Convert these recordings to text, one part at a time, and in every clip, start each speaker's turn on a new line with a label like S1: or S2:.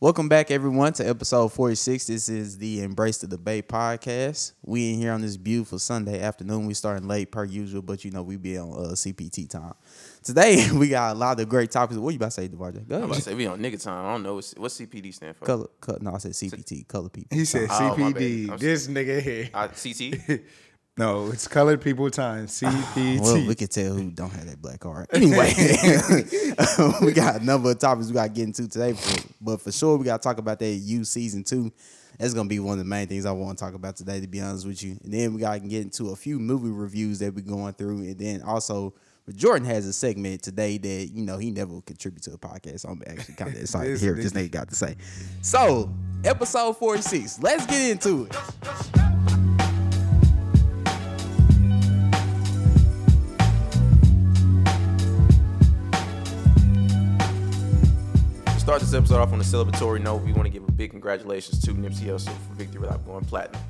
S1: Welcome back, everyone, to episode 46. This is the Embrace the Debate podcast. We in here on this beautiful Sunday afternoon. We starting late per usual, but you know we be on uh, CPT time. Today we got a lot of great topics. What you about to say, Devarja? Go
S2: I'm about to
S1: ahead.
S2: say we on nigga time. I don't know what's, what's CPD stand for.
S1: Color, co- no, I said CPT, color people.
S3: He said
S2: Oh, my bad.
S3: CPD.
S2: I'm
S3: this nigga here.
S2: Uh, CT.
S3: No, it's colored people time.
S2: Ah,
S3: CPT.
S1: Well, we can tell who don't have that black card. Anyway, we got a number of topics we got to get into today, for, but for sure we got to talk about that U season two. That's gonna be one of the main things I want to talk about today, to be honest with you. And then we got to get into a few movie reviews that we're going through, and then also. Jordan has a segment today that you know he never contributes to the podcast. So I'm actually kind of excited to hear what this nigga got to say. So, episode 46, let's get into it.
S2: Start this episode off on a celebratory note. We want to give a big congratulations to Nipsey Hussle for victory without going platinum.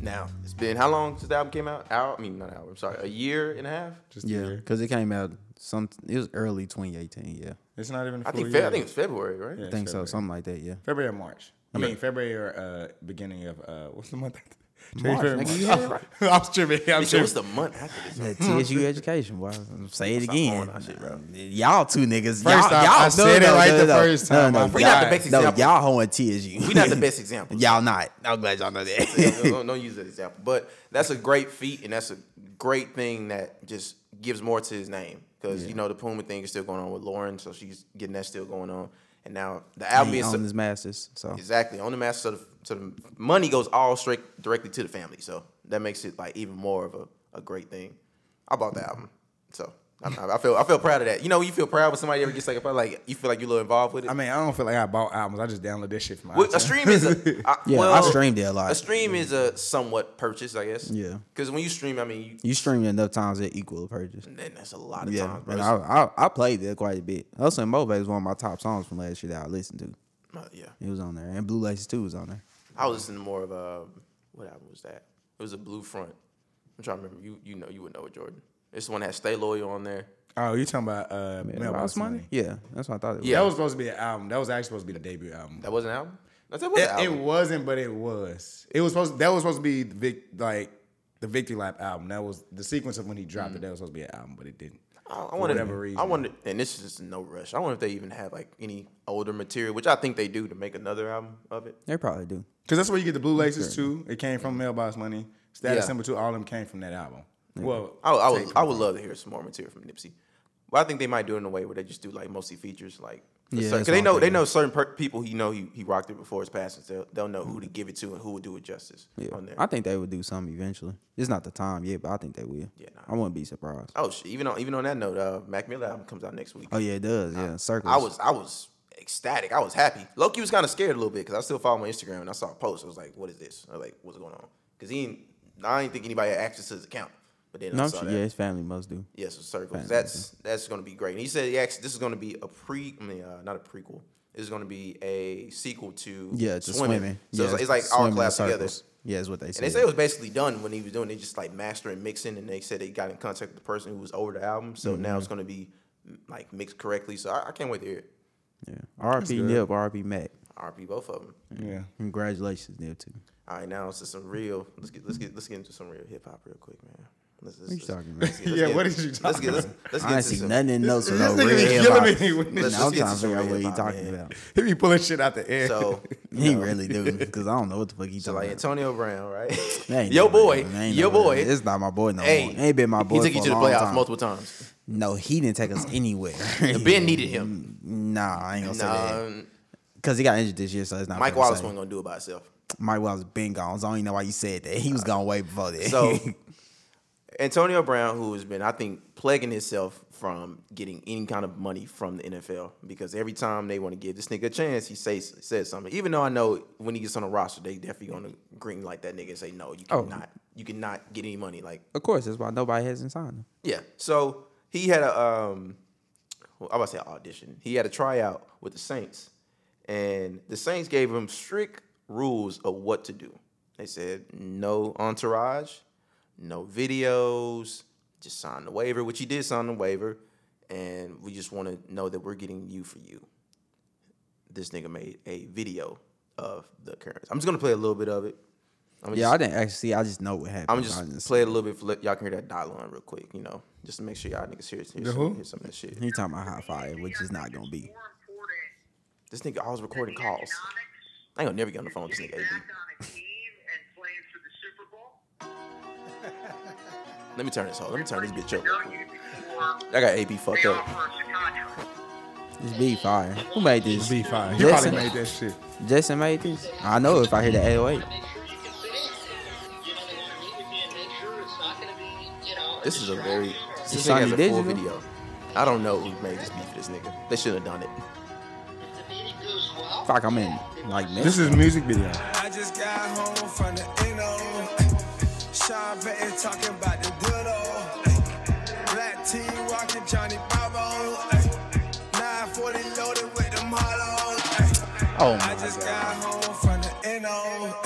S2: Now it's been how long since the album came out? Hour, I mean not an hour. I'm sorry, a year and a half.
S3: Just
S1: Yeah,
S3: there.
S1: because it came out some. It was early 2018. Yeah.
S3: It's not even. a
S2: I
S3: full
S2: think Fe- I
S3: year.
S2: think it's February, right?
S3: Yeah.
S1: think so,
S3: February.
S1: something like that. Yeah.
S3: February or March. I mean February or uh, beginning of uh, what's the month? February,
S1: nigga, you had it
S3: March. I'm tripping. I'm
S2: It's just
S3: tripping.
S2: the month after this.
S1: That TSU education, boy. Say it
S2: Stop
S1: again.
S2: calling our shit, bro.
S1: Y'all two niggas. y'all,
S3: First time,
S1: y'all,
S3: I said it right the first time.
S1: No, no,
S3: I
S2: We not the
S1: y'all-
S2: best
S1: no,
S2: example.
S1: y'all hoeing TSU.
S2: We not the best example.
S1: y'all not. I'm glad y'all know
S2: don't,
S1: that.
S2: don't- don't use that example. But that's a great feat, and that's a great thing that just gives more to his name because you know the Puma thing is still going on with Lauren, so she's getting that still going on. And now the album
S1: he
S2: is
S1: on his masters, so
S2: exactly on the master, so the, so the money goes all straight directly to the family. So that makes it like even more of a, a great thing. I bought the album, so I, I feel I feel proud of that. You know, you feel proud when somebody ever gets like a like you feel like you're a little involved with it.
S3: I mean, I don't feel like I bought albums. I just downloaded this shit from.
S2: Well,
S3: iTunes.
S2: a stream is a I,
S1: Yeah, I
S2: well,
S1: streamed it a lot.
S2: A stream is a somewhat purchase, I guess.
S1: Yeah.
S2: Because when you stream, I mean, you,
S1: you streamed enough times at equal purchase.
S2: then that's a lot of
S1: Yeah,
S2: time. Bro.
S1: and
S2: It's-
S1: I, I I played that quite a bit. Hustle and Mobile is one of my top songs from last year that I listened to.
S2: uh, yeah.
S1: It was on there, and Blue Laces too was on there.
S2: I was listening to more of a what album was that? It was a Blue Front. I'm trying to remember. You you know you would know it, Jordan. This one had Stay Loyal on there.
S3: oh, you talking about uh, Mailbox money?
S1: Yeah, that's what I thought it was.
S2: Yeah.
S3: That was supposed to be an album. That was actually supposed to be the debut album.
S2: That was an album. No, That was an
S3: It, it
S2: album.
S3: wasn't, but it was. It was supposed. That was supposed to be the vic, like the Victory Lap album. That was the sequence of when he
S2: Mm.
S3: dropped it. That was supposed to be an album, but it didn't.
S2: I, I wonder.
S3: whatever reason.
S2: I wonder, and this is just no rush. I wonder if they even have like any older material, which I think they do, to make another album of it.
S1: They probably do.
S3: Because that's where you get the Blue Laces too. It came from Mailbox Money. Status
S2: Yeah.
S3: Symbol too. All of them came from that album. Well,
S2: I, I would I would love to hear some more material from Nipsey, but I think they might do it in a way where they just do like mostly features, like for
S1: Yeah,
S2: certain-
S1: that's
S2: 'cause they
S1: what I'm
S2: know they know certain per- people he know he, he rocked it before his passing, so they'll, they'll know who to give it to and who will do it justice
S1: Mm-hmm. Yeah.
S2: on there.
S1: I think they would do something eventually. It's not the time yet, but I think they will.
S2: Yeah, nah.
S1: I wouldn't be surprised.
S2: oh shit! Even on even on that note, uh, Mac Miller album comes out next week.
S1: Oh yeah, it does. Yeah, circles.
S2: I was I was ecstatic. I was happy. Loki was kind of scared a little bit because I still follow him on Instagram and I saw a post. I was like, "What is this?" I was like, "What's going on?" Because he, ain't, I didn't think anybody had access to his account. But then
S1: No,
S2: I
S1: I'm
S2: saw
S1: sure-
S2: that.
S1: yeah, his family must do.
S2: Yes, with circles. That's that's going to be great. And he said he actually this is going to be a pre, I mean, uh, not a prequel. This is going to be a sequel to
S1: Yeah, it's just
S2: swimming.
S1: swimming. yeah,
S2: So it's, like it's like
S1: swimming
S2: our
S1: in
S2: class together.
S1: circles. Yeah, is what they said.
S2: And they say it was basically done when he was doing it, just like mastering, mixing, and they said they got in contact with the person who was over the album. So
S1: Mm-hmm.
S2: now it's going to be mm, like mixed correctly. So I, I can't wait to hear it.
S1: yeah. R.P.
S3: good.
S1: Nip, R.P. Mac.
S2: R.P. both of them.
S3: yeah.
S1: Congratulations, Nip too.
S2: All right, now it's just some real. Let's get let's get let's get into some real hip hop real quick, man. Let's, let's,
S1: What you talking
S2: let's
S1: about?
S2: get- let's
S3: Yeah,
S2: get-
S3: what is you
S2: Let's
S3: talking
S2: get let's, let's get
S1: I ain't
S2: into
S1: seen
S2: some-
S1: nothing in those of no
S3: this
S1: real
S3: nigga is
S1: hip
S3: killing
S1: hop.
S3: me with this.
S1: Now I'm trying
S2: Let's get
S1: to
S2: to some
S1: figure out
S2: real
S1: what he
S2: hip hop,
S1: talking
S2: man.
S1: about.
S3: He be pulling shit out the air.
S2: So
S1: He really do because I don't know what the fuck he
S2: So like
S1: talking about.
S2: Antonio Brown, right?
S1: That ain't
S2: Yo
S1: no
S2: boy,
S1: man. That ain't
S2: yo
S1: no
S2: boy.
S1: man. It's not my boy no
S2: Hey,
S1: more. Ain't been my boy.
S2: He took
S1: for
S2: you
S1: a
S2: to the
S1: long
S2: playoffs
S1: time.
S2: multiple times.
S1: No, he didn't take us anywhere.
S2: Ben needed him.
S1: Nah, I ain't gonna Mm, say that
S2: Nah,
S1: because he got injured this year, so it's not.
S2: Mike
S1: fair to
S2: Wallace
S1: say.
S2: wasn't gonna do it by himself.
S1: Mike Wells been gone. So I don't even know why you said that. He was gone way before that.
S2: So Antonio Brown, who has been, I think, plaguing himself from getting any kind of money from the NFL, because every time they want to give this nigga a chance, he says says something. Even though I know when he gets on the roster, they definitely gonna green like that nigga and say, No, you
S1: Oh.
S2: cannot you cannot get any money. Like
S1: of course, that's why nobody hasn't signed him.
S2: Yeah. So he had a um well, I was about to say audition. He had a tryout with the Saints. And the Saints gave him strict rules of what to do. They said no entourage, no videos, just sign the waiver, which he did sign the waiver. And we just want to know that we're getting you for you. this nigga made a video of the occurrence. I'm just gonna play a little bit of it. I'm
S1: Yeah, I didn't actually see. I just know what happened.
S2: I'm
S1: I
S2: just,
S1: just-
S2: play it a little bit. For, let- y'all can hear that dialogue real quick, you know, just to make sure y'all niggas hear, hear,
S3: who?
S2: some, hear some of that shit.
S1: he talking about hot fire, which is not gonna be.
S4: More important
S2: This nigga always recording
S4: than the
S2: calls.
S4: economics
S2: I ain't gonna never get on the phone with this
S4: is
S2: nigga.
S4: getting
S2: AB.
S4: back on a team and playing for the Super Bowl.
S2: Let me turn this hoe. Let me turn this bitch up.
S4: No,
S2: real quick.
S4: you before
S2: I got AB
S4: they
S2: fucked up.
S4: offer us a contract.
S1: It's B fire. Who made this?
S3: Be fine. You
S1: Jason,
S3: probably made that shit.
S1: Jason made this. I know if I hear the 808.
S5: make sure you can fit in. You know, they want to meet with you and make sure it's not going to be, you know,
S2: This is a very.
S1: It's
S2: This nigga
S1: Sony
S2: has a
S1: Digital.
S2: full video. I don't know who made this beat for this nigga. They shouldn't have done it.
S1: Fuck, I'm in like
S3: This
S1: this.
S3: is music video.
S6: I just got home from the N.O. Sean Patton talking about the dildo. Black T rocking Johnny Bravo. 940 loaded with them hollows.
S1: Oh
S6: I
S1: my
S6: just
S1: god.
S6: got home from the N.O.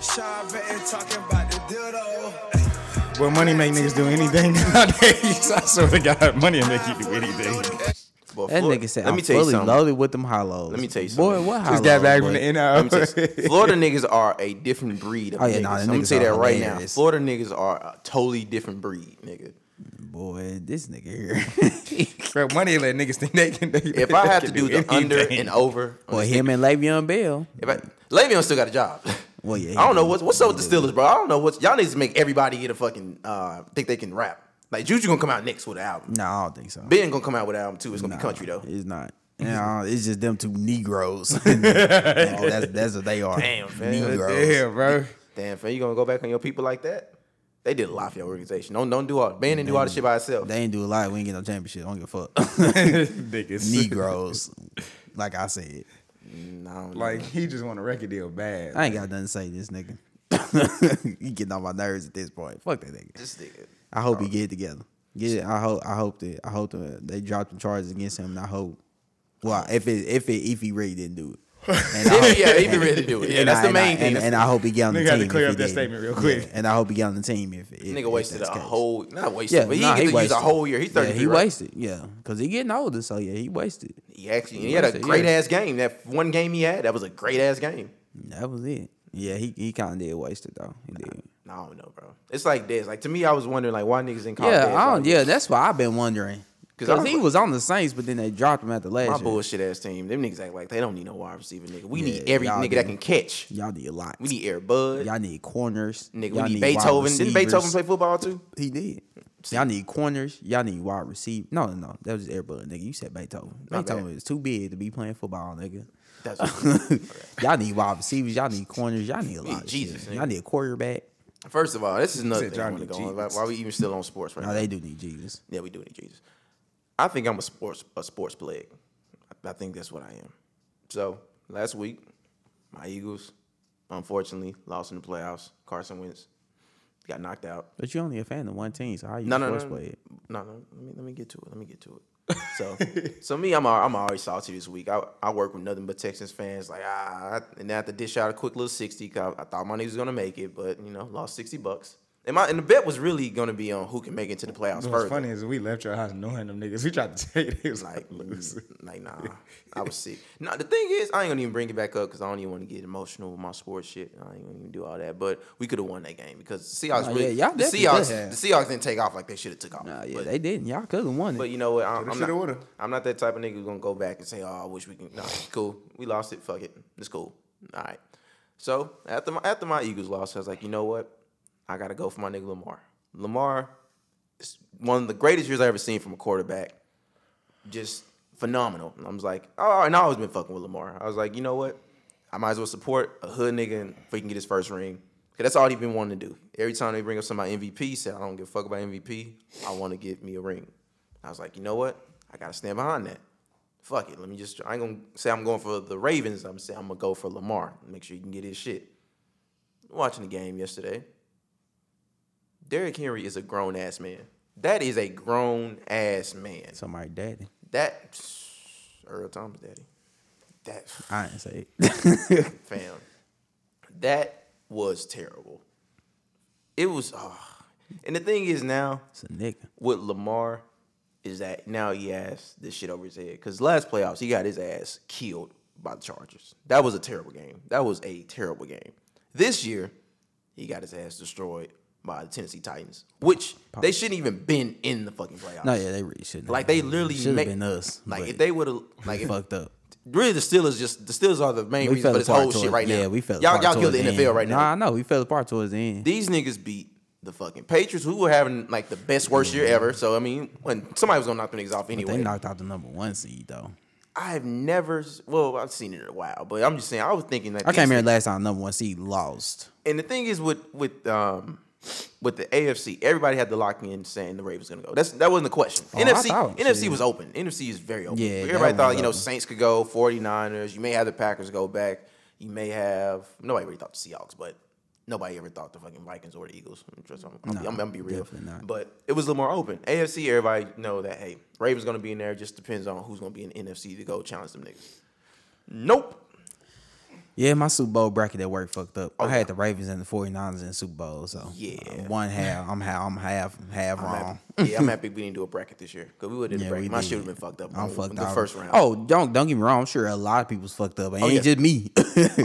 S6: Sean Patton talking about the dildo.
S3: Well, money make niggas do anything nowadays. I swear to God, money will make you do anything.
S2: But
S1: That
S2: Flor-
S1: nigga said
S2: let
S1: I'm
S2: me tell you
S1: fully
S2: something.
S1: loaded with them hollows.
S2: Let me tell you
S1: Boy,
S2: something.
S1: what hollows?
S3: Just got back
S1: boy?
S3: from the
S2: Let me tell you something.
S3: NIL.
S2: Florida niggas are a different breed. Of
S1: Oh,
S2: oh
S1: yeah,
S2: niggas.
S1: nah,
S2: I'm
S1: them
S2: gonna
S1: niggas
S2: say that
S1: are
S2: right now.
S1: hilarious.
S2: Florida niggas are a totally different breed, nigga.
S1: Boy, this nigga here.
S3: Bro, money let niggas think they can. They,
S2: If I had to
S3: can
S2: do the under
S3: anything.
S2: and over, on
S1: Well,
S2: this
S1: him and Le'Veon Bell.
S2: If I, Le'Veon still got a job.
S1: Well, yeah, he
S2: I don't know
S1: do.
S2: what's what's up
S1: He
S2: with the
S1: do.
S2: Steelers, bro. I don't know what's y'all need to make everybody get a fucking uh, think they can rap. Like Juju gonna come out next with an album.
S1: No, I don't think so.
S2: Ben gonna come out with an album too. It's gonna be country though.
S1: It's not. Yeah, it's just them two Negroes. Oh, that's that's what they are.
S2: Damn, fam.
S1: Negroes.
S3: Damn, bro.
S2: Damn, fam, you gonna go back on your people like that? They did a lot for your organization. Don't don't do all. Ben didn't do all the shit by himself.
S1: They ain't do a lot. We ain't get no championship. I don't give a fuck.
S3: niggas.
S1: Negroes, like I said,
S2: Nah,
S3: Like, he just want a record deal bad.
S1: I ain't got nothing to say to this nigga. he getting on my nerves at this point. Fuck that nigga.
S2: this nigga.
S1: I hope
S2: Oh.
S1: he get it together. Get it. I hope. I hope that. I hope that they drop the charges against him. And I hope. Well, if it if it if he really didn't do it. And I hope-
S2: yeah, he be ready to do it. Yeah,
S1: and
S2: that's
S1: I-
S2: the
S1: and I-
S2: main thing.
S1: And, and I hope he get on the
S3: Nigga
S1: team.
S3: had to clear
S1: if he
S3: up that
S1: did.
S3: statement real quick.
S1: Yeah, and I hope he get on the team if, if
S2: Nigga
S1: if
S2: wasted a
S1: that's the case.
S2: whole, not wasted,
S1: Yeah,
S2: but he
S1: nah,
S2: didn't get to use a
S1: wasted.
S2: whole year. He's
S1: Yeah,
S2: thirty.
S1: he wasted. Yeah, because he getting older, so yeah, he wasted.
S2: He actually, he,
S1: He
S2: had a
S1: wasted, yeah.
S2: great ass game. That one game he had, that was a great ass game.
S1: That was it. Yeah, he, he kind of did waste it though. He did.
S2: I don't know, bro. It's like this. Like to me, I was wondering like why niggas didn't call.
S1: Yeah,
S2: Dez
S1: I
S2: all
S1: don't,
S2: year.
S1: yeah, that's why I've been wondering.
S2: 'Cause I
S1: Because he
S2: was-
S1: was on the Saints, but then they dropped him at the last.
S2: My
S1: year.
S2: bullshit ass team. Them niggas act like they don't need no wide receiver, nigga. We need
S1: Yeah,
S2: every
S1: y'all
S2: nigga
S1: do.
S2: that can catch.
S1: Y'all need a lot.
S2: We need Air Bud.
S1: y'all need corners.
S2: nigga,
S1: Y'all
S2: we need,
S1: wide
S2: Beethoven. Didn't Beethoven
S1: receivers.
S2: play football too?
S1: He did. Y'all need corners. Y'all need wide receiver. No, no, no. That was just airbud, nigga. You said Beethoven.
S2: My bad.
S1: Beethoven is too big to be playing football, nigga.
S2: That's what-
S1: y'all need wide receivers. Y'all need corners. Y'all need a lot. of
S2: Jesus,
S1: shit.
S2: nigga.
S1: Y'all need a quarterback.
S2: First of all, this is another
S3: said
S2: thing I want
S3: Johnny
S2: to go on. Why,
S3: Jesus.
S2: why we even still on sports right
S1: No,
S2: now?
S1: they do need Jesus.
S2: Yeah, we do need Jesus. I think I'm a sports a sports plague. I, I think that's what I am. So last week, my Eagles unfortunately lost in the playoffs. Carson Wentz got knocked out.
S1: But you only a fan of one team, so how you
S2: No, no, no,
S1: force
S2: no,
S1: play it?
S2: no, no. Let me let me get to it. Let me get to it. So, so me, I'm al- I'm always salty this week. I, I work with nothing but Texans fans. Like ah, and I have to dish out a quick little sixty. 'cause I, I thought my niggas was gonna make it, but you know, lost sixty bucks. And my and the bet was really gonna be on who can make it to the playoffs
S3: What's
S2: first.
S3: funny is we left your house knowing them niggas. We tried to take it. It was like,
S2: Like, like nah, I was sick. No, the thing is, I ain't gonna even bring it back up because I don't even want to get emotional with my sports shit. I ain't gonna even do all that. But we could have won that game because the Seahawks
S1: Nah,
S2: really,
S1: yeah, y'all
S2: the
S1: definitely could
S2: Seahawks,
S1: have.
S2: the Seahawks didn't take off like they should have took off.
S1: Nah, yeah,
S2: But-
S1: they didn't. Y'all could have won it.
S2: But you know what? I, I'm,
S3: shoulda,
S2: not,
S3: woulda.
S2: I'm not that type of nigga who's gonna go back and say, "Oh, I wish we can." Nah, it's cool. We lost it. Fuck it. It's cool. All right. So after my after my Eagles lost, I was like, you know what? I gotta go for my nigga Lamar. Lamar is one of the greatest years I ever seen from a quarterback. Just phenomenal. And I was like, oh, and I always been fucking with Lamar. I was like, you know what? I might as well support a hood nigga and if he can get his first ring. Cause that's all he been wanting to do. Every time they bring up somebody MVP, he said I don't give a fuck about MVP. I want to get me a ring. I was like, you know what? I gotta stand behind that. Fuck it. Let me just. I ain't gonna say I'm going for the Ravens. I'm gonna say I'm gonna go for Lamar. Make sure you can get his shit. Watching the game yesterday. Derrick Henry is a grown ass man. That is a grown ass man.
S1: Somebody daddy.
S2: That Earl Thomas daddy. That
S1: I didn't say it.
S2: fam. That was terrible. It was ah. And the thing is now,
S1: it's a nigga.
S2: with Lamar is that now he has this shit over his head. Cause last playoffs he got his ass killed by the Chargers. That was a terrible game. That was a terrible game. This year, he got his ass destroyed by the Tennessee Titans, which they shouldn't even been in the fucking playoffs.
S1: No, yeah, they really shouldn't.
S2: Like
S1: have.
S2: they literally
S1: should
S2: make-
S1: have been us.
S2: Like
S1: but
S2: if they would have like if,
S1: fucked up.
S2: really the Steelers just the Steelers are the main
S1: We
S2: reason
S1: fell
S2: for this
S1: apart
S2: whole shit
S1: towards-
S2: right now.
S1: Yeah, we fell
S2: Y'all
S1: apart
S2: y'all killed the
S1: towards
S2: NFL
S1: end.
S2: right now.
S1: Nah, I know. We fell apart towards the end.
S2: These niggas beat the fucking Patriots, who were having like the best worst year ever. So I mean, when somebody was gonna knock them niggas off
S1: But they
S2: anyway.
S1: knocked out the number one seed though.
S2: I've never s- well, I've seen it in a while, but I'm just saying I was thinking that
S1: I
S2: these
S1: came here last time. Number one seed lost.
S2: And the thing is with with um with the AFC, everybody had to lock in saying the Ravens gonna go. That's that wasn't the question.
S1: Oh, I
S2: NFC
S1: thought-
S2: NFC
S1: shit.
S2: was open. NFC is very open.
S1: Yeah, that
S2: everybody
S1: one
S2: thought,
S1: was
S2: you know,
S1: open.
S2: Saints could go, 49ers, you may have the Packers go back. You may have nobody really thought the Seahawks, but nobody ever thought the fucking Vikings or the Eagles. Trust me, I'm, I'm, I'm gonna be real.
S1: definitely not.
S2: But it was a little more open. AFC, everybody know that hey, Ravens gonna be in there. Just depends on who's gonna be in NFC to go challenge them niggas. Nope.
S1: Yeah, my Super Bowl bracket at work fucked up. I
S2: Oh, yeah.
S1: had the Ravens and the 49ers in the Super Bowl, so
S2: Yeah.
S1: uh, one half. I'm half. I'm half half
S2: I'm
S1: wrong.
S2: happy- Um, yeah, I'm happy we didn't do a bracket this year because we would have done a
S1: Yeah,
S2: bracket.
S1: we
S2: My
S1: did.
S2: shit would have been fucked up.
S1: I'm
S2: bro,
S1: fucked
S2: the
S1: out.
S2: first round. Oh,
S1: Oh, don't don't get me wrong. I'm sure a lot of people's fucked up. It ain't
S2: yeah.
S1: just me.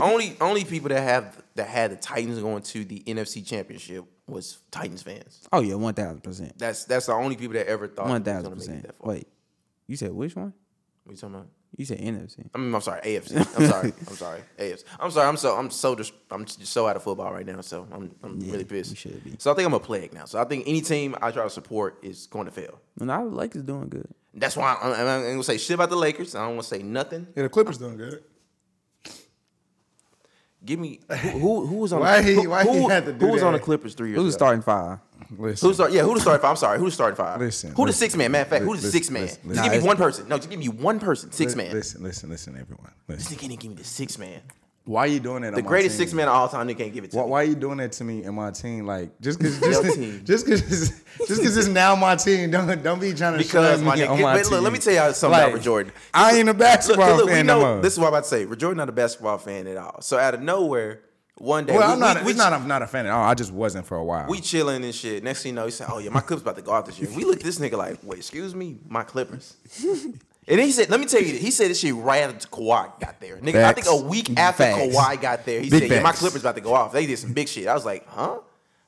S2: only only people that have that had the Titans going to the NFC Championship was Titans fans.
S1: oh yeah, one thousand percent.
S2: That's that's the only people that ever thought
S1: One
S2: they was
S1: thousand
S2: gonna make
S1: percent.
S2: it that far.
S1: Wait, you said which one?
S2: what you talking about?
S1: You said NFC.
S2: I mean, I'm sorry, AFC. I'm sorry, I'm sorry, AFC. I'm sorry, I'm so I'm so just I'm just so out of football right now. So I'm I'm
S1: Yeah,
S2: really pissed.
S1: you should be.
S2: So I think I'm a plague now. So I think any team I try to support is going to fail.
S1: And I like is doing good.
S2: That's why I'm, I'm, I'm gonna say shit about the Lakers. I don't want to say nothing.
S3: Yeah, the Clippers doing good.
S2: Give me who who, who was on
S3: Why
S2: the,
S3: he-
S2: who,
S3: why he
S2: who-
S3: had to do
S2: who was on the
S3: that?
S2: Clippers three years
S1: Who's the
S2: ago?
S1: starting five?
S3: Listen,
S2: Who started? Yeah, who the starting five? I'm sorry, who the starting five?
S3: Listen,
S2: who the
S3: listen,
S2: six man? Matter of fact, who the
S3: listen,
S2: six man?
S3: listen,
S2: Just
S1: listen.
S2: give me one person. No, just give me one person. Six man. This
S3: Listen, listen, listen, everyone. Listen.
S2: nigga didn't give me the six man.
S3: Why you doing that?
S2: The greatest six man of all time. They can't give it to
S3: Why,
S2: me.
S3: why are you doing that to me and my team? Like just because
S2: Your
S3: just because
S2: team.
S3: just because it's now my team. Don't don't be trying to
S2: Because
S3: shove
S2: my
S3: me
S2: nigga,
S3: on my
S2: wait, look, let
S3: team.
S2: me tell y'all something
S3: Like,
S2: about Jordan.
S3: I ain't a basketball
S2: look, we
S3: fan
S2: know,
S3: no more.
S2: This is what I'm about to say. Jordan not a basketball fan at all. So out of nowhere, one day
S3: well,
S2: we,
S3: I'm not.
S2: we,
S3: We,
S2: we,
S3: it's not. I'm not a fan at all. I just wasn't for a while.
S2: we chilling and shit. Next thing you know, he said, "Oh yeah, my Clippers about to go out this year." We looked at this nigga like, "Wait, excuse me, my Clippers." And he said, "Let me tell you, this. he said this shit right after Kawhi got there, nigga. I
S3: Facts.
S2: think a week after
S1: Facts.
S2: Kawhi got there, he
S3: Big
S2: said, "Yeah, my
S3: facts.
S2: Clippers about to go off. They did some big shit." I was like, "Huh?"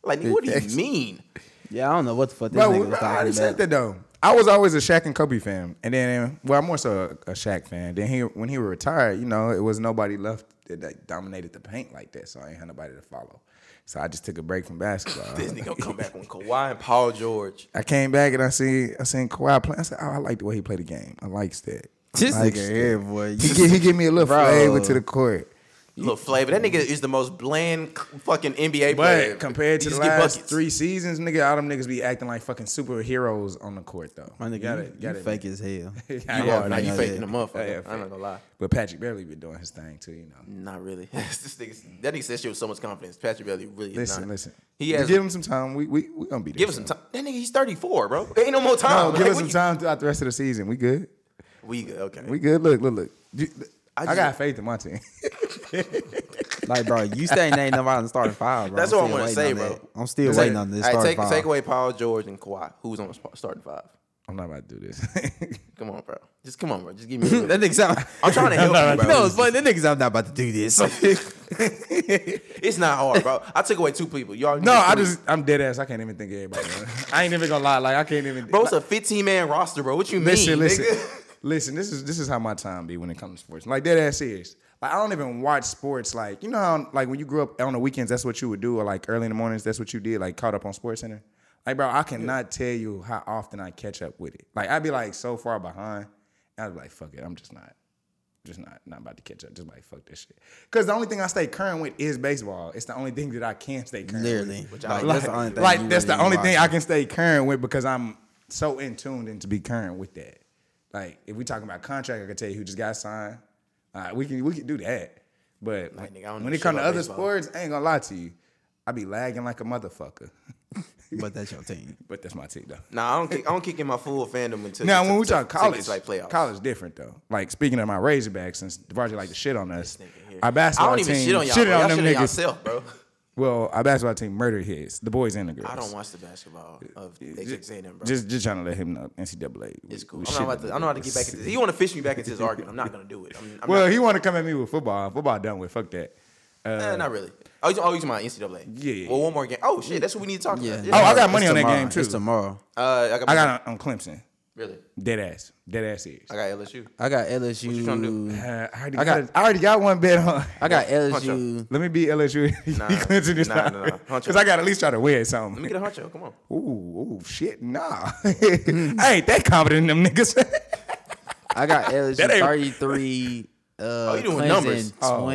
S2: Like, nigga, what do
S3: facts.
S2: you mean?
S1: Yeah, I don't know what the fuck this
S3: Bro,
S1: nigga
S3: we-
S1: was talking
S3: I already
S1: about.
S3: said that though. I was always a Shaq and Kobe fan, and then well, I'm more so a, a Shaq fan. Then he when he retired, you know, it was nobody left that, that dominated the paint like that, so I ain't had nobody to follow. So I just took a break from basketball.
S2: This nigga come back when Kawhi and Paul George.
S3: I came back and I seen I seen Kawhi play. I said, "Oh, I like the way he played the game. I likes that."
S1: This
S3: Likes
S1: nigga
S3: that.
S1: here, boy.
S3: He give, he give me a little
S1: Bro.
S3: flavor to the court.
S2: Little flavor. That nigga is the most bland c- fucking NBA player.
S3: But compared
S2: He
S3: to the
S2: just get
S3: last
S2: buckets.
S3: three seasons, nigga, all them niggas be acting like fucking superheroes on the court though.
S1: My nigga, you,
S3: Gotta-
S1: you
S3: gotta
S1: fake as hell.
S3: admit.
S2: you
S3: Yeah,
S2: are now
S1: I
S2: you
S1: know
S2: faking
S1: that.
S2: a motherfucker.
S3: Yeah,
S2: I'm not gonna lie.
S3: But Patrick barely been doing his thing too, you know.
S2: Not really. this nigga, that nigga said shit with so much confidence. Patrick Bailey really is
S3: Listen,
S2: not.
S3: listen.
S2: He has.
S3: give him some time. We we we gonna be there.
S2: Give us some time. That nigga, he's 34, bro. Ain't no more
S3: No,
S2: time.
S3: give
S2: Like,
S3: us
S2: what
S3: some
S2: you-
S3: time throughout the rest of the season. We good.
S2: We good. Okay.
S3: We good. Look, look, look. You- I,
S2: just-
S3: got faith in my team.
S1: Like, bro, you saying ain't nobody in the starting five, bro.
S2: That's
S1: I'm
S2: what I
S1: still waiting
S2: wanna say,
S1: on
S2: bro.
S1: that. I'm still
S3: Just
S1: waiting
S3: say-
S1: on this
S2: All right,
S1: starting
S2: take,
S1: five.
S2: take away Paul George and Kawhi. Who's on the sp- starting five?
S3: I'm not about to do this.
S2: Come on, bro. Just come on, bro. Just give me. A little
S1: that
S2: bit.
S1: nigga sound.
S2: I'm trying to help you, bro.
S1: You know, it's funny. That nigga sound not about to do this.
S2: It's not hard, bro. I took away two people. Y'all.
S3: no, I
S2: three.
S3: just I'm dead ass. I can't even think of everybody. man. I ain't even gonna lie. Like I can't even.
S2: Bro, it's a 15 man roster, bro. What you
S3: listen,
S2: mean?
S3: listen,
S2: Nigga?
S3: listen. This is this is how my time be when it comes to sports. Like dead ass serious. Like I don't even watch sports. Like you know how like when you grew up on the weekends, that's what you would do, or like early in the mornings, that's what you did. Like caught up on Sports Center. Like bro, I cannot tell you how often I catch up with it. Like I'd be like so far behind, and I'd be like, fuck it, I'm just not. Just not not about to catch up. Just like fuck this shit. Cause the only thing I stay current with is baseball. It's the only thing that I can stay current. with.
S1: Literally. Like,
S2: I
S1: that's the only thing.
S3: Like
S1: you
S3: that's
S1: really
S3: the only thing
S1: watch.
S3: I can stay current with because I'm so in tuned and to be current with that. Like if we talking about contract, I can tell you who just got signed. All right, we can we can do that. But
S2: Like, nigga, I don't
S3: when,
S2: know
S3: when it
S2: shit
S3: comes to
S2: about
S3: other
S2: baseball.
S3: sports, I ain't gonna lie to you, I be lagging like a motherfucker.
S1: But that's your team.
S3: But that's my team though.
S2: Nah, I don't. Kick, I don't kick in my full fandom until
S3: Now when
S2: until-
S3: we talk
S2: until
S3: college,
S2: it's like playoffs.
S3: college different though. Like speaking of my Razorbacks, since Devarge like to shit on us,
S2: nigga here.
S3: our
S2: I
S3: basketball
S2: don't even
S3: team
S2: shit on y'all.
S3: shitted
S2: bro.
S3: on
S2: y'all
S3: them
S2: shit on
S3: niggas.
S2: yourself, bro.
S3: Well, our basketball team murdered his. The boys and the girls.
S2: I don't watch the basketball of they just saying them, bro.
S3: Just, just trying to let him know. NCAA.
S2: it's cool. I'm not about to, I don't know how to get back into this. He want to fish me back into his argument. I'm not gonna do it. I'm, I'm
S3: Well,
S2: not,
S3: he want to come at me with football. Football done with. Fuck that.
S2: eh, not really. Oh, you oh, you talking about NCAA?
S3: Yeah, yeah,
S2: Well,
S3: yeah.
S2: one more game. Oh shit, that's what we need to talk about.
S3: Oh, I got
S1: It's
S3: money on that
S1: tomorrow.
S3: game, too.
S1: It's tomorrow.
S2: Uh, I got.
S3: I got on, on Clemson.
S2: really.
S3: Dead ass. Dead ass serious.
S2: I got LSU.
S1: I got
S2: trying to
S1: LSU.
S3: Uh, I, already
S1: I
S3: got,
S1: got-
S3: a- I already got one bet on.
S1: I got
S2: Punch up.
S1: LSU.
S3: Let me be LSU.
S2: Nah,
S3: Clemson this
S2: nah,
S3: time.
S2: nah, nah. Hunch
S3: Because
S2: up.
S3: I got to at least try to win
S2: Let me
S3: something.
S2: get a honcho. Come on.
S3: Ooh, ooh, shit, nah. I ain't that confident in them niggas.
S1: I got LSU
S3: That ain't-
S1: 33. Uh,
S2: you doing
S1: Clemson
S2: numbers.
S3: Oh,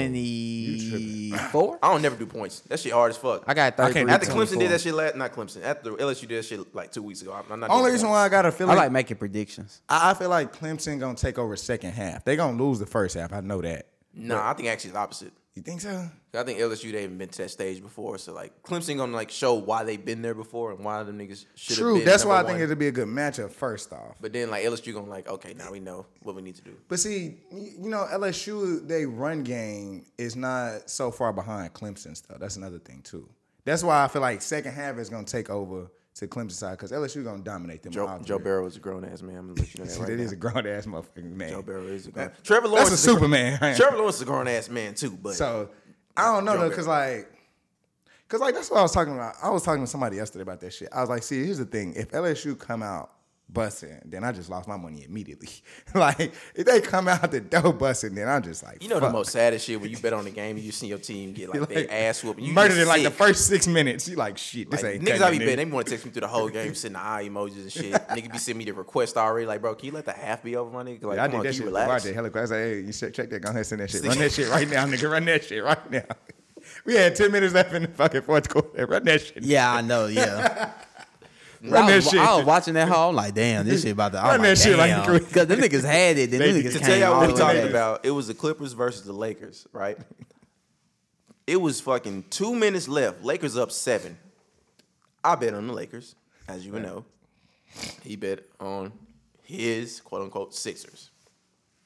S1: 24.
S2: I don't never do points. That shit hard as fuck.
S1: I got
S3: I
S1: 33.
S3: can't-
S2: After Clemson
S1: 24.
S2: did that shit last, not Clemson. After LSU did that shit like two weeks ago. I'm, I'm not. doing
S3: Only
S2: that.
S3: reason why I got a feeling,
S1: I like making predictions.
S3: I I feel like Clemson gonna take over second half. They gonna lose the first half. I know that.
S2: Nah, I think actually the opposite.
S3: You think so?
S2: I think LSU they haven't been to that stage before, so like Clemson gonna like show why they've been there before and why them niggas should.
S3: True.
S2: Been
S3: That's
S2: number
S3: why I
S2: one.
S3: think it'll be a good matchup first off.
S2: But then like LSU gonna like okay now we know what we need to do.
S3: But see, y- you know, LSU they run game is not so far behind Clemson's though. That's another thing too. That's why I feel like second half is gonna take over to Clemson's side because LSU gonna dominate them.
S2: Joe,
S3: all
S2: Joe
S3: three.
S2: Barrow is a grown ass man. I'm gonna let you know that
S3: See,
S2: right
S3: that
S2: now.
S3: is a grown ass motherfucking man.
S2: Joe Barrow is a grown.
S3: That-
S2: Trevor Lawrence
S3: That's a
S2: is grown-
S3: Superman.
S2: Trevor Lawrence is a grown ass man too, but
S3: So I don't know
S2: Joe
S3: though, cause like, cause like that's what I was talking about. I was talking to somebody yesterday about that shit. I was like, see, here's the thing: if LSU come out bussing, then I just lost my money immediately. like if they come out the door bussing, then I'm just like,
S2: you know the
S3: fuck.
S2: most saddest shit when you bet on the game and you see your team get like,
S3: Like,
S2: their ass whooping. You
S3: murdered
S2: just
S3: it like the
S2: sick.
S3: first six minutes. You like shit. This
S2: Like,
S3: ain't
S2: niggas I
S3: cutting
S2: be
S3: it,
S2: betting, they
S3: nigga.
S2: want to text me through the whole game, sending eye emojis and shit. Nigga be sending me the request already, like, bro, can you let the half be over, my nigga? Like,
S3: I
S2: come
S3: did
S2: on, can
S3: that shit.
S2: you
S3: before I
S2: relax?
S3: did hella quick. I was like, hey, you should check that. Go ahead, send that shit.
S2: See-
S3: Run that shit right now, nigga. Run that shit right now. We had ten minutes left in the fucking fourth quarter. Run that shit.
S1: Yeah, I know. Yeah.
S3: Run
S1: I
S3: that
S1: was,
S3: shit.
S1: I was watching that hall. I'm like, damn, this shit about to.
S3: Run
S1: I'm
S3: that
S1: like,
S3: shit like
S1: damn.
S3: you crazy.
S1: Because them niggas had it. Then them
S3: They-
S1: niggas
S2: to
S1: came
S2: tell y'all
S1: all
S2: what
S1: the
S2: we
S1: way
S2: talking
S1: back.
S2: about, it was the Clippers versus the Lakers, right? It was fucking two minutes left. Lakers up seven. I bet on the Lakers, as you would know. He bet on his quote unquote Sixers.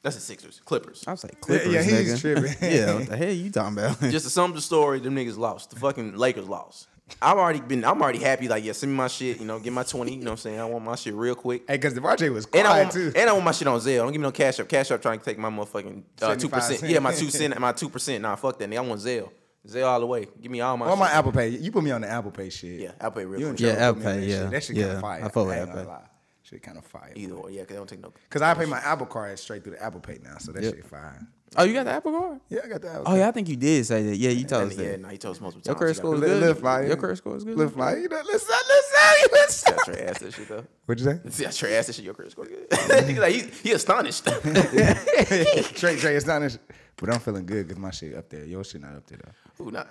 S2: That's the Sixers, Clippers.
S1: I was like,
S3: Yeah,
S1: Clippers,
S3: yeah, he's
S1: nigga.
S3: tripping.
S1: yeah, what the hell you talking about?
S2: Just to sum up the story, them niggas lost. The fucking Lakers lost. I've already been. I'm already happy. Like, yeah, send me my shit. You know, get my twenty. You know, what I'm saying I want my shit real quick.
S3: Hey, because DeMarche was
S2: And I
S3: quiet
S2: want,
S3: too.
S2: and I want my shit on Zelle. Don't give me no cash up. Cash up trying to take my motherfucking uh, two
S3: 75
S2: percent.
S3: cent.
S2: Yeah, my two cent, my two percent. Nah, fuck that. Nigga. I want Zelle. Zelle all the way. Give me all my.
S3: on my
S2: shit.
S3: Apple Pay, you put me on the Apple Pay shit.
S2: Yeah, Apple Pay real
S3: you and
S2: quick.
S3: Trevor
S1: Yeah,
S3: put me
S1: Apple
S3: on
S1: Pay,
S3: that
S1: yeah.
S3: Shit. That shit kind
S1: Yeah,
S3: of fire.
S1: I fuck with
S3: ain't gonna
S1: Apple Pay.
S3: lie. Shit kind of fire.
S2: Either or, yeah, cause they don't take no.
S3: Cause I pay my Apple card straight through the Apple Pay now, so that
S1: Yep.
S3: shit fire.
S1: oh, you got the Apple Card?
S3: Yeah, I got the Apple.
S1: Oh yeah, I think you did say that. Yeah, you told us
S2: yeah,
S1: that.
S2: nah, he told us multiple
S1: Your
S2: times.
S1: credit score is
S3: Li-
S1: good.
S3: live fire.
S1: Your credit score is good.
S3: Live fly. You know, listen, listen, listen.
S2: That's your ass that shit though.
S3: What'd you
S2: See, That's your ass that shit. Your credit score good. Nigga, like, he, he astonished.
S3: say? Trey, Trey, it's not. as- But I'm feeling good because my shit up there. Your shit not up there though.
S2: Who not?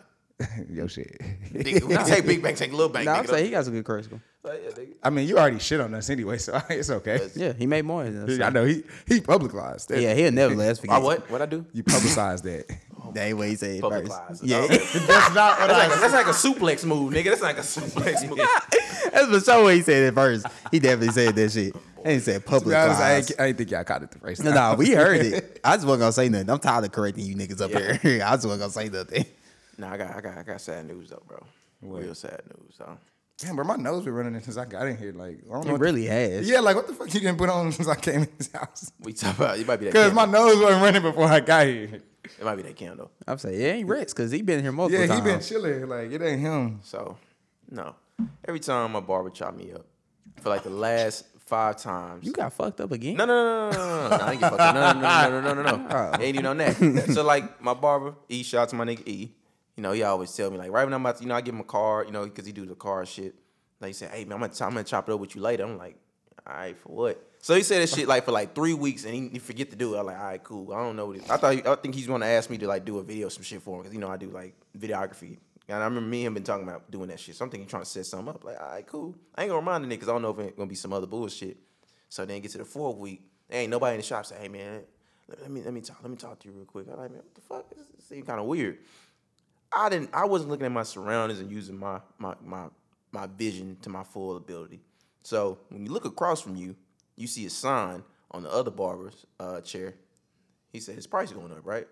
S3: Your shit.
S2: Nigga, we can take big bank, take little bank.
S1: No,
S2: nigga.
S1: I'm saying he got some good credit score.
S2: Like, yeah, nigga.
S3: I mean, you already shit on us anyway, so it's okay.
S1: Yeah, he made more than us.
S3: I know he he publicized that.
S1: Yeah, he'll never let us forget.
S2: I what? What I do?
S3: you publicized that.
S1: That ain't what he said
S2: Public
S1: first.
S2: lies.
S1: Yeah,
S2: Okay.
S3: That's not what
S2: That's like, that's like a suplex move, nigga. That's like a suplex move.
S1: that's for sure what he said at first. He definitely said that shit. And he said public
S3: I, was, I,
S1: lies.
S3: ain't, I ain't think y'all caught it the first
S1: No,
S3: time.
S1: nah, we heard it. I just wasn't gonna say nothing. I'm tired of correcting you niggas up
S2: Yeah.
S1: here. I just wasn't gonna say nothing.
S2: nah, I got, I got, I got sad news though, bro. Real sad news though.
S3: Damn, bro, my nose been running since I got in here. Like, I don't know.
S1: It
S3: what
S1: really
S3: the-
S1: has.
S3: yeah, like what the fuck you didn't put on since I came in this house?
S2: We talk about it might be that
S3: Because
S2: candle.
S3: my nose wasn't running before I got here.
S2: it might be that candle.
S1: I'm saying it ain't Rex because he been here multiple
S3: Yeah, he
S1: times.
S3: been chilling. Like it ain't him.
S2: So no, every time my barber chop me up for like the last five times.
S1: you got fucked up again.
S2: no, no, no, no, no, no, no, I ain't get fucked up. No, no, no, no, no, no, no, no. Ain't even on that. So like my barber, E, shout out to my nigga E. You know, he always tell me like right when I'm about to, you know, I give him a card, you know, because he do the card shit. Like he said, hey man, I'm gonna, I'm gonna chop it up with you later. I'm like, all right, for what? So he said that shit like for like three weeks and he, he forget to do it. I'm like, all right, cool. I don't know. What it, I thought he, I think he's gonna ask me to like do a video or some shit for him because you know I do like videography. And I remember me and him been talking about doing that shit. So I'm thinking trying to set something up. Like, all right, cool. I ain't gonna remind the nigga because I don't know if it's gonna be some other bullshit. So then get to the fourth week, there ain't nobody in the shop. Say, hey man, let, let me let me talk let me talk to you real quick. I'm like, man, what the fuck? This, this seems kind of weird. I didn't. I wasn't looking at my surroundings and using my my my my vision to my full ability. So when you look across from you, you see a sign on the other barber's uh, chair. He said his price is going up, right?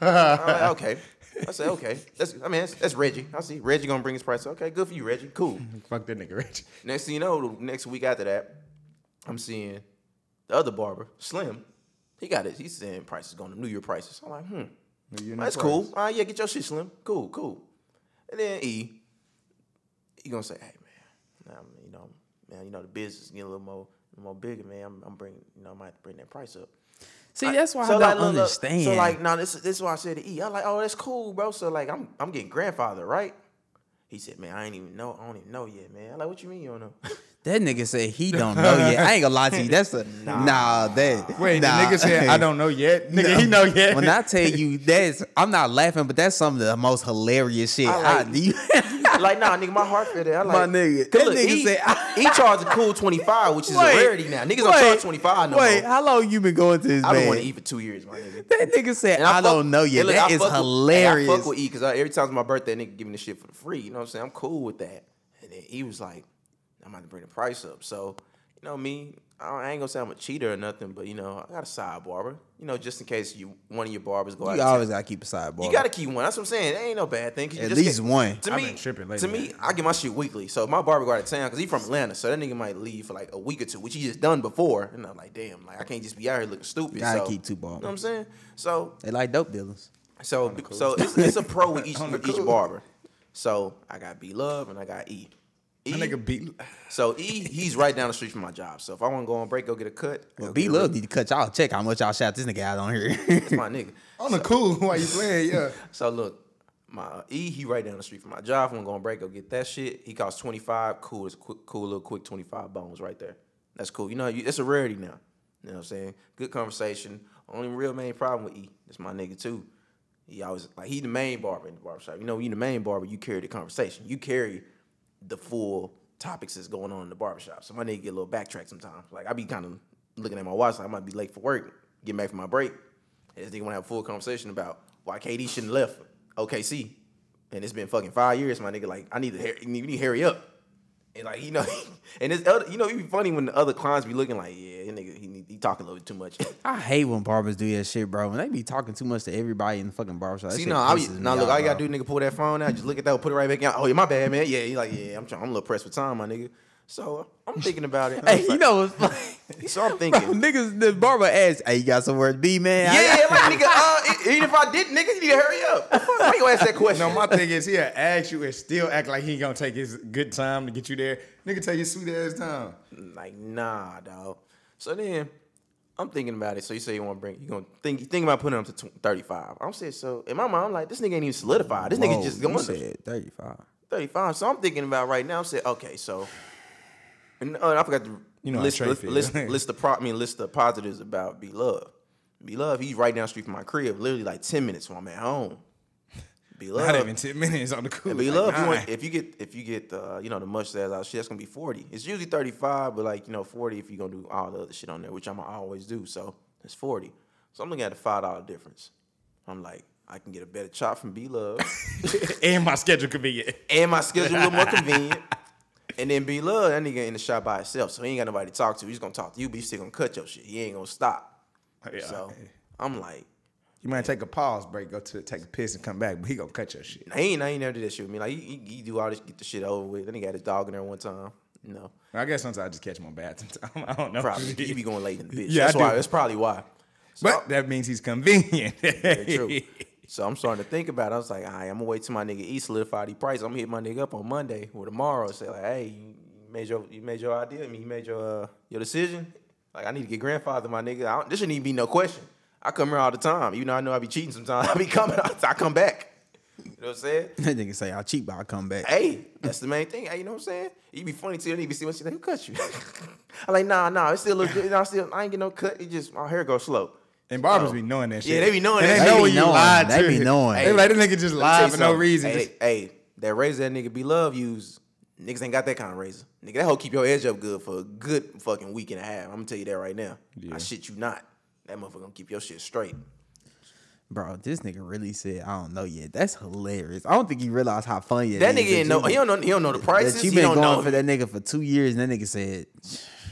S2: I'm like, okay. I said, okay, that's I mean that's, that's Reggie. I see Reggie gonna bring his price. up. Okay, good for you, Reggie. Cool.
S3: Fuck that nigga, Rich.
S2: Next thing you know, the next week after that, I'm seeing the other barber, Slim. He got it. He's saying prices going to New Year prices. I'm like, hmm, that's cool. Uh, yeah, get your shit, Slim. Cool, cool. And then E, he gonna say, hey man, nah, man, you know, man, you know the business is getting a little more, little more bigger, man. I'm, I'm bringing, you know, I might have to bring that price up.
S1: See, that's why I don't
S2: like, look, look,
S1: understand.
S2: So like, no, this this is why I said to E. I'm like, oh, that's cool, bro. So like, I'm I'm getting grandfather, right? He said, man, I ain't even know, I don't even know yet, man. I'm like, what you mean you don't know?
S1: that nigga said he don't know yet. I ain't gonna lie to you. That's a nah. that
S3: Wait,
S1: nah.
S3: the nigga said I don't know yet. Nigga, he know yet.
S1: When I tell you that's, I'm not laughing, but that's some of the most hilarious shit.
S2: I like-
S1: I, do you-
S2: like, nah, nigga, my heart feel that. I
S1: My
S2: like,
S1: nigga,
S2: 'cause
S1: that
S2: look,
S1: nigga
S2: he,
S1: said-
S2: he charged a cool twenty five, which is a rarity now. Niggas don't charge twenty five no
S1: wait,
S2: more.
S1: how long you been going to this
S2: I
S1: man?
S2: don't want to eat for two years, my nigga.
S1: That nigga said
S2: And
S1: I,
S2: fuck-
S1: don't know yet.
S2: and look,
S1: that
S2: I
S1: is
S2: fuck with- and
S1: hilarious.
S2: I fuck with E because every time it's my birthday, nigga give me the shit for the free. You know what I'm saying? I'm cool with that. And then he was like, I'm about to bring the price up. So, you know me, I, don't- I ain't gonna say I'm a cheater or nothing, but you know, I got a side barber. You know, just in case you one of your barbers go out.
S1: you
S2: of town.
S1: always gotta keep a sidebar.
S2: You gotta keep one. That's what I'm saying. It ain't no bad thing. 'cause you
S1: At
S2: just
S1: least
S2: get-
S1: one.
S2: To
S3: I've
S2: me,
S3: been tripping
S2: to
S3: lately,
S2: me,
S3: man.
S2: I get my shit weekly. So my barber go out of town because he's from Atlanta. So that nigga might leave for like a week or two, which he just done before. And I'm like, damn, like I can't just be out here looking stupid.
S1: Gotta
S2: so,
S1: keep two barbers.
S2: You know what I'm saying? So
S1: they like dope dealers.
S2: so so it's, it's a pro with each
S3: On the
S2: with each
S3: cool.
S2: barber. So I got B Love and I got E. E
S3: That nigga beat.
S2: so E he's right down the street from my job. So if I want to go on break, go get a cut.
S1: Well,
S2: go
S1: B
S2: get a
S1: Love
S2: rip.
S1: need to cut y'all check how much y'all shout this nigga out on here.
S2: That's my nigga.
S3: On the cool, why you playing? Yeah.
S2: So look, my uh, E, he right down the street from my job. If I'm going break, go get that shit. He costs twenty five. Cool, it's a quick, cool little quick twenty five bones right there. That's cool. You know, you, it's a rarity now. You know what I'm saying? Good conversation. Only real main problem with E, that's my nigga too. He always like he the main barber in the barbershop. You know, you the main barber, you carry the conversation. You carry the full topics that's going on in the barbershop. So my nigga get a little backtrack sometimes. Like I be kind of looking at my watch, like I might be late for work, getting back from my break. And this nigga wanna have a full conversation about why KD shouldn't left OKC. And it's been fucking five years, my nigga. Like I need to, hur- you need you need to hurry up. And like you know, and it's other, you know, it be funny when the other clients be looking like, yeah, that nigga, he, need- he talking a little bit too much.
S1: I hate when barbers do that shit, bro. When they be talking too much to everybody in the fucking barbershop. that
S2: See,
S1: shit
S2: no, I be,
S1: pisses me
S2: no, look,
S1: off,
S2: all you gotta
S1: bro.
S2: do, nigga, pull that phone out, just look at that, put it right back out. Oh, yeah, my bad, man. Yeah, he like, yeah, I'm trying, I'm a little pressed for time, my nigga. So I'm thinking about it.
S1: Hey, you know what's funny?
S2: so I'm
S1: Bro,
S2: thinking.
S1: niggas, the barber asked, "Hey, you got somewhere to be, man?" I-
S2: yeah, like, nigga, uh, e- even if I did, nigga, you need to hurry up. Why you ask that question?
S3: No, my thing is he'll ask you and still act like he gonna take his good time to get you there. Nigga, take your sweet ass time.
S2: like, nah, dog. So then I'm thinking about it. So you say you want to bring, you gonna think, you think about putting him to tw 35. I'm saying, so in my mind, I'm like, this nigga ain't even solidified. This
S1: Whoa,
S2: nigga's just
S1: you
S2: going to
S1: said thirty-five.
S2: 35. So I'm thinking about right now. I'm saying, okay, so and uh, I forgot to
S3: You know how
S2: list,
S3: Trey
S2: list,
S3: feel.
S2: list, list the pro, I mean list the positives about B Love. B Love, he's right down the street from my crib, literally like 10 minutes when I'm at home. B Love.
S3: Not even ten minutes on the cool.
S2: But you
S3: Like,
S2: love you
S3: nah.
S2: want, if you get if you get uh, you know the mustache out shit that's gonna be forty. It's usually thirty five, but like you know forty if you're gonna do all the other shit on there, which I'm gonna always do. So it's forty. So I'm looking at a five dollar difference. I'm like, I can get a better chop from B Love.
S3: and my schedule could be it.
S2: and my schedule a little more convenient. And then B Love, that nigga in the shop by himself, so he ain't got nobody to talk to. He's gonna talk to you, but he's still gonna cut your shit. He ain't gonna stop.
S3: Yeah.
S2: So I'm like,
S3: you might take a pause break, go to take a piss and come back, but he gonna cut your shit.
S2: nah, he ain't, I ain't never did that shit with me. Like he, he, he do all this, get the shit over with. Then he got his dog in there one time. You know,
S3: I guess sometimes I just catch him on bad sometime. I don't know.
S2: probably he be going late in the bitch.
S3: Yeah, I
S2: that's why.
S3: do.
S2: That's probably why. So
S3: but that means he's convenient.
S2: Yeah, true. So I'm starting to think about it. I was like, all right, I'm gonna wait till my nigga E solidified the price. I'm gonna hit my nigga up on Monday or tomorrow and say like, hey, you made your you made your idea. I mean, you made your uh, your decision. Like, I need to get grandfather, my nigga. I don't, this shouldn't even be no question. I come here all the time, even though I know I be cheating sometimes. I be coming. I come back. You know what I'm saying?
S1: That nigga say, "I'll cheat, but I'll come back."
S2: Hey, that's the main thing. Hey, you know what I'm saying? You be funny too. Then you be seeing what she like, who cut you? I'm like, nah, nah. It's still a little. I still, I ain't get no cut. It just my hair go slow.
S3: And barbers
S2: Oh.
S3: be knowing that shit.
S2: Yeah, they be knowing
S3: And
S2: that
S3: They
S2: shit.
S3: know
S1: They
S3: when
S1: be
S3: you
S1: knowing.
S3: lied
S1: They
S3: to
S1: be
S3: it.
S1: knowing.
S3: They be like, this nigga
S2: Let
S3: just
S2: me
S3: lied
S2: tell
S3: for
S2: you
S3: no
S2: something.
S3: reason.
S2: Hey, hey, that razor that nigga B Love use, niggas ain't got that kind of razor. Nigga, that hoe keep your edge up good for a good fucking week and a half. I'm gonna tell you that right now. I shit you not. That motherfucker gonna keep your shit straight.
S1: Bro, this nigga really said, "I don't know yet." That's hilarious. I don't think he realized how funny
S2: That nigga ain't know. He don't know. He don't know the prices.
S1: That you
S2: he
S1: been
S2: don't
S1: going
S2: know.
S1: for that nigga for two years, and that nigga said,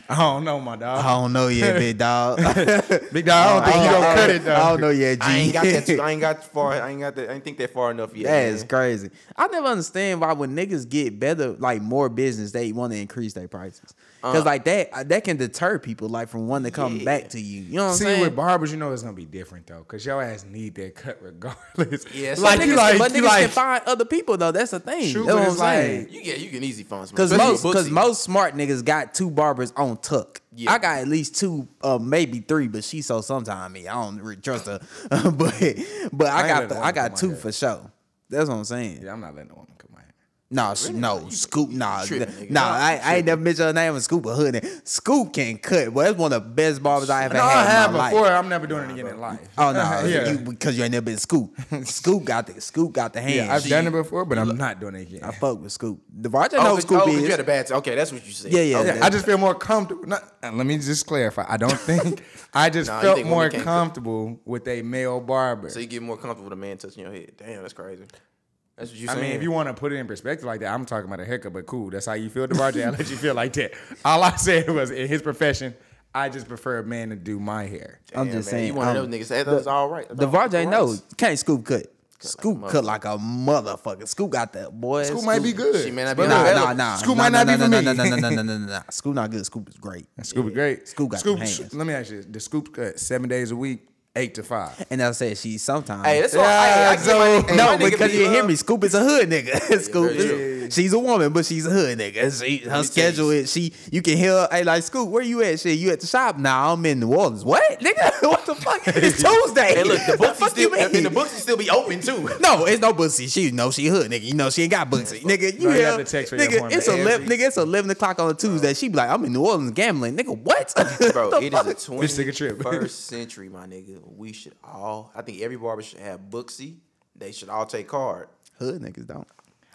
S3: I don't know, my dog.
S1: I don't know yet, big dog.
S3: Big dog, I don't think you gonna cut it though.
S1: I don't know yet, G.
S2: I ain't got that. I ain't got far. I ain't got that. I ain't think that far enough yet.
S1: That is
S2: man.
S1: crazy. I never understand why when niggas get better, like more business, they want to increase their prices. Cause like that, that can deter people like from wanting to come
S2: Yeah.
S1: back to you. You know what I'm
S3: See,
S1: saying?
S3: with barbers, you know it's gonna be different though, cause your ass need that cut regardless.
S2: Yeah, so
S3: like
S1: But
S3: you
S1: niggas-
S3: like,
S1: but
S3: you
S1: niggas can
S3: like,
S1: find other people though. That's the thing.
S3: True,
S1: That's
S3: but
S1: what I'm
S3: it's like-
S1: saying.
S2: You get. You can easy find some.
S1: Cause
S2: especially
S1: most,
S2: with
S1: cause
S2: Bootsy.
S1: most smart niggas got two barbers on tuck.
S2: Yeah.
S1: I got at least two, uh, maybe three, but she so sometime me. I don't really trust her, but but I,
S3: ain't
S1: got
S3: letting
S1: the,
S3: one
S1: I got
S3: come
S1: two
S3: out
S1: for sure. That's what I'm saying.
S3: yeah, I'm not letting a woman come out. here.
S1: Nah, sh no, Scoop, nah,
S2: tripping,
S1: th-
S2: nigga.
S1: nah.
S2: Nah,
S1: I, I ain't never mentioned her name in Scoop, but hood. name. Scoop can cut. Well, that's one of the best barbers I ever
S3: No,
S1: had.
S3: I
S1: in
S3: have
S1: my
S3: before.
S1: Life.
S3: I'm never doing it again in life.
S1: Oh no,
S3: yeah,
S1: you, because you ain't never been Scoop. Scoop got the Scoop got the hand.
S3: yeah, I've
S1: She-
S3: done it before, but I'm not doing it again.
S1: I fuck with Scoop. The Roger
S2: Oh,
S1: knows
S2: cause-
S1: Scoop
S2: oh, 'cause
S1: is.
S2: you had a bad. time. Okay, that's what you said.
S1: Yeah, yeah.
S2: Okay.
S3: Yeah, I just feel more comfortable. Not, uh, let me just clarify. I don't think I just
S2: Nah, you
S3: felt
S2: think
S3: more
S2: women can't cook.
S3: comfortable with a male barber.
S2: So you get more comfortable with a man touching your head. Damn, that's crazy. That's what you
S3: I
S2: saying.
S3: mean, if you want to put it in perspective like that, I'm talking about a hiccup, but cool. That's how you feel, DeBarge. I let you feel like that. All I said was, in his profession, I just prefer a man to do my hair.
S1: I'm
S2: Damn,
S1: just
S2: man,
S1: saying.
S2: You one of
S1: um,
S2: those niggas. That- That's all right.
S1: The Varjay
S2: All
S1: no
S2: right.
S1: can't Scoop cut. Scoop
S2: motherfucker.
S1: cut like a motherfucker. Scoop got that boy.
S3: Scoop might be good.
S2: She may not be
S3: but
S1: Nah,
S2: good.
S3: look,
S1: nah, nah.
S3: Scoop
S1: nah,
S3: might
S1: nah,
S3: not be
S1: nah,
S3: for
S1: nah,
S3: me.
S1: Nah, nah, nah, nah, nah, nah, nah. Scoop not good. Scoop is great.
S3: Scoop is great.
S1: Scoop got
S3: Scoop,
S1: them hands.
S3: Let me ask you this. The Scoop cut seven days a week, eight to five.
S1: And I said she sometimes.
S2: Hey, that's all. Hey, I
S3: Yeah,
S2: get
S3: so-
S2: my nigga-
S3: Hey,
S1: no,
S2: my nigga
S1: because
S2: be
S1: you didn't hear
S2: love.
S1: me. Scoop is a hood nigga. Scoop,
S2: Yeah, yeah,
S1: is, she's a woman, but she's a hood nigga. She, her
S2: you
S1: schedule is she. You can hear her. Hey, like Scoop, where you at? Shit, you at the shop? Nah, I'm in New Orleans. What, nigga? What the fuck? It's Tuesday.
S2: Hey, look, the books
S1: fuck
S2: still
S1: you mean?
S2: and the books still be open too.
S1: No, it's no bussy. She know she hood, nigga. You know she ain't got bussy, nigga. You
S3: No, you
S1: hear?
S3: have to text her your
S1: nigga,
S3: appointment
S1: it's eleven.
S2: every-
S1: Nigga, it's eleven o'clock on a Tuesday. She be like, I'm in New Orleans gambling, nigga. What?
S2: Bro,
S1: The
S2: it
S1: fuck?
S2: is a
S3: Let's take a trip.
S2: 21st century, my nigga. We should all, I think every barber should have Booksy. They should all take card.
S1: hood niggas don't.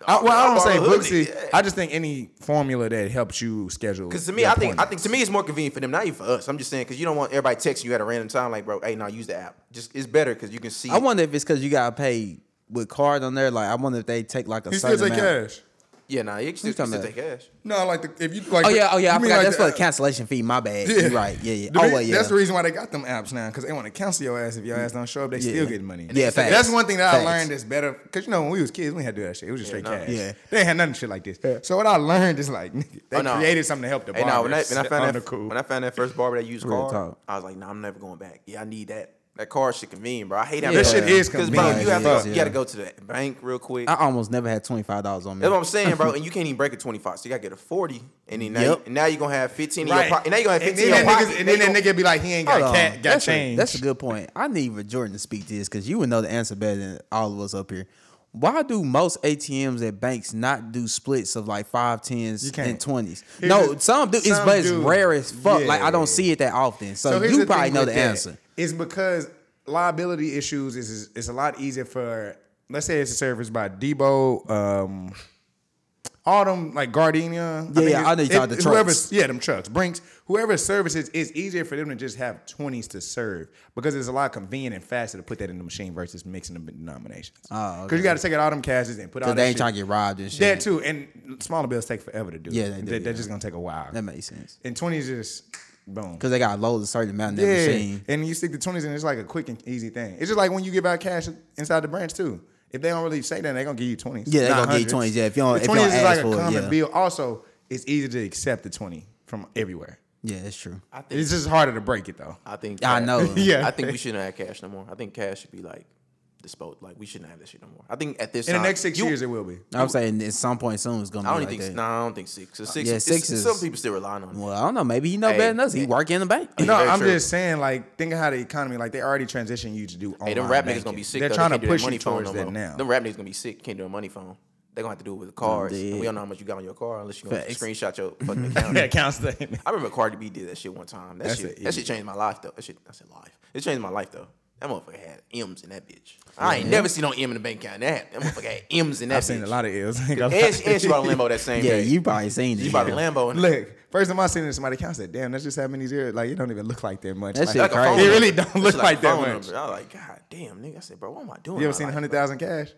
S3: I, uh, well, I don't say
S2: Barber hood
S3: Booksy.
S2: nigga, yeah.
S3: I just think any formula that helps you schedule.
S2: Because to me,
S3: your
S2: I think I think
S3: appointment.
S2: to me it's more convenient for them, not even for us. I'm just saying because you don't want everybody texting you at a random time, like, bro, hey, now use the app. Just it's better because you can see.
S1: I wonder if it's because you gotta pay with card on there. Like, I wonder if they take like a
S3: He
S1: certain
S3: still take
S1: amount.
S3: cash.
S2: yeah, nah, you can still,
S1: you talking
S2: still
S1: about?
S2: take cash.
S3: No, like the, if you like.
S1: Oh yeah, oh yeah. I
S3: you mean
S1: forgot.
S3: like
S1: that's
S3: the- uh,
S1: for the cancellation fee. My bad.
S3: Yeah.
S1: You're right. Yeah, yeah.
S3: The
S1: oh
S3: rea-
S1: well, yeah. Mm.
S3: That's the reason why they got them apps now, because they want to cancel your ass if your ass don't show up. They still get money.
S1: Yeah, facts.
S3: That's one thing that
S1: Facts.
S3: I learned that's better. Because you know when we was kids, we didn't had to do that shit. It was just straight
S2: nah.
S3: cash.
S1: Yeah.
S3: they ain't had nothing shit like this. So what I learned is like nigga, they
S2: Oh, no.
S3: created something to help the
S2: Hey,
S3: barbers.
S2: nah, when I, when I
S3: on
S2: found
S3: the
S2: that
S3: cool.
S2: when I found that first barber that used
S1: Real
S2: card,
S1: talk.
S2: I was like, nah, I'm never going back. Yeah, I need that. That card shit convenient, bro. I hate having
S1: That shit is
S2: Because bro,
S3: convenient
S2: you
S1: as
S2: have to go,
S1: fuck.
S2: you got to go to the bank real quick.
S1: I almost never had twenty five dollars on me.
S2: That's what I'm saying, bro. And you can't even break a 25. So you gotta get a 40, and then now,
S1: Yep.
S2: and now you're gonna have 15 in
S3: Right.
S2: your pocket. And now you're gonna have
S3: And
S2: 15
S3: then
S2: in your
S3: that
S2: pocket.
S3: niggas- and then that nigga be like, he ain't
S1: Hold
S3: got
S1: on.
S3: cat, got
S1: that's A,
S3: change.
S1: that's a good point. I need for Jordan to speak to this because you would know the answer better than all of us up here. Why do most ATMs at banks not do splits of like five tens
S3: You can't.
S1: and twenties?
S3: Here's
S1: No,
S3: the-
S1: some do. It's
S3: some
S1: but it's
S3: do.
S1: rare as fuck. Like I
S3: Yeah.
S1: don't see it that often. So,
S3: here's
S1: you
S3: the
S1: probably
S3: thing
S1: know
S3: with
S1: the
S3: that. Oh,
S1: answer.
S3: It's because liability issues is, is it's a lot easier for let's say it's a service by Debo, um, all them like Gardenia.
S1: Yeah, yeah,
S3: it's-
S1: I know you talking the
S3: it's whoever-
S1: trucks.
S3: Yeah, them trucks, Brinks, whoever services it's easier for them to just have twenties to serve because it's a lot convenient and faster to put that in the machine versus mixing the denominations.
S1: Oh,
S3: because you got to take out all them cashes and put all
S1: Because
S3: that.
S1: they ain't
S3: shit.
S1: trying to get robbed and shit.
S3: that too, and smaller bills take forever to do.
S1: Yeah, they do,
S3: They're
S1: yeah.
S3: just gonna take a while.
S1: That makes sense
S3: and twenties just boom.
S1: because they got to load a certain amount in
S3: Yeah,
S1: their machine.
S3: and you stick the twenties, and it's like a quick and easy thing. It's just like when you give out cash inside the branch too. If they don't really say that, they're gonna give you twenties.
S1: Yeah, they
S3: not
S1: gonna give you 20s, yeah, if you don't-
S3: The
S1: if you don't
S3: is
S1: ask
S3: like
S1: for
S3: a
S1: it,
S3: common
S1: yeah.
S3: bill. Also, it's easy to accept the twenty from everywhere.
S1: Yeah, that's true.
S2: I think,
S3: It's just harder to break it though.
S2: I think,
S1: I
S2: that-
S1: know.
S3: Yeah.
S2: I think we shouldn't have cash no more. I think cash should be like disposed. Like we shouldn't have that shit no more. I think at this
S3: In the
S2: time,
S3: next six
S2: you-
S3: years, it will be.
S1: I'm saying at some point soon it's gonna.
S2: I don't
S1: be
S2: even
S1: like
S2: think.
S1: that.
S2: Nah, I don't think six. 'Cause six,
S1: Yeah,
S2: is-
S1: six is-
S2: Some people still relying on it.
S1: Well, I don't know. Maybe he know
S2: Hey,
S1: better than us. He
S2: hey.
S1: work in the bank.
S3: No,
S2: very
S3: I'm
S2: true.
S3: just saying, like, think of how the economy, like, they already transitioned you to do online.
S2: Hey, them rap
S3: banking.
S2: niggas gonna be sick.
S3: They're
S2: though. They
S3: trying
S2: can't
S3: to
S2: do that
S3: push you
S2: money phone
S3: towards
S2: no
S3: that
S2: more.
S3: now.
S2: Them rap niggas gonna be sick. Can't do a money phone. They gonna have to do it with cards. And
S1: dead.
S2: we don't know how much you got on your car unless you gonna
S1: Facts.
S2: screenshot your fucking account.
S3: That counts. the-
S2: I remember Cardi B did that shit one time. That
S3: That's
S2: shit,
S3: an
S2: that shit
S3: idiot.
S2: changed my life though. That shit, I said life. It changed my life though. That motherfucker had M's in that bitch. I ain't never seen no M in the bank account. That that motherfucker had M's in that.
S3: I've seen
S2: bitch.
S3: a lot of ills.
S2: And, she- and she bought a Lambo that same
S1: Yeah,
S2: day.
S1: you probably seen it.
S2: she bought a
S1: yeah.
S2: Lambo and
S3: Look, first time I seen it, somebody counted. I said, Damn, that's just how many zeros. Like, it don't even look like that much.
S1: That
S3: Like,
S1: shit
S2: like a phone
S1: It
S2: number.
S3: really
S2: That
S3: don't
S2: shit
S3: look like
S2: a
S3: that
S2: phone
S3: much.
S2: number. I was like, God damn, nigga. I said, bro, what am I doing?
S3: You ever
S2: in
S3: seen
S2: my life,
S3: hundred thousand cash?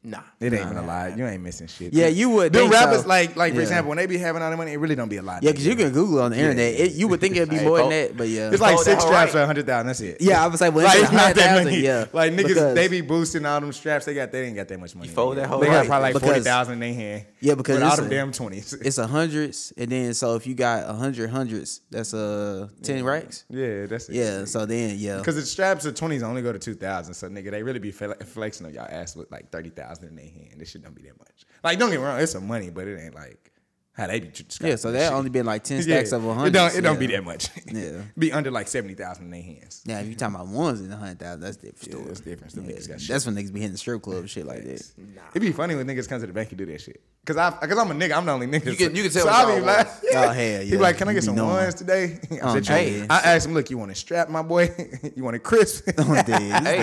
S2: Nah.
S3: It ain't even a lot. You ain't missing shit.
S1: Yeah, you would
S3: The
S1: think
S3: rappers,
S1: so.
S3: like, like for
S1: Yeah.
S3: example, when they be having all the money, it really don't be a lot.
S1: Yeah, because you can Google on the internet. It, you would think it'd be
S2: Hey,
S1: more than
S2: Cole.
S1: that, but yeah,
S3: It's like
S2: Oh, that
S3: six straps
S2: right.
S3: for a hundred thousand. That's it.
S1: yeah, I would say well,
S3: like it's not that
S1: 100,000,
S3: many.
S1: Yeah,
S3: Like niggas,
S1: Because-
S3: they be boosting all them straps. They got they ain't got that much money.
S2: You fold
S3: nigga.
S2: that whole
S3: They
S2: right.
S3: got probably like
S1: Because-
S3: forty thousand in their hand.
S1: Yeah, because
S3: with all
S1: it's
S3: them
S1: a-
S3: damn twenties.
S1: it's a hundreds, and then so if you got a hundred hundreds, that's a ten racks.
S3: Yeah, that's it.
S1: Yeah, so then yeah,
S3: Because the straps of twenties only go to two thousand, so nigga, they really be fle- flexing on y'all ass with like thirty thousand in their hand. This shit don't be that much. Like, don't get me wrong, it's some money, but it ain't like how they be.
S1: yeah, so that only been like ten stacks of a
S3: It
S1: hundred.
S3: don't, it don't be
S1: yeah.
S3: that much.
S1: Yeah.
S3: be under like seventy thousand in their hands.
S1: Now, if you talking about ones in a hundred thousand, that's a different
S3: Yeah,
S1: story.
S3: that's different. Them niggas got shit.
S1: That's when niggas be hitting the strip club, shit like that.
S3: It'd be funny when niggas come to the bank and do that shit. Cause I, cause I'm a nigga. I'm the only nigga.
S2: You can- you can tell
S3: So
S2: what
S3: I'll
S2: y'all
S3: be like,
S2: want.
S1: Oh, hell
S3: He
S1: yeah.
S3: be like, can I
S1: You
S3: get
S1: be
S3: some
S1: knowing.
S3: ones today? I
S1: I'm
S3: said, "Sure."
S1: dead.
S3: I asked him, look, you want a strap, my boy? you want a crisp?
S1: I'm dead. This
S2: Hey,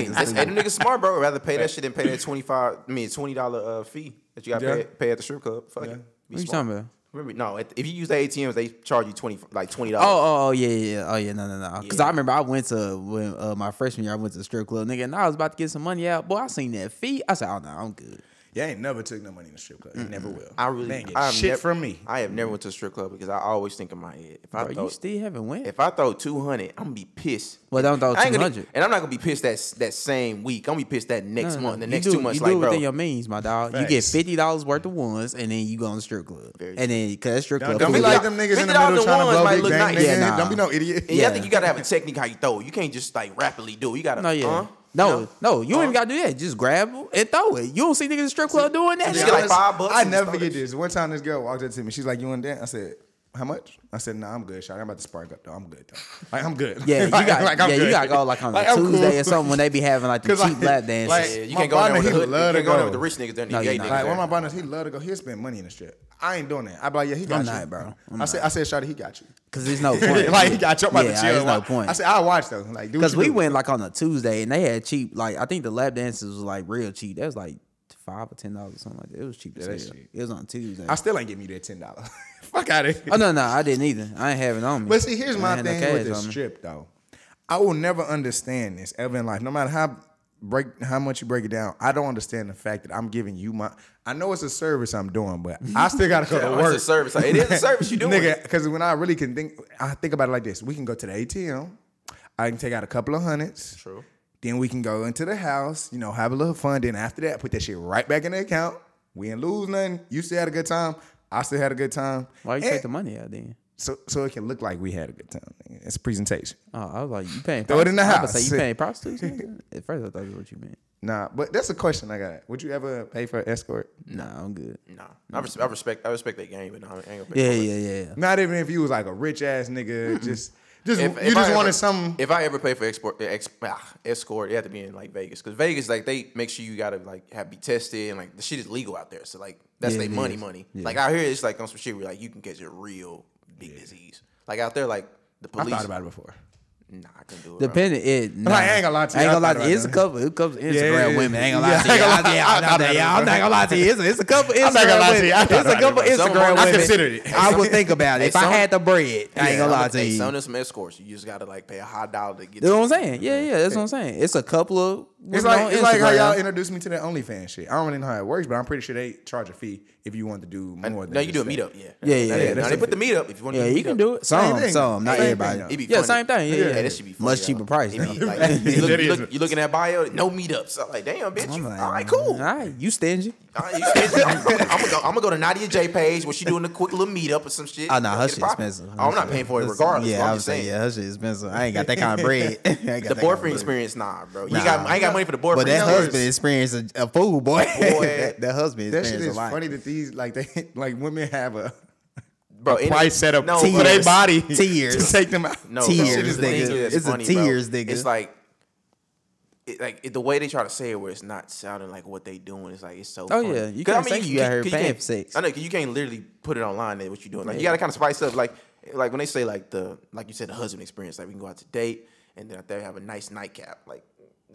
S1: nigga's
S2: that's, hey,
S1: stupid.
S2: them niggas smart, bro. I'd rather pay that shit than pay that twenty five. I mean, twenty dollar uh, fee that you got to
S3: Yeah.
S2: pay, pay at the strip club. Fuck it. Be
S1: what you
S2: smart.
S1: talking about?
S2: Remember, no, at- if you use the ATMs, they charge you twenty like twenty
S1: Oh,
S2: dollars.
S1: oh, oh, yeah, yeah, yeah. oh, yeah, no, no, no. Because I
S2: Yeah.
S1: remember I went to when uh, my freshman year, I went to the strip club, nigga, and I was about to get some money out. Boy, I seen that fee. I said, oh no, I'm good.
S3: yeah, I ain't never took no money in the strip club. You never will.
S2: I
S3: They
S2: really
S3: ain't get
S2: I have
S3: shit
S2: nev-
S3: from me.
S2: I have never went to a strip club because I always think in my head. If I
S1: Bro,
S2: throw,
S1: you still haven't went.
S2: if I throw two hundred, I'm gonna be pissed.
S1: well, don't throw oh,
S2: I ain't
S1: two
S2: gonna-
S1: hundred.
S2: and I'm not gonna be pissed that s- that same week. I'm gonna be pissed that next month, the
S1: You
S2: next
S1: do-
S2: two months.
S1: You
S2: Like,
S1: do it
S2: bro,
S1: within your means, my dog. You get
S3: Facts.
S1: fifty dollars worth of ones, and then you go on the strip club,
S2: Very
S1: and then because that strip
S3: Don't,
S1: club,
S3: don't be
S1: food-
S3: like
S2: y'all-
S3: them niggas in the
S2: $50
S3: middle
S2: the
S3: trying to
S2: ones
S3: blow
S2: might
S3: big
S2: look
S3: bang.
S2: nice.
S3: nigga.
S1: Yeah, nah.
S3: Don't be no idiot.
S2: and
S1: Yeah.
S2: I think you gotta have a technique how you throw. You can't just like rapidly do. it. You gotta.
S1: No, yeah. no,
S2: uh, you know?
S1: no, you
S2: Uh.
S1: ain't even gotta do that. Just grab 'em and throw it. You don't see niggas in the strip club doing that.
S2: Just
S1: shit.
S2: get like five bucks
S3: I
S2: and
S3: never
S2: start
S3: forget
S2: that
S3: this. One time, this girl walked up to me. She's like, "You want to dance?" I said, "How much?" I said, "Nah, I'm good, shawty. I'm about to spark up though. I'm good though. Like I'm good.
S1: Yeah, you
S3: Like,
S1: got
S3: like, I'm
S1: yeah, you
S3: good.
S1: gotta go like on a
S3: I'm
S1: Tuesday
S3: cool.
S1: or something when they be having like the
S3: 'Cause,
S1: cheap
S3: like-
S1: lap dances.
S3: like-
S2: Yeah, you can't
S3: My
S2: go in there
S3: partner,
S2: with the
S3: he
S2: hood. You
S3: love to
S2: can't go in there
S3: go.
S2: with the rich niggas. There,
S1: No,
S2: no,
S1: you're
S2: gay
S1: not.
S2: niggas.
S3: Like one of
S2: there.
S3: my partners, he love to go. He'll spend money in the strip. I ain't doing that. I be like, yeah, he got
S1: I'm
S3: you,
S1: not, bro. I'm
S3: I said, I said, shawty, he got you.
S1: Cause there's no point.
S3: like he got you. I'm about
S1: Yeah,
S3: to chill.
S1: there's
S3: and
S1: no
S3: watch.
S1: point.
S3: I said, I watch though. Like, do what
S1: Because
S3: you
S1: we
S3: do.
S1: went like on a Tuesday and they had cheap, like I think the lap dances was like real cheap. That was like five or ten dollars or something like that. It was cheap as
S3: Yeah,
S1: hell.
S3: that's cheap.
S1: It was on Tuesday.
S3: I still ain't giving you that ten dollars. Fuck out of here.
S1: oh no, no, I didn't either. I ain't have it on me.
S3: But see, here's
S1: I
S3: my
S1: ain't had
S3: thing
S1: no
S3: with
S1: cash
S3: the
S1: on me.
S3: strip, though. I will never understand this ever in life. No matter how break how much you break it down, I don't understand the fact that I'm giving you my. I know it's a service I'm doing, but I still gotta go to
S2: Yeah,
S3: work.
S2: Oh, It's a service. It is a service you doing.
S3: nigga. Because when I really can think, I think about it like this: we can go to the ATM, I can take out a couple of hundreds.
S2: True.
S3: Then we can go into the house, you know, have a little fun. Then after that, put that shit right back in the account. We ain't lose nothing. You still had a good time. I still had a good time.
S1: Why you
S3: And-
S1: take the money out then?
S3: so so it can look like we had a good time. nigga. It's a presentation.
S1: Oh, I was like, you paying?
S3: Throw it in the
S1: prostitutes? I was about
S3: house.
S1: to Say, you paying prostitutes? nigga? At first, I thought that's what you meant.
S3: Nah, but that's a question I got. Would you ever pay for an escort?
S1: Nah, I'm good.
S2: Nah, I res- I respect. I respect that game, but nah, I ain't gonna. pay
S1: Yeah,
S2: for it.
S1: yeah, yeah. yeah.
S3: Not even if you was like a rich ass nigga, just just you just
S2: I
S3: wanted
S2: ever,
S3: some
S2: If I ever pay for export, ex, ah, escort, it had to be in like Vegas because Vegas, like they make sure you gotta like have be tested and like the shit is legal out there. So like that's
S1: Yeah,
S2: their
S1: it
S2: money,
S1: is.
S2: money.
S1: Yeah.
S2: Like out here, it's like on some shit where like you can catch a real big disease. Like out there, like the
S3: I
S2: police.
S3: thought about it before.
S2: Nah, I couldn't do it. bro.
S1: Depending, it. Nah.
S3: I ain't gonna lie to you.
S1: I ain't
S3: I
S1: gonna lie
S3: thought
S1: to you.
S3: about
S1: It's a
S3: that.
S1: couple. It's a couple Instagram
S3: yeah.
S1: women. I ain't gonna lie
S3: Yeah,
S1: to you. I-
S3: I ain't gonna lie.
S1: yeah,
S3: I
S1: I'm
S3: thought
S1: not yeah,
S3: about that.
S1: I'm not gonna lie to you. It's, it's a couple Instagram
S3: not gonna lie to
S1: women.
S3: you. I thought
S1: It's a
S3: about
S1: couple
S3: that.
S2: Some of 'em- I
S1: Instagram women.
S3: considered it.
S1: I would think about it
S2: Hey,
S1: if I
S2: some-
S1: had the bread. I ain't gonna lie to
S2: hey,
S1: you.
S2: Some of them escorts, you just gotta like pay a high dollar to get.
S1: That's
S2: to-
S1: what I'm saying. Yeah, yeah, that's what I'm saying. It's a couple of.
S3: It's
S1: women on
S3: like it's like how
S1: Instagram.
S3: y'all introduced me to that OnlyFans shit. I don't really know how it works, but I'm pretty sure they charge a fee if you want to do more than
S2: No, you do a
S3: just
S2: meetup.
S3: that.
S2: Yeah,
S1: Yeah, yeah,
S2: Now,
S1: yeah,
S2: they-
S3: that's
S2: Now they
S3: it.
S2: put the meetup if you want.
S1: Yeah,
S2: to
S1: you can do it. Some,
S3: Same thing.
S1: some, not
S3: Same thing, though.
S1: everybody.
S2: It'd be
S1: Yeah,
S2: funny.
S1: same thing. Yeah,
S3: Yeah,
S1: yeah,
S2: Yeah, that should be funny,
S1: much
S2: though.
S1: cheaper price.
S2: It be
S1: though.
S2: like- you, look,
S3: That
S2: you,
S3: is-
S2: look, you looking at bio, no meetups. I'm like, damn, bitch.
S1: I'm like,
S2: all right, cool.
S1: All right, you stingy.
S2: All right, you busy. I'm gonna go. I'm gonna go to Nadia J page where she doing a quick little meetup or some shit.
S1: Oh, nah,
S2: Get
S1: her
S2: it
S1: shit
S2: poppin'.
S1: expensive.
S2: Oh, I'm
S1: Her
S2: not
S1: shit-
S2: paying for it
S1: listen,
S2: regardless.
S1: Yeah,
S2: but
S1: I
S2: I'm
S1: would
S2: just
S1: say
S2: saying.
S1: yeah, her shit expensive. I ain't got that kind of bread. I ain't got that
S2: The
S1: kind of
S2: boyfriend
S1: bread.
S2: experience, nah, bro. You
S1: Nah.
S2: got, I ain't got money for the
S1: But
S2: boyfriend.
S1: that
S3: You know, it's-
S1: husband experience a, a fool, boy. that, that husband
S3: That shit
S1: experience a
S3: is
S1: lot.
S3: funny that these like they like women have a
S2: bro, any-
S3: price set up
S2: no,
S3: for
S2: bro,
S3: their
S1: Tears.
S3: body
S1: Tears.
S3: to take them out.
S2: No, bro,
S1: Tears,
S2: here's the thing,
S1: nigga.
S2: too, that's
S1: It's a
S2: funny, bro.
S1: tears, nigga.
S2: It's like, it, like it, the way they try to say it, where it's not sounding like what they doing. It's like it's so.
S1: Oh,
S2: funny.
S1: yeah, you
S2: 'Cause,
S1: can't say you out here paying
S2: can't-
S1: for sex.
S2: I know 'cause you can't literally put it online that what you doing. Like you got to kind of spice up. Like like when they say like the like you said the husband experience. Like we can go out to date and then out there have a nice nightcap. Like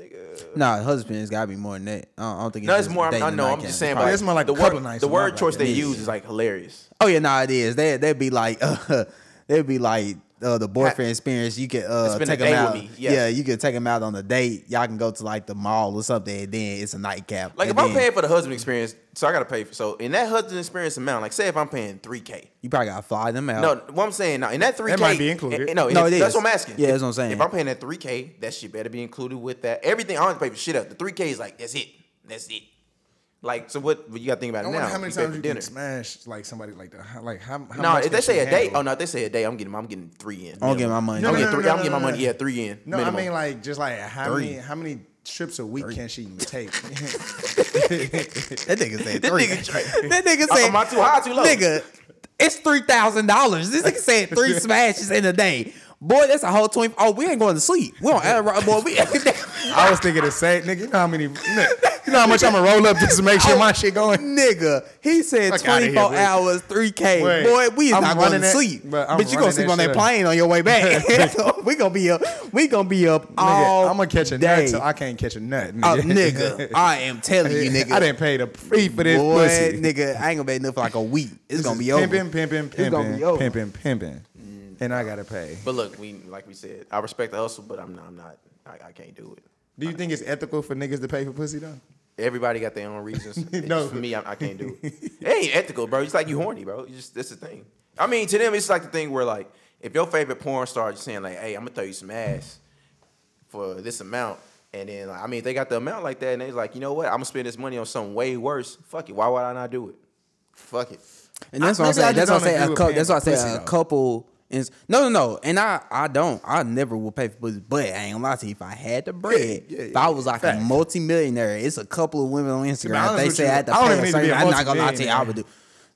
S2: nigga.
S1: Nah, husband's got to be more than that. I don't, I don't think
S2: No,
S1: it's
S2: it's
S1: just
S2: more.
S1: dating
S2: I
S1: the
S2: know. I'm
S1: nightcap.
S2: just saying.
S1: Probably-
S3: It's more like
S2: the
S3: a couple
S2: word,
S3: nights,
S2: the
S3: not
S2: word
S3: like
S2: choice
S3: that.
S2: they use is like hilarious.
S1: Oh yeah, nah, it is. They they'd be like, uh, they'd be like, uh, the boyfriend experience, you can uh,
S2: Spend a
S1: take
S2: day
S1: them out.
S2: with me, yeah.
S1: Yeah, you can take them out on a date. Y'all can go to like the mall or something, and then it's a nightcap.
S2: Like
S1: and
S2: if I'm
S1: then
S2: paying for the husband experience, so I gotta pay for so in that husband experience amount, like say if I'm paying three K.
S1: you probably gotta fly them out.
S2: No, what I'm saying now in that three K eh,
S3: might be included.
S2: No,
S1: No, it is.
S2: that's what I'm asking.
S1: Yeah, that's what I'm saying.
S2: If I'm paying that three K, that shit better be included with that. Everything I don't have to pay for shit up. The three K is like that's it. That's it. Like so what what you gotta think about
S3: I
S2: it
S3: wonder
S2: now.
S3: how many
S2: pay
S3: times
S2: for
S3: you
S2: dinner.
S3: can smash like somebody like that. How- Like how, how
S2: No,
S3: much
S2: if they
S3: can
S2: say
S3: she
S2: a day,
S3: handle?
S2: oh no, if they say a day, I'm getting I'm getting three in.
S1: I'm getting
S2: minimum.
S1: my money.
S2: I'm
S1: No,
S2: getting
S1: no,
S2: three.
S3: no,
S2: I'm
S3: no,
S2: getting
S3: no,
S2: my money.
S3: no.
S2: Yeah, three in.
S3: No,
S2: minimum.
S3: I mean like just like how
S1: Three.
S3: many how many trips a week can she take?
S1: That nigga said
S2: This
S1: three.
S2: nigga try-
S1: that nigga said,
S2: Am I too high, too low?
S1: Nigga, it's three thousand dollars. This nigga said three smashes in a day. Boy, that's a whole twenty. Oh, we ain't going to sleep. We don't Aaron Rodgers, boy. We
S3: I was thinking the same, nigga. You know how many? You know how much I'm gonna roll up just to
S1: Oh,
S3: make sure my shit going.
S1: Nigga, he said
S3: Fuck outta
S1: twenty
S3: here,
S1: four
S3: bitch.
S1: hours, three k.
S3: Wait,
S1: Boy, we is
S3: I'm
S1: not going
S3: running
S1: to
S3: that-
S1: sleep.
S3: but I'm
S1: but you gonna
S3: running
S1: sleep
S3: that
S1: on that
S3: shit up.
S1: plane on your way back. we gonna be up. We gonna be up all.
S3: I'm gonna catch a
S1: day.
S3: nut till I can't catch a nut.
S1: Oh, nigga, I am telling you, nigga.
S3: I didn't pay the fee for this
S1: Boy,
S3: pussy.
S1: nigga, I ain't gonna pay nothing for like a week. It's
S3: This
S1: gonna
S3: is
S1: be over.
S3: Pimping, pimping,
S1: It's gonna be
S3: pimping,
S1: over. Mm.
S3: pimping, pimping, and I gotta pay.
S2: But look, we like we said, I respect the hustle, but I'm not. I'm not. I, I can't do it.
S3: Do you think it's ethical for niggas to pay for pussy though?
S2: Everybody got their own reasons. It's
S3: No.
S2: just for me, I, I can't do it. It ain't ethical, bro. It's like you horny, bro. You just that's the thing. I mean, to them, it's like the thing where like if your favorite porn star is saying like, "Hey, I'm gonna throw you some ass for this amount," and then like, I mean, if they got the amount like that, and they like, you know what? I'm gonna spend this money on something way worse. Fuck it. Why would I not do it? Fuck it.
S1: And that's
S3: I-
S1: what I'm
S3: maybe I
S1: saying.
S3: just
S1: That's what I'm
S3: don't agree
S1: saying. A
S3: with
S1: couple,
S3: paying
S1: that's what I
S3: for pussy,
S1: said. A
S3: though.
S1: couple is no, no, no. And I, I don't. I never will pay for pussy. But I ain't gonna lie to you. If I had the bread,
S3: yeah,
S1: if I was like a
S3: Facts.
S1: multimillionaire, it's a couple of women on Instagram.
S3: honest
S1: If they
S3: with
S1: say
S3: you,
S1: I had to
S3: I don't
S1: pay
S3: even
S1: a
S3: need to be
S1: certain,
S3: a
S1: I'm not gonna lie to you. I
S3: multimillionaire.
S1: would do.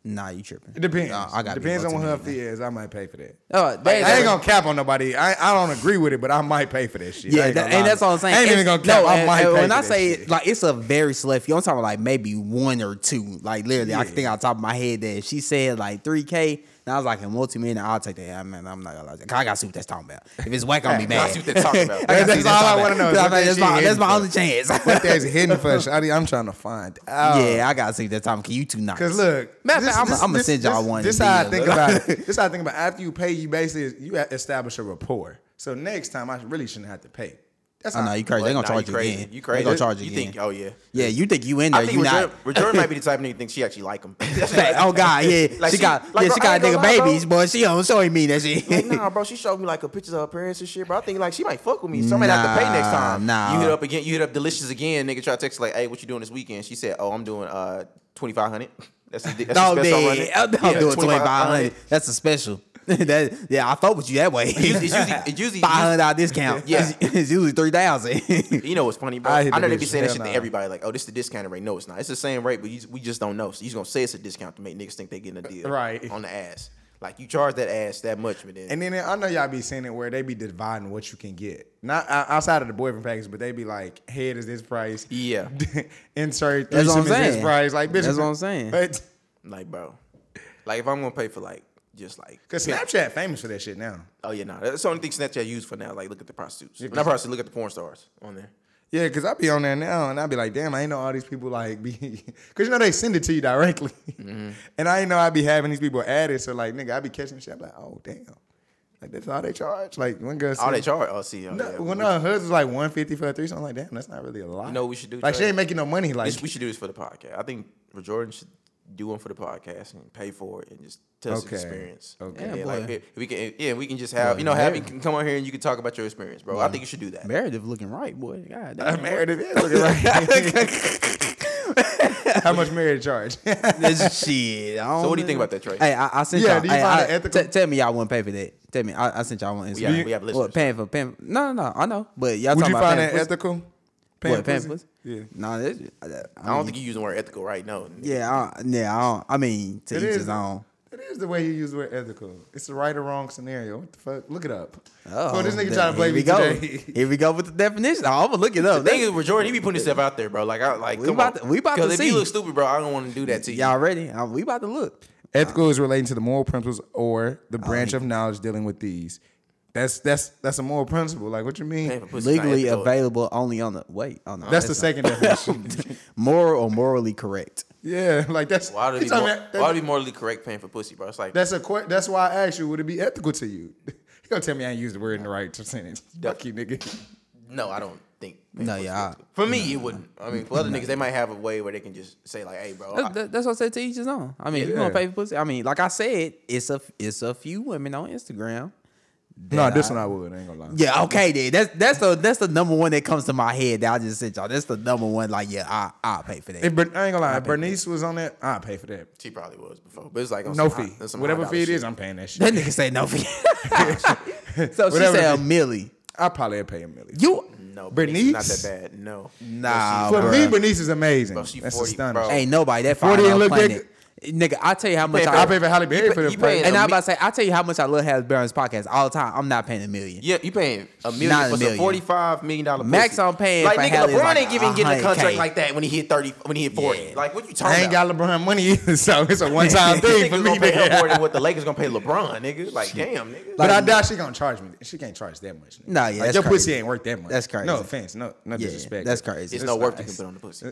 S1: Nah, you tripping.
S3: It depends.
S1: Nah, I got
S3: depends on what her fee is. I might pay for that.
S1: Oh, that,
S3: I ain't gonna cap on nobody. I, I don't agree with it, but I might pay for that shit. I
S1: Yeah,
S3: ain't
S1: that,
S3: gonna
S1: and
S3: lie.
S1: that's all I'm saying.
S3: I ain't even
S1: It's-
S3: gonna cap.
S1: No,
S3: I
S1: and-
S3: might
S1: and
S3: pay
S1: when
S3: for
S1: I
S3: that
S1: say
S3: shit.
S1: it, like it's a very select few. I'm talking like maybe one or two. Like literally, I can think on top of my head that if she said like three k. And I was like, in multi million, I'll take that. I mean, I'm not gonna lie. to you. 'Cause I gotta see what that's talking about. If it's whack, I'll be
S2: I
S1: mad.
S2: see what they're talking about.
S1: gotta
S3: That's
S1: see what
S3: all I
S1: talking
S3: wanna
S1: about.
S3: know is
S1: That's,
S3: what that
S1: my,
S3: shit
S1: that's my
S3: hidden
S1: only chance.
S3: what that is hidden for us. Shawty, I'm trying to find out.
S1: yeah, I gotta see what that's talking. Can you two not?
S3: Cause look,
S1: Matter of
S3: this-
S1: fact, I'ma-
S3: this-
S1: I'ma
S3: this-
S1: send y'all
S3: this-
S1: one
S3: This how I
S1: DM.
S3: think about it. This how I think about. it. After you pay, you basically you establish a rapport. So next time, I really shouldn't have to pay. That's
S1: Oh,
S3: how
S1: no, you crazy. They
S2: Nah,
S1: gonna charge
S2: you
S1: you
S2: crazy.
S1: again.
S2: You crazy.
S1: They gonna charge you
S2: You
S1: again.
S2: think? Oh yeah.
S1: Yeah, you think you in there?
S2: I think
S1: You not?
S2: Rejoice might be the type of nigga who thinks she actually like him.
S1: Fact. Oh God, yeah.
S2: Like,
S1: she,
S2: she-
S1: got,
S2: like,
S1: yeah,
S2: bro,
S1: she
S2: I
S1: got nigga
S2: ain't gonna lie, bro.
S1: babies, but she don't show me that shit.
S2: Like, nah, bro, she showed me like a pictures of her parents and shit, bro. I think like she might fuck with me. So I might have to pay next
S1: Nah,
S2: time.
S1: nah.
S2: You hit up again, you hit up Delicious again, nigga try to text her, like, hey, what you doing this weekend? She said, Oh, I'm doing uh twenty five hundred. That's the that's
S1: Dog
S2: the special I'm running.
S1: dead. I'm, I'm
S2: Yeah,
S1: doing twenty five
S2: 2500.
S1: hundred. That's a special. that yeah, I fuck with you that way.
S2: It's usually- it's usually-
S1: five hundred dollar discount.
S2: Yeah.
S1: it's, it's usually three thousand.
S2: You know what's funny, bro?
S3: I
S2: I,
S3: hit the
S2: know they be
S3: bitch.
S2: saying that
S3: Hell
S2: shit to
S3: nah.
S2: everybody, like, oh, this is the discounted rate. No, it's not. It's the same rate, but you, we just don't know. So you're gonna say it's a discount to make niggas think they getting a deal
S3: Right.
S2: on the ass. Like you charge that ass that much, but then
S3: And then I know y'all be seeing it where they be dividing what you can get. Not o- outside of the boyfriend package, but they be like, head is this price.
S2: Yeah.
S3: Insert
S1: That's what I'm
S3: threesome is this
S1: saying.
S3: price. Like, bitch.
S1: That's what I'm saying.
S3: But,
S2: like, bro. Like if I'm gonna pay for like just like
S3: Cause Snapchat famous for that shit now.
S2: Oh yeah, nah. That's the only thing Snapchat used for now. Like, look at the prostitutes. Not prostitutes. Look at the porn stars on there.
S3: Yeah, cause I be on there now, and I be like, damn, I ain't know all these people like be, cause you know they send it to you directly, and I ain't know I be having these people added. So like, nigga, I be catching shit. I'm like, oh damn, like that's all they charge. Like one girl,
S2: All
S3: said-
S2: they charge. Oh, see, oh,
S3: No,
S2: yeah.
S3: when
S2: we,
S3: her husband's like one fifty for a threesome, I'm like, damn, that's not really a lot.
S2: know what we should do,
S3: Like, she
S2: Trey?
S3: ain't making no money. Like,
S2: this- we should do this for the podcast. I think Jordan should do one for the podcast and pay for it and just tell us
S3: Okay.
S2: his experience.
S3: Okay.
S2: And
S1: Yeah,
S2: then, like,
S1: boy.
S2: if we can. Yeah, we can just have you know have you can come on here and you can talk about your experience, bro. I think you should do that.
S1: Meredith looking right, boy. God
S3: Uh,
S1: damn.
S3: Meredith is looking right. How much Meredith charge?
S1: This shit. I don't
S2: So what do
S1: know.
S2: you think about that, Trey?
S1: Hey, I, I sent
S3: Yeah,
S1: y'all.
S3: do you
S1: hey,
S3: find
S1: I-
S3: it ethical?
S1: t- tell me y'all wouldn't pay for that. Tell me. I, I sent y'all one.
S2: have- we have listeners.
S1: paying for paying? No, no, no. I know, but y'all
S3: Would
S1: talking
S3: you
S1: about
S3: find
S1: paying for
S3: that
S1: pussy?
S3: ethical?
S1: What, paying for pussy?
S3: Yeah.
S1: Nah, that's, I,
S2: I don't think you using the word ethical right now.
S1: Yeah, I, yeah. I, don't, I mean, to
S3: It
S1: each
S3: is.
S1: his own.
S3: It is the way you use the word ethical. It's the right or wrong scenario. What the fuck? Look it up.
S1: Oh,
S3: so this nigga
S1: th-
S3: trying to play
S1: here
S3: me
S1: we go.
S3: today.
S1: Here we go with the definition. I'm gonna look it up.
S2: The thing is, with Jordan, he be putting himself out there, bro. Like, I like
S1: We
S2: come
S1: about to-
S2: on.
S1: we about
S2: 'Cause
S1: to
S2: if
S1: see.
S2: you look stupid, bro, I don't want to do that to you.
S1: y'all ready? Uh, we about to look.
S3: ethical is relating to the moral principles or the
S1: Oh,
S3: branch of knowledge dealing with these. That's that's that's a moral principle. Like what you
S2: Paying
S3: mean?
S2: for pussy's not
S1: Legally
S2: ethical.
S1: available only on the wait. Oh no,
S3: That's the second definition.
S1: second. moral or morally correct.
S3: yeah, like that's
S2: Why would it
S3: he's
S2: be
S3: talking
S2: more-
S3: about-
S2: why would it be morally correct paying for pussy, bro? It's like
S3: That's a que- that's why I asked you, would it be ethical to you? You gonna tell me I ain't used the word in the right sentence? Fuck you, nigga.
S2: No, I don't think.
S1: No, yeah, I-
S2: For me, it wouldn't. I mean, for other niggas, they might have a way where they can just say like, "Hey, bro." I-
S1: That- that- that's what I said to each his own. I mean, you gonna
S3: Yeah.
S1: pay for pussy? I mean, like I said, it's a it's a few women on Instagram. that
S3: No, this one I would. I ain't gonna lie.
S1: Yeah, okay, then that's that's the that's the number one that comes to my head that I just said y'all. That's the number one. Like, yeah, I I pay for that.
S3: If, Bern- I ain't gonna lie. If Bernice was on that, I'd pay for that.
S2: She probably was before, but it's like on
S3: No
S2: some high-
S3: fee.
S2: that's some
S3: Whatever
S2: high
S3: fee it
S2: dollar
S3: is,
S2: shit.
S3: I'm paying that shit.
S1: that nigga say no for you. so she
S3: Whatever
S1: said
S3: it
S1: a
S3: is.
S1: millie.
S3: I'd probably pay a million.
S1: You
S2: No, Bernice,
S3: Bernice?
S2: is not that bad. No,
S1: nah,
S3: For
S1: bruh.
S3: me, Bernice is amazing.
S2: she
S3: That's
S2: 40,
S3: astonishing.
S2: bro.
S1: ain't nobody that fine
S3: 40
S1: on
S3: and
S1: the
S3: look
S1: planet. Nigga, I tell you how much
S2: pay
S1: I,
S2: for-
S3: I pay for Halle Berry
S2: pay-
S3: for
S2: you
S3: the
S2: paying
S3: play.
S1: and
S2: a
S1: I'm
S2: mi-
S1: about to say I tell you how much I love Harris Barron's podcast all the time. I'm not paying a million.
S2: Yeah, you paying a million
S1: Not a
S2: for some
S1: million.
S2: forty-five million dollar
S1: Max,
S2: pussy.
S1: I'm paying
S2: Like
S1: for
S2: nigga,
S1: hell is
S2: LeBron
S1: like
S2: ain't even getting
S1: 100K.
S2: a contract like that when he hit thirty, when he hit forty.
S1: Yeah.
S2: Like what you talking
S3: I ain't
S2: about?
S3: got LeBron money either, so it's a one time
S2: These
S3: thing for
S2: niggas gonna
S3: me.
S2: pay her more
S3: Nigga.
S2: than what the Lakers gonna pay LeBron, nigga. Like damn, nigga.
S3: But I
S1: Like-
S3: doubt she gonna charge me. She can't charge that much. Nigga.
S1: Nah, yeah,
S3: like,
S1: that's
S3: your pussy
S1: crazy.
S3: ain't worth that much.
S1: That's crazy.
S3: No offense, no, no
S1: Yeah,
S3: disrespect.
S1: that's crazy. It's
S2: it's no work you can
S3: nice.
S2: put on the pussy.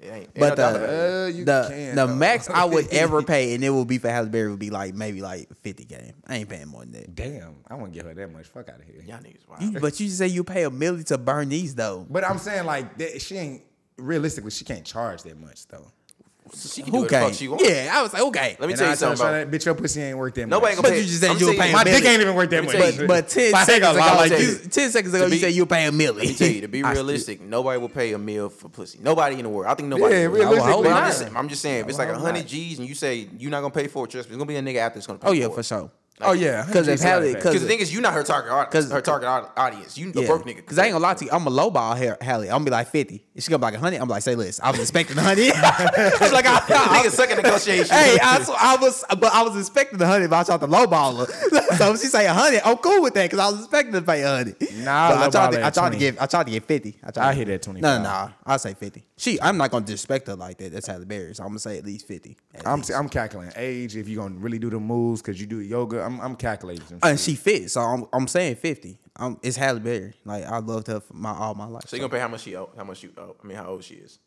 S2: It ain't, ain't no
S1: But
S2: doubt about it.
S1: the
S3: Uh, you
S1: the,
S3: can,
S1: the
S3: though.
S1: max I would ever pay, and it would be for Halle Berry, would be like maybe like fifty game. I ain't paying more than that.
S3: Damn, I won't give her that much. Fuck out of here.
S2: y'all niggas wild.
S1: You- but you say you pay a million to burn these though.
S3: But I'm saying like that, she ain't realistically. She can't charge that much though.
S2: She can do
S1: Who
S2: what the fuck
S1: can?
S2: she wants.
S1: Yeah, I was like, okay.
S2: Let me
S3: And
S2: tell
S3: I
S2: you
S3: told her,
S2: something. About,
S3: "Shawty, bitch, your pussy ain't worth that
S2: nobody
S3: much.
S2: gonna
S1: But
S2: pay.
S1: you just said
S2: I'm
S1: you were
S2: telling
S1: paying
S3: My
S1: a
S3: dick
S1: million.
S3: ain't even worth that
S2: Let
S3: much.
S2: me tell you-
S1: But, but ten
S3: If I ain't
S1: seconds
S3: gonna
S1: ago,
S3: lie
S2: like
S1: you,
S2: this.
S1: ten seconds ago,
S2: To
S1: you
S2: be-
S1: said you pay a million.
S2: Let me tell you, to be realistic, nobody will pay a meal for pussy. Nobody in the world. I think nobody.
S3: Yeah,
S2: will. I would hope
S1: realistically,
S2: not. I'm,
S1: not.
S2: just, saying- I'm just saying, if it's like
S3: I would
S2: hundred
S3: not.
S2: G's and you say you're not gonna pay for it, trust me, it's gonna be a nigga after that's gonna pay.
S1: oh yeah,
S2: it.
S1: for sure.
S3: oh yeah,
S1: Because if
S3: 100% gotta
S1: Halle-
S3: pay.
S1: 'cause-
S2: Because the thing is, you're not her target audience.
S1: 'Cause-
S2: Her target au- audience. You a
S1: Yeah.
S2: broke nigga.
S1: Cause I ain't gonna lie to you, I'm a lowball here, Halle. I'm gonna be like fifty. And she gonna be like hundred. I'm like, say less. I was expecting hundred. I'm like, I, I,
S2: Nigga suck at negotiation.
S1: Hey, I, sw- I was, but I was expecting a hundred, but I tried to lowball her. so she say a hundred. I'm cool with that because I was expecting to pay a hundred.
S3: Nah,
S1: But I tried,
S3: lowball
S1: to,
S3: at
S1: I tried to
S3: 20.
S1: get, I tried to get fifty. I tried.
S3: I
S1: to-
S3: hit that
S1: No, no,
S3: 25.
S1: no. I say fifty. She, I'm not gonna disrespect her like that. That's how the barrier. So I'm gonna say at least fifty. At
S3: I'm
S1: least.
S3: I'm calculating age if you gonna really do the moves because you do yoga. I'm I'm calculating. some
S1: and
S3: shit.
S1: she fit, so I'm, I'm saying fifty. I'm, it's Halle Berry. Like I loved her for my all my life.
S2: So you gonna pay how much she owe? How much you owe? I mean, how old she is?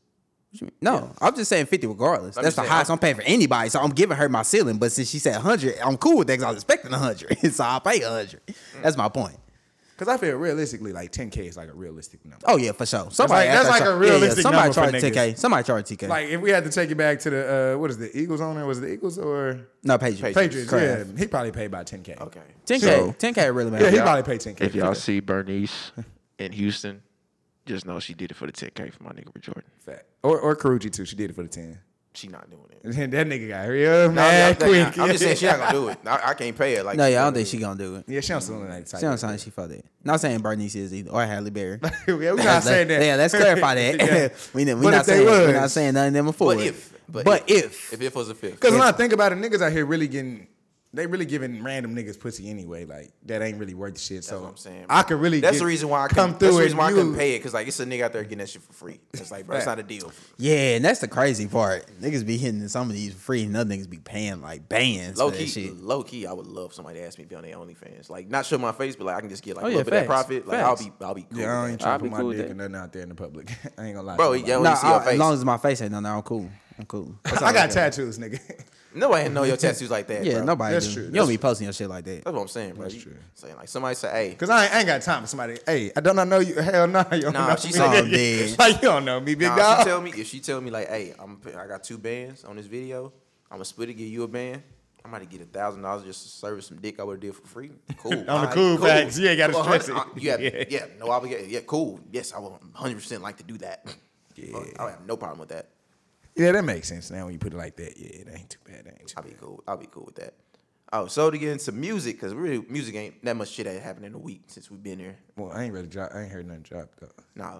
S1: no, I'm just saying fifty regardless.
S2: I'm
S1: That's
S2: just
S1: the
S2: saying,
S1: highest
S2: I'm-
S1: I'm paying for anybody. So I'm giving her my ceiling. But since she said hundred, I'm cool with that because I was expecting hundred. so I will pay hundred. That's my point.
S3: Because I feel realistically, like 10K is like a realistic number.
S1: Oh yeah, for sure. Somebody
S3: like- that's
S1: out there
S3: like
S1: char-
S3: a realistic
S1: somebody
S3: number for
S1: charge TK. Somebody charge TK.
S3: Like if we had to take it back to the uh, what is the Eagles owner? Was it the Eagles or
S1: no, Patriots.
S3: Patriots?
S1: Correct.
S3: Yeah, he probably paid about 10K.
S2: Okay.
S1: 10K.
S7: So-
S1: 10K really
S3: Yeah,
S1: matters.
S3: he probably paid 10K.
S7: If y'all see Bernice in Houston, just know she did it for the 10K for my nigga Jordan.
S3: Fact. or or Karuji too. She did it for the 10.
S2: She not doing it.
S3: that nigga got real
S2: No, I
S3: mad
S2: mean, I'm,
S3: quick.
S2: I'm just saying she not gonna do it. I, I can't pay her. Like
S1: No, yeah, I don't think she gonna do it.
S3: yeah, she don't sound like that type.
S1: She don't sound like she fucked it. Not saying Bernice is either or Halle Berry.
S3: yeah, we're not saying that.
S1: Yeah, let's clarify that.
S3: Yeah.
S1: we we
S3: But
S1: not
S3: if they
S1: saying we're
S3: was-
S1: not saying nothing them before.
S2: But if, but,
S1: if,
S2: if it was a fifth,
S3: Because when I think about it, niggas out here really getting. They really giving random niggas pussy anyway, like that ain't really worth the shit. so
S2: That's what I'm saying.
S3: I could really.
S2: That's
S3: get-
S2: the reason why I
S3: come
S2: couldn't- That's
S3: through
S2: the
S3: it.
S2: reason why I couldn't
S3: you-
S2: pay it because like it's a nigga out there getting that shit for free. It's like, bro, it's
S3: Fact.
S2: not a deal.
S1: yeah, and that's the crazy part. Niggas be hitting some of these for free and other niggas be paying like bands.
S2: Low
S1: for
S2: key,
S1: that shit.
S2: low key, I would love somebody to ask me to be on their OnlyFans. Like, not show my face, but like I can just get like
S1: Oh,
S2: a
S1: yeah,
S2: little bit of
S1: facts.
S2: profit. Like,
S1: Facts.
S2: I'll be, I'll be cool.
S3: Yeah, I
S2: with
S3: ain't
S2: that.
S7: I'd
S3: trying to
S7: be
S3: put my
S7: cool with
S3: dick
S7: that.
S3: or nothing out there in the public. I ain't gonna lie.
S2: Bro,
S3: to you.
S2: yeah, when
S1: No,
S2: you see your
S1: I- as
S2: face.
S1: long as my face ain't no, no, I'm cool. I'm cool. That's all
S3: I got
S1: care.
S3: tattoos, nigga.
S2: Nobody know your tattoos like that.
S1: Yeah,
S2: bro.
S1: nobody.
S3: That's
S1: do.
S3: true.
S1: You
S3: That's
S1: don't be posting your shit like that.
S2: That's what I'm saying, bro.
S3: That's
S2: You
S3: true.
S2: Saying like somebody say, "Hey,
S3: Cause I ain't, I ain't got time for somebody. Hey, I don't know you. Hell no, you don't
S2: Nah,
S3: know
S2: she
S3: me.
S2: said-
S1: Oh, man.
S3: like you don't know me, big
S2: nah, if she
S3: dog.
S2: tell me if she tell me like, hey, I'm p- I got two bands on this video. I'm gonna split it, give you a band. I might get a thousand dollars just to service some dick I would have did for free. Cool.
S3: the
S2: Alright,
S3: cool facts. You ain't gotta
S2: Well,
S3: stress
S2: hundred-
S3: it.
S2: I- you
S3: Yeah.
S2: have, yeah, no obligation. Yeah, cool. Yes, I would 100 percent like to do that. Yeah, I would have no problem with that.
S3: yeah, that makes sense now when you put it like that. Yeah, it ain't too bad. It ain't too
S2: I'll be cool. I'll be cool with that. Oh, so to get into music, because really, music ain't that much shit that happened in a week since we've been here.
S3: bad. Well, I ain't really drop. I ain't heard nothing drop though.
S2: Nah,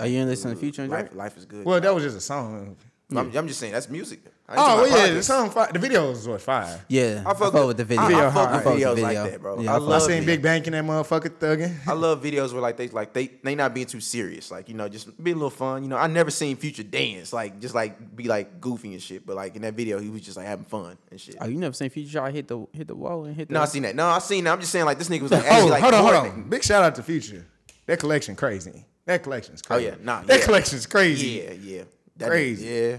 S1: Are you in this in the future? and
S2: life,
S1: Drake?
S2: life is good.
S3: Well, that was just a song.
S2: I'm, I'm just saying that's music. I ain't
S3: Oh
S2: talking
S3: well,
S2: about
S3: yeah, the
S2: podcasts.
S3: song. Fire. The video was what fire.
S1: Yeah, I
S2: I
S1: fuck,
S2: fuck
S1: with
S2: with-
S1: the video.
S2: I- I
S3: fuck with
S1: the
S2: videos like that, bro. I
S1: fuck with
S2: love
S3: I seen
S2: it.
S3: Big Bank in that motherfucker thugging.
S2: I love videos where like they like they they not being too serious, like you know, just be a little fun. You know, I never seen Future dance, like just like be like goofy and shit. But like in that video, he was just like having fun and shit.
S1: Oh, you never seen Future Y'all hit the hit the wall and hit the
S2: No, I seen that. No, I seen that. I'm just saying like this nigga was like,
S3: Oh,
S2: actually, like
S3: hold on, hold
S2: coordinating.
S3: on. Big shout out to Future. That collection crazy. That collection's
S2: Oh
S3: crazy.
S2: yeah, nah,
S3: That
S2: yeah.
S3: collection's crazy.
S2: Yeah, yeah, That nigga-
S3: Crazy.
S2: Yeah,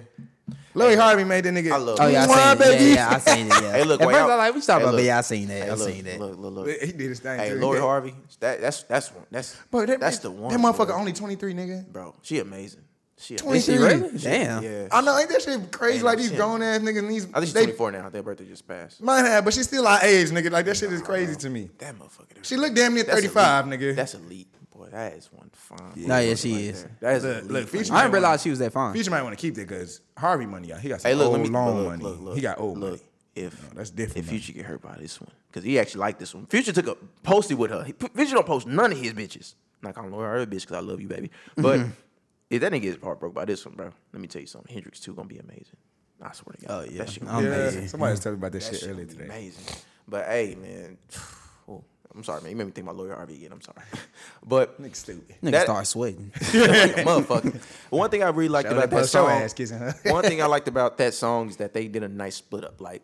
S3: Louis Harvey made that nigga.
S2: I love
S1: Oh yeah, I seen
S3: Mwah,
S1: it. Yeah,
S3: baby.
S1: yeah, I seen it. Yeah.
S2: Hey, look,
S1: At
S2: why
S1: first
S2: y'all-
S1: I like we talking
S2: Hey,
S1: about,
S2: look.
S1: but yeah, I seen that.
S2: Hey,
S1: I
S2: look,
S1: seen that.
S2: Look, look, look.
S3: He did his thing.
S2: Hey,
S3: too.
S2: Lori Harvey. That, that's that's one. That's
S3: Bro, that,
S2: that's the one.
S3: That motherfucker
S2: bro.
S3: only 23, nigga.
S2: bro. She amazing. She
S1: Is
S2: amazing.
S1: she
S3: 23?
S1: really? Damn.
S2: Yeah.
S3: I know, ain't that shit crazy?
S2: Ain't
S3: like
S2: no
S3: these
S2: shit.
S3: grown ass niggas and these.
S2: I think she's
S3: they-
S2: 24 now. Her birthday just passed.
S3: Mine have, but she's still our age, nigga. Like that shit is crazy to me.
S2: That motherfucker.
S3: She look damn near
S2: That's
S3: 35,
S2: elite.
S3: nigga.
S2: That's elite, boy. That is one fine.
S1: No, yeah,
S2: motherfucker
S1: she
S2: right
S1: is.
S2: there. That is
S3: Look,
S2: elite.
S3: look, feature-
S1: I didn't realize she was that fine.
S3: Future might want to keep that because Harvey money out. He got some
S2: Hey, look,
S3: old
S2: let me
S3: long
S2: look,
S3: money.
S2: Look, look,
S3: he got old
S2: look,
S3: money.
S2: If
S3: that's different,
S2: If
S3: though.
S2: Future get hurt by this one, because he actually liked this one. Future took a posted with her. He- Future don't post none of his bitches. I'm not calling Laura her a bitch because I love you, baby. But if that nigga gets heartbroke by this one, bro, let me tell you something. Hendrix too gonna be amazing. I swear to God.
S1: Oh, yeah.
S2: that shit
S1: I'm
S2: gonna be
S3: Yeah,
S1: Amazing.
S3: somebody was telling me about that,
S2: that
S3: shit
S2: shit
S3: earlier
S2: gonna be
S3: today.
S2: Amazing. But hey, man. Oh, I'm sorry, man. You made me think about Lawyer RV again. I'm sorry, but
S3: Nigga stupid.
S1: Nigga
S2: That-
S1: start sweating.
S2: motherfucker. One thing I really liked
S3: Shout
S2: about
S3: out
S2: that
S3: to Puff
S2: song.
S3: Shaw ass kissing her.
S2: one thing I liked about that song is that they did a nice split up. Like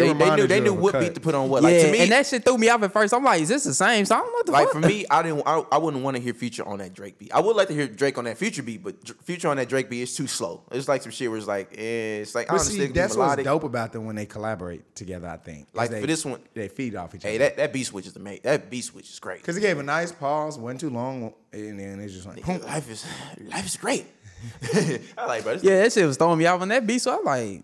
S2: they, they knew
S3: reminded
S2: they
S3: you
S2: knew
S3: of a
S2: what
S3: cut.
S2: beat to put on what.
S1: yeah,
S2: Like to me,
S1: and that shit threw me off at first. I'm like, is this the same song? What the
S2: like
S1: fuck?
S2: for me, I didn't. I, I wouldn't want to hear Future on that Drake beat. I would like to hear Drake on that Future beat, but Dr- Future on that Drake beat is too slow. It's like some shit where it's like, eh, it's like I
S3: But
S2: understand
S3: see,
S2: it can be
S3: that's what's
S2: melodic.
S3: dope about them when they collaborate together. I think is
S2: Like,
S3: they,
S2: for this one-
S3: they feed off each
S2: Hey,
S3: other.
S2: that, that beat switch is amazing. That beat switch is great.
S3: Because it gave a nice pause, wasn't too long, and then it's just like, boom.
S2: life is life is great. I like, bro. this-
S1: yeah, that shit was throwing me off on that beat. So I'm like,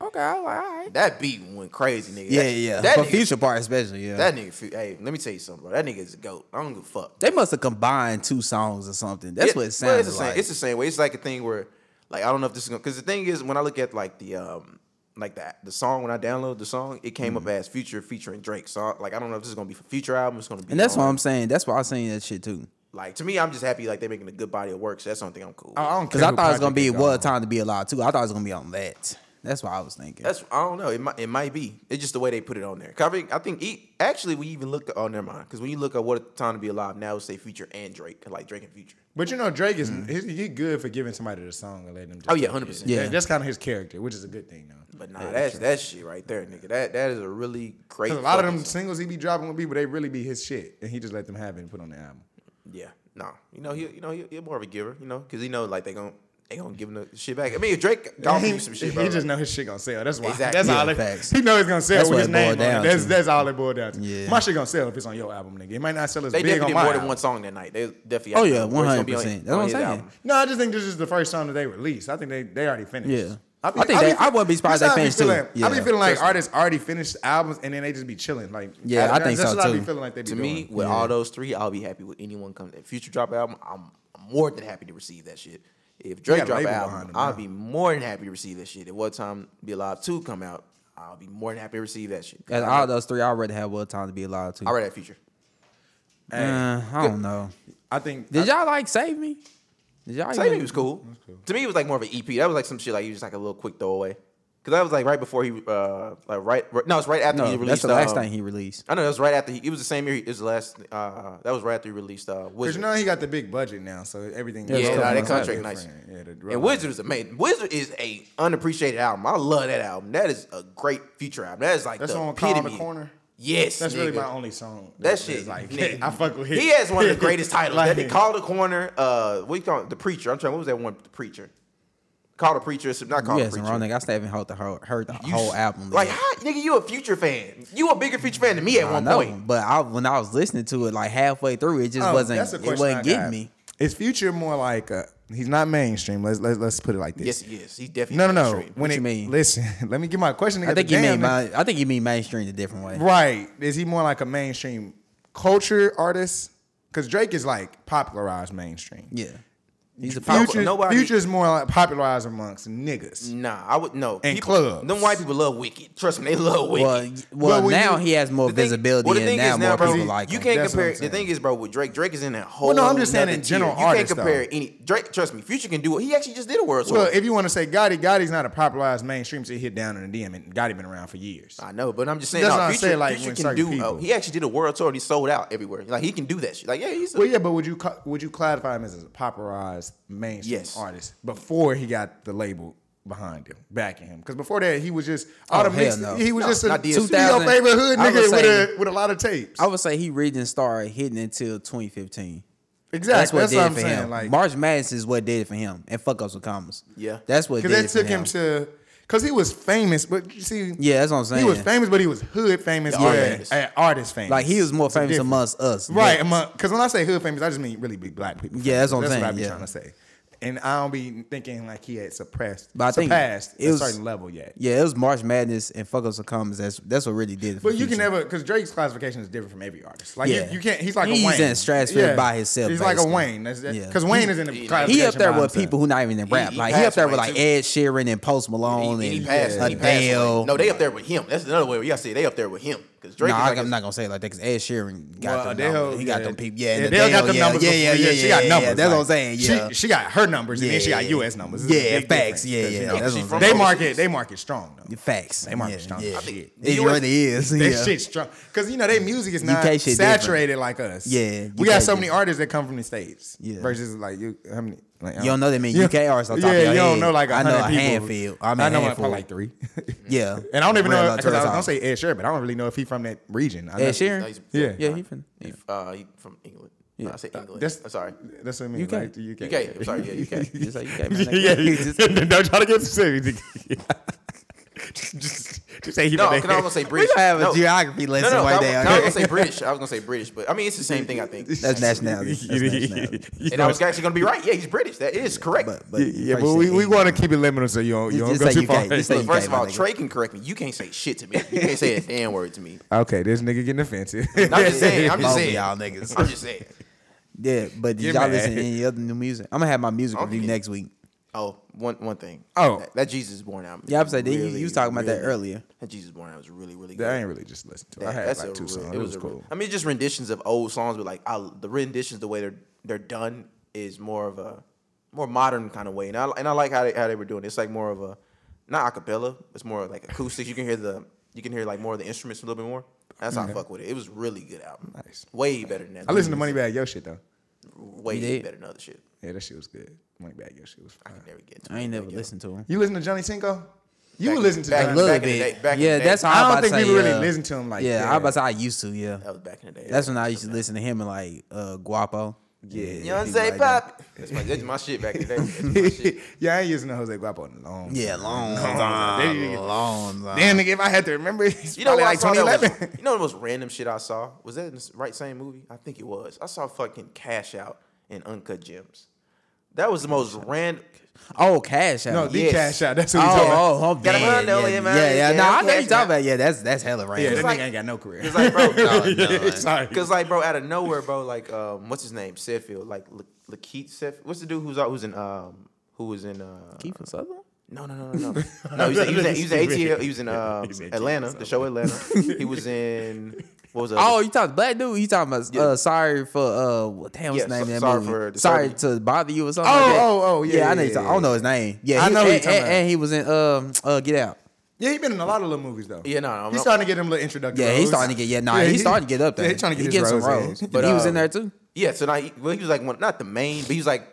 S1: okay, I was like, all right.
S2: That beat went crazy, nigga.
S1: Yeah,
S2: that,
S1: yeah.
S2: That
S1: but
S2: nigga,
S1: future part especially, yeah.
S2: that nigga. Fu- Hey, let me tell you something, bro. That nigga is a goat. I don't give a fuck.
S1: they must have combined two songs or something. That's
S2: Yeah,
S1: what it
S2: well,
S1: sounded
S2: it's the
S1: like.
S2: Same, it's the same way. It's like a thing where, like, I don't know if this is gonna. Because the thing is, when I look at like the um, like that the song when I download the song, it came
S1: Mm-hmm.
S2: up as Future featuring Drake. So I, like, I don't know if this is gonna be for future album. It's gonna be.
S1: and that's
S2: on-
S1: what I'm saying. That's why I seen that shit too.
S2: Like to me, I'm just happy like they're making a good body of work. So that's something I'm cool. with.
S3: I don't
S1: Because
S3: care
S1: I
S3: who
S1: thought it was gonna
S3: project
S1: be
S3: it's
S1: what
S3: on.
S1: time to be alive too. I thought it was gonna be on that. That's what I was thinking.
S2: That's I don't know. It might it might be. It's just the way they put it on there. 'Cause I think I think e, actually we even looked. At, oh, never mind. Because when you look at what a time to be alive now, it's say Future and Drake, like Drake and Future.
S3: But you know, Drake is he's he good for giving somebody the song and letting them. Just
S2: Mm. Oh yeah, hundred percent.
S1: Yeah.
S3: That- that's kind of his character, which is a good thing though.
S2: But nah, that's that shit right there, nigga. That that is a really great.
S3: 'Cause a lot of
S2: fucking
S3: them singles he be dropping with people, they really be his shit, and he just let them have it and put on the album.
S2: Yeah, no, you know he, you know he, he more of a giver, you know, because he know like they gon' they gonna give him the shit back. I mean, if Drake gon'
S3: he,
S2: give you some shit,
S3: he
S2: bro.
S3: just
S2: like,
S3: know his shit gonna sell. That's why.
S2: Exactly.
S3: That's
S2: Yeah,
S3: all. It,
S1: facts.
S3: He know it's gonna sell
S1: That's
S3: with
S1: what
S3: his
S1: it
S3: name
S1: boiled
S3: on it.
S1: down
S3: That's
S1: to.
S3: that's all it boiled down to.
S1: Yeah.
S3: My shit gonna sell if it's on your album, nigga. It might not sell as
S2: they
S3: big
S2: definitely
S3: on
S2: did
S3: my
S2: more than
S3: album.
S2: one song that night. They definitely.
S1: Oh,
S2: out
S1: yeah,
S2: there, where it's gonna be
S1: 100%.
S2: on-
S1: That's what
S2: on
S1: I'm
S2: his
S1: saying.
S2: album.
S3: No, I just think this is the first song that they released. I think they, they already finished.
S1: Yeah.
S3: be-
S1: I think
S3: be
S1: they- I would be surprised they
S3: that's how I
S1: finished, too.
S3: feeling. I be
S1: Yeah.
S3: feeling like artists already finished albums and then they just be chilling. Like
S1: Yeah, I think
S3: that's
S1: so,
S3: what I
S1: too.
S3: be feeling like they be
S2: To
S3: doing.
S2: me, with all those three, I'll be happy with anyone comes. If Future drop an album, I'm, I'm more than happy to receive that shit. If Drake
S3: got a
S2: drop an
S3: label
S2: album,
S3: behind him
S2: I'll
S3: now.
S2: be more than happy to receive that shit. At what time Be Alive two come out, I'll be more than happy to receive that shit.
S1: As all those three, I already had what time to be alive too.
S2: I read that Future.
S3: Hey,
S1: Uh, I don't know.
S3: I think
S1: Did y'all like save me? Did y'all
S2: Save
S1: even-
S2: Me was cool. To me, it was like more of an EP. That was like some shit like you just like a little quick throwaway. Cause that was like right before he, uh, like right, right no, it's right after
S1: No,
S2: he
S1: that's
S2: released.
S1: the last
S2: um,
S1: thing he released.
S2: I know that was right after he. It was the same year. He, it was the last. Uh, that was right after he released. Uh,
S3: because
S2: Wizard.
S3: you know he got the big budget now, so everything.
S1: Yeah,
S3: that's
S1: nah,
S3: coming
S1: that
S3: out
S2: contract
S3: different.
S2: nice.
S3: Yeah, the
S2: and Wizard is amazing. Wizard is a unappreciated album. I love that album. That is a great future album. That is like
S3: That's
S2: the
S3: on Call in the
S2: epitome.
S3: Corner.
S2: Yes,
S3: That's really
S2: nigga.
S3: my only song.
S2: That
S3: is
S2: shit,
S3: like
S2: nigga.
S3: I fuck with.
S2: He
S3: it.
S2: has one of the greatest titles.
S3: Like-
S2: that he called the corner. Uh, what you call it? The preacher. I'm trying. What was that one? The preacher. Call the preacher. it's Not
S1: You
S2: call the
S1: had some
S2: preacher.
S1: wrong nigga. I still haven't heard the whole, heard the
S2: You
S1: whole
S2: s-
S1: album.
S2: Like,
S1: yet.
S2: how, nigga, you a future fan. You a bigger future fan than me at
S1: I
S2: one
S1: know,
S2: point.
S1: but I, when I was listening to it, like halfway through, it just
S3: Oh,
S1: wasn't.
S3: that's the
S1: It
S3: question I
S1: wasn't
S3: got.
S1: getting me.
S3: Is Future more like a? He's not mainstream. Let's let's let's put it like this.
S2: Yes, he is. He definitely.
S3: No, no, no.
S2: mainstream.
S3: When
S1: What
S3: it,
S1: you mean?
S3: Listen, let me get my question.
S1: I
S3: together.
S1: think you
S3: Damn,
S1: mean
S3: nigga.
S1: my. I think you mean mainstream a different way.
S3: Right. Is he more like a mainstream culture artist? Because Drake is like popularized mainstream.
S1: Yeah, he's a pop.
S3: Future,
S2: nobody-
S3: Future is more like popularized amongst
S1: Mm,
S3: niggas.
S2: Nah, I would no.
S3: And
S2: people,
S3: clubs.
S2: Them white people love Wicked. Trust me, they love Wicked.
S1: Well, y- well,
S3: when
S1: now
S3: you-
S1: he has more
S2: The thing-
S1: visibility,
S2: well, the
S1: and
S2: thing
S1: now
S2: is
S1: more
S2: bro,
S1: people like
S2: You
S1: him.
S2: can't
S3: That's what
S2: compare.
S3: I'm
S2: The
S3: saying.
S2: thing is, bro, with Drake, Drake is in a whole.
S3: Well, no, I'm just saying
S2: nother
S3: in general
S2: tier.
S3: artists,
S2: You can't compare
S3: though.
S2: any. Drake, trust me, Future can do it. He actually just did a world tour.
S3: Well, if you want to say Gotti, Gotti's not a popularized mainstream, so he hit down in the DM, and Gotti been around for years.
S2: I know, but I'm just saying.
S3: That's
S2: no,
S3: what I'm
S2: Future,
S3: saying, like,
S2: Future
S3: when
S2: can
S3: certain
S2: do.
S3: people-
S2: oh, he actually did a world tour. and He sold out everywhere. Like he can do that shit. Like yeah, he's. A,
S3: Well, yeah, but would you ca- would you classify him as a popularized mainstream
S2: Yes.
S3: artist before he got the label behind him, backing him? Because before that, he was just all
S1: Oh,
S3: the
S1: hell
S3: mix-
S1: no.
S3: he was
S2: No,
S3: just a
S2: not DSP.
S3: studio
S1: 2000
S3: favorite hood
S1: I
S3: nigga
S1: would
S3: with
S1: say-
S3: a, with a lot of tapes.
S1: I would say he really didn't start hitting until 2015.
S3: Exactly.
S1: That's what
S3: That's
S1: did
S3: what
S1: it
S3: I'm
S1: for
S3: saying,
S1: him.
S3: like-
S1: March Madness is what did it for him, and fuck ups with commas.
S2: Yeah.
S1: that's what did
S3: Because that
S1: it for
S3: took him to, because he was famous, but you see,
S1: Yeah, that's what I'm
S3: he
S1: saying.
S3: was famous, but he was hood famous,
S2: Yeah,
S3: or
S2: artist.
S3: a- a artist famous.
S1: Like he was more
S3: It's a
S1: famous
S3: difference.
S1: amongst us,
S3: right?
S1: But-
S3: Because when I say hood famous, I just mean really big black people.
S1: Yeah, that's what I'm
S3: famous. That's what I
S1: saying,
S3: be
S1: yeah.
S3: trying to say, and I don't be thinking like he had suppressed,
S1: But I think
S3: surpassed
S1: it was-
S3: a certain level yet.
S1: Yeah, it was March Madness and fuck ups with commas. That's that's what really did it. For
S3: But you can
S1: Future.
S3: never because Drake's classification is different from every artist. Like
S1: Yeah.
S3: you, you can't. He's like
S1: He's
S3: a Wayne.
S1: in a stratosphere by himself,
S3: He's like
S1: basically.
S3: a Wayne. That's because
S1: Yeah.
S3: Wayne is in the
S2: He-
S3: classification.
S1: He up there
S3: by
S1: with
S3: himself.
S1: people who not even in rap.
S2: he
S1: like he up
S2: passed
S1: there with
S2: away,
S1: like
S2: too.
S1: Ed Sheeran and Post Malone
S2: And he,
S1: and
S2: passed. He passed.
S1: Adele.
S2: away. No, they up there with him. That's another way. We gotta say they up there with him because Drake.
S1: Nah,
S2: is
S1: I,
S2: like
S1: I'm
S2: a-
S1: not gonna say it like that because Ed Sheeran got
S3: Well,
S1: them.
S3: Adele,
S1: numbers. He got
S3: yeah.
S1: them people. Yeah, and
S3: Adele got them
S1: yeah,
S3: numbers.
S1: Yeah, yeah,
S3: before-
S1: yeah, yeah.
S3: She got numbers.
S1: Yeah, that's what I'm
S3: like,
S1: saying. Yeah,
S3: she, she got her numbers, and then she got
S1: Yeah.
S3: U.S. numbers. It's a
S1: Yeah,
S3: big
S1: facts.
S3: difference,
S1: Yeah,
S3: 'cause,
S1: yeah,
S3: you know,
S1: that's what I'm
S2: from
S3: they
S1: saying.
S3: market. They market strong though.
S1: Facts.
S3: They market
S1: yeah,
S3: strong
S1: Yeah.
S3: as shit.
S1: It
S2: The US
S1: really is.
S3: That
S1: yeah.
S3: shit's strong because you know their music is not
S1: UK shit different.
S3: saturated like us.
S1: Yeah,
S3: we got
S1: UK
S3: so many
S1: different.
S3: artists that come from the states.
S1: Yeah.
S3: versus like you, how many? Like, I
S1: You don't know that many
S3: Yeah.
S1: UK artists on top
S3: yeah,
S1: of your
S3: you don't
S1: head.
S3: know like
S1: I know
S3: 100
S1: a
S3: people.
S1: handful. I mean,
S3: know like,
S1: handful.
S3: probably like three.
S1: Yeah,
S3: and I don't even
S1: Real
S3: know
S1: Love
S3: because I was
S1: Turtles.
S3: gonna say Ed Sheeran, but I don't really know if he's from that region. I know-
S1: Ed Sheeran.
S2: he's-
S3: Yeah.
S1: yeah, Uh, he from.
S2: He, uh, he from England. No, I said England.
S3: That's-
S2: I'm sorry.
S3: That's what I mean.
S1: UK.
S3: Like, the UK.
S2: UK. I'm sorry. Yeah, UK.
S1: Just like UK, man.
S3: yeah,
S1: He
S3: yeah.
S1: just-
S3: don't try to get specific. just, just, just say he
S2: No,
S3: from
S2: because I was
S3: that-
S2: gonna say
S1: We
S2: British.
S1: gonna have a
S2: no.
S1: geography
S2: No,
S1: lesson
S2: no,
S1: one
S2: I,
S1: day.
S2: was, I was
S1: okay?
S2: gonna say British. I was gonna say British, but I mean it's the same thing. I think.
S1: That's nationality. That's nationality.
S2: And I was actually gonna be right. Yeah, he's British. That is correct.
S1: But, but
S3: Yeah, yeah, but we, we want to keep it limited so you don't, you don't
S1: Just
S3: go
S1: say
S3: too
S1: UK.
S3: far.
S1: Just say
S2: Look, first
S1: UK,
S2: of
S1: my
S2: all,
S1: nigga.
S2: Trey can correct me. You can't say shit to me. You can't say a damn word to me.
S3: Okay, this nigga getting offensive.
S2: I'm just saying. I'm
S1: Both
S2: just
S1: of
S2: saying.
S1: y'all niggas.
S2: I'm just saying.
S1: Yeah, but did
S3: Get
S1: y'all
S3: mad.
S1: listen to any other new music? I'm gonna have my music
S2: Okay.
S1: review next week.
S2: Oh, one one thing.
S3: Oh.
S2: that, that Jesus is Born album. is
S1: Yeah, I'm saying, didn't you- you
S2: really,
S1: was talking about that
S2: really-
S1: earlier.
S2: That Jesus Born album was really really good.
S3: I ain't really just listened to it. I
S2: That-
S3: had
S2: that's
S3: like
S2: a
S3: two
S2: real-
S3: songs. It was
S2: a real-
S3: cool.
S2: I mean, just renditions of old songs, but like I, the renditions, the way they're they're done is more of a more modern kind of way, and I and I like how they how they were doing. it. It's like more of a not acapella. It's more like acoustic. You can hear the you can hear like more of the instruments a little bit more. That's how I fuck with it. It was really good album.
S3: Nice.
S2: Way better than that.
S3: I listened to Moneybag Yo shit though.
S2: Way
S1: You did?
S2: better than other shit.
S3: Yeah, that shit was good. Moneybag Yo shit was
S2: I
S3: fine.
S2: could never get. To
S1: I ain't
S2: it.
S1: never listened to him.
S3: You listen to Johnny Cinco? You
S2: Back-
S3: would listen to
S2: back-
S1: A
S3: Johnny.
S1: little
S2: back in the
S1: bit.
S2: day- back in
S1: yeah,
S2: the day.
S1: that's how
S3: I
S1: I'm
S3: don't
S1: about to
S3: think
S1: say,
S3: people really
S1: uh,
S3: listen to him like
S1: yeah,
S3: that.
S1: I'm about to say I used to. Yeah,
S2: That was back in the day.
S1: that's when I used to listen to him and like uh, Guapo.
S3: Yeah.
S2: You know what I'm saying, pop? That's my, that's my shit back in the day. That's my shit.
S3: yeah, I ain't using no Jose Guapo in a long.
S1: Yeah, long
S3: They need to
S1: time,
S3: get-
S1: long time.
S3: Damn, nigga, if I had to remember, it's
S2: You know what
S3: probably like
S2: I saw that
S3: 2011.
S2: was- you know the most random shit I saw? Was that in the right same movie? I think it was. I saw fucking Cash Out and Uncut Gems. That was the most random.
S1: Oh, Cash Out.
S3: no, the
S2: Yes.
S3: cash out. That's
S1: oh,
S3: what he's talking about.
S1: oh, I'm
S2: Got a
S1: dead.
S2: bundle
S1: Yeah,
S2: in my-
S1: yeah, yeah.
S2: yeah,
S1: No, I know
S2: Cash
S1: you talking
S2: Out.
S1: about. Yeah, that's that's hella
S3: Yeah,
S1: random.
S3: that
S2: like-
S3: nigga ain't got no career.
S2: It's like, oh, bro,
S1: No, no.
S3: Sorry.
S2: because like, bro, out of nowhere, bro, like, um, what's his name? Setfield, like, La- Lakeith Setfield. What's the dude who's out? Who's in? Um, who was in? Uh,
S1: Kiefer Sutherland?
S2: No, no, no, no, no. No, he was, he was, in- he was in ATL. He was in um,
S3: He's ATL,
S2: Atlanta, the show Atlanta. He was in what was the other-
S1: Oh, you talking black dude? You talking about uh, sorry for uh, what the hell's
S2: Yeah,
S1: his name?
S2: so-
S1: in that
S2: sorry
S1: movie?
S2: for
S1: sorry
S2: disturbing
S1: to bother you or something.
S3: Oh,
S1: like that.
S3: oh, oh, yeah,
S1: I
S3: yeah,
S1: know. you
S3: yeah,
S1: talking- I don't know his name. Yeah,
S3: I
S1: he-
S3: know who
S1: and,
S3: you're talking
S1: and-
S3: about.
S1: and he was in um, uh, Get Out.
S3: Yeah, he been in a lot of little movies though.
S2: Yeah, no, no,
S3: he's
S2: no.
S3: starting to get him little introductory.
S1: Yeah,
S3: roles.
S1: he's starting to get yeah. Nah,
S3: Oh, Yeah,
S1: he's
S3: he-
S1: starting to get up there.
S3: Yeah, he's trying to get
S1: he
S3: his
S1: getting some
S3: roles, yeah.
S1: roles, but
S2: But,
S1: he was
S2: uh,
S1: in there too,
S2: Yeah, so now he, well, he was like one, not the main, but he was like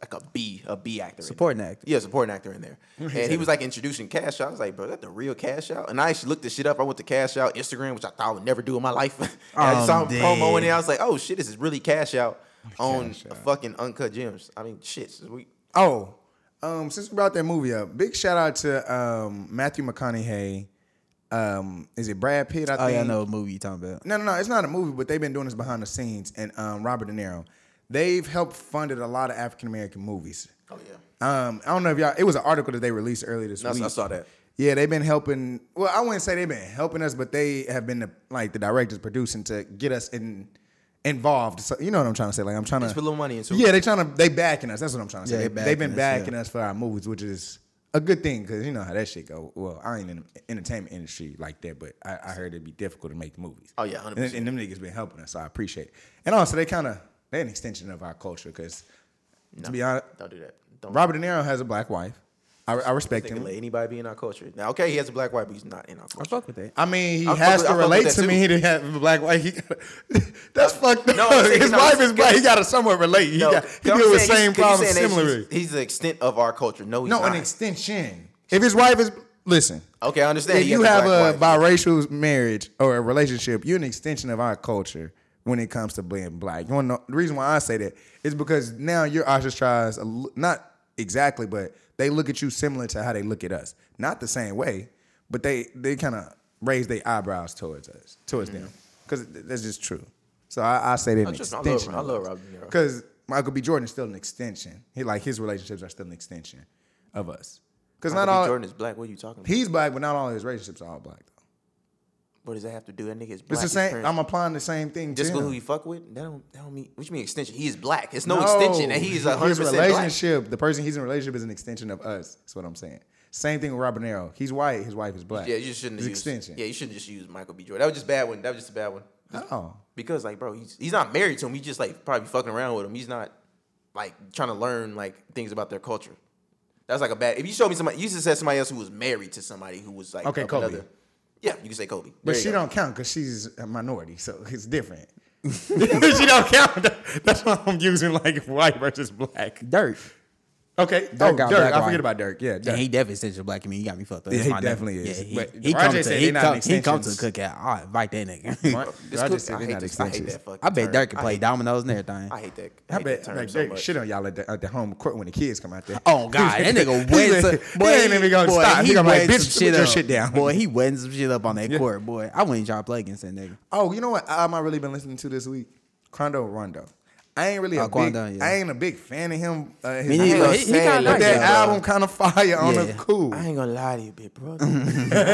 S2: like a B, a B actor, in there.
S1: Supporting actor.
S2: Yeah, supporting actor in there,
S3: Mm-hmm.
S2: and he was like introducing Cash Out. I was like, bro, that the real Cash Out. And I actually looked this shit up. I went to Cash Out Instagram, which I thought I would never do in my life. and I
S1: I'm
S3: Um,
S2: saw him
S1: dead.
S2: promo in there. I was like, oh shit, this is really Cash Out on
S3: Cash Out.
S2: fucking Uncut Gems. I mean, shit, we,
S3: Oh, um, since we brought that movie up, big shout out to um, Matthew McConaughey. Um, is it Brad Pitt? I
S1: Oh
S3: think.
S1: yeah, I know what movie you talking about.
S3: No, no, no. It's not a movie, but they've been doing this behind the scenes. And um, Robert De Niro, they've helped funded a lot of African American movies.
S2: oh yeah,
S3: Um, I don't know if y'all. It was an article that they released earlier this
S2: No, I
S3: week.
S2: saw- I saw that.
S3: Yeah, they've been helping. Well, I wouldn't say they've been helping us, but they have been the, like the directors producing to get us in involved. So you know what I'm trying to say? Like I'm trying
S2: Just put
S3: to
S2: a little money into it.
S3: Uh, Yeah, they trying to they backing us. That's what I'm trying to
S1: Yeah,
S3: say.
S1: they
S3: they, have
S1: backing
S3: been
S1: us,
S3: backing
S1: yeah.
S3: us for our movies, which is a good thing because you know how that shit go. Well, I ain't in the entertainment industry like that, but I, I heard it'd be difficult to make movies.
S2: Oh, yeah, 100%.
S3: And, and them niggas been helping us, so I appreciate. it. And also, they kind of they an extension of our culture because to be honest,
S2: don't do that. Don't
S3: Robert De Niro has a black wife. I, I respect
S2: think
S3: him.
S2: let anybody be in our culture. Now, okay, he has a black wife, but he's not in our
S1: I
S2: culture.
S1: fuck with that.
S3: I mean, he
S2: I fuck
S3: has
S2: with- I fuck
S3: to
S2: with
S3: relate
S2: that
S3: to me. He didn't have a black wife. He got that's fucked up.
S2: no, I'm saying-
S3: His
S2: no,
S3: wife
S2: it's-
S3: is black. He got to somewhat relate. He, got, he
S2: I'm
S3: deal with
S2: saying he's-
S3: same
S2: 'cause you're
S3: problems
S2: saying that
S3: similarly.
S2: He's, he's the extent of our culture. No, he's
S3: No,
S2: not.
S3: an extension. If his wife is listen,
S2: okay, I understand.
S3: if
S2: he
S3: you
S2: has
S3: have a
S2: black wife.
S3: biracial marriage or a relationship, you're an extension of our culture. when it comes to being black. You want to know the reason why I say that is because now you're ostracized, a l- not exactly, but they look at you similar to how they look at us. Not the same way, but they they kind of raise their eyebrows towards us, towards them. 'Cause them, because that's just true. So I, I say that an
S2: Mm-hmm. I just- I love-
S3: extension.
S2: I love Robert De Niro.
S3: because Michael B. Jordan is still an extension. He like his relationships are still an extension of us. Because not
S2: Michael B.
S3: all
S2: Jordan is black. What are you talking about?
S3: he's black, but not all his relationships are all black. Though.
S2: What does that have to do? That nigga is
S3: It's
S2: black.
S3: the
S2: his
S3: same.
S2: parents-
S3: I'm applying the same thing.
S2: just
S3: to
S2: because
S3: him.
S2: who you fuck with. That don't, that don't mean. What you mean extension? He is black. It's no, extension, and he is a hundred
S3: His
S2: percent black.
S3: relationship, the person he's in a relationship is an extension of us. That's what I'm saying. Same thing with Robert De Niro. He's white. His wife is black.
S2: Yeah, you just shouldn't
S3: It's
S2: have used,
S3: extension.
S2: Yeah, you shouldn't just use Michael B. Jordan. That was just a bad one. That was just a bad one.
S3: Oh,
S2: Because like, bro, he's he's not married to him. He's just like probably fucking around with him. He's not like trying to learn like things about their culture. That's like a bad. If you showed me somebody, you just said somebody else who was married to somebody who was like
S3: Okay,
S2: of
S3: Kobe.
S2: yeah, you can say Kobe,
S3: but
S2: There you
S3: she
S2: go.
S3: don't count because she's a minority, so it's different. she don't count. That's why I'm using like white versus black.
S1: Dirk.
S3: Okay, Dirk.
S1: Dirk
S3: oh,
S1: got
S3: Dirk.
S1: black
S3: I
S1: white.
S3: forget about Dirk. Yeah, Dirk.
S1: Yeah, he definitely said you're black. I mean, you got me fucked up.
S3: Yeah,
S1: That's
S3: he
S1: my nigga.
S3: definitely is.
S1: Yeah, he,
S3: But
S1: he
S3: Rajay
S1: come to
S3: said
S1: he
S3: they not
S1: come, he come to the
S3: extensions.
S1: cookout. I invite that
S3: Right?
S1: nigga.
S2: This
S3: I
S2: cook-
S3: just said
S2: I hate
S3: they're not
S2: this- I hate
S3: extensions.
S2: that fucking
S1: I bet
S2: term.
S1: Dirk can
S2: I
S1: play
S2: hate-
S1: dominoes and everything.
S2: I hate that.
S3: I bet
S2: that
S3: like,
S2: term
S3: they
S2: so much.
S3: shit on y'all at the, at the home court when the kids come out there.
S1: Oh God, that nigga went.
S3: He
S1: some-
S3: said,
S1: boy,
S3: he ain't even gonna
S1: boy,
S3: stop. He
S1: He
S3: gonna like,
S1: went
S3: bitch,
S1: some
S3: put
S1: shit
S3: your
S1: up.
S3: shit down.
S1: Boy, he went some shit up on that court. Boy, I wouldn't try to play against that nigga.
S3: Oh, you know what? I'm not really been listening to this week. Quando Rondo. I ain't really
S1: Oh,
S3: a big.
S1: Quando, yeah.
S3: I ain't a big fan of him. Uh, his
S1: Me
S2: I ain't
S1: neither.
S2: gonna
S1: He- he
S2: say
S1: kinda
S2: it
S3: But
S1: like
S2: like
S3: that
S2: that,
S3: album kind of fire on
S1: Yeah.
S3: the cool.
S2: bro. I ain't gonna lie to you, big brother. I ain't gonna
S3: how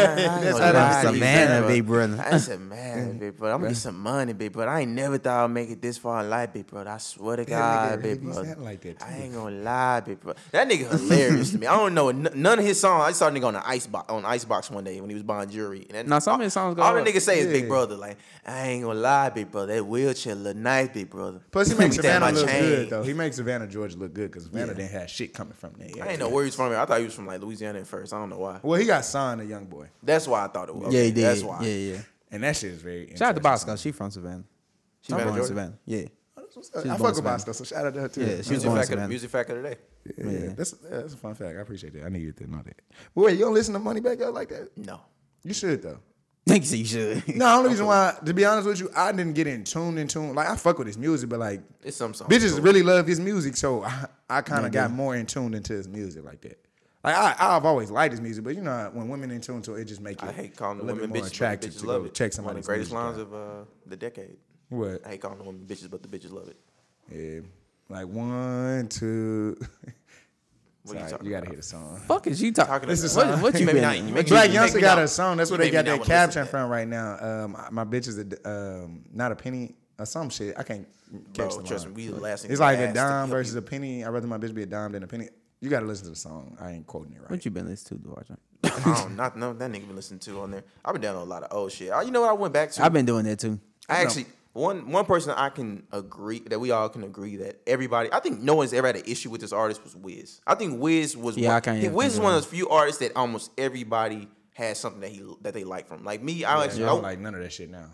S2: lie
S3: I
S2: to
S3: be.
S2: you,
S1: Savannah, big brother.
S2: I said, man, big brother. I'm gonna get some money, big brother. I ain't never thought I'd make it this far in life, big brother. I swear to
S3: nigga
S2: God, big
S3: really be
S2: brother.
S3: sounding like that,
S2: I
S3: too.
S2: ain't gonna lie, big brother. That nigga hilarious to me. I don't know n- none of his songs. I saw a nigga on the ice box on Icebox one day when he was buying jewelry. And that-
S1: Now, some of his songs go
S2: All the
S1: up.
S2: nigga say is
S3: Yeah.
S2: big brother. Like I ain't gonna lie, big brother. That wheelchair look nice, big brother.
S3: Plus, he
S2: Let me
S3: makes
S2: take
S3: Savannah
S2: my
S3: look
S2: chain.
S3: good though. He makes Savannah George look good because Savannah didn't have shit coming from there.
S2: I didn't know where he was from. I thought he was from like Louisiana at first. I don't know why.
S3: Well, he got signed a young boy,
S2: That's why I thought it was.
S1: Yeah, he did.
S2: That's why.
S1: Yeah, yeah.
S3: and that shit is very.
S1: Shout out to
S3: interesting.
S1: Bosco. She from Savannah. She's
S2: Savannah,
S1: born in
S2: Georgia?
S1: Savannah. Yeah.
S3: I
S1: She's
S3: fuck
S1: born
S3: with
S1: Savannah.
S3: Bosco, so shout out to her too.
S1: Yeah, she was
S2: Music
S1: born in
S2: fact, of, the-
S1: Savannah.
S2: music fact of the day.
S3: Yeah, That's, that's a fun fact. I appreciate that. I needed to know that. But wait, you don't listen to Money Back Up like that?
S2: No.
S3: You should though.
S1: Think so you should.
S3: No, the only reason why, to be honest with you, I didn't get in tune in tune. Like I fuck with his music, but like
S2: It's some songs.
S3: bitches really love his music, so I, I kind of got more in tune into his music like that. Like I, I've always liked his music, but you know when women in tune to it, it just make it
S2: I hate calling
S3: a
S2: the
S3: little
S2: women
S3: bit
S2: bitches.
S3: more
S2: but the
S3: attractive
S2: bitches
S3: to
S2: love
S3: go
S2: it.
S3: check
S2: One of
S3: somebody's
S2: the greatest
S3: music
S2: lines
S3: down.
S2: of uh, the decade.
S3: What?
S2: I hate calling the women bitches, but the bitches love it.
S3: Yeah, like one, two.
S2: What are
S3: Sorry,
S2: you talking
S3: you gotta
S2: about?
S3: hear the song.
S1: fuck is you talking?
S2: Talking
S1: about?
S2: about-
S3: is
S1: What, what you
S2: Maybe
S1: been?
S2: not. You
S1: what you
S2: make me-
S3: Black
S1: been-
S2: you make
S3: Youngster
S2: me
S3: got
S2: not-
S3: a song. That's
S2: you
S3: where they
S2: make me
S3: got
S2: not
S3: that
S2: wanna listen to
S3: caption
S2: that.
S3: from right now. Um, my bitch is a, d- um, not a penny or some shit. I can't catch
S2: Bro,
S3: the
S2: trust me, we
S3: line.
S2: the last
S3: It's
S2: niggas
S3: like a
S2: asked to
S3: dime
S2: help
S3: versus
S2: you.
S3: a penny. I'd rather my bitch be a dime than a penny. You got to listen to the song. I ain't quoting it right.
S1: What you been listening to, Dwarja?
S2: I don't not know that nigga been listening to on there. I've been down to a lot of old shit. I, you know what I went back to?
S1: I've been doing that too.
S2: I actually one one person I can agree that we all can agree that everybody I think no one's ever had an issue with this artist was Wiz. I think Wiz was
S1: Yeah,
S2: one,
S1: I can't
S2: think Wiz is
S1: even-
S2: one of those few artists that almost everybody has something that he that they like from. Like me, I
S3: I
S2: actually
S3: don't like none of that shit now.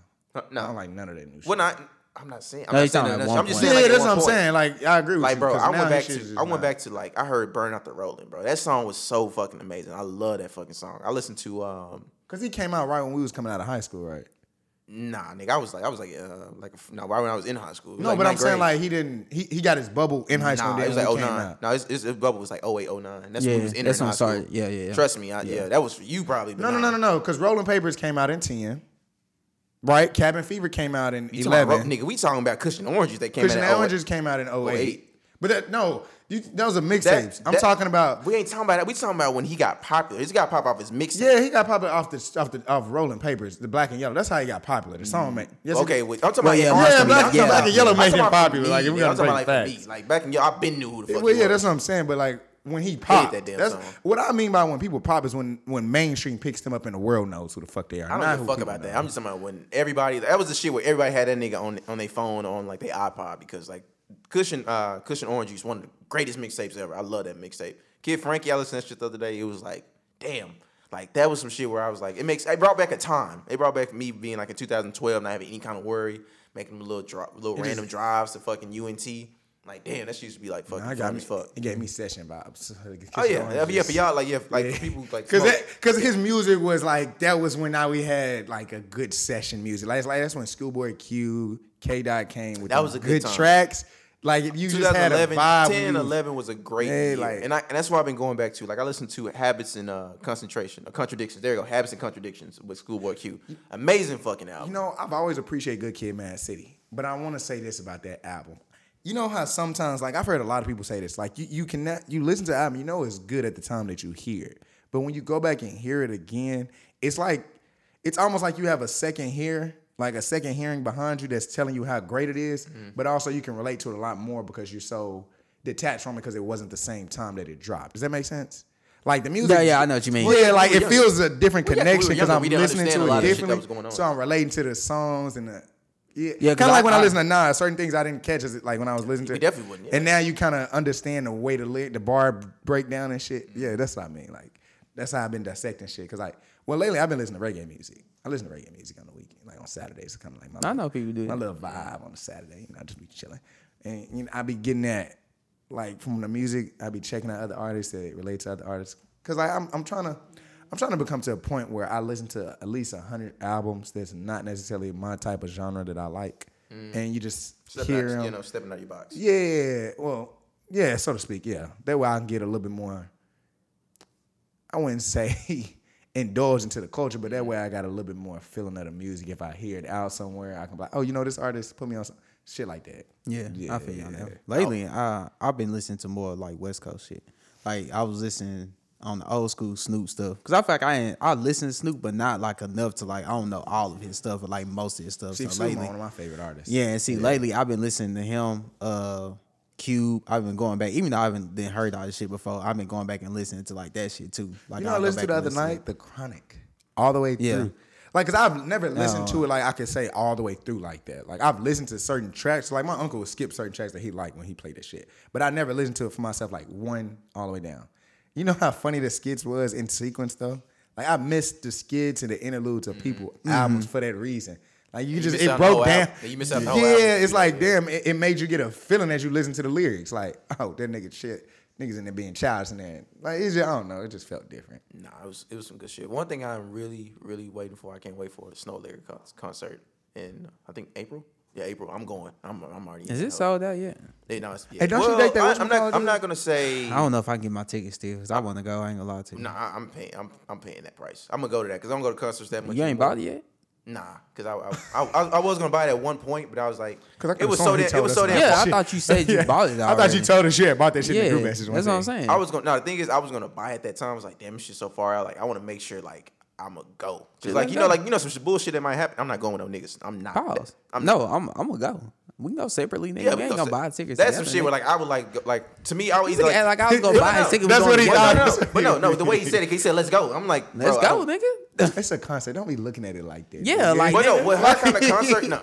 S2: no,
S3: I don't like none of that new shit.
S2: When I I'm not saying I'm
S1: No,
S2: not
S1: he's
S2: saying
S1: talking
S2: that-
S1: at
S2: I'm
S1: one
S2: just
S1: point.
S3: yeah,
S2: saying like, at
S3: that's
S2: one
S3: what I'm
S2: point.
S3: saying. Like I agree with
S2: Like
S3: you.
S2: bro,
S3: 'cause
S2: I
S3: now
S2: went
S3: his
S2: back
S3: shit is
S2: to
S3: just
S2: I went
S3: not-
S2: back to like I heard "Burn Out the Rolling," bro. That song was so fucking amazing. I love that fucking song. I listened to um
S3: Cause he came out right when we was coming out of high school, right?
S2: nah nigga. I was like I was like uh like no right when I was in high school. It was,
S3: No,
S2: like,
S3: but I'm
S2: ninth
S3: saying
S2: grade.
S3: like he didn't. He, he got his bubble in high school.
S2: Nah,
S3: then
S2: it was
S3: when
S2: like
S3: he came
S2: 09.
S3: out.
S2: No, his, his bubble was like 08, 09. That's when
S1: Yeah,
S2: he was entering
S1: that's when
S2: high
S1: I started.
S2: school.
S1: Yeah, yeah, yeah.
S2: Trust me, I, yeah. that was for you probably. but
S3: No, no,
S2: nah.
S3: no, no, no. Because Rolling Papers came out in ten, right? Cabin Fever came out in
S2: You talking about,
S3: eleven.
S2: nigga, we talking about Cushion Oranges that came
S3: Christian
S2: out. in 08.
S3: Oranges came out in 08.
S2: 08.
S3: But that no, you, those are
S2: That-
S3: mixtapes. I'm
S2: that-
S3: talking about.
S2: We ain't talking about that. We talking about when he got popular. He got pop off his mixtape.
S3: Yeah, he got popular off the off the off Rolling Papers, the black and yellow. That's how he got popular. The song, man. Yes,
S2: Okay,
S3: it-
S2: with, I'm talking
S1: Well,
S2: about
S1: yeah,
S2: in
S1: Black
S2: ours
S1: and
S2: coming
S1: Black
S2: out.
S1: and
S2: I'm
S1: Black
S2: talking
S1: and
S3: Yellow
S2: about-
S3: made
S2: I'm
S3: him
S2: talking about
S3: popular, like, if we
S2: me,
S3: gotta
S2: I'm talking
S3: break
S2: about like for
S3: facts.
S2: me, like back in y'all, I've been knew who the fuck.
S3: well,
S2: you
S3: yeah,
S2: were.
S3: that's what I'm saying. But like when he popped,
S2: that damn
S3: that's
S2: song.
S3: what I mean by when people pop is when when mainstream picks them up and the world knows who the fuck they are.
S2: I
S3: not
S2: don't give
S3: who
S2: a fuck
S3: people
S2: about
S3: know.
S2: that. I'm just talking about when everybody that was the shit where everybody had that nigga on on their phone on like their iPod because like Cushion uh Cushion Orange Juice one of the greatest mixtapes ever. I love that mixtape. Kid Frankie, I listened to that shit the other day. It was like, damn. Like that was some shit where I was like, it makes it brought back a time. It brought back me being like in 2012, not having any kind of worry, making little dri- little random drives to fucking UNT. Like, damn, that shit used to be like fucking
S3: I
S2: fun
S3: got me,
S2: as fuck.
S3: It gave me session vibes.
S2: Oh yeah, yeah, yeah, for y'all, like yeah, like for people like
S3: Cause,
S2: smoke.
S3: that, Cause his music was like that was when now we had like a good session music. Like, it's like that's when Schoolboy Q, K Dot came with
S2: That
S3: the
S2: was a good
S3: good,
S2: time.
S3: tracks. Like if you just had a
S2: 2011,
S3: vibe.
S2: 10,
S3: when you-
S2: 11 was a great
S3: Hey,
S2: year.
S3: like-
S2: and, I, and that's why I've been going back to. Like, I listened to Habits and uh, Concentration, or Contradictions. There you go, Habits and Contradictions with Schoolboy Q. Amazing fucking album.
S3: You know, I've always appreciated Good Kid, Mad City, but I want to say this about that album. You know how sometimes, like I've heard a lot of people say this, like you you cannot you listen to the album, you know it's good at the time that you hear it, but when you go back and hear it again, it's like it's almost like you have a second hear, like a second hearing behind you that's telling you how great it is,
S1: Mm-hmm.
S3: but also you can relate to it a lot more because you're so detached from it because it wasn't the same time that it dropped. Does that make sense? Like the music,
S1: Yeah, yeah, I know what you mean.
S3: Yeah, like it feels a different
S2: yeah, we were
S3: connection because
S2: younger,
S3: I'm
S2: we didn't
S3: listening
S2: understand a
S3: to
S2: lot
S3: it
S2: of the shit that
S3: differently.
S2: was going on.
S3: So I'm relating to the songs and the yeah,
S1: Yeah, 'cause
S3: kind of
S1: I-
S3: like when I,
S1: I-
S3: listen to Nas, certain things I didn't catch as it, like when I was listening to.
S2: You
S3: it.
S2: definitely wouldn't, yeah.
S3: And now you kind of understand the way the lyric, the bar breakdown and shit.
S2: Mm-hmm.
S3: Yeah, that's what I mean. Like that's how I've been dissecting shit. Cause like, well, lately I've been listening to reggae music. I listen to reggae music on the weekend, like on Saturdays. It's kind of like my.
S1: I know
S3: little-
S1: people do
S3: my
S1: that.
S3: little vibe on a Saturday. You know, I just be chilling, and you know, I be getting that like from the music. I be checking out other artists that relate to other artists because like I'm I'm trying to. I'm trying to become to a point where I listen to at least hundred albums that's not necessarily my type of genre that I like, and you just
S2: stepping
S3: hear
S2: out,
S3: 'em.
S2: you know, stepping out of your box.
S3: Yeah, well, yeah, so to speak, yeah. That way I can get a little bit more. I wouldn't say indulge into the culture, but that way I got a little bit more feeling of the music. If I hear it out somewhere, I can be like, oh, you know, this artist put me on some shit like that.
S1: Yeah, I feel you on that. Lately, I I've been listening to more like West Coast shit. Like I was listening on the old school Snoop stuff because I feel like I ain't, I listen to Snoop, but not like enough to like I don't know all of his stuff or like most of his stuff.
S3: Chief
S1: so
S3: Sue,
S1: lately,
S3: one of my favorite artists.
S1: yeah, and see, lately I've been listening to him, uh, Cube. I've been going back, even though I haven't been heard all this shit before. I've been going back and listening to like that shit too. Like
S3: You
S1: I'll
S3: know, what I
S1: go
S3: listened to the
S1: back and
S3: other
S1: listen.
S3: night, The Chronic, all the way
S1: Yeah.
S3: through. Like, cause I've never listened to it like I could say all the way through like that. Like I've listened to certain tracks. Like my uncle would skip certain tracks that he liked when he played that shit. But I never listened to it for myself like one all the way down. You know how funny the skits was in sequence though. Like I missed the skits and the interludes
S1: Mm-hmm.
S3: of people albums for that reason. Like you, just
S2: miss
S3: it
S2: out on the
S3: broke
S2: whole
S3: down.
S2: album. You miss out on the whole album.
S3: yeah, it's
S2: Yeah,
S3: like
S2: yeah.
S3: damn, it, it made you get a feeling as you listen to the lyrics. Like oh, that nigga shit, niggas in there being childish in there. Like it's just I don't know, it just felt different.
S2: Nah, it was it was some good shit. One thing I'm really really waiting for, I can't wait for the Snow Larry con- concert in I think April. Yeah, April. I'm going. I'm I'm already.
S1: Is it sold out yet?
S2: Hey, no, it's, yeah.
S3: Hey, don't you
S2: Well,
S3: think that
S2: I,
S3: what you
S2: I'm
S3: call
S2: not.
S3: it
S2: I'm
S3: is?
S2: not gonna say.
S1: I don't know if I can get my ticket still because I want to go. I ain't gonna lie to you.
S2: Nah, I- I'm paying. I'm I'm paying that price. I'm gonna go to that because I don't go to concerts that much.
S1: you ain't
S2: anymore.
S1: bought it yet.
S2: Nah, because I I, I I was gonna buy it at one point, but I was like,
S3: 'Cause I
S2: it
S3: could've
S2: was
S3: sworn
S2: so
S3: he
S2: damn. It
S3: told
S2: was
S3: us
S2: so
S3: not
S2: damn.
S3: to.
S1: Yeah, I
S3: Shit.
S1: thought you said you bought it.
S3: I thought you
S1: already.
S3: told us, yeah, about that shit in
S1: Yeah,
S3: the group message. one
S1: that's what I'm
S3: day.
S1: saying.
S2: I was going. No, the thing is, I was gonna buy it that time. I was like, damn, this shit's so far out. Like, I want to make sure like I'm gonna go. Just like
S1: let
S2: you
S1: it
S2: know,
S1: go.
S2: like you know, some shit- bullshit that might happen. I'm not going with no niggas. I'm not.
S1: Pause.
S2: I'm
S1: no, I'm I'm gonna go. We can go separately, nigga.
S2: Yeah,
S1: we
S2: we
S1: ain't
S2: gonna
S1: gonna buy
S2: say-
S1: tickets.
S2: That's some
S1: together,
S2: shit where
S1: nigga.
S2: like I would like go- like to me. I always
S1: This nigga
S2: like,
S1: act like I was gonna buy a
S2: no.
S1: ticket.
S3: That's what he
S2: Well, no, no, no.
S3: thought.
S2: but no, no. The way he said it, he said, "Let's go." I'm like, bro,
S1: Let's
S2: I
S1: go,
S2: don't-
S1: nigga.
S3: It's a concert. Don't be looking at it like that.
S1: Yeah,
S3: nigga.
S1: like-
S2: But no,
S1: nigga.
S2: with her kind of concert, no.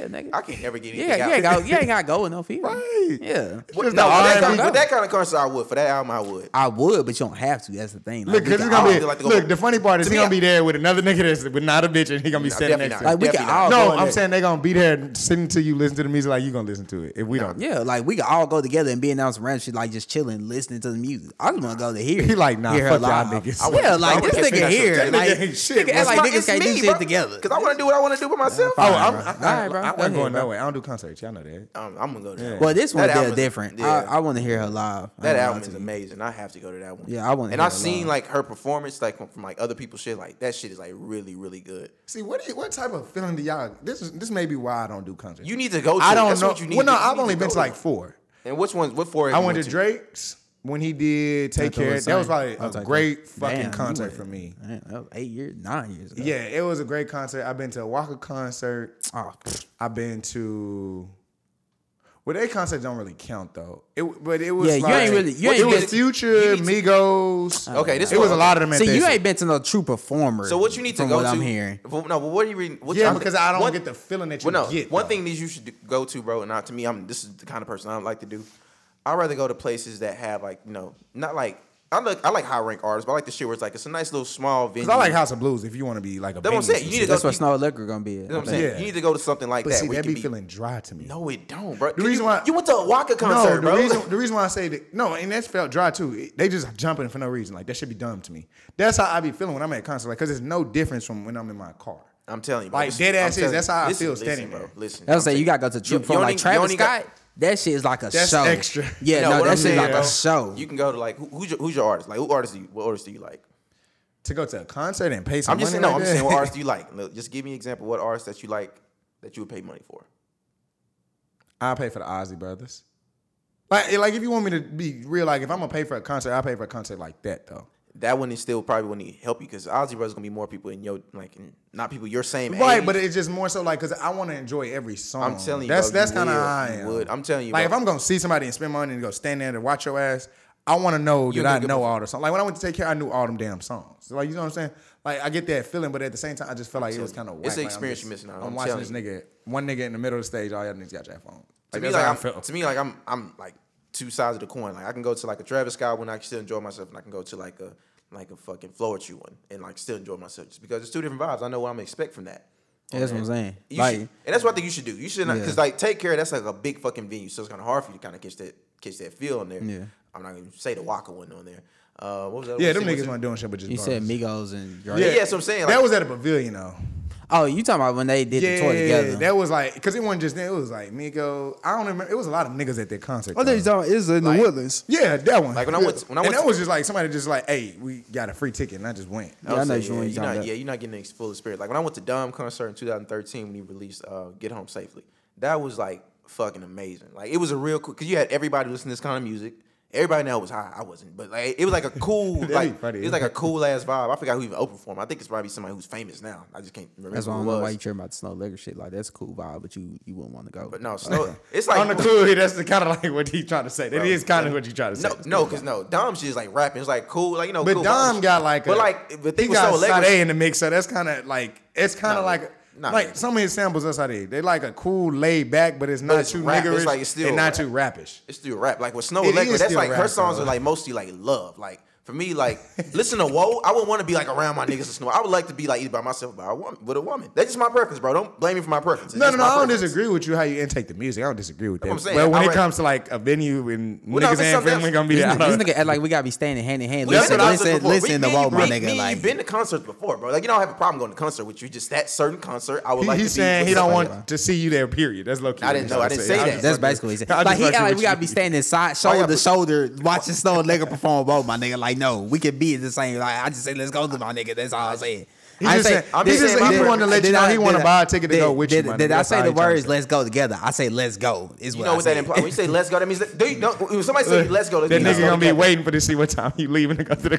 S1: Yeah, nigga.
S2: I can't never get anything
S1: yeah,
S2: out.
S1: you ain't got you ain't got going no fever.
S3: Right.
S1: Yeah.
S2: Well, no,
S3: Just the
S2: with that,
S3: R&B.
S2: kind of, with that kind of concert, I would. For that album, I would.
S1: I would, but you don't have to. That's the thing. Like,
S3: Look,
S1: we
S3: cause it's
S1: can
S3: gonna
S1: all-
S3: be,
S2: I like to go-
S3: look, the funny part is he
S2: me,
S3: gonna
S2: I-
S3: be there with another nigga that's with not a bitch and he gonna be
S2: No,
S3: standing
S2: definitely not. oh,
S3: next to
S1: like we can
S2: Definitely
S1: all
S3: No,
S1: go in
S3: I'm
S1: there.
S3: saying they gonna be there sitting to you, listening to the music like you gonna listen to it. If we don't.
S1: Yeah, like we can all go together and be in some random shit, like just chilling, listening to the music. I just want to go to hear. it.
S3: He like, nah,
S1: Hear
S3: fuck
S1: her
S3: y'all
S1: live.
S3: niggas.
S2: I would-
S1: Yeah, like
S2: I would
S1: this
S2: catch me
S1: nigga
S2: that shit.
S1: here,
S2: That
S1: like
S3: nigga ain't shit,
S1: nigga act like
S3: bro.
S1: niggas can't do shit together.
S2: Because I want to do what I want to do with myself.
S3: Oh, I'm,
S1: Alright,
S3: I,
S1: bro.
S3: I,
S1: Alright, bro. Go
S3: I'm not
S1: ahead,
S3: going
S1: bro.
S3: nowhere. I don't do concerts. Y'all know that.
S2: Um, I'm gonna go to that.
S1: Well, this one
S2: That
S1: they're
S2: album-
S1: different.
S2: yeah.
S1: I, I want to hear her live. I
S2: That
S1: ain't gonna
S2: album
S1: lie
S2: is
S1: to you.
S2: amazing. I have to go to that one.
S1: Yeah, I wanna
S2: And
S1: hear
S2: I've
S1: it
S2: seen
S1: live.
S2: like her performance, like from, from like other people's shit. Like that shit is like really, really good.
S3: See, what do you, what type of feeling do y'all this is this may be why I don't do concerts.
S2: You need to go. To
S3: I
S2: it.
S3: don't
S2: That's
S3: know.
S2: What you need
S3: well, no,
S2: to- you
S3: I've
S2: need
S3: only
S2: to
S3: been
S2: go
S3: to like four.
S2: And which ones? What four? have
S3: I
S2: you
S3: went
S2: went
S3: to Drake's when he did Take
S1: Until
S3: Care.
S1: it's
S3: That was
S1: signed.
S3: probably
S1: I'll take
S3: a
S1: that.
S3: great fucking
S1: Damn, you
S3: concert
S1: went-
S3: for me.
S1: Man, that was eight years, nine years ago.
S3: Yeah, it was a great concert. I've been to a Walker concert.
S1: Oh, pfft.
S3: I've been to. Well, their concerts don't really count though. It, but it was
S1: Yeah, you
S3: like-
S1: ain't really- you
S3: it
S1: ain't
S3: was
S1: been-
S3: Future,
S2: you need
S3: Migos.
S2: Okay, this
S3: it was a lot of them. at
S1: See,
S3: that
S1: you
S3: shit.
S1: ain't been to no true performer.
S2: So what you need to
S1: from
S2: go
S1: what
S2: to?
S1: I'm hearing.
S2: Well, no, but what are you reading? What
S3: Yeah,
S2: I'm-
S3: because I don't
S2: one-
S3: get the feeling that you
S2: Well, no.
S3: get.
S2: one
S3: though.
S2: thing that you should do- go to, bro, and not to me. I'm. This is the kind of person I don't like to do. I would rather go to places that have like you know, not like I like I like high rank artists, but I like the shit where it's like it's a nice little small venue.
S3: Because I like House of Blues. If you want to be like a,
S2: That's what I'm
S3: venue
S2: saying.
S3: or
S2: You
S3: some
S2: need to
S3: shit.
S2: go.
S1: That's what
S2: you-
S1: Snow Liquor gonna be. At,
S2: you know what I'm
S1: I
S2: saying.
S1: think.
S3: Yeah.
S2: You need to go to something like
S3: But
S2: that.
S3: see,
S2: where you
S3: that
S2: can
S3: be feeling dry to me.
S2: No, it don't, bro.
S3: The
S2: You-
S3: reason why-
S2: you went to a Waka concert,
S3: the
S2: bro.
S3: reason the reason why I say that no, and that's felt dry too. It- They just jumping for no reason. Like that should be dumb to me. That's how I be feeling when I'm at a concert. Like, cause there's no difference from when I'm in my car.
S2: I'm telling you, bro.
S3: Like,
S2: Listen,
S3: dead
S2: I'm
S3: ass is,
S2: telling you.
S3: that's how I
S2: Listen,
S3: feel
S2: listen,
S3: standing
S2: bro.
S3: there.
S2: Listen,
S1: That's what
S2: I'm
S1: I'm saying. You gotta go to
S2: you
S1: Troop from
S2: only-
S1: like
S2: you
S1: Travis
S2: only got-
S1: Scott. that shit is like a
S3: That's
S1: show.
S3: extra.
S1: Yeah, no,
S2: No, what I'm
S1: that shit
S2: saying,
S1: is like
S2: bro,
S1: a show.
S2: You can go to like who, who's your who's your artist? Like who artist do you what artist do you like?
S3: To go to a concert and pay some
S2: I'm just saying
S3: money
S2: no, I'm
S3: like that?
S2: just saying what artist do you like? Look, Just give me an example what artist that you like that you would pay money for.
S3: I'll pay for the Ozzy Brothers. Like, like if you want me to be real, like if I'm gonna pay for a concert, I'll pay for a concert like that though.
S2: That one is still probably wouldn't help you because Ozzy Brothers gonna be more people in your like in- not people your same
S3: Right,
S2: age.
S3: but it's just more so like because I want to enjoy every song.
S2: I'm telling you,
S3: that's
S2: bro,
S3: that's
S2: you
S3: kind of
S2: will.
S3: how I
S2: You
S3: am.
S2: would. I'm telling you,
S3: like
S2: bro.
S3: if I'm gonna see somebody and spend money and go stand there and watch your ass, I want to know
S2: You're
S3: that I
S2: gonna get
S3: know
S2: before-
S3: all the songs. Like when I went to take care, I knew all them damn songs. Like you know what I'm saying? Like I get that feeling, but at the same time, I just felt like it was kind
S2: telling
S3: of
S2: you. It's an experience you're missing out on,
S3: I'm,
S2: I'm
S3: watching
S2: telling
S3: this nigga, one nigga in the middle of the stage. All y'all niggas got your
S2: to
S3: phone. Like,
S2: me,
S3: that's
S2: like
S3: how I
S2: I'm,
S3: felt.
S2: to me, like I'm, I'm like two sides of the coin. Like I can go to like a Travis Scott one, I can still enjoy myself, and I can go to like a like a fucking Floor Chew one, and like still enjoy myself, just because it's two different vibes. I know what I'm gonna expect from that.
S1: Yeah, that's what I'm saying.
S2: You
S1: Like,
S2: should- and that's what I think you should do. You should not because
S1: Yeah.
S2: like take care. That's like a big fucking venue, so it's kind of hard for you to kind of catch that catch that feel in there.
S1: Yeah.
S2: I'm not gonna say the Waka one on there. Uh, what was that?
S3: yeah,
S2: What
S3: them
S2: was it?
S3: niggas weren't doing shit, but just
S1: you said Migos
S3: brothers.
S1: and Drake.
S2: Yeah, that's what I'm saying. Like,
S3: that was at a pavilion though.
S1: Oh, you talking about when they did the tour together?
S3: that was like because it wasn't just then. It was like Miko. I don't remember. It was a lot of niggas at that concert.
S2: Oh,
S1: Uh,
S3: though.
S8: talking is in
S2: Like-
S8: Woodlands.
S3: Yeah, that one.
S2: Like, when I
S3: Yeah.
S2: went to- when I
S3: and
S2: went
S3: that
S2: to-
S3: was just like somebody just like, hey, we got a free ticket, and I just went.
S1: Yeah, I
S2: would
S1: know
S2: say,
S1: which one you're
S2: you're
S1: talking
S2: not,
S1: about.
S2: yeah, you're not getting the full experience. Like when I went to Dom concert in 2013 when he released uh, "Get Home Safely," that was like fucking amazing. Like it was a real cool because you had everybody listening to this kind of music. Everybody now was high. I wasn't, but like it was like a cool,
S3: That'd be
S2: like
S3: funny.
S2: it was like a cool ass vibe. I forgot who even opened for him. I think it's probably somebody who's famous now. I just can't remember.
S1: That's why I
S2: who
S1: don't
S2: it
S1: know why
S2: was.
S1: you tripping about the Snow Liquor shit. Like that's a cool vibe, but you you wouldn't want to go.
S2: But no, Snow, it's like
S3: On the cool, that's the kind of like what he trying to say. That
S2: Bro,
S3: is kind of what you trying to say.
S2: No, no, because no, Dom shit is like rapping. It's like cool, like you know.
S3: but
S2: cool
S3: Dom
S2: vibes.
S3: got like,
S2: but
S3: a,
S2: like, but
S3: he
S2: they was
S3: got
S2: so
S3: Sade
S2: electric.
S3: in the mix, so that's kind of like it's kind of
S2: Nah,
S3: like.
S2: nah,
S3: like
S2: man.
S3: some of his samples, that's how they. They like a cool, laid back, but it's not
S2: it's
S3: too
S2: rap. It's
S3: niggerish
S2: like it's still
S3: and not
S2: rap.
S3: too rappish.
S2: It's still rap. Like with Snow
S3: It
S2: Electra,
S3: is
S2: that's
S3: still
S2: like her
S3: rap,
S2: songs
S3: though.
S2: are like mostly like love. Like for me, like listen to Whoa, I would want to be like around my niggas and Snow. I would like to be like either by myself or by a woman, with a woman. That's just my preference, bro. Don't blame me for my preference. It's
S3: No, no,
S2: just
S3: no.
S2: my
S3: I don't
S2: preference.
S3: disagree with you how you intake the music. I don't disagree with that.
S2: what I'm saying.
S3: But when
S2: I
S3: it
S2: would-
S3: comes to like a venue and
S2: Well, no, if
S3: niggas
S2: it's
S3: and
S2: something
S3: family
S2: else-
S3: gonna be
S1: This
S3: there, I
S1: nigga, this
S3: don't-
S1: nigga act like we gotta be standing hand in hand.
S2: We've
S1: Listen,
S2: been to concerts
S1: listen,
S2: before. We-
S1: listen to
S2: me-
S1: Whoa,
S2: me-
S1: my
S2: me
S1: nigga.
S2: and
S1: Like
S2: you've been to concerts before, bro. Like you don't have a problem going to concert with you. Just that certain concert, I would
S3: He-
S2: like.
S3: he's
S2: to
S3: saying
S2: be
S3: he
S2: with
S3: don't
S2: somebody.
S3: want to see you there. Period. That's low key.
S2: I didn't know. I didn't say that.
S1: That's basically what he
S3: I
S1: said. Like
S3: just
S1: he
S3: fucking
S1: act like
S3: with
S1: we gotta
S3: you.
S1: be standing side shoulder to shoulder watching Snow Liquor perform both my nigga. Like no, we could be the same. Like I just say let's go to my nigga. That's all I'm saying.
S3: He
S1: I
S3: just
S1: say-
S3: said- he just said he wanted to let you
S1: did
S3: know
S1: I-
S3: he wanna
S1: did I-
S3: buy a ticket to
S1: did-
S3: go with you,
S1: did-
S3: my
S1: Did
S3: nigga.
S1: I
S3: That's
S1: say
S3: how
S1: the
S3: he trying to
S1: words
S3: say.
S1: "let's go" together? I say "let's go." Is
S2: You
S1: what
S2: know
S1: I
S2: what that
S1: said.
S2: implies? When you say "let's go," that means that, do you know, when somebody says "let's go," that,
S3: That
S2: means let's
S3: nigga gonna
S2: go
S3: be
S2: together.
S3: waiting for to see what time he leaving to go to the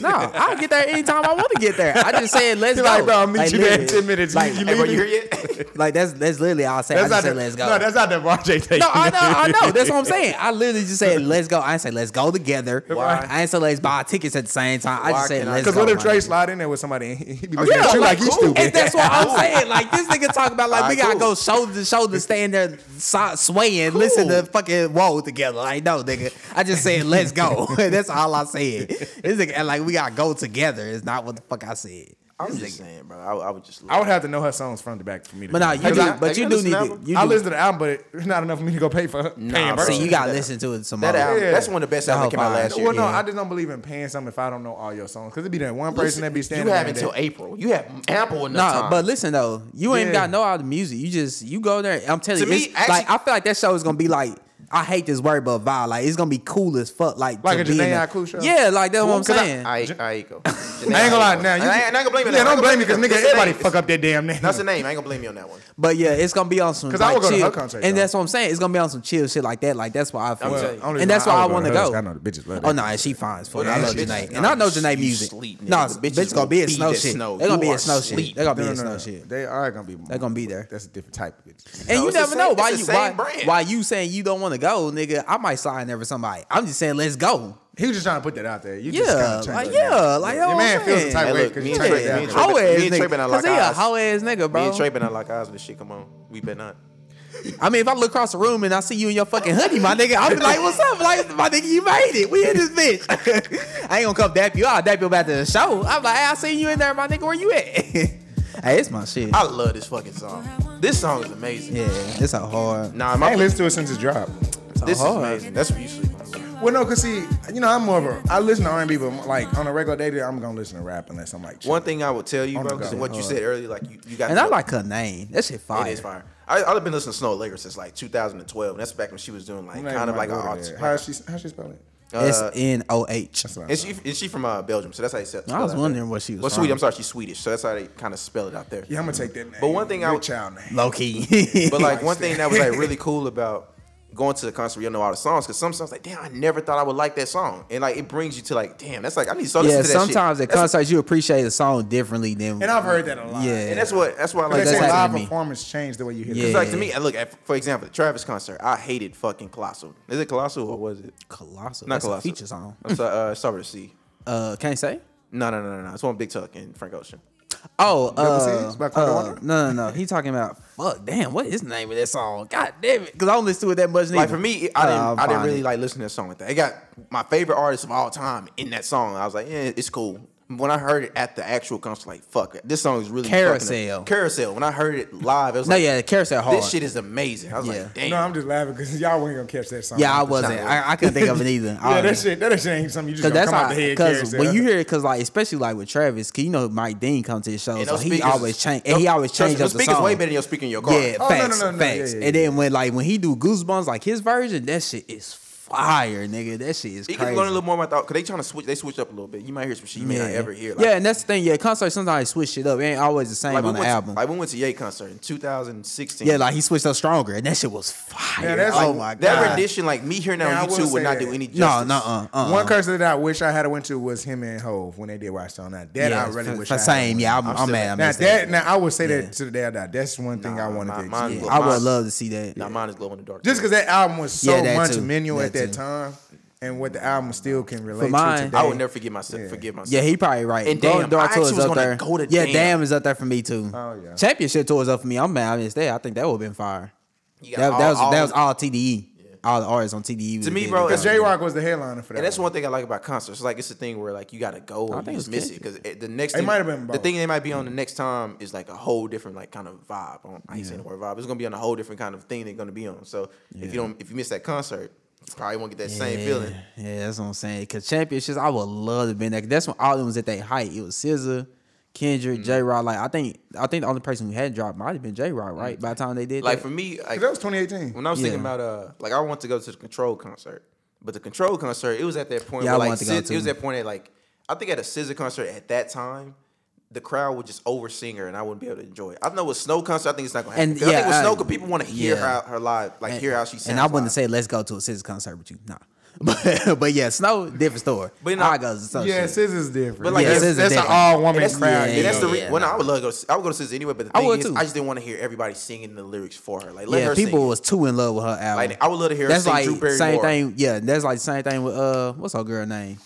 S1: No, I'll get there anytime I want to get there. I just said let's
S3: He
S1: go.
S3: like, bro, I'll meet you there in
S1: literally,
S3: ten minutes. You-
S1: Like,
S3: you
S2: Hey, bro,
S3: leaving?
S2: you hear yet?
S1: like that's that's literally all I said.
S3: That's
S1: I
S3: not
S1: just said
S3: the-
S1: let's go.
S3: No, that's not the Marjay take.
S1: No, I know, I know. That's what I'm saying. I literally just said, let's go. I didn't say, let's go together.
S2: Why?
S1: I didn't say, let's buy tickets at the same time. I
S2: Why
S1: just said,
S2: can't I-
S1: let's go.
S3: Because what if
S1: my
S3: Trey
S1: nigga.
S3: slide in there with somebody? and He he be
S2: Oh,
S3: looking
S2: yeah,
S3: at you
S2: like,
S3: like you
S2: cool.
S3: stupid.
S1: And that's what I'm saying. Like, this nigga talking about, like,
S2: All
S1: we
S2: right,
S1: gotta
S2: cool.
S1: go shoulder to shoulder, stand there so, swaying, listen to fucking whoa together. Like, no, nigga. I just said, let's go. that's all I said. This nigga, act like, we gotta go together. It's not what the fuck I said.
S2: I'm just saying, bro. I, I would just.
S3: I would have to know her songs from the back for me to.
S1: But
S3: know.
S1: nah,
S2: Have
S1: you,
S2: you-
S1: do,
S2: have
S1: but
S2: you
S1: you do need
S2: listened to the
S1: to.
S2: album?
S1: You
S3: I
S1: do-
S3: listened to the album, but it- it's not enough for me to go pay for.
S2: Nah,
S3: Nah,
S2: bro.
S1: See, you gotta
S2: That-
S1: listen to it some
S2: That
S1: more.
S2: album,
S3: Yeah.
S2: that's one of the best
S1: That
S2: albums that
S1: whole
S2: came out
S1: vibe.
S2: last year.
S3: Well, no,
S1: Yeah.
S3: I just don't believe in paying something if I don't know all your songs. Because it'd be that one person that be standing.
S2: You have
S3: there that-
S2: until April. You have ample
S1: No,
S2: enough time.
S1: but listen though, you ain't
S3: Yeah.
S1: got no all the music. You just you go there. I'm telling
S2: To
S1: you,
S2: me,
S1: it's-
S2: actually-
S1: like I feel like that show is gonna be like I hate this word, but vibe. Like it's gonna be cool as fuck. Like
S3: Like
S1: to
S3: a
S1: be in
S3: Jhené
S1: the-
S3: Aiko show?
S1: Yeah, like that's what I'm
S3: 'Cause I-
S1: saying.
S2: I, I ain't gonna.
S3: I ain't gonna lie. Now you,
S2: I ain't gonna blame you.
S3: Yeah, don't blame me because nigga, everybody fuck up that damn name.
S2: That's the name. I ain't gonna blame you on that one.
S1: but yeah, it's gonna be on some
S3: 'Cause I
S1: like,
S3: would go to
S1: chill,
S3: her concert,
S1: and
S3: though.
S1: that's what I'm saying. It's gonna be on some chill shit like that. Like that's why I feel.
S2: Well,
S1: it.
S3: only
S1: and that's
S3: reason
S1: why I
S3: would
S1: want to
S3: her is
S1: go.
S3: 'cause I know the bitches love
S1: Oh
S3: that
S1: no,
S3: bitch.
S1: and she fine as fuck.
S2: Yeah,
S1: I love
S2: she's
S1: Janae,
S2: not.
S1: and I know Janae
S2: You
S1: music.
S2: sleep, nigga.
S1: No,
S2: The bitches
S1: bitch, it's gonna be
S2: will
S1: a
S2: be
S1: snow
S2: that
S1: shit.
S2: snow.
S1: They're gonna be
S2: You
S1: a
S2: are
S1: snow
S2: sleep.
S1: shit. They're gonna be
S3: No,
S1: a
S3: no, no,
S1: snow
S3: no.
S1: shit.
S3: They are gonna be.
S1: They're gonna be there.
S3: That's a different type of bitch.
S1: And
S2: No,
S1: you
S2: it's the
S1: never
S2: same-
S1: know
S2: it's
S1: why
S2: the
S1: you
S2: same
S1: why,
S2: brand.
S1: why you saying you don't want to go, nigga. I might sign there for somebody. I'm just saying let's go.
S3: He was just trying to put that out there. You just
S1: Yeah,
S3: kinda
S1: like
S3: changed it.
S1: yeah, like
S3: Your
S1: yo,
S3: man
S1: I'm
S3: feels the
S1: saying.
S3: type
S2: Hey,
S3: of way
S2: look,
S3: because
S2: me
S3: you
S2: and
S3: turned
S2: Trey-
S3: it
S2: me
S3: down.
S2: and
S1: Hoe
S2: Trey been-
S1: ass
S2: me and Trey been
S1: nigga.
S2: out
S1: Cause
S2: like
S1: he a
S2: eyes.
S1: hoe ass nigga,
S2: Me
S1: bro.
S2: and Trey been out like eyes when this shit come on. We been not.
S1: I mean, if I look across the room and I see you in your fucking hoodie, my nigga, I'll be like, "What's up?" Like, my nigga, you made it. We in this bitch. I ain't gonna come dap you. I'll dap you about the show. I'm like, "Hey, I seen you in there, my nigga. Where you at?" hey, it's my shit.
S2: I love this fucking song. This song is amazing.
S1: Yeah, it's a hard.
S2: Nah,
S3: I
S2: my
S3: ain't listened to it since it dropped.
S2: this is
S1: hard.
S2: amazing. That's what you sleep on.
S3: Well, no, cause see, you know, I'm more of a I listen to R&B, but like on a regular day, I'm gonna listen to rap unless I'm like.
S2: One thing I would tell you,
S3: Oh my
S2: bro, because
S3: God.
S2: what you said earlier, like you, you got
S1: And
S2: to-
S1: I like her name. That shit fire.
S2: It is fire. I, I've been listening to Snow Laker since like 2012, and that's back when she was doing like
S3: I'm not
S2: kind
S3: even
S2: of like an
S3: gonna go
S2: alt.
S3: there. How she how she spell it?
S2: Uh,
S1: S N O H.
S3: That's what I
S2: And she and she from uh, Belgium, so that's how you said.
S1: I was wondering what she was
S2: Well,
S1: from.
S2: Swedish. I'm sorry, she's Swedish, so that's how they kind of spell it out there.
S3: Yeah, I'm gonna take that name.
S2: But one thing I
S3: Good
S2: would-
S3: child name.
S1: Low key.
S2: But like one thing that was like really cool about going to the concert, where you know all the songs, because some songs like, damn, I never thought I would like that song, and like it brings you to like, damn, that's like I need to start
S1: yeah,
S2: listening to that shit.
S1: sometimes at
S2: That's-
S1: concerts you appreciate a song differently than.
S3: And I've heard that a lot.
S1: Yeah.
S2: and that's what that's why I
S3: Like
S2: like
S3: they
S1: that's
S3: say
S2: that.
S1: happened
S3: live
S1: to me.
S3: performance changed the way you hear.
S1: Yeah.
S2: It's like
S3: Music.
S2: to me, I look at for example, the Travis concert. I hated fucking Colossal. Is it Colossal or was it?
S1: Colossal.
S2: Not
S1: That's a
S2: Colossal.
S1: feature song.
S2: I'm sorry, uh, sorry to see.
S1: Uh, can't say.
S2: No, no, no, no, no. It's one Big Tuck and Frank Ocean.
S1: Oh,
S3: Seas
S1: uh,
S3: by Quinta
S1: uh,
S3: Wonder?
S1: no, no, no. He talking about fuck. Damn, what is the name of that song? God damn it, because I don't listen to it that much. Neither.
S2: Like for me, I didn't,
S1: Uh,
S2: I didn't
S1: fine.
S2: really like listen to that song like that. It got my favorite artist of all time in that song. I was like, yeah, it's cool. When I heard it at the actual concert, like fuck, this song is really fucking-
S1: Carousel.
S2: Carousel. When I heard it live, it was
S1: No,
S2: like,
S1: yeah, Carousel hard.
S2: This shit is amazing. I was
S1: Yeah.
S2: like, damn.
S3: No, I'm just laughing because y'all weren't gonna catch that song.
S1: yeah, I
S3: It's
S1: wasn't.
S3: not-
S1: I, I couldn't think of it either.
S3: Yeah, that shit, that shit ain't something you just
S1: Because
S3: gonna
S1: that's
S3: come out
S1: how.
S3: the head.
S1: Because
S3: Because
S1: when you hear it, because like especially like with Travis, cause you know Mike Dean comes to his shows,
S2: And
S1: so
S2: those
S1: he
S2: speakers-
S1: always change and he
S2: those-
S1: always
S2: trust me,
S1: changes
S2: Those
S1: the
S2: speakers
S1: song.
S2: way better than your speaker in your car.
S1: Yeah,
S3: Oh, no,
S1: facts,
S3: no, no, no,
S1: facts.
S3: yeah, yeah,
S1: And
S3: yeah.
S1: then when like when he do Goosebumps, like his version, that shit is fire, nigga. That shit is
S2: Speakers
S1: crazy.
S2: learn a little more about thought because they trying to switch. They switch up a little bit. You might hear some shit you may not ever hear.
S1: yeah, and that's the thing. Yeah, concerts sometimes switch it up. It ain't always the same
S2: like, we
S1: on the
S2: went to-
S1: album.
S2: like we went to Ye concert in 2016.
S1: yeah, like he switched up stronger, and that shit was fire.
S3: Yeah, that's
S1: oh
S3: like-
S1: my god.
S2: that rendition, like me hearing that
S3: Yeah, I
S2: on
S3: will
S2: YouTube would
S3: say
S2: not
S3: that.
S2: do any justice.
S1: no, no, uh, uh.
S3: One concert that I wish I had went to was him and Hove when they did Watch on that. That I really
S1: for,
S3: wish
S1: for
S3: I had
S1: same.
S3: went.
S1: Yeah, I'm,
S2: I'm
S1: I'm,
S2: still-
S1: mad. I
S3: Now
S1: missed
S3: that
S1: that.
S3: now I would say that to the day I die. That's one thing I
S2: Nah,
S3: wanted
S2: my-
S3: to
S2: mine-
S3: experience.
S2: look,
S1: I would
S2: mine-
S1: love to see that.
S2: Now mine is glow in the dark.
S3: Just because that album was so
S1: Yeah, that
S3: much
S1: too.
S3: menu at
S1: That
S3: that
S1: too.
S3: time, and what the album still can relate
S1: mine-
S3: to today.
S2: I would never forgive myself. Forgive myself.
S1: Yeah, he probably right.
S2: And
S1: Golden
S2: Damn,
S1: Door
S2: I
S1: Tour
S2: actually
S1: is
S2: was
S1: up
S2: gonna
S1: there.
S2: go to
S1: yeah,
S2: Damn.
S1: damn. is up there for me too.
S3: Oh, yeah.
S1: Championship tour is up for me. I'm mad I missed that. I think that would have been fire.
S2: You
S1: That,
S2: got all-
S1: that was
S2: all-
S1: that was all TDE. All the artists on TDE. was
S2: To me,
S1: there.
S2: bro,
S3: J Rock was the headliner for that.
S2: And that's
S3: one.
S2: one thing I like about concerts. Like it's a thing where like you gotta go or
S1: think
S2: you just
S1: it's Mm.
S2: miss it because the next
S3: It
S2: thing,
S3: might have been
S2: the
S3: both.
S2: thing they might be on the next time is like a whole different like kind of vibe. I, don't, I ain't saying the word vibe. It's gonna be on a whole different kind of thing they're gonna be on. So if you don't, if you miss that concert, you probably won't get that same feeling.
S1: Yeah, that's what I'm saying. Cause championships, I would love to have been there. 'Cause That's when all them was at their height. It was SZA, Kendrick,
S2: Mm-hmm.
S1: J. Rod. Like I think, I think the only person who had dropped might have been J. Rod. Right by the time they did,
S2: Mm-hmm. Like
S1: that.
S2: for me, like,
S3: That was 2018.
S2: when I was thinking
S1: Yeah.
S2: about uh, like I want to go to the Control concert, but the Control concert, it was at that point.
S1: Yeah,
S2: where,
S1: I
S2: like,
S1: wanted to go
S2: Sis-
S1: too.
S2: It was that point at like I think at a Scissor concert at that time. The crowd would just oversing her, and I wouldn't be able to enjoy it. I know with Snow concert, I think it's not gonna happen.
S1: And,
S2: 'Cause I
S1: yeah,
S2: think with
S1: I-
S2: Snow, 'cause people want to hear
S1: yeah.
S2: her, her live, like hear how she sounds.
S1: And I wouldn't
S2: live.
S1: say let's go to a SZA concert with you, nah. But but yeah, Snow different story.
S2: But
S1: But
S2: you
S1: you
S2: know-
S1: I go to some
S3: Yeah,
S1: shit.
S3: Scissors different.
S2: But like,
S3: that's,
S1: Scissors
S3: that's an
S1: different.
S3: all woman
S2: that's,
S3: crowd.
S2: yeah,
S3: you
S2: that's
S3: know?
S2: the re- well, no, I would love to go. To, I would go to Scissor anyway, but the
S1: I
S2: thing
S1: would
S2: is,
S1: too.
S2: I just didn't want to hear everybody singing the lyrics for her. Like, let
S1: Yeah,
S2: her
S1: people
S2: sing. it.
S1: was too in love with her album.
S2: Like, I would love to hear her
S1: That's
S2: sing
S1: like
S2: Drew Barrymore.
S1: same thing. Yeah, that's like the same thing with uh, what's her girl name?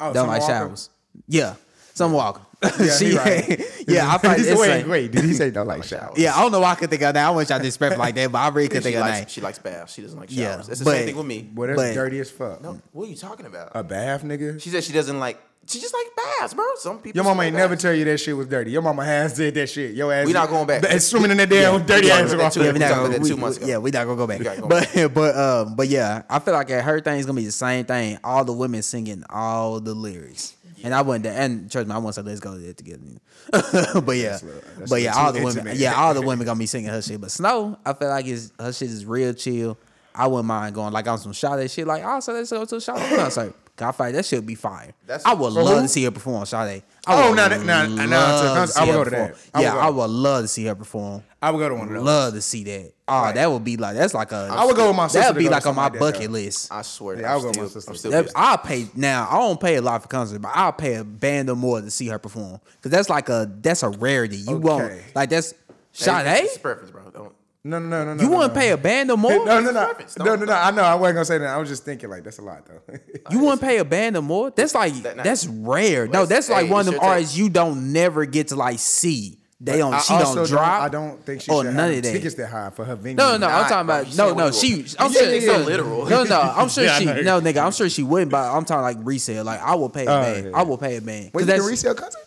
S3: Oh,
S1: Don't
S3: Summer
S1: like
S3: Walker?
S1: showers. Yeah, some Walker.
S3: Yeah, he
S1: she,
S3: right.
S1: yeah, I find
S3: He said,
S1: it's
S3: wait,
S1: like-
S3: wait, did he say don't like showers?
S1: Yeah, I don't know why I could think of that. I wish I did spread like that, but I really
S2: She
S1: could think of
S2: likes,
S1: that.
S2: she likes baths. She doesn't like showers.
S1: Yeah,
S2: it's the
S1: but-
S2: same thing with me.
S3: Boy, that's
S1: But-
S3: dirty as fuck.
S2: No, what are you talking about?
S3: A bath, nigga.
S2: She said she doesn't like. She just like baths, bro. Some people.
S3: Your mama ain't never
S2: turned.
S3: tell you that shit was dirty. Your mama has said that shit. Your ass.
S2: We not going back.
S3: Ba- swimming in that damn dirty
S2: talked
S3: ass
S2: about that too.
S3: water.
S1: Yeah, we not gonna-
S2: We talked about that
S1: we-
S2: two months ago.
S1: Yeah, we not gonna go back.
S2: We gotta go
S1: but but um but yeah, I feel like at her thing is gonna be the same thing. All the women singing all the lyrics. And I wouldn't and trust me, I wouldn't say let's go to that together. but yeah.
S3: that's
S1: but
S3: a
S1: yeah,
S3: little
S1: all
S3: too
S1: the women
S3: intimate.
S1: yeah, all the women gonna be singing her shit. But Snow, I feel like is her shit is real chill. I wouldn't mind going like on some Sade shit, like also let's go to a Sade concert. God fight, that shit be fire.
S2: That's-
S1: I would
S2: For
S1: love
S2: who?
S1: to see her perform Sade. I
S3: Oh,
S1: would
S3: now that- now- now it's a
S1: love
S3: concert,
S1: see
S3: I would
S1: her
S3: go to
S1: perform.
S3: that. I would
S1: yeah,
S3: go.
S1: I would love to see her perform.
S3: I would go to one of those.
S1: Love to see that. Oh, that would be like that's like a.
S3: I would go with my sister
S1: That
S3: to
S1: would be
S3: go to
S1: like on
S3: something
S1: my
S3: like that,
S1: bucket
S3: though.
S1: list.
S2: I swear.
S3: Yeah, I'll
S2: I'm,
S3: go with my
S2: still,
S3: sister.
S2: I'm still.
S1: That-
S2: pissed.
S1: I'll pay now. I don't pay a lot for concerts, but I'll pay a band or more to see her perform because that's like a that's a rarity. You won't
S3: Okay.
S1: like that's
S2: Hey,
S1: Sade.
S2: It's preference, bro. Don't.
S3: No, no, no, no. no,
S1: you
S3: no,
S1: wouldn't
S3: no.
S1: pay a band or more.
S3: No, no, no,
S2: Preference,
S3: no,
S2: don't-
S3: no, no. I know. I wasn't gonna say that. I was just thinking like that's a lot though.
S1: You wouldn't pay a band or more. That's like
S2: That- nah.
S1: that's rare. No,
S2: That's-
S1: that's like
S2: hey,
S1: one of
S2: it's
S1: them
S2: your
S1: artists you don't never get to like see.
S9: They don't.
S3: I
S9: she don't
S3: also
S9: drop.
S3: I don't think she
S9: or
S3: should
S9: none
S3: have
S9: of that.
S3: tickets that high for her venue.
S1: No, no, no, I'm
S2: Nah,
S1: talking
S2: bro,
S1: about
S2: you
S1: no,
S2: said
S1: no.
S2: what you
S1: She,
S2: want.
S1: I'm
S2: You
S1: sure,
S2: said
S1: so,
S2: it's literal.
S1: No, no, I'm sure
S3: Yeah, I
S1: she.
S3: know.
S1: No, nigga, I'm sure she wouldn't. But I'm talking like resale. Like I will pay a
S3: Oh,
S1: man.
S3: yeah.
S1: I will pay a man. 'Cause
S3: Wait, you
S1: that's-
S3: can resell content?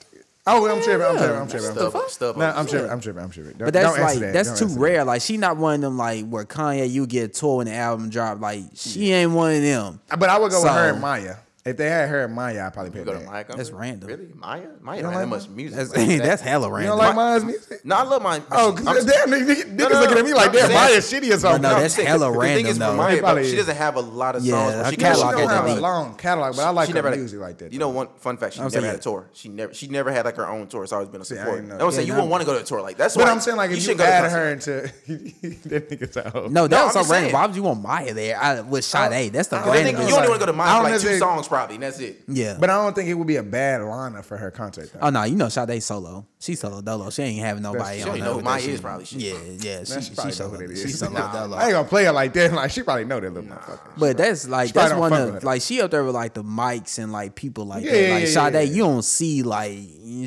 S3: Oh, I'm tripping. I'm
S1: yeah.
S3: tripping. I'm tripping. I'm
S2: Stuff,
S3: tripping.
S2: stuff.
S3: No, I'm tripping. I'm tripping. I'm tripping. Don't-
S1: But that's
S3: don't answer
S1: like
S3: that.
S1: that's
S3: Don't
S1: too
S3: answer that.
S1: rare. Like she not one of them like where Kanye you get a tour when the album drop. Like she ain't one of them.
S3: But I would go with her
S1: So-
S3: and Maya. If they had her and Maya, I'd probably pay
S2: You go to
S3: that.
S2: Maya. Gumber?
S1: That's random.
S2: Really, Maya? Maya don't have that
S3: like Maya?
S2: much music.
S1: That's
S2: like that.
S1: that's hella
S3: You
S1: random.
S3: don't like Maya's music?
S2: No, I love Maya.
S3: Oh, 'cause damn, nigga, niggas
S2: no,
S3: looking at me like,
S2: no,
S3: damn,
S2: I'm
S3: Maya's shitty or something.
S1: no,
S3: I'm
S1: that's
S3: sick.
S1: hella
S2: The thing is,
S1: random
S2: for
S1: though.
S2: Maya,
S3: Probably
S2: though, she
S3: is.
S2: doesn't have a lot of
S1: Yeah,
S2: songs.
S1: I can't
S2: she
S3: No, she
S1: catalog
S3: don't
S1: that
S3: have
S1: thing.
S3: a long catalog, but I like
S2: she
S3: her
S2: never had
S3: music like that.
S2: You
S3: though.
S2: know, one fun fact: she
S1: I'm
S2: never
S1: saying-
S2: had a tour. She never, she never had like her own tour. It's always been a
S3: See, I
S2: support. I,
S3: didn't know.
S2: was saying
S1: Yeah,
S2: you
S1: no.
S2: wouldn't want to go to a tour like that's
S3: But
S2: why
S3: I'm saying like if you,
S2: shouldn't go to
S3: add
S2: concerts.
S3: her into that nigga's out.
S1: No, that
S2: No,
S1: was
S2: I'm
S1: so
S2: just
S1: random.
S2: saying.
S1: Why would you want Maya there I, with Sade? That's the
S3: I
S2: But I think
S1: random.
S2: you
S3: It's
S2: only
S3: like-
S2: want to go to
S3: I
S2: Maya
S3: don't
S2: for like two
S3: necessarily-
S2: songs probably, and that's it.
S1: yeah.
S3: But I don't think it would be a bad lineup for her concert. Though.
S1: oh no, you know Sade solo. She solo dolo. She ain't having nobody.
S3: she
S1: on
S2: You don't
S1: her
S2: know who
S1: with that
S2: Maya
S1: shit.
S2: is probably. She,
S1: Yeah, yeah. She,
S3: Man,
S1: she,
S3: she probably know
S1: solo.
S3: who that
S1: She
S3: is.
S1: solo
S3: Nah,
S1: dolo.
S3: I ain't gonna play it like that. Like she probably know that little motherfucker.
S1: But that's like
S3: probably
S1: that's
S3: don't
S1: one
S3: fuck with
S1: of
S3: her.
S1: like she up there with like the mics and like people like
S3: Yeah,
S1: that.
S3: yeah,
S1: Like
S3: yeah,
S1: Sade,
S3: yeah.
S1: you don't see like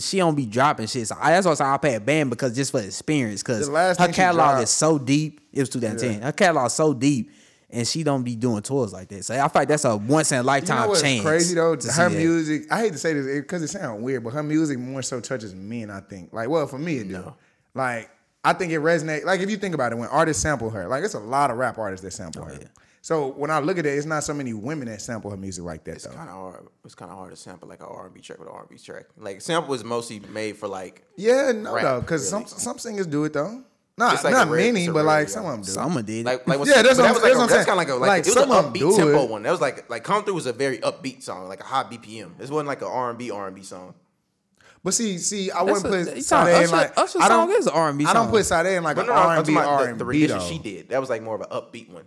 S1: she don't be dropping shit. So I, that's why I say I pay a band because just for experience, because
S3: The last
S1: her
S3: thing she
S1: catalog
S3: dropped-
S1: is so deep. It was 2010. Her catalog is so deep, and she don't be doing tours like that. So I feel like that's a once in a
S3: You
S1: lifetime
S3: know what's
S1: chance.
S3: crazy though?
S1: to see
S3: Her
S1: that.
S3: music. I hate to say this because it sounds weird, but her music more so touches men. I think. Like, well, for me, it do. Like, I think it resonates. Like, if you think about it, when artists sample her, like it's a lot of rap artists that sample
S2: Oh,
S3: her. So when I look at it, it's not so many women that sample her music like that
S2: It's
S3: though.
S2: kind of hard. It's kind of hard to sample like an R&B track with an R&B track. Like sample is mostly made for like
S3: yeah, no,
S2: rap,
S3: though, because
S2: really.
S3: some some singers do it though. Not
S2: like
S3: not
S2: a rare-
S3: many,
S2: it's a
S3: but
S2: rarity,
S3: like some
S2: yeah.
S3: of them do.
S1: Some of did.
S2: Like, like when
S3: Yeah, that's what
S2: that
S3: I'm-
S2: was like
S3: that's
S2: a-
S3: what I'm
S2: that's
S3: saying.
S2: kind of like a like,
S3: Like,
S2: it was an
S3: some of 'em
S2: upbeat
S3: do
S2: tempo
S3: it.
S2: one. That was like like come through was a very upbeat song, like a high BPM. This wasn't like an R and B R and B song.
S3: But see, see, I
S1: That's
S3: wouldn't
S1: a-
S3: put
S1: you
S3: Sade
S1: talking-
S3: in
S1: Usher-
S3: like
S1: Usher
S3: I
S1: song
S3: don't,
S1: is a R&B
S3: I don't
S1: song.
S3: put Sade in like
S2: No,
S3: an
S2: no, no, I'm
S3: R&B
S2: talking about the, the
S3: R&B
S2: rendition
S3: though.
S2: she did. That was like more of an upbeat one.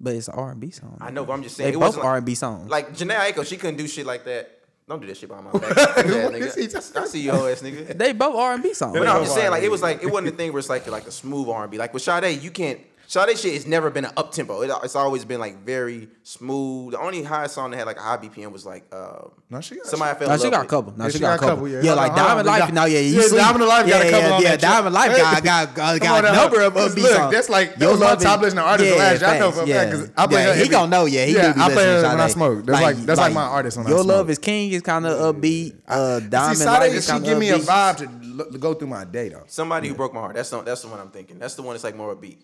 S1: but it's an R and B song.
S2: I know, but I'm just saying
S1: they
S2: it
S1: both
S2: wasn't like-
S1: R and B songs.
S2: Like Janae Aiko, she couldn't do shit like that. Don't do that shit behind my back. Fuck that,
S3: What is he
S2: nigga.
S3: just-
S2: I see your whole ass nigga.
S1: they both R and B songs.
S2: But no, I'm
S3: Yeah.
S2: just saying, like it was like it wasn't a thing where it's like like a smooth R and B. Like with Sade, you can't. Sade shit has never been an up tempo. It, it's always been like very smooth. The only high song that had like a high BPM was like um,
S3: No, she got-
S2: somebody I fell
S1: No,
S2: in
S1: she
S2: love
S1: got a
S2: with.
S1: couple. No,
S3: Yeah,
S1: she, got a couple. Yeah,
S3: Hold
S1: like
S3: on, hold on.
S1: Diamond
S3: We
S1: Life.
S3: got-
S1: No, yeah, you
S3: Yeah,
S1: see-
S3: Diamond Life got a
S1: yeah,
S3: couple
S1: yeah,
S3: on
S1: yeah,
S3: that shit.
S1: Diamond Life got got got,
S3: Come on
S1: got a
S3: now.
S1: number of
S3: Cause
S1: upbeat
S3: look,
S1: songs.
S3: that's like- that
S1: Yo
S3: was my
S1: Love
S3: top
S1: Is-
S3: listening artist last year. I know
S1: facts,
S3: for a fact, 'cause I play
S1: Yeah,
S3: her
S1: he
S3: every-
S1: gonna know. Yeah, he do
S3: Yeah,
S1: be
S3: I play
S1: listening
S3: her
S1: to
S3: when I
S1: Sade.
S3: smoke. That's like- that's like my artist when I
S1: Your Love
S3: smoke.
S1: Is King is kind of upbeat. Uh,
S3: See,
S1: Diamond Life
S3: Sade,
S1: is
S3: she
S1: kind of
S3: give me a
S1: upbeat.
S3: vibe to, look, to go through my day though.
S2: Somebody who broke my heart. That's the that's the one I'm thinking. That's the one that's like more upbeat.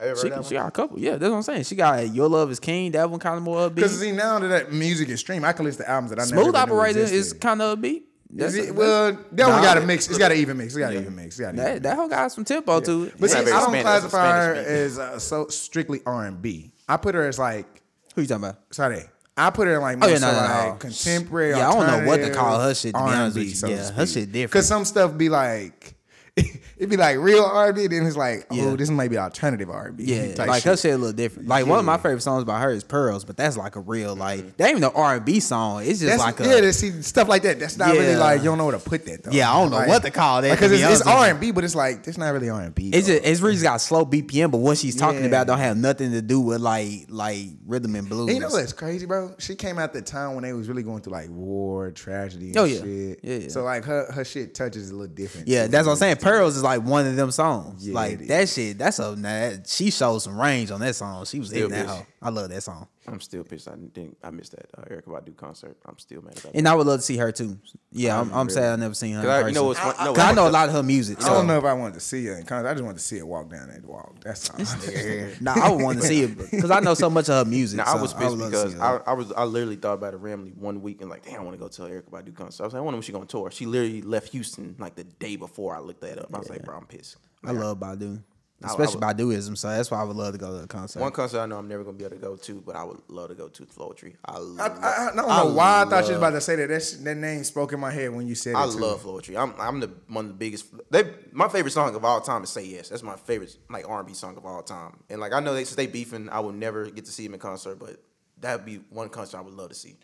S2: Have you ever
S1: She,
S2: heard that
S1: she
S2: one?
S1: got a couple. Yeah, that's what I'm saying. She got Your Love Is King. That one kind of more
S3: Because
S1: upbeat.
S3: see, now that, that music is streamed, I can listen to albums that I never
S1: Smooth
S3: even knew
S1: Operator is
S3: existed.
S1: kind of upbeat. That's
S3: Is
S1: a-
S3: it, well, that
S1: Nah.
S3: one got a mix. It's got an even mix. It's got an even mix. It's got an even
S1: that, that whole got some tempo to it.
S3: But see,
S2: not
S3: I
S2: very
S3: don't
S2: Spanish. That's a
S3: classify her
S2: Spanish beat.
S3: as uh, so strictly R and B. I put her as like
S1: Who you talking about?
S3: sorry. I put her in like
S1: Oh,
S3: oh,
S1: yeah,
S3: yeah,
S1: no, no, no.
S3: like contemporary.
S1: Yeah, I don't know what to call her
S3: alternative,
S1: shit, to be honest with
S3: R&B,
S1: you.
S3: so to
S1: Yeah, her
S3: speak.
S1: shit different.
S3: Cause some stuff be like it be like real R and B, then it's like oh
S1: Yeah.
S3: this might be alternative R and B.
S1: Yeah, like her shit a little different. Like one of my favorite songs by her is Pearls, but that's like a real
S2: Mm-hmm.
S1: like that ain't even an R and B song. It's just
S3: That's,
S1: like
S3: yeah,
S1: a
S3: to see stuff like that. That's not really
S1: Yeah.
S3: like you don't know where to put that though.
S1: Yeah, I don't know
S3: Like-
S1: what to call that,
S3: like, Cause
S1: to be
S3: it's, it's
S1: honest with
S3: R
S1: you.
S3: and B, but it's like it's not really R and B.
S1: It's just it's really got slow BPM, but what she's talking
S3: Yeah.
S1: about don't have nothing to do with like like rhythm and blues.
S3: And you know what's crazy, bro? She came out the time when they was really going through like war, tragedy, and
S1: Oh, yeah.
S3: shit.
S1: Yeah, yeah.
S3: So like her her shit touches a little different.
S1: Yeah,
S3: too.
S1: that's what I'm saying. Pearls is like one of them songs.
S3: Yeah,
S1: like
S3: it
S1: that shit. That's a nah, that, she showed some range on that song. She was hitting that
S2: bitch.
S1: hoe. I love that song,
S2: I'm still pissed. I didn't. I missed that uh, Erica Badu concert. I'm still mad about that.
S1: and I would love to see her too. Yeah, I'm, I'm sad I never seen her. in
S2: 'Cause I- you know
S1: person.
S2: what's fun- no,
S1: 'Cause I
S2: what-
S1: know a lot of her music.
S3: I
S1: So.
S3: don't know if I wanted to see her in concert. I just wanted to see her walk down that walk. That's all.
S1: nah, I would want to see it because I know so much of her music.
S2: Now
S1: so
S2: I was
S1: would
S2: pissed
S1: love to see
S2: because
S1: her.
S2: I, I was I literally thought about it randomly one week and like damn I want to go tell Erica Badu concert. I was like I wonder when she gonna tour. She literally left Houston like the day before I looked that up. I was like bro I'm pissed.
S1: I love Badu,
S2: I
S1: especially
S2: would-
S1: Baduism. So that's why I would love to go to a concert.
S2: One concert I know I'm never gonna be able to go to, but I would love to go to Floetry. I
S3: I,
S2: love,
S3: I, I don't know why I thought you was about to say that. That, sh- that name spoke in my head when you said
S2: I
S3: it. too.
S2: love Floetry. I'm I'm the one of the biggest. They my favorite song of all time is Say Yes. That's my favorite like R&B song of all time. And like I know they since they beefing, I will never get to see him in concert, but that'd be one concert I would love to see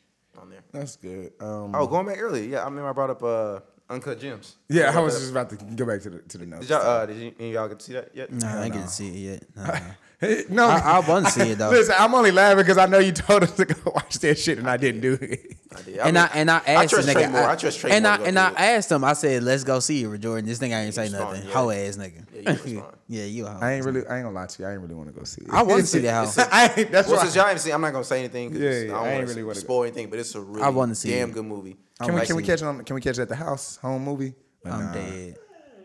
S2: on there.
S3: That's good. Um,
S2: Oh, going back earlier, yeah. I remember I brought up uh, Uncut Gems.
S3: Yeah, I
S2: Y'all
S3: was
S2: got
S3: just about to go back to the to the
S2: that?
S3: notes.
S2: Did y'all, uh, did you, any of y'all get to see that yet?
S1: Nah, I ain't get to see it yet. Nah.
S3: Hey, no,
S1: I- I wanna see it, though.
S3: Listen, I'm only laughing because I know you told us to go watch that shit and I didn't do it.
S2: I did.
S1: and I
S2: mean,
S1: and I asked
S2: trust
S1: the
S2: Trey
S1: nigga.
S2: Moore. I trust Trey
S1: and
S2: Moore
S1: I
S2: to go
S1: and
S2: do
S1: I
S2: it.
S1: asked him. I said, "Let's go see it, Jordan." This nigga ain't say
S2: he's
S1: nothing.
S2: smart, yeah.
S1: Hoe ass nigga.
S2: Yeah, you was fine.
S1: Yeah, you a hoe.
S3: I ain't really, I ain't gonna lie to you. I ain't really want to go see it.
S1: I wanna see the house.
S3: I ain't, that's
S2: Well,
S3: why.
S2: since y'all ain't seen, I'm not gonna say anything. 'cause
S3: Yeah,
S2: I,
S3: yeah, I
S2: don't
S3: ain't
S2: wanna
S3: really wanna go.
S2: spoil anything, but it's a really
S1: wanna see
S2: damn
S1: it.
S2: good movie.
S3: Can we
S1: wanna
S3: can we
S1: see
S3: catch it on? Can we catch it at the house home movie?
S1: I'm
S3: Nah.
S1: dead.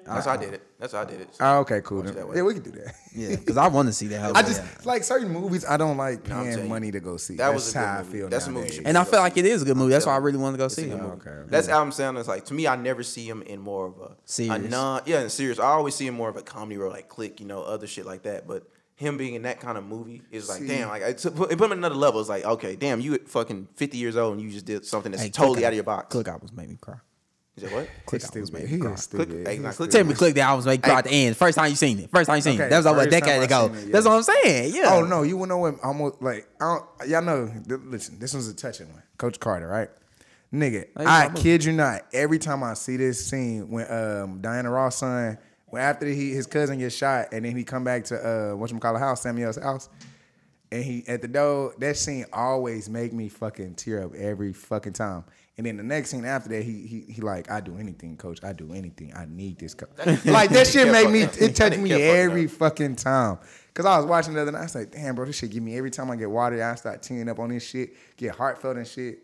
S2: That's how I did it. That's how I did it.
S3: Oh, okay, cool.
S2: it that way.
S3: Yeah, we can do that.
S1: Yeah, because I want to see that hoe.
S3: I just
S1: yeah.
S3: like certain movies. I don't like
S2: I'm
S3: paying
S2: telling you,
S3: money to go see.
S2: that
S3: That
S2: was
S3: was
S2: a good
S3: how I
S2: movie.
S3: feel.
S2: That's a movie
S3: nowadays.
S2: you should
S1: and I feel like it is a good movie. That's why I really want to go see
S2: It's a
S1: it.
S2: good movie.
S3: okay.
S2: um, That's Adam Sandler's. Like to me, I never see him in more of a A
S1: Serious.
S2: non, yeah, in serious. I always see him more of a comedy role, like Click, you know, other shit like that. But him being in that kind of movie is like,
S3: See.
S2: damn, like it, took, it put him at another level. It's like, okay, damn, you fucking fifty years old and you just did something that's
S1: Hey,
S2: totally
S1: Click
S2: out of your box.
S1: Click albums made me cry.
S2: Is it what?
S3: He's
S1: Click albums
S3: stupid.
S1: made
S3: He
S1: me cry.
S3: is
S2: Click,
S3: stupid.
S2: hey,
S3: He's
S2: nah, click
S1: Tell me, click the albums make me cry
S2: Hey.
S1: at the end. First time you seen it. First time you seen it.
S3: Okay,
S1: That was over a
S3: first time
S1: decade
S3: I
S1: ago.
S3: seen it, yeah.
S1: That's what I'm saying. Yeah.
S3: Oh no, you wanna know what? Almost like I don't, y'all know. th- Listen, this one's a touching one. Coach Carter, right? Nigga,
S1: Hey,
S3: I
S1: I'm a-
S3: kid you not. Every time I see this scene when um, Diana Ross' son, when after he his cousin gets shot, and then he come back to uh, what you call a house, Samuel's house, and he at the door. That scene always make me fucking tear up every fucking time. And then the next scene after that, he he he like, I do anything, coach. I do anything. I need this coach. like that shit
S2: care
S3: made
S2: fucking
S3: me.
S2: up. I
S3: It touched
S2: didn't
S3: me
S2: care fucking
S3: every
S2: up.
S3: fucking time. Cause I was watching the other night. I was like, damn, bro, this shit give me every time I get watery. I start tearing up on this shit, get heartfelt and shit.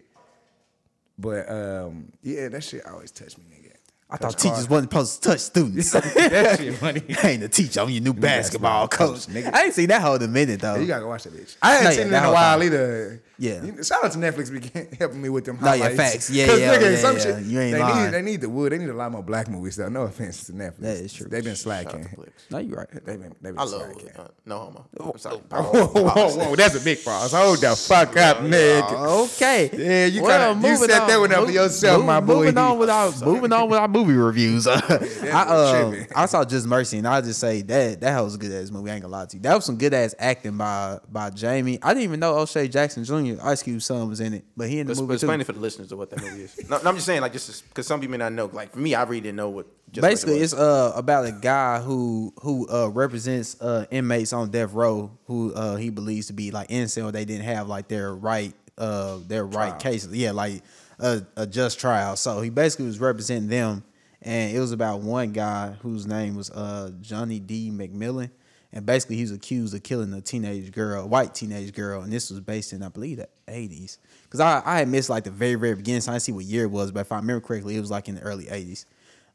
S3: But um, yeah, that shit always touched me, nigga.
S1: I thought teachers wasn't supposed to touch students.
S3: That shit funny.
S1: I ain't a teacher. I'm your new basketball,
S3: basketball
S1: coach.
S3: coach, nigga.
S1: I ain't seen that hoe in a minute though.
S3: Oh, You gotta go watch that bitch. I
S1: No, yeah, Oh.
S3: hadn't seen
S1: that
S3: it in a
S1: whole
S3: while
S1: time.
S3: either.
S1: Yeah.
S3: You- Shout out to Netflix begin helping me with them
S1: No,
S3: highlights.
S1: yeah, facts. Yeah,
S3: 'Cause,
S1: yeah,
S3: nigga,
S1: yeah,
S3: some
S1: yeah.
S3: shit-
S1: You ain't
S3: they
S1: lying.
S3: Need, they need the wood. They need a lot more black movies though. No offense to Netflix.
S1: That is true.
S3: They've been
S2: Shout out
S3: slacking.
S2: to Click.
S1: no, you're right.
S3: They've been. They've been
S2: I love
S3: slacking.
S2: uh, no homo. I'm sorry.
S3: Whoa, whoa, whoa! That's a big pause. Hold the fuck up, nigga.
S1: Okay.
S3: Yeah, you kinda- you
S1: moving
S3: set that one up for
S1: Move-
S3: yourself, my boy.
S1: Moving on with our moving on with our movie reviews. I uh,
S3: tripping.
S1: I saw Just Mercy, and I just say that that was a good ass movie. I ain't gonna lie to you. That was some good ass acting by by Jamie. I didn't even know O'Shea Jackson Jr. Ice Cube's son was in it, but he in the
S2: Let's
S1: movie
S2: let's
S1: too.
S2: explain it for the listeners of what that movie is. No, no, I'm just saying, like, just because some people may not know. Like, for me, I really didn't know what. Just Like It
S1: basically
S2: was.
S1: it's uh about a guy who who uh represents uh inmates on death row who uh he believes to be like incel they didn't have like their right uh their right case yeah like a, a just trial so he basically was representing them and it was about one guy whose name was uh johnny d mcmillan and basically he was accused of killing a teenage girl, a white teenage girl, and this was based in I believe the eighties. Because I, I had missed like the very very beginning, so I didn't see what year it was, but if I remember correctly, it was like in the early eighties.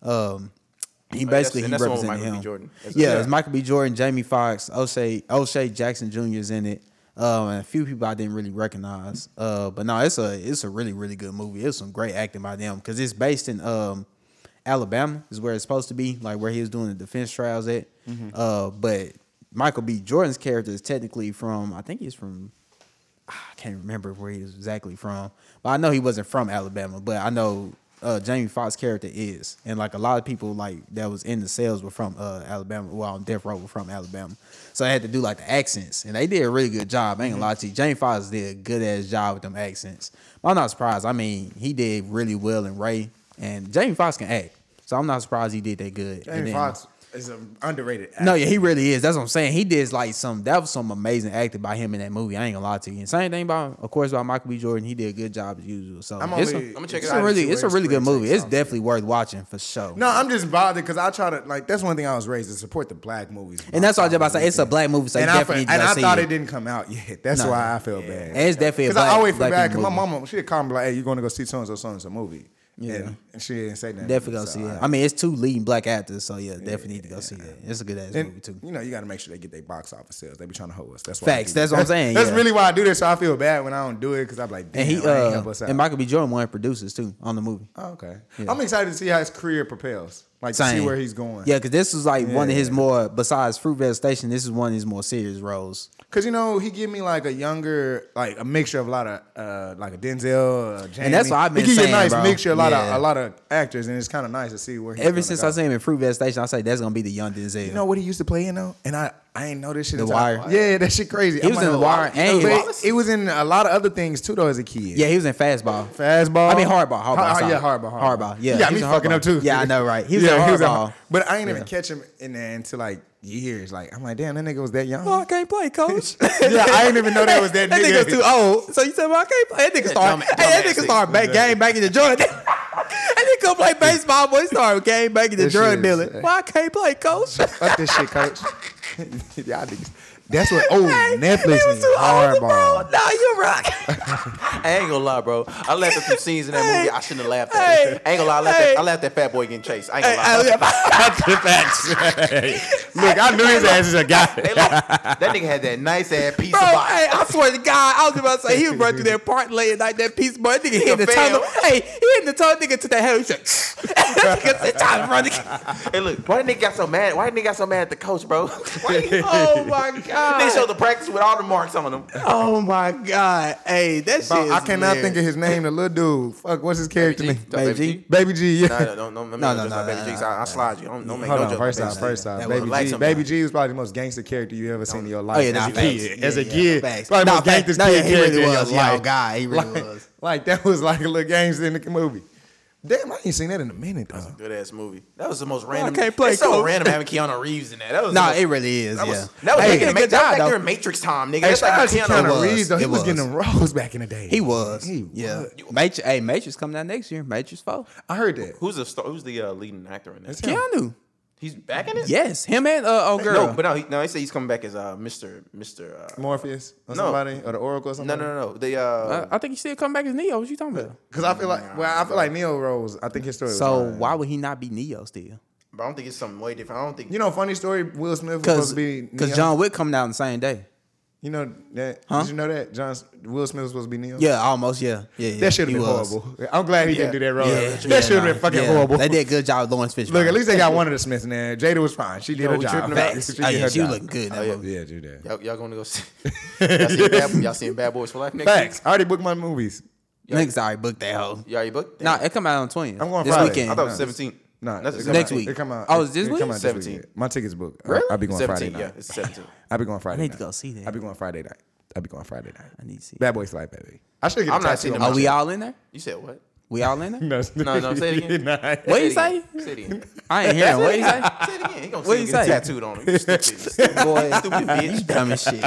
S1: Um, he
S2: that's-
S1: basically
S2: and
S1: he
S2: that's the one
S1: represented
S2: with Michael B.
S1: him.
S2: Jordan. That's-
S1: yeah,
S2: yeah.
S1: it's Michael B. Jordan, Jamie Foxx, O'Shea O'Shea Jackson Jr. is in it. Um, and a few people I didn't really recognize. Uh, but no, it's a it's a really really good movie. It's some great acting by them because it's based in um Alabama is where it's supposed to be, like where he was doing the defense trials at.
S2: Mm-hmm.
S1: Uh, but Michael B. Jordan's character is technically from I think he's from I can't remember where he was exactly from, but I know he wasn't from Alabama. But I know uh, Jamie Foxx's character is, and like a lot of people like that was in the sales were from uh, Alabama. Well, on death row were from Alabama, so I had to do like the accents, and they did a really good job. I
S3: Mm-hmm.
S1: ain't gonna lie to you, Jamie Foxx did a good ass job with them accents. But I'm not surprised. I mean, he did really well in Ray, and Jamie Foxx can act, so I'm not surprised he did that good. And
S3: Jamie
S1: then-
S3: Foxx is an underrated. Actor.
S1: no, yeah, he really is. That's what I'm saying. He did like some. That was some amazing acting by him in that movie. I ain't gonna lie to you. And same thing by, of course, by Michael B. Jordan. He did a good job as usual. So
S3: I'm
S1: it's,
S3: only
S1: a,
S2: I'ma check it
S1: it's
S2: out
S1: a
S2: and
S1: really,
S3: see
S1: it's a
S3: where
S1: really
S3: it's
S1: good
S3: gonna
S1: movie.
S3: take
S1: It's
S3: off.
S1: definitely worth watching for sure.
S3: No, I'm just bothered because I try to like. That's one thing I was raised to support the black movies.
S1: and that's what I was just about to say. It's a black movie, so
S3: and
S1: you
S3: I, fe-
S1: definitely need to
S3: and
S1: go
S3: I
S1: see
S3: thought
S1: it.
S3: it didn't come out yet. That's
S1: No.
S3: why I felt bad.
S1: And it's definitely a
S3: Because I
S1: black-
S3: always feel
S1: black
S3: bad
S1: people
S3: because my
S1: movie.
S3: mama she'd call me like, "Hey, you going to go see so and so so and so movie?"
S1: Yeah.
S3: and, and she didn't say nothing.
S1: Definitely go
S3: So
S1: see it.
S3: I-
S1: I mean, it's two leading black actors, so yeah, definitely need to go see it. It's a good ass movie
S3: and
S1: too.
S3: you know, you got to make sure they get their box office sales. They be trying to hold us. That's why I
S1: Facts.
S3: do that.
S1: That's what I'm saying,
S3: That's
S1: yeah.
S3: really why I do this. So I feel bad when I don't do it because I'm like, damn,
S1: And he,
S3: I ain't help
S1: uh,
S3: us out.
S1: and Michael B. Jordan, one of the producers too on the movie.
S3: oh, okay,
S1: Yeah.
S3: I'm excited to see how his career propels. Like to see
S1: Same.
S3: where he's going.
S1: Yeah, because this was like one of his
S3: Yeah.
S1: more besides Fruitvale Station. This is one of his more serious roles.
S3: Cause you know he give me like a younger, like a mixture of a lot of uh, like a Denzel, uh, Jamie.
S1: that's what I've been
S3: He give you
S1: saying,
S3: a nice
S1: bro.
S3: mixture, a lot
S1: Yeah.
S3: of a lot of actors, and it's kind of nice to see where. He's
S1: Ever
S3: gonna
S1: since
S3: go.
S1: I seen him in Fruitvale Station, I say that's gonna be the young Denzel.
S3: you know what he used to play in though, and I I ain't know this shit.
S1: The
S3: until-
S1: Wire.
S3: Yeah, that shit crazy.
S1: He was in The Wire and
S3: But
S1: Wallace?
S3: it was in a lot of other things too, though, as a kid.
S1: Yeah, he was in fastball.
S3: Fastball.
S1: I mean hardball. Hardball.
S3: Har-
S1: sorry.
S3: yeah, hardball.
S1: Hardball. Yeah.
S3: Yeah,
S1: he was
S3: me
S1: in
S3: fucking
S1: hardball.
S3: up too.
S1: Yeah, I know, right? He was in
S3: Yeah,
S1: hardball.
S3: hard- But I ain't even catch him in there until like years. Like I'm like, damn, that nigga was that young.
S1: Oh, I can't play, coach.
S3: yeah, I didn't even know that was that
S1: That
S3: nigga.
S1: nigga's too old. So you said, well, I can't play. That nigga start.
S2: dumb-
S1: Hey, that
S2: dumbass
S1: nigga start back game back in the Jordan. That nigga come play baseball, boy. He started game back in the
S3: This shit
S1: drug
S3: is
S1: dealing.
S3: sick.
S1: Well, I can't play, coach.
S3: Fuck this shit, coach. Y'all niggas. That's what old
S1: Hey,
S3: Netflix
S1: he was
S3: means.
S1: too old, to bro.
S3: Hardball.
S1: Nah, you're right.
S2: I ain't gonna lie, bro. I laughed at some scenes in that
S1: Hey.
S2: movie I shouldn't have laughed at.
S1: Hey.
S2: I ain't gonna lie, I laughed,
S1: Hey.
S2: at, I laughed at Fat Boy getting chased. I ain't
S1: Hey,
S2: gonna lie.
S1: hey, yeah.
S3: Look, I knew his ass is a guy.
S2: They lost- that nigga had that nice ass piece
S1: Bro,
S2: of box.
S1: hey, I swear to God, I was about to say he was running through that park late at night, that piece, bro. That nigga hit the
S2: fell.
S1: tunnel. Hey, he hit the tunnel, nigga, to the hell. He said, that nigga said, time to run again.
S2: Hey, look, why that nigga got so mad? Why that nigga got so mad at the coach, bro? Why he-
S1: Oh, my
S2: They showed
S1: God.
S2: the practice with all the marks on them.
S1: Oh, my God. Hey, that shit
S3: Bro, I
S1: is
S3: cannot
S1: hilarious.
S3: think of his name, the little dude. Fuck, what's his character name?
S1: Baby G.
S3: Baby G, yeah.
S2: Nah, nah, don't, don't, don't,
S1: No,
S2: no,
S1: no,
S2: no,
S1: no,
S2: no, baby
S1: no,
S2: G.
S1: no.
S2: I, I slide you. Don't, don't make
S3: Hold
S2: no
S3: on,
S2: joke.
S3: first
S2: about
S3: off, first
S2: Baby
S3: off,
S2: G.
S3: Baby
S2: Relax
S3: G,
S2: him,
S3: Baby
S2: man.
S3: G was probably the most gangster character you ever seen in your life.
S1: Oh, yeah, nah,
S3: as a
S1: facts.
S3: kid,
S1: Yeah,
S3: as a
S1: yeah,
S3: kid,
S1: facts.
S3: probably the
S1: Nah,
S3: most gangster
S1: facts. Nah,
S3: kid
S1: he
S3: character
S1: really
S3: in your
S1: was. Y'all
S3: life.
S1: guy, he really
S3: like,
S1: was.
S3: Like that was like a little gangster in the movie. Damn, I ain't seen that in a minute though.
S2: Good ass movie. That was the most random.
S1: can't play,
S2: it's so
S1: coach.
S2: random having Keanu Reeves in that. That was the
S1: Nah,
S2: most-
S1: it really is,
S2: That
S1: yeah.
S2: was, that was
S1: Hey,
S2: back
S1: he did
S2: in the
S1: a
S2: Ma-
S1: good
S2: that was
S1: job,
S2: back
S1: though.
S2: during Matrix time, nigga.
S3: Hey,
S2: That's like
S3: shout out to
S2: Keanu Reeves.
S3: Keanu
S1: was.
S3: Reeves though. He
S1: It
S3: was
S1: was.
S3: getting them roles back in the day.
S1: He was. yeah.
S3: was.
S1: Matrix, hey, Matrix coming out next year. Matrix 4.
S3: I heard that.
S2: Who's the star, who's the uh, leading actor in that?
S3: That's him.
S1: Keanu.
S2: He's back in it.
S1: Yes, him and uh, oh girl.
S2: No, but no, he, no. They say he's coming back as uh, Mr. Mr. Uh,
S3: Morpheus or
S2: No.
S3: somebody or the Oracle
S2: no,
S3: or
S2: no,
S3: something.
S2: no, no. They
S10: I,
S2: uh,
S10: I think he still come back as Neo. What you talking about?
S3: Because I feel like well, I feel like Neo Rose. I think his story. was
S1: so
S3: fine.
S1: why would he not be Neo still?
S2: but I don't think it's something way different. I don't think.
S3: You know, funny story. Will Smith was supposed
S1: Because
S3: to be Neo.
S1: John Wick coming out on the same day.
S3: You know that?
S1: Huh?
S3: Did you know that John Will Smith was supposed to be Neo?
S1: Yeah, almost. Yeah, yeah. yeah
S3: That should
S1: he
S3: have been
S1: was.
S3: horrible. I'm glad he didn't do that role.
S1: Yeah,
S3: that
S1: yeah,
S3: should have
S1: nah,
S3: been fucking
S1: yeah.
S3: horrible.
S1: They did a good job with Lawrence Fishburne.
S3: Look, at least they got one of the Smiths in there. Jada was fine. She did her
S2: we
S3: job.
S2: tripping
S1: Facts.
S3: She
S1: Oh,
S3: did
S1: yeah,
S3: her
S1: she
S3: job.
S1: was looking good. in that movie.
S3: Yeah, do that.
S2: Y'all, y'all going to go see? Y'all seeing, Bad, y'all seeing Bad Boys for Life next
S3: Facts. I already booked my movies.
S1: Niggas already booked that hoe.
S2: week? Y'all already booked?
S1: Nah, it come out on twentieth.
S3: I'm going
S1: this
S3: Friday.
S1: weekend.
S2: I thought it was
S3: Nah,
S2: 17.
S3: Nah,
S2: that's
S3: it
S2: the
S3: come
S2: 17th.
S1: Next week.
S3: It come out.
S1: Oh, is this
S3: it
S1: week?
S3: Come out this
S2: 17.
S3: weekend. My ticket's booked. I-
S2: Really?
S3: I'll be going
S2: 17,
S3: Friday night.
S2: Yeah, it's 17.
S3: I'll be going Friday.
S1: I need
S3: night.
S1: to go see that.
S3: I'll be going Friday night. I'll be going Friday night.
S1: I need to see.
S3: Bad Boys Life, baby. I should get. a
S2: I'm not
S3: tattoo
S2: seeing
S3: on
S2: them.
S3: my
S1: Are Oh, we
S3: chest.
S1: all in there?
S2: You said what?
S1: We all in there?
S2: No, no, say it again.
S3: Nah.
S1: What you
S2: Say
S1: say?
S2: it again. Say it again.
S1: I ain't hearing. What you say?
S2: Say it again. He gonna
S1: What
S2: say
S1: you
S2: it again.
S1: say?
S2: tattooed on him. You Stupid, stupid
S1: Boy,
S2: bitch.
S1: dumb as shit.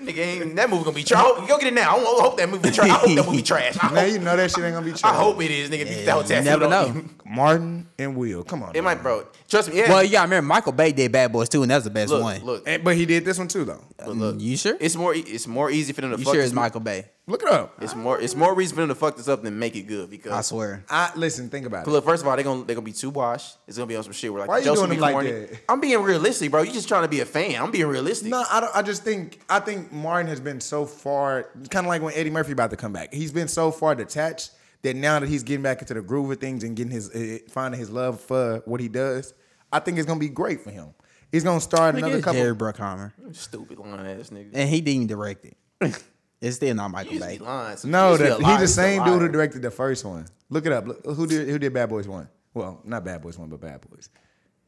S2: Nigga, ain't, that movie gonna be trash. Go get it now. I hope- I hope that movie trash. I hope that movie trash. I
S3: Now
S2: hope,
S3: you know that shit ain't gonna be true.
S2: I hope it is, nigga. that whole
S1: you
S2: tattoo
S1: never
S2: on
S1: know.
S2: him.
S3: Martin and Will. Come on.
S2: It might,
S3: man.
S2: bro. Trust me. Yeah.
S1: Well, yeah, I remember Michael Bay did Bad Boys too, and that's the best
S2: look,
S1: one.
S2: look,
S3: And- but he did this one too, though.
S2: look, look.
S1: Mm, you sure?
S2: It's more. e- It's more easy for them to
S1: you
S2: fuck.
S1: sure
S2: this
S1: it's Michael Bay?
S3: Look it up.
S2: It's more. It's more reason for them to fuck this up than make it good because
S1: I swear.
S3: I listen. Think about it.
S2: Look, first of all, they're gonna they're gonna be too washed. It's gonna be on some shit where like
S3: Why
S2: the
S3: you
S2: jokes
S3: doing
S2: gonna be
S3: them like
S2: corny.
S3: that?
S2: I'm being realistic, bro. You just trying to be a fan. I'm being realistic.
S3: No, I don't. I just think I think Martin has been so far, kind of like when Eddie Murphy about to come back. He's been so far detached that now that he's getting back into the groove of things and getting his uh, finding his love for what he does, I think it's gonna be great for him. He's gonna start
S1: Look
S3: another
S1: at
S3: couple.
S1: Jerry Bruckheimer,
S2: Stupid lying ass nigga.
S1: and he didn't even direct it. it's still not Michael
S2: You just be
S1: Bay.
S2: lying.
S3: No,
S2: You just be
S3: the,
S2: a liar.
S3: he the
S2: You just a
S3: same dude who
S2: liar.
S3: directed the first one. Look it up. Look, who did who did Bad Boys one? Well, not Bad Boys one, but Bad Boys.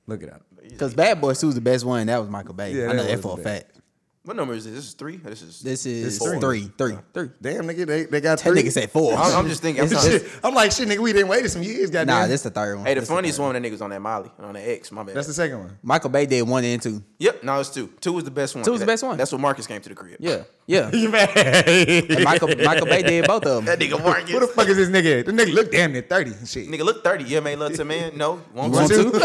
S3: Look it up.
S1: Because Bad Boys 2 is the best one, and that was Michael Bay.
S3: Yeah,
S1: I know
S3: that
S1: that
S3: was
S1: for a
S3: the best.
S1: fact.
S2: What number is this? This is three. Or this is
S1: This is
S3: It's four.
S1: three. Three. Three.
S3: Damn, nigga, they, they got
S1: That
S3: three.
S1: nigga said four.
S2: I'm, I'm just thinking. I'm trying-
S3: Shit. I'm like, shit, nigga, we didn't wait some years. Goddamn.
S1: nah, this the third one.
S2: hey, the
S1: This
S2: funniest
S1: third
S2: one that niggas on that Molly and on that X. My bad.
S3: That's the second one.
S1: Michael Bay did one and two.
S2: yep. No, it's two. Two was the best one.
S1: Two was the
S2: That-
S1: best one.
S2: That's what Marcus came to the crib.
S1: Yeah. Yeah. And Michael, Michael Bay did both of them.
S2: That nigga Marcus.
S3: Who the fuck is this nigga? The nigga look damn near 30 and shit.
S2: Nigga, look thirty. Yeah, made love to man. No, one
S1: One,
S2: one
S1: two?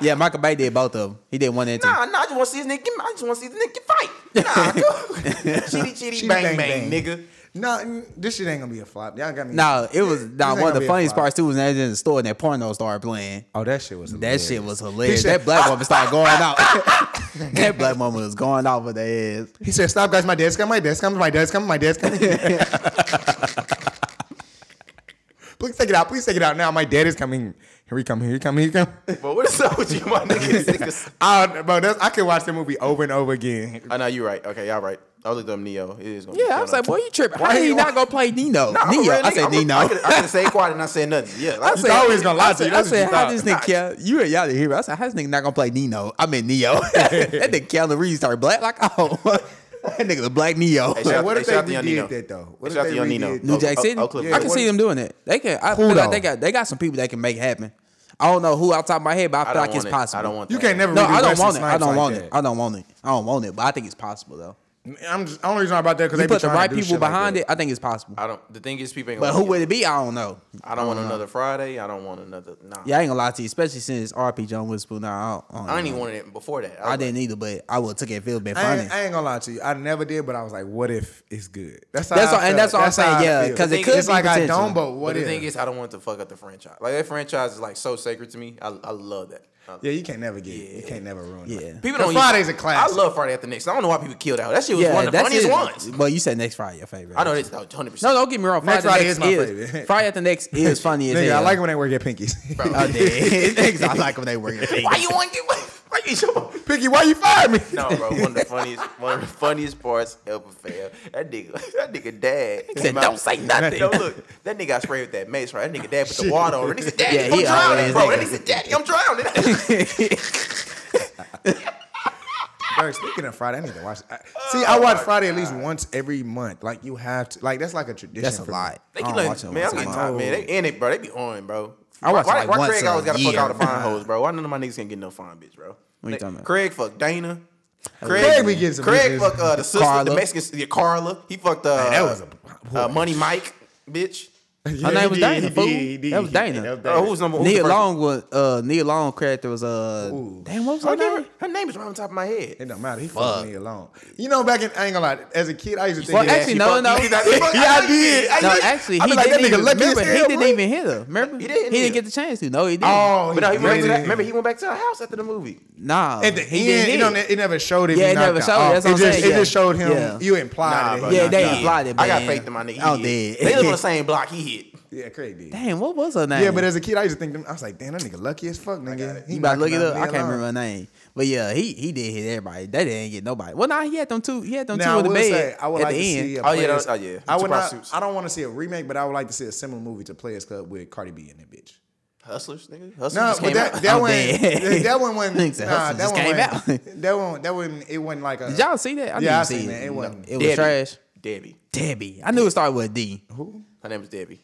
S1: yeah, Michael Bay did both of them. He did one and two.
S2: Nah, nah. I just want to see his nigga. get- I just want to see the nigga fight. Nah, go. chitty chitty
S3: She
S2: bang bang, nigga.
S3: Nah, mm, this shit ain't gonna be a flop. Y'all got me.
S1: Nah, it was
S3: This
S1: nah,
S3: ain't
S1: one of
S3: gonna
S1: the
S3: be a
S1: funniest
S3: flop.
S1: parts too was when they was in the store and that porno started playing.
S3: Oh, that shit was
S1: That
S3: hilarious.
S1: shit was hilarious.
S3: said,
S1: That black woman started going out. that black woman was going off with their ass.
S3: He said, stop, guys, my dad's coming, my dad's coming, my dad's coming, my dad's coming. Please take it out. Please take it out now. My dad is coming. Here he come. Here he come. Here he come.
S2: But what is up with you, my nigga? This nigga's-
S3: I, bro, that's, I could watch the movie over and over again.
S2: I know you're right. Okay, y'all right. I looked up Neo. It is gonna be
S1: Yeah, I
S2: count
S1: was
S2: up.
S1: like, boy, you tripping.
S2: Why
S1: How
S2: he-
S1: you not gonna play Nino?
S2: Nah, I'm a
S1: Nino.
S2: real
S1: I
S2: nigga.
S1: said
S2: I'm a-
S1: Nino.
S2: I could, I could say quiet and not say nothing. Yeah,
S1: I
S2: like,
S1: said,
S3: thought he was gonna lie
S1: I
S3: to you.
S1: said, I
S3: That's what you
S1: said how
S3: thought.
S1: this nigga Kel, you and y'all didn't hear me. I said, how this nigga not gonna play Nino? I meant Neo. that nigga Keanu Reeves started black like, oh, that nigga the black Neo.
S2: Hey,
S3: Hey,
S2: shout-
S3: what
S2: hey,
S3: if they
S2: shout out to Young Nino.
S3: redid that though? What
S2: Hey, shout
S3: if they
S2: out to Young
S3: redid
S2: Nino. Oh,
S3: that?
S1: New
S2: Oak-
S1: Jack
S2: Oak-
S1: City.
S2: Oakland.
S1: I
S2: Yeah,
S1: can
S2: what-
S1: see them doing it. They can. I
S3: Who
S1: feel like
S3: though?
S1: they got they got some people that can make it happen. I don't know who off the top of my head, but I,
S2: I
S1: feel
S2: don't
S1: like it's
S2: want it.
S1: possible.
S2: I don't want.
S3: You
S2: that.
S3: can't never.
S1: No,
S3: redo
S1: I don't
S3: Wesley
S1: want it. I
S3: Snipes
S1: don't
S3: like
S1: want it.
S3: that.
S1: I don't want it. I don't want it. But I think it's possible though.
S3: I'm just, the only reason I'm about that because
S1: You
S3: they
S1: put the right people behind it. I think it's possible.
S2: I don't. The thing is, people ain't.
S1: But
S2: gonna
S1: who
S2: like
S1: would it be? I don't know.
S2: I don't want another Friday. I don't want another. Nah.
S1: Yeah, I ain't gonna lie to you, especially since R.P. John Witherspoon. Nah, I don't. I, don't
S2: I ain't
S1: know.
S2: even wanted it before that.
S1: I didn't either, but I would have took it if it would been
S3: I
S1: funny.
S3: ain't, I ain't gonna lie to you. I never did, but I was like, "What if it's good?" That's how
S1: That's
S3: I
S1: all- and
S3: felt.
S1: that's all I'm saying,
S3: how I
S1: yeah,
S3: feel.
S1: 'cause
S2: it
S3: It's
S2: could be
S3: like I
S1: potential.
S3: don't, but
S2: What
S3: what
S2: the
S3: if?
S2: thing is, I don't want to fuck up the franchise. Like that franchise is like so sacred to me. I, I love that. I-
S3: yeah, you can't never get. it. You can't never ruin it.
S1: Yeah.
S2: People
S3: The
S2: don't. use-
S3: Friday's a classic.
S2: I love Friday After Next. I don't know why people killed out. That shit was one of the funniest
S1: it.
S2: ones.
S1: Well, you said next Friday your favorite.
S2: I know this. oh, Hundred percent.
S1: No, don't get me wrong.
S3: Next
S1: Friday,
S3: Friday
S1: the
S3: is
S1: next
S3: my
S1: is,
S3: favorite.
S1: Friday at the next is funny as
S3: Nigga, I
S1: hell.
S3: like when they work at Pinkies.
S1: Oh, damn. Niggas, I like when they work.
S2: Why you want to? Why you?
S3: Pinky, why you fired me?
S2: No, bro. One of the funniest, one of the funniest parts ever, fam. That nigga, that nigga dad.
S1: said, "Don't say nothing."
S2: No, look, that nigga got sprayed with that mace, right? That nigga dad put the water on. it. And he said, "Daddy,
S1: Yeah,
S2: I'm
S1: he
S2: drowning,
S1: always
S2: bro."
S1: nigga.
S2: And he said, "Daddy, I'm drowning."
S3: Bro, speaking of Friday, I need to watch. I, see, I watch Friday at least once every month. Like you have to. Like that's like a tradition.
S1: That's a
S3: for me.
S1: lot.
S2: They
S1: I
S2: keep
S1: don't watch them
S2: letting, man,
S1: once
S2: I'm
S1: a
S2: getting
S1: month.
S2: tired, man. They in it, bro. They be on, bro.
S1: I watch it
S2: why,
S1: like
S2: why
S1: once
S2: Craig
S1: a
S2: always gotta fuck
S1: year.
S2: all the fine hoes, bro? Why none of my niggas can get no fine bitch, bro?
S1: What you
S2: They-
S1: talking about?
S2: Craig fucked Dana.
S3: Craig be getting some
S2: Craig
S3: bitches.
S2: fuck uh, the sister,
S1: Carla.
S2: the Mexican, yeah, Carla. He fucked uh,
S3: Man, that was a-
S2: uh, Money Mike, bitch.
S3: Yeah,
S1: Her
S3: he
S1: name was
S3: did,
S1: Dana.
S3: he
S1: fool.
S3: did, he did.
S1: That was
S3: Yeah,
S1: Dana.
S3: that was
S2: Uh, who was number? who was the
S1: Neil
S2: first
S1: Long was uh Neil Long character was uh damn what was her
S2: one?
S1: name?
S2: Oh, Her name is right on top of my head.
S3: It don't matter. He fucked me alone. You know, back in I ain't gonna lie. As a kid, I used to think.
S1: Well,
S3: that
S1: actually,
S3: she
S1: no,
S3: fucked
S1: no.
S3: me.
S1: Yeah,
S3: I did. I
S1: No,
S3: did.
S1: actually,
S3: I be
S1: he
S3: like, that
S1: didn't
S3: nigga
S1: even
S3: lucky as
S1: remember. He
S3: hell,
S1: didn't
S3: bro.
S1: even hit her. Remember,
S2: He didn't hit
S1: get the chance to. No, he didn't.
S3: Oh,
S2: But no, he
S3: did.
S2: went to that. Remember, he went back to the house after the movie.
S1: nah.
S3: At the
S1: he
S3: end,
S1: didn't
S3: it,
S1: hit.
S3: don't, it never showed him.
S1: Yeah,
S3: he
S1: it never
S3: knocked
S1: showed it.
S3: off.
S1: That's what I'm
S3: just,
S1: saying,
S3: It just
S1: yeah.
S3: showed him.
S1: Yeah.
S3: You implied
S2: Nah,
S3: it.
S2: bro.
S3: He
S1: Yeah,
S2: nah,
S3: knocked
S1: they
S2: he
S3: off.
S2: did.
S1: implied it,
S2: I got
S1: man.
S2: faith in my nigga. He
S1: Oh,
S2: did.
S1: did.
S2: They live on the same block. He hit.
S3: Yeah, Craig did.
S1: Damn, what was her name?
S3: Yeah, but as a kid, I used to think. Them, I was like, damn, that nigga lucky as fuck, nigga. He
S1: You about to look
S3: knocking
S1: it up?
S3: me
S1: I can't
S3: alone.
S1: remember her name. But yeah, he he did hit everybody. That didn't get nobody. Well, nah, he had them two. He had them
S3: Now, I
S1: two in
S3: will
S1: the bed
S3: say, I would
S1: at
S3: like to
S1: the end.
S3: see. A
S2: Oh, yeah,
S3: Players-
S2: that was- oh, yeah.
S3: I
S2: Two
S3: would not.
S2: prostitutes.
S3: I don't want to see a remake, but I would like to see a similar movie to Players Club with Cardi B in that bitch.
S2: Hustlers, nigga. Hustlers
S3: No,
S2: just
S3: but
S2: came
S3: that
S2: out.
S3: that
S1: I'm
S3: one,
S1: dead.
S3: that one wasn't.
S1: Niggas said
S3: Nah,
S1: Hustle
S3: that
S1: just
S3: one
S1: came
S3: wasn't- That one, that wasn't. It wasn't like a.
S1: Did y'all see that? I
S3: Yeah, I
S1: didn't see
S3: seen
S1: it.
S3: that. It wasn't-
S1: It was trash.
S2: Debbie.
S1: Debbie. I knew it started with a D.
S2: Her name is Debbie.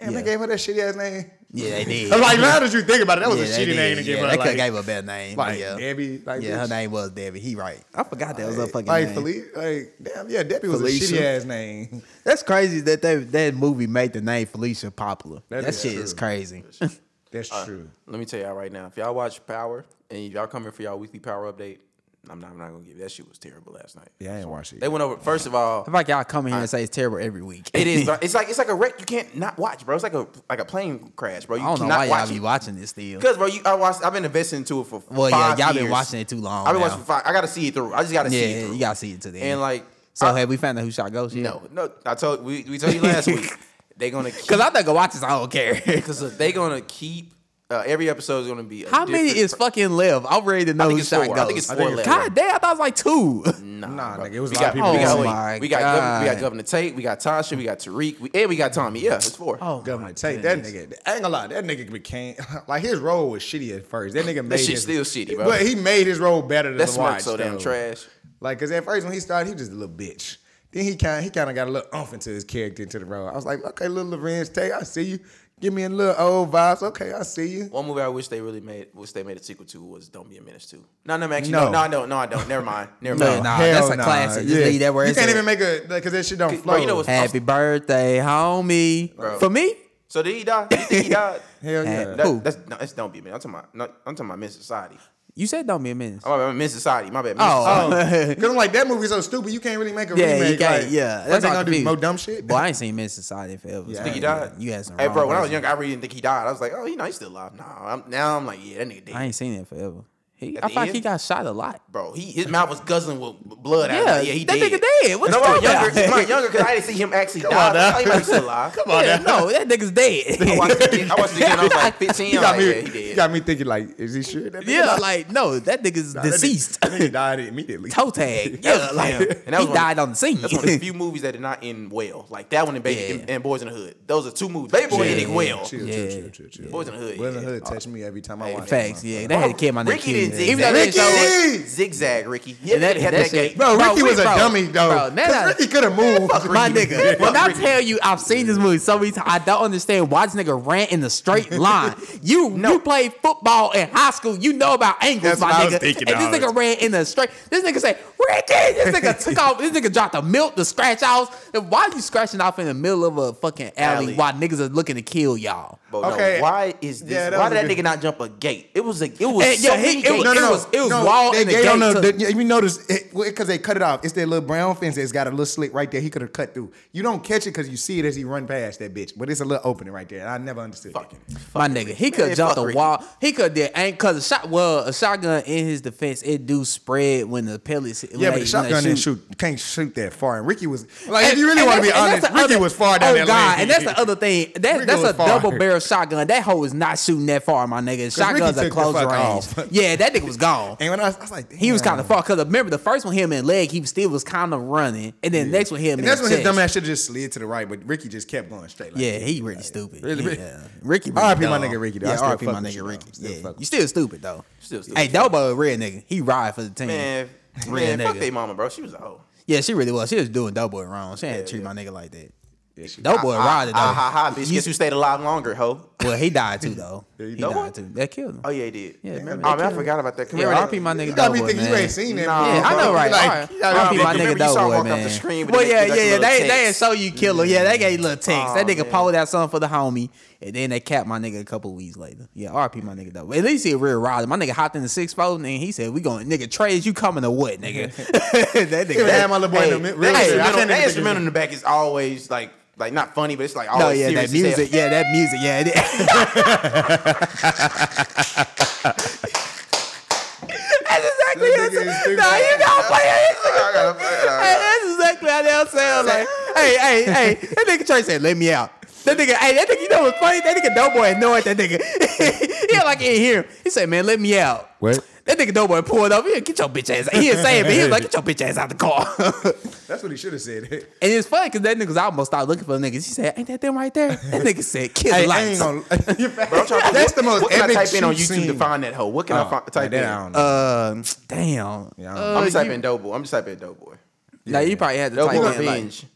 S3: Damn, they
S1: yeah.
S3: gave her that shitty ass name.
S1: Yeah, they did.
S3: I'm like, now that you think about it, that was
S1: Yeah,
S3: a
S1: they
S3: shitty
S1: did.
S3: name to give
S1: Yeah,
S3: her.
S1: They
S3: Like,
S1: could gave her a better name. but
S3: like
S1: yeah.
S3: Debbie. Like,
S1: yeah, her
S3: bitch.
S1: name was Debbie. He right. I forgot that was her fucking
S3: Like
S1: name.
S3: Felicia. Like, damn, yeah, Debbie was
S1: Felicia.
S3: a shitty ass name.
S1: That's crazy that they, that movie made the name Felicia popular.
S3: That
S1: That,
S3: is
S1: shit
S3: true.
S1: is crazy.
S3: That's true.
S2: Let me tell y'all right now. If y'all watch Power and if y'all come here for y'all weekly Power update, I'm not, I'm not gonna give you that shit was terrible last night.
S3: Yeah, I ain't watched it.
S2: They went over. First of all,
S1: I like y'all come in here and say it's terrible every week.
S2: it is. It's like it's like a wreck. You can't not watch, bro. It's like a like a plane crash, bro. You
S1: I don't know
S2: cannot
S1: why y'all
S2: watch
S1: be
S2: it.
S1: watching this still.
S2: Because bro, you, I watched. I've been investing into it for
S1: Well, yeah,
S2: five
S1: y'all been
S2: years.
S1: watching it too long
S2: I've been
S1: now.
S2: watching for five. I gotta see it through. I just gotta see it
S1: Yeah,
S2: through.
S1: you gotta see it to the end.
S2: And like,
S1: so
S2: I-
S1: have we found out who shot Ghost? yet?
S2: no, no. I told we we told you last week. They gonna keep
S1: Cause I think of watches, I don't care.
S2: because they gonna keep uh, every episode is gonna be. A
S1: How many
S2: different
S1: is fucking left? I'm ready to know
S2: think
S1: who
S2: it's
S1: shot
S2: four.
S1: Ghost.
S2: I think it's four left. Mm.
S1: God damn, I thought it was like two.
S2: Nah,
S3: Nah,
S2: bro.
S3: nigga, it was
S2: we
S3: a lot
S2: got,
S3: of people
S2: We got,
S1: Oh
S2: wait,
S1: my
S2: we got, Governor, we got
S1: God.
S2: Governor Tate, we got Tasha, we got Tariq, we, and we got Tommy. Yeah, it's four.
S1: Oh,
S3: Governor Tate, that nigga, I ain't gonna lie, that nigga became like his role was shitty at first. That nigga made
S2: shit
S3: his,
S2: still shitty, bro.
S3: But he made his role better than
S2: that
S3: the
S2: smirk
S3: watch.
S2: so damn
S3: though.
S2: trash.
S3: Like, cause at first when he started, he was just a little bitch. Then he kind he kind of got a little oomph into his character into the role. I was like, okay, little Lorenz Tate, I see you. Give me a little old vibes. Okay, I see you.
S2: One movie I wish they really made, wish they made a sequel to was Don't Be a Menace to. No, no, actually,
S3: No.
S2: no, no, I don't, no, I don't. Never mind, never
S1: No,
S2: mind.
S1: nah, that's a classic. Just leave that where
S3: you
S1: it's
S3: can't
S1: at.
S3: even make a like, cause that shit don't flow.
S2: Bro, you know what's-
S1: Happy birthday, homie.
S2: Bro.
S1: For me?
S2: So did he die? You think he died?
S3: Hell yeah.
S1: Happy-
S2: That,
S1: Who?
S2: That's, no, that's Don't Be a Menace. I'm talking about, no, I'm talking about Men's Society.
S1: You said don't be a menace.
S2: I'm about Men's Society. My bad. Men's
S1: Oh,
S2: Society.
S3: Cause I'm like that movie's so stupid. You can't really make a
S1: yeah, you
S3: remake.
S1: got
S3: like,
S1: yeah.
S3: what
S1: That's
S3: they
S1: all
S3: gonna do?
S1: confused.
S3: More dumb shit.
S1: Boy, I ain't seen Men's Society forever. Oh. Yeah,
S2: Think he died?
S1: You had some.
S2: Hey,
S1: wrong
S2: bro, when I was
S1: person.
S2: young, I really didn't think he died. I was like, oh, you know, he's still alive. Nah, I'm, now I'm like, yeah, that nigga dead.
S1: I ain't seen it forever. He, I
S2: At the
S1: feel like
S2: end?
S1: he got shot a lot.
S2: bro. He his mouth was guzzling with blood. out
S1: Yeah,
S2: of it. yeah, he
S1: that
S2: dead.
S1: nigga dead. What
S2: And
S1: you
S2: I'm
S1: talking
S2: younger,
S1: about?
S2: I'm not younger because I didn't see him actually die.
S1: on now.
S2: I thought he might be still alive. Come
S1: yeah, no, that nigga's
S2: I
S1: dead.
S2: watched it again. I watched it again. I was like 15.
S3: You
S2: I'm
S3: got
S2: like,
S3: me.
S2: yeah, he
S3: you
S2: did.
S3: got me thinking like, is he sure? That nigga
S1: yeah,
S3: died?
S1: like no, that nigga's
S3: Nah, that nigga-
S1: deceased.
S3: That nigga died immediately.
S1: Toe tag. Yeah, like
S2: Damn. And that was
S1: he
S2: one-
S1: died on the scene.
S2: That's one of the few movies that did not end well. Like that one and Baby
S1: Yeah.
S2: and, and Boys in the Hood. Those are two movies. Baby Boy
S1: Yeah.
S2: ended well.
S3: Chill,
S1: Yeah.
S3: chill, chill, chill, chill.
S2: Boys in the Hood,
S3: Boys in
S2: yeah.
S3: the Hood touch me every time I watch.
S1: Facts,
S3: that
S1: yeah. They had to kill my nigga.
S2: Ricky didn't
S1: kid.
S2: zigzag.
S1: Even though they didn't show it.
S2: Ricky! Zigzag, Ricky. He
S1: And
S2: had
S1: that-
S2: to hit
S1: that
S2: that
S1: shit-
S2: gate.
S3: motherfucker. Bro,
S1: Bro,
S3: Ricky
S1: we-
S3: was a
S1: bro,
S3: dummy though.
S1: bro, now
S3: Because
S1: that-
S3: Ricky could have moved.
S1: My nigga, when I tell you I've seen this movie so many times, I don't understand why this nigga ran in a straight line. You you played football in high school, you know about angles,
S3: That's
S1: my
S3: what I was
S1: nigga.
S3: thinking,
S1: and this
S3: dog.
S1: nigga ran in a straight. This nigga said, Ricky, this nigga took off. This nigga dropped the milk, the scratch offs. Then why you scratching off in the middle of a fucking alley,
S2: Alley.
S1: while niggas are looking to kill y'all?
S2: But no,
S3: Okay.
S2: why is this?
S3: Yeah, that
S2: why
S3: was
S2: did
S3: a
S2: that
S3: good-
S2: nigga not jump a gate? It was like it was
S1: And,
S2: so
S1: yeah, he-
S2: many
S1: it was-
S2: gates.
S1: No, no, no. it was wall
S3: they
S1: and the
S3: gate on
S1: gate
S3: the,
S1: took-
S3: the- you notice it because they cut it off. It's that little brown fence that's got a little slit right there. He could have cut through. You don't catch it because you see it as he run past that bitch. But it's a little opening right there. And I never understood. that.
S2: Fucking-
S1: My nigga, he could
S2: Man,
S1: have jumped
S2: fuck
S1: the
S2: Ricky.
S1: wall. He could did ain't cause a shot. Well, a shotgun in his defense, it do spread when the pellets. when
S3: Yeah,
S1: they- when
S3: but
S1: they
S3: the shotgun didn't
S1: shoot.
S3: shoot. Can't shoot that far. And Ricky was like, if
S1: And-
S3: you really
S1: and
S3: want to be
S1: that's- and that's
S3: honest,
S1: the
S3: Ricky
S1: other-
S3: was far
S1: oh,
S3: down that
S1: God,
S3: lane.
S1: and that's the other thing. That,
S3: Ricky
S1: that's
S3: was
S1: a
S3: far.
S1: double barrel shotgun. That hoe is not shooting that far, my nigga. Shotguns
S3: Ricky
S1: are
S3: took the
S1: close
S3: fuck
S1: range.
S3: off.
S1: Yeah, that nigga was gone.
S3: And when I was, I was like,
S1: He was
S3: damn.
S1: kind of far because remember the first one him in leg, he still was kind of running, and then next one him
S3: And
S1: in
S3: that's
S1: the
S3: when his
S1: chest.
S3: dumb ass should have just slid to the right, but Ricky just kept going straight. Like,
S1: Yeah, he really stupid.
S3: Really, really-
S1: yeah. Ricky. Really
S3: R.I.P. my
S1: dumb.
S3: nigga Ricky, though. I
S1: Yeah,
S3: still
S1: R.I.P.
S3: fuck
S1: my
S3: with you,
S1: nigga
S3: though.
S1: Ricky.
S3: Still
S1: Yeah,
S3: fuck
S1: you still stupid though.
S2: Still stupid.
S1: Hey, Dobo a real nigga. He ride for the team.
S2: Man,
S1: Real
S2: man, fuck
S1: nigga.
S2: they mama, bro. She was a hoe.
S1: Yeah, she really was. She was doing Doughboy wrong. She ain't treat my nigga like that.
S3: she-
S1: Doughboy rotted though.
S2: Ah ha ha, bitch. Guess who stayed alive longer, hoe?
S1: well, he died too though. he
S2: Doughboy?
S1: died too. That killed him.
S2: Oh yeah, he did.
S1: Yeah,
S2: oh man,
S1: remember that
S2: I forgot about that. Come here,
S1: yeah,
S2: that-
S1: RP my nigga
S3: You got me
S1: Doughboy,
S3: thinking you
S1: man.
S3: ain't seen that.
S2: Nah.
S3: movie,
S1: Yeah, I
S3: bro.
S1: know, right?
S3: Like,
S1: All
S3: you
S1: right.
S3: gotta
S1: RP
S3: be-
S1: my nigga
S2: Remember you saw him
S1: Doughboy,
S2: walk off the
S1: man.
S2: screen with
S1: Well,
S2: that-
S1: yeah,
S2: with that
S1: yeah, yeah.
S2: little
S1: They, they had
S2: text.
S1: saw you killer. Yeah, they gave you little text. that
S2: Aw,
S1: nigga
S2: man.
S1: pulled out something for the homie, and then they capped my nigga a couple weeks later. Yeah, RP my nigga Doughboy. At least he a real rider. My nigga hopped in the six fold, and he said, "We going nigga trades. You coming to what, nigga?" that nigga.
S3: Yeah, my little boy in the mid- real
S2: that
S3: shit. I
S2: instrumental,
S3: can't
S2: that
S3: even
S2: instrumental
S3: think
S2: in the back is always like, like not funny, but it's like always
S1: No, yeah,
S2: serious
S1: that
S2: as hell.
S1: music. Yeah, that music. Yeah. It, That's exactly
S3: That
S1: it.
S3: nigga is stupid.
S1: Nah, you gotta play it.
S2: I gotta play it.
S1: Hey, that's exactly how that sound. Like, hey, hey, hey, that nigga Trey said, "Let me out." That nigga, hey, that nigga, you know what's funny? That nigga Doughboy annoyed that nigga. he like in here. He said, "Man, let me out."
S3: What?
S1: That nigga Doughboy pulled up. He said, get your bitch ass. Out. He didn't say it, but he was like, "Get your bitch ass out the car."
S3: That's what he should have said.
S1: And it's funny because that nigga's almost started looking for the niggas. He said, "Ain't that them right there?" That nigga said, "Kill
S3: Hey, I ain't
S1: lights."
S3: gonna.
S2: Bro, I'm trying to-
S3: That's the most
S2: What can I
S3: epic
S2: type in on
S3: shoot
S2: YouTube to
S3: scene.
S2: find that hoe? What can I
S3: Oh,
S2: fi- type
S3: that
S2: in?
S3: I don't know.
S1: Uh, damn.
S3: Yeah, I don't know.
S1: Uh,
S2: I'm just typing
S1: you-
S2: in Doughboy. I'm just typing in Doughboy.
S1: Now you probably had to type in
S2: Doughboy
S1: like,
S2: Revenge.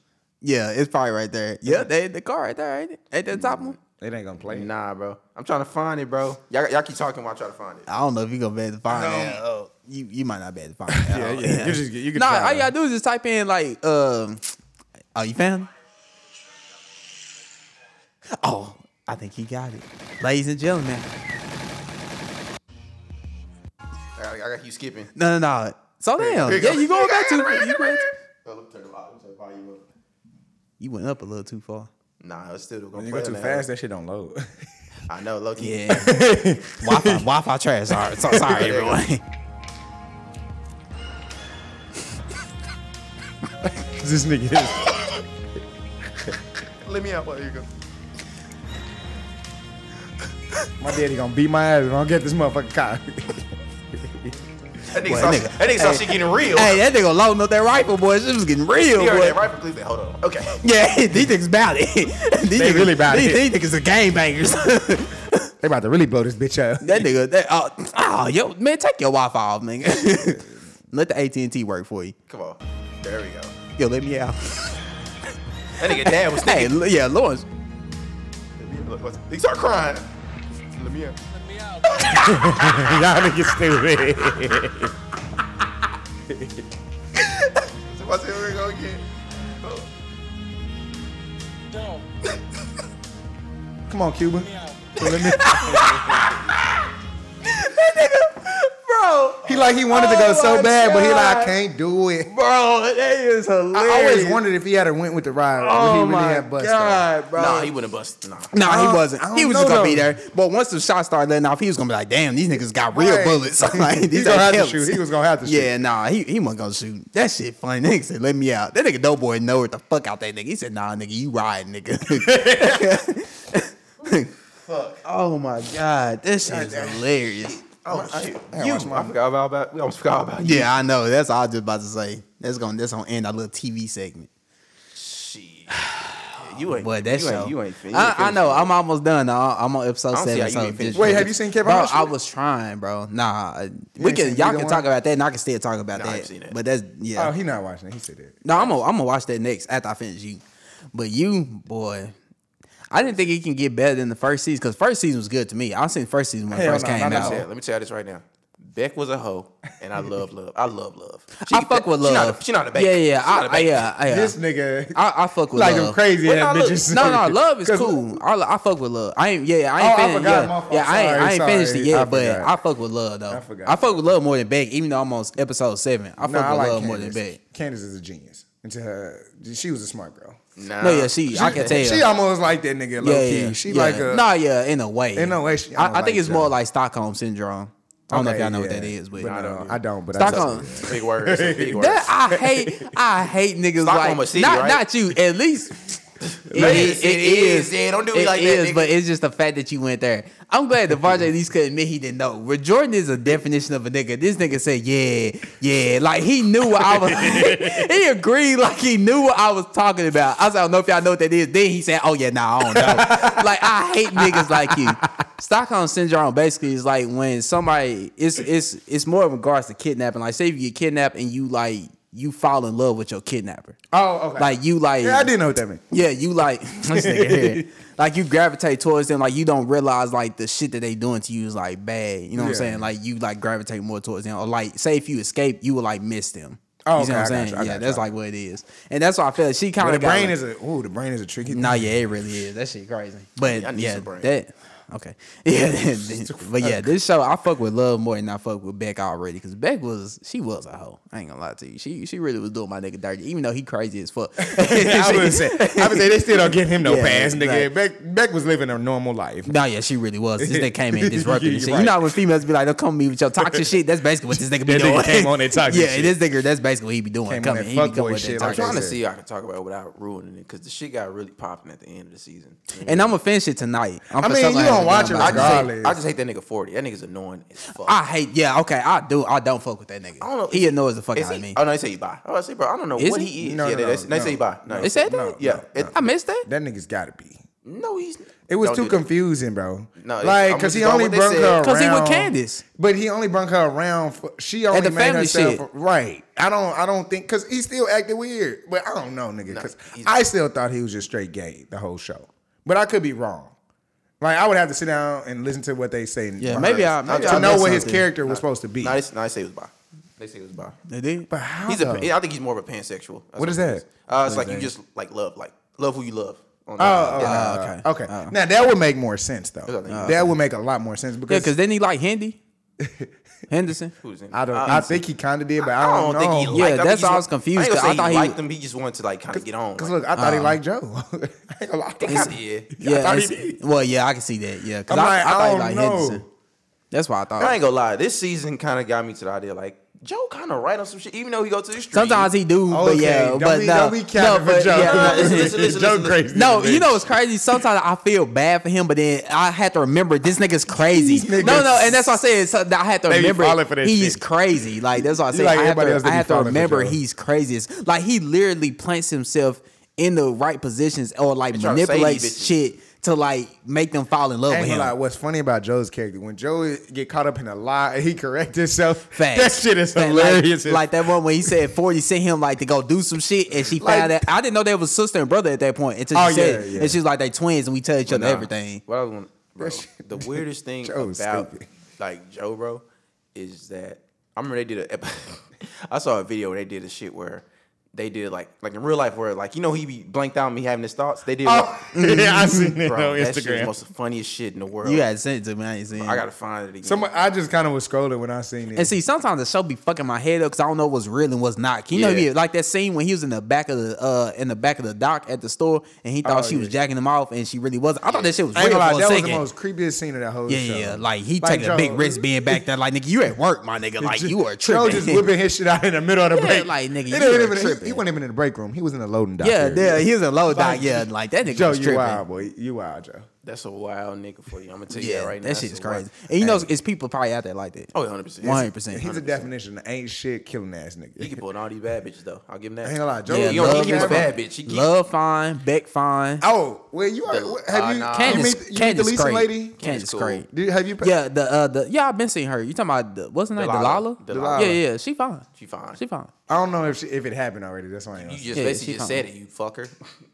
S1: yeah, it's probably right there. Yeah, they, the car right there, ain't it? Ain't that the top one?
S3: It ain't gonna play.
S2: Nah, bro. I'm trying to find it, bro. Y'all, y'all keep talking while I try to find it.
S1: I don't know if you gonna be able to find that. Oh, you you might not be able to find that. Oh,
S3: Yeah, yeah. You just you can
S1: Nah,
S3: try.
S1: all you gotta do is just type in like, um, oh, you found? it? Oh, I think he got it, ladies and gentlemen.
S2: I got, I got you skipping.
S1: No, no, no. So damn,
S2: here you
S1: yeah,
S2: go.
S1: you going back to you, going-
S2: Oh, let me turn the volume- turn the volume up.
S1: you went up a little too far.
S2: Nah, it's still gonna
S3: When you
S2: play
S3: go too
S2: on that.
S3: fast, that shit don't load.
S2: I know, Loki.
S1: Yeah, Wi-Fi, Wi-Fi trash. All right, so sorry everyone.
S3: this nigga is.
S2: Let me out while you go.
S3: My daddy gonna beat my ass if I don't get this motherfucking car.
S2: That nigga
S1: Well,
S2: saw,
S1: nigga.
S2: That nigga saw
S1: Hey.
S2: shit getting real.
S1: Hey, that nigga loading up that rifle, boy. It was getting real,
S2: he heard
S1: boy.
S2: that right from Cleveland. Hold on. Okay.
S1: Yeah, these niggas about it. These
S3: They
S1: niggas,
S3: really about
S1: these,
S3: it.
S1: These niggas are game bangers.
S3: they about to really blow this bitch up.
S1: that nigga, that, oh, oh, yo, man, take your Wi-Fi off, nigga. let the AT and T work for you.
S2: Come on. There we go.
S1: Yo, let me out.
S2: That nigga dad was
S1: hey,
S2: thinking.
S1: l- yeah, Lawrence.
S2: He started crying. Let me out.
S3: Y'all niggas stupid.
S2: So I said, here we go again. Oh.
S3: Come on, Cuba.
S1: Bro,
S3: He like he wanted to go
S1: Oh my
S3: so bad, but he like
S1: God.
S3: I can't do it.
S1: bro, that is hilarious.
S3: I always wondered if he had a went with the ride. would he
S1: Oh
S3: really
S1: my
S3: have bust that?
S1: god, bro.
S2: Nah, he wouldn't bust. Nah.
S1: Nah,
S3: I
S1: he
S3: don't-
S1: wasn't.
S3: Uh, I don't
S1: He was
S3: know
S1: just gonna be
S3: though.
S1: there. But once the shots started letting off, he was gonna be like, "Damn, these niggas got real
S3: Right.
S1: bullets." like,
S3: He's
S1: these
S3: gonna
S1: ain't
S3: have to
S1: killers.
S3: shoot. He was gonna have to shoot.
S1: Yeah, nah, he he wasn't gonna shoot. That shit funny. Nigga said, "Let me out." That nigga Doughboy know what the fuck out that nigga. He said, "Nah, nigga, you riding, nigga." fuck. Oh my god, this shit is hilarious.
S2: Oh shit!
S3: I
S2: you, I
S3: watched mine.
S2: forgot about, about. We almost forgot about you.
S1: Yeah, I know. That's all I was just about to say. That's gonna that's gonna end our little TV segment.
S2: Shit. You ain't.
S1: But that
S2: you
S1: show,
S2: ain't. You ain't fin- you ain't
S1: I, I
S2: finished
S1: know.
S2: it.
S1: I'm almost done. I, I'm on episode
S2: I don't see
S1: seven.
S2: how you
S1: So
S2: ain't finished
S1: just,
S2: it.
S3: Wait, have you seen Kevin?
S1: bro,
S3: Hart?
S1: I was trying, bro. Nah, I- we
S3: ain't
S1: can
S3: seen
S1: y'all
S3: either
S1: can
S3: one?
S1: talk about that, and I can still talk about
S2: Nah, I
S1: that.
S2: ain't seen that.
S1: But that's yeah.
S3: Oh, he not watching it. He said that.
S1: no, I'm gonna I'm gonna watch that next after I finish you. But you, boy, I didn't think it can get better than the first season because first season was good to me. I seen first season when it
S3: Hell
S1: first
S3: no,
S1: came
S3: not at
S2: Let me tell-
S1: out.
S2: let me tell you this right now. Beck was a hoe, and I love love. I love love.
S1: I fuck with
S2: She not
S1: love.
S2: a, she not a bank.
S1: Yeah, yeah,
S2: She
S1: I,
S2: not a
S1: I,
S2: bank.
S1: yeah, I, yeah.
S3: This nigga
S1: I, I fuck with
S3: like
S1: love.
S3: them crazy
S2: Well,
S3: ass
S2: nah, look,
S3: bitches.
S1: No, no, love is
S3: 'Cause
S1: cool. I, I fuck with love. I ain't, yeah, I ain't
S3: Oh, I
S1: finished. yeah,
S3: forgot, motherfucker.
S1: yeah, I ain't, I ain't
S3: Sorry,
S1: finished it
S3: sorry.
S1: yet,
S3: I
S1: but
S3: forgot.
S1: I fuck with love though. I,
S3: I forgot.
S1: fuck with love more than Beck, even though I'm on episode seven. I fuck
S3: Nah, I
S1: with
S3: like
S1: love
S3: Candace.
S1: more than Beck.
S3: Candace is a genius. And to her, she was a smart girl.
S2: Nah.
S1: No, yeah, she, I can tell.
S3: She almost like that nigga low
S1: yeah,
S3: key.
S1: yeah,
S3: she
S1: yeah.
S3: like a
S1: nah, yeah, in a way,
S3: In a way, she-
S1: I,
S3: I
S1: I
S3: don't
S1: think
S3: like
S1: it's more
S3: that.
S1: like Stockholm syndrome. I don't know if
S3: Okay,
S1: y'all know what
S3: yeah.
S1: that is, but,
S3: no, I don't. But I
S1: Stockholm.
S2: Big words. Big words.
S1: That I hate. I hate niggas
S2: Stockholm
S1: like
S2: a city,
S1: not
S2: right?
S1: not you. At least it,
S2: Ladies, it is. Yeah, don't do me
S1: It
S2: like that,
S1: is,
S2: nigga.
S1: But it's just the fact that you went there. I'm glad that Varjay at least could admit he didn't know. But Jordan is a definition of a nigga. This nigga said, yeah, yeah, like he knew what I was. he agreed, like he knew what I was talking about. I said, I don't know if y'all know what that is. Then he said, oh yeah, nah, I don't know. like I hate niggas like you. Stockholm syndrome basically is like when somebody it's it's it's more in regards to kidnapping. Like say if you get kidnapped and you like you fall in love with your kidnapper.
S3: Oh, okay.
S1: Like you like
S3: yeah, I didn't know what that meant.
S1: yeah, you like this nigga here. Like you gravitate towards them, like you don't realize like the shit that they doing to you is like bad. You know what I'm
S3: Yeah.
S1: saying? Like you like gravitate more towards them, or like say if you escape, you would like miss them.
S3: Oh,
S1: you see what
S3: okay,
S1: I'm
S3: I got
S1: saying?
S3: you, I
S1: yeah,
S3: got
S1: that's
S3: you.
S1: like what it is, and that's why I felt she kind
S3: But
S1: of
S3: the brain
S1: like,
S3: is a ooh, the brain is a tricky.
S1: Nah, yeah, it really is. That shit crazy. But
S2: I need
S1: yeah,
S2: some brain.
S1: that okay. Yeah, that- but yeah, this show I fuck with love more than I fuck with Beck already because Beck was she was a hoe. I ain't gonna lie to you. She she really was doing my nigga dirty, even though he crazy as fuck.
S3: I would say, I would say they still don't give him no
S1: Yeah,
S3: pass, nigga.
S1: like-
S3: Beck, Beck was living a normal life.
S1: No, yeah, she really was. This nigga came in and disrupted and
S3: You're
S1: shit. You
S3: right.
S1: know how when females be like, "Don't come to me with your toxic shit." That's basically what this nigga be
S3: That
S1: doing.
S3: nigga came on and toxic
S1: yeah, this
S3: shit.
S1: nigga, that's basically what he be doing.
S3: Came
S1: Coming,
S3: on that
S1: he be coming
S3: fuckboy
S1: with that
S3: shit.
S2: I'm
S1: toxic
S2: trying to
S1: shit.
S2: see how I can talk about it without ruining it because the shit got really popping at the end of the season.
S1: And I'm gonna finish it tonight. I'm
S3: I
S1: for
S3: mean,
S1: sure
S3: you
S1: gonna
S3: don't
S1: have to
S3: watch
S1: done
S3: it
S1: by
S2: I
S1: then.
S2: just, hate,
S3: regardless.
S2: I just hate that nigga forty. That nigga's annoying as fuck.
S1: I hate. Yeah, okay, I do. I don't fuck with that nigga.
S2: I don't know.
S1: He annoys the fuck
S2: Is
S1: out of
S2: he-
S1: me.
S2: Oh no, they say he bi. Oh, I say bro, I don't know
S1: Is
S2: what
S1: he?
S2: he is.
S3: No,
S2: yeah,
S3: no,
S2: they,
S3: no,
S2: they say- they say he bi. No,
S1: They said that.
S3: No,
S2: yeah.
S3: no,
S2: it-
S1: I missed that.
S3: That nigga's got to be.
S2: No, he's.
S3: It was
S2: Don't
S3: too
S2: do that.
S3: confusing, bro.
S2: No,
S3: No,
S2: it-
S3: like
S2: I'm
S3: because
S2: just
S3: he
S2: going
S3: only
S2: with they
S3: brung
S2: said.
S3: her around.
S1: 'Cause he with Candace.
S3: but he only brung her around. For, she only
S1: the
S3: made
S1: family
S3: herself
S1: shit.
S3: right. I don't. I don't think because he still acted weird. But I don't know, nigga. Because
S2: he's-
S3: I still thought he was just straight gay the whole show. But I could be wrong. Like I would have to sit down and listen to what they say.
S1: Yeah, maybe I. Maybe I
S3: to know
S1: missed
S3: what his
S1: something.
S3: character was supposed to be.
S2: No, they, no, they say he was bi. They say he was bi.
S1: They did.
S3: But how?
S2: He's
S3: though?
S2: a. I think he's more of a pansexual. That's
S3: What is
S2: it
S3: that?
S2: Uh, it's like you just like love, like love who you love. Oh,
S3: Oh, okay.
S1: Yeah.
S3: okay. now that would make more sense though.
S2: what I think.
S3: that would make a lot more sense
S1: Yeah,
S3: because
S1: because then he like Hindi, Henderson.
S3: I don't. I think he kind of did, but I
S2: I
S3: don't,
S2: don't think he
S3: know.
S2: liked.
S1: Yeah,
S2: I think
S1: that's
S2: he
S1: why I
S2: just-
S1: was confused,
S2: I, ain't gonna
S1: 'cause I
S2: say
S1: thought he-
S2: he liked him. He just wanted to like kind of get on.
S3: Because
S2: like-
S3: look, I thought he liked Joe. I ain't gonna lie.
S2: yeah.
S1: Um, Yeah,
S3: I thought he
S1: it's-
S3: did.
S1: well, yeah, I can see that. Yeah, because
S3: I'm
S1: I,
S3: like,
S1: I
S3: I
S1: thought he
S3: don't
S1: like
S3: know.
S1: Henderson. That's why I thought.
S2: I ain't gonna lie. This season kind of got me to the idea like Joe kind of right on some shit, even though he go to the street.
S1: Sometimes he do, but
S3: Okay,
S1: yeah,
S3: don't
S1: but
S3: be-
S1: no,
S3: don't be
S1: no,
S3: capping for
S1: but
S3: Joe.
S1: yeah,
S2: No, listen, listen, listen,
S3: Joe
S2: listen.
S3: crazy.
S1: No, you
S3: bitch.
S1: know it's crazy. Sometimes I feel bad for him, but then I had to remember this nigga's crazy. No, no, and that's why I said so that I had to
S3: They be
S1: remember
S3: falling for that
S1: he's
S3: shit.
S1: crazy. Like that's why I
S3: You
S1: said
S3: like
S1: I had
S3: everybody
S1: to,
S3: else, they
S1: I
S3: be
S1: had to
S3: falling for
S1: remember
S3: Joe.
S1: he's crazy. It's like he literally plants himself in the right positions or like
S2: trying to save
S1: manipulates
S2: bitches.
S1: shit to like make them fall in love
S3: I
S1: with
S3: ain't
S1: him.
S3: gonna lie. What's funny about Joe's character when Joe get caught up in a lie, he correct himself.
S1: Facts.
S3: That shit is
S1: Fact,
S3: hilarious.
S1: Like, like that one when he said 40 sent him like to go do some shit and she
S3: Like-
S1: found out. I didn't know they was sister and brother at that point until she
S3: Oh, yeah,
S1: said it.
S3: yeah.
S1: and she was like they twins and we tell each other
S2: Nah.
S1: everything.
S2: What I want, bro,
S3: That shit-
S2: the weirdest thing
S3: Joe's
S2: about
S3: stupid.
S2: like Joe, bro, is that I remember they did a. ep- I saw a video where they did a shit where they did like like in real life where like you know he be blanked out on me having his thoughts. They did.
S3: Oh, yeah,
S1: mm-hmm.
S3: I seen that
S2: bro,
S3: on
S2: that shit is
S3: Instagram.
S2: most the funniest shit in the world.
S1: You had sent it to me. I ain't seen.
S2: I
S1: it.
S2: gotta find it again.
S3: Some, I just kind of was scrolling when I seen it.
S1: And see, sometimes the show be fucking my head up because I don't know what's real and what's not. You know,
S2: Yeah.
S1: yeah, like that scene when he was in the back of the uh in the back of the dock at the store, and he thought
S3: Oh,
S1: she was
S3: yeah.
S1: jacking him off, and she really wasn't. I thought that shit was
S3: I ain't
S1: real
S3: gonna lie,
S1: for a
S3: that was
S1: second.
S3: the most creepiest scene of that whole
S1: yeah,
S3: show.
S1: yeah, yeah. like he
S3: Like,
S1: taking a big
S3: Joe-
S1: risk being back there. Like nigga, you at work, my nigga. Like you are
S3: Joe
S1: tripping.
S3: just whipping his shit out in the middle of the
S1: Yeah,
S3: break.
S1: like, nigga,
S3: It
S1: you
S3: ain't
S1: are
S3: even- he-
S1: tripping.
S3: He, wasn't even in the break room. He was in the loading dock.
S1: yeah,
S3: area.
S1: yeah. He was a low dock.
S3: Like,
S1: Yeah, like that nigga
S3: Joe,
S1: was
S3: you
S1: tripping.
S3: wild boy. You wild, Joe.
S2: That's a wild nigga for you. I'm gonna tell you
S1: Yeah,
S2: that right now.
S1: that shit
S2: That's
S1: is
S2: a wild-
S1: crazy. And you know, it's people probably out there like that.
S2: Oh, 100. percent
S1: One hundred percent.
S3: He's a definition of ain't shit killing ass
S2: He can
S3: nigga.
S2: pull in all these bad bitches though. I'll give him that.
S3: I ain't gonna lie, Joe.
S2: Yeah,
S3: was
S2: you don't
S3: love
S2: think he was a
S3: that
S2: bad
S3: motherfucker.
S2: bitch. She keep-
S1: Love fine, Beck fine.
S3: Oh, well, you are. what- Have
S2: Uh,
S3: you,
S2: nah.
S3: you
S1: Candace,
S3: meet, you meet the
S1: Candace
S3: Lisa
S1: great.
S3: lady?
S1: Candace
S2: cool.
S1: great.
S3: Did, have you?
S1: Yeah, the uh the yeah, I've been seeing her. You talking about the, what's her name?
S2: Delilah.
S1: Delilah.
S2: Delilah.
S1: Yeah, yeah, she fine.
S2: She fine.
S1: She fine.
S3: I don't know if she, if it happened already. That's why I ain't
S2: You
S3: gonna-
S2: just
S1: Yeah,
S2: basically
S1: she
S2: just
S1: fine.
S2: said it. You fucker.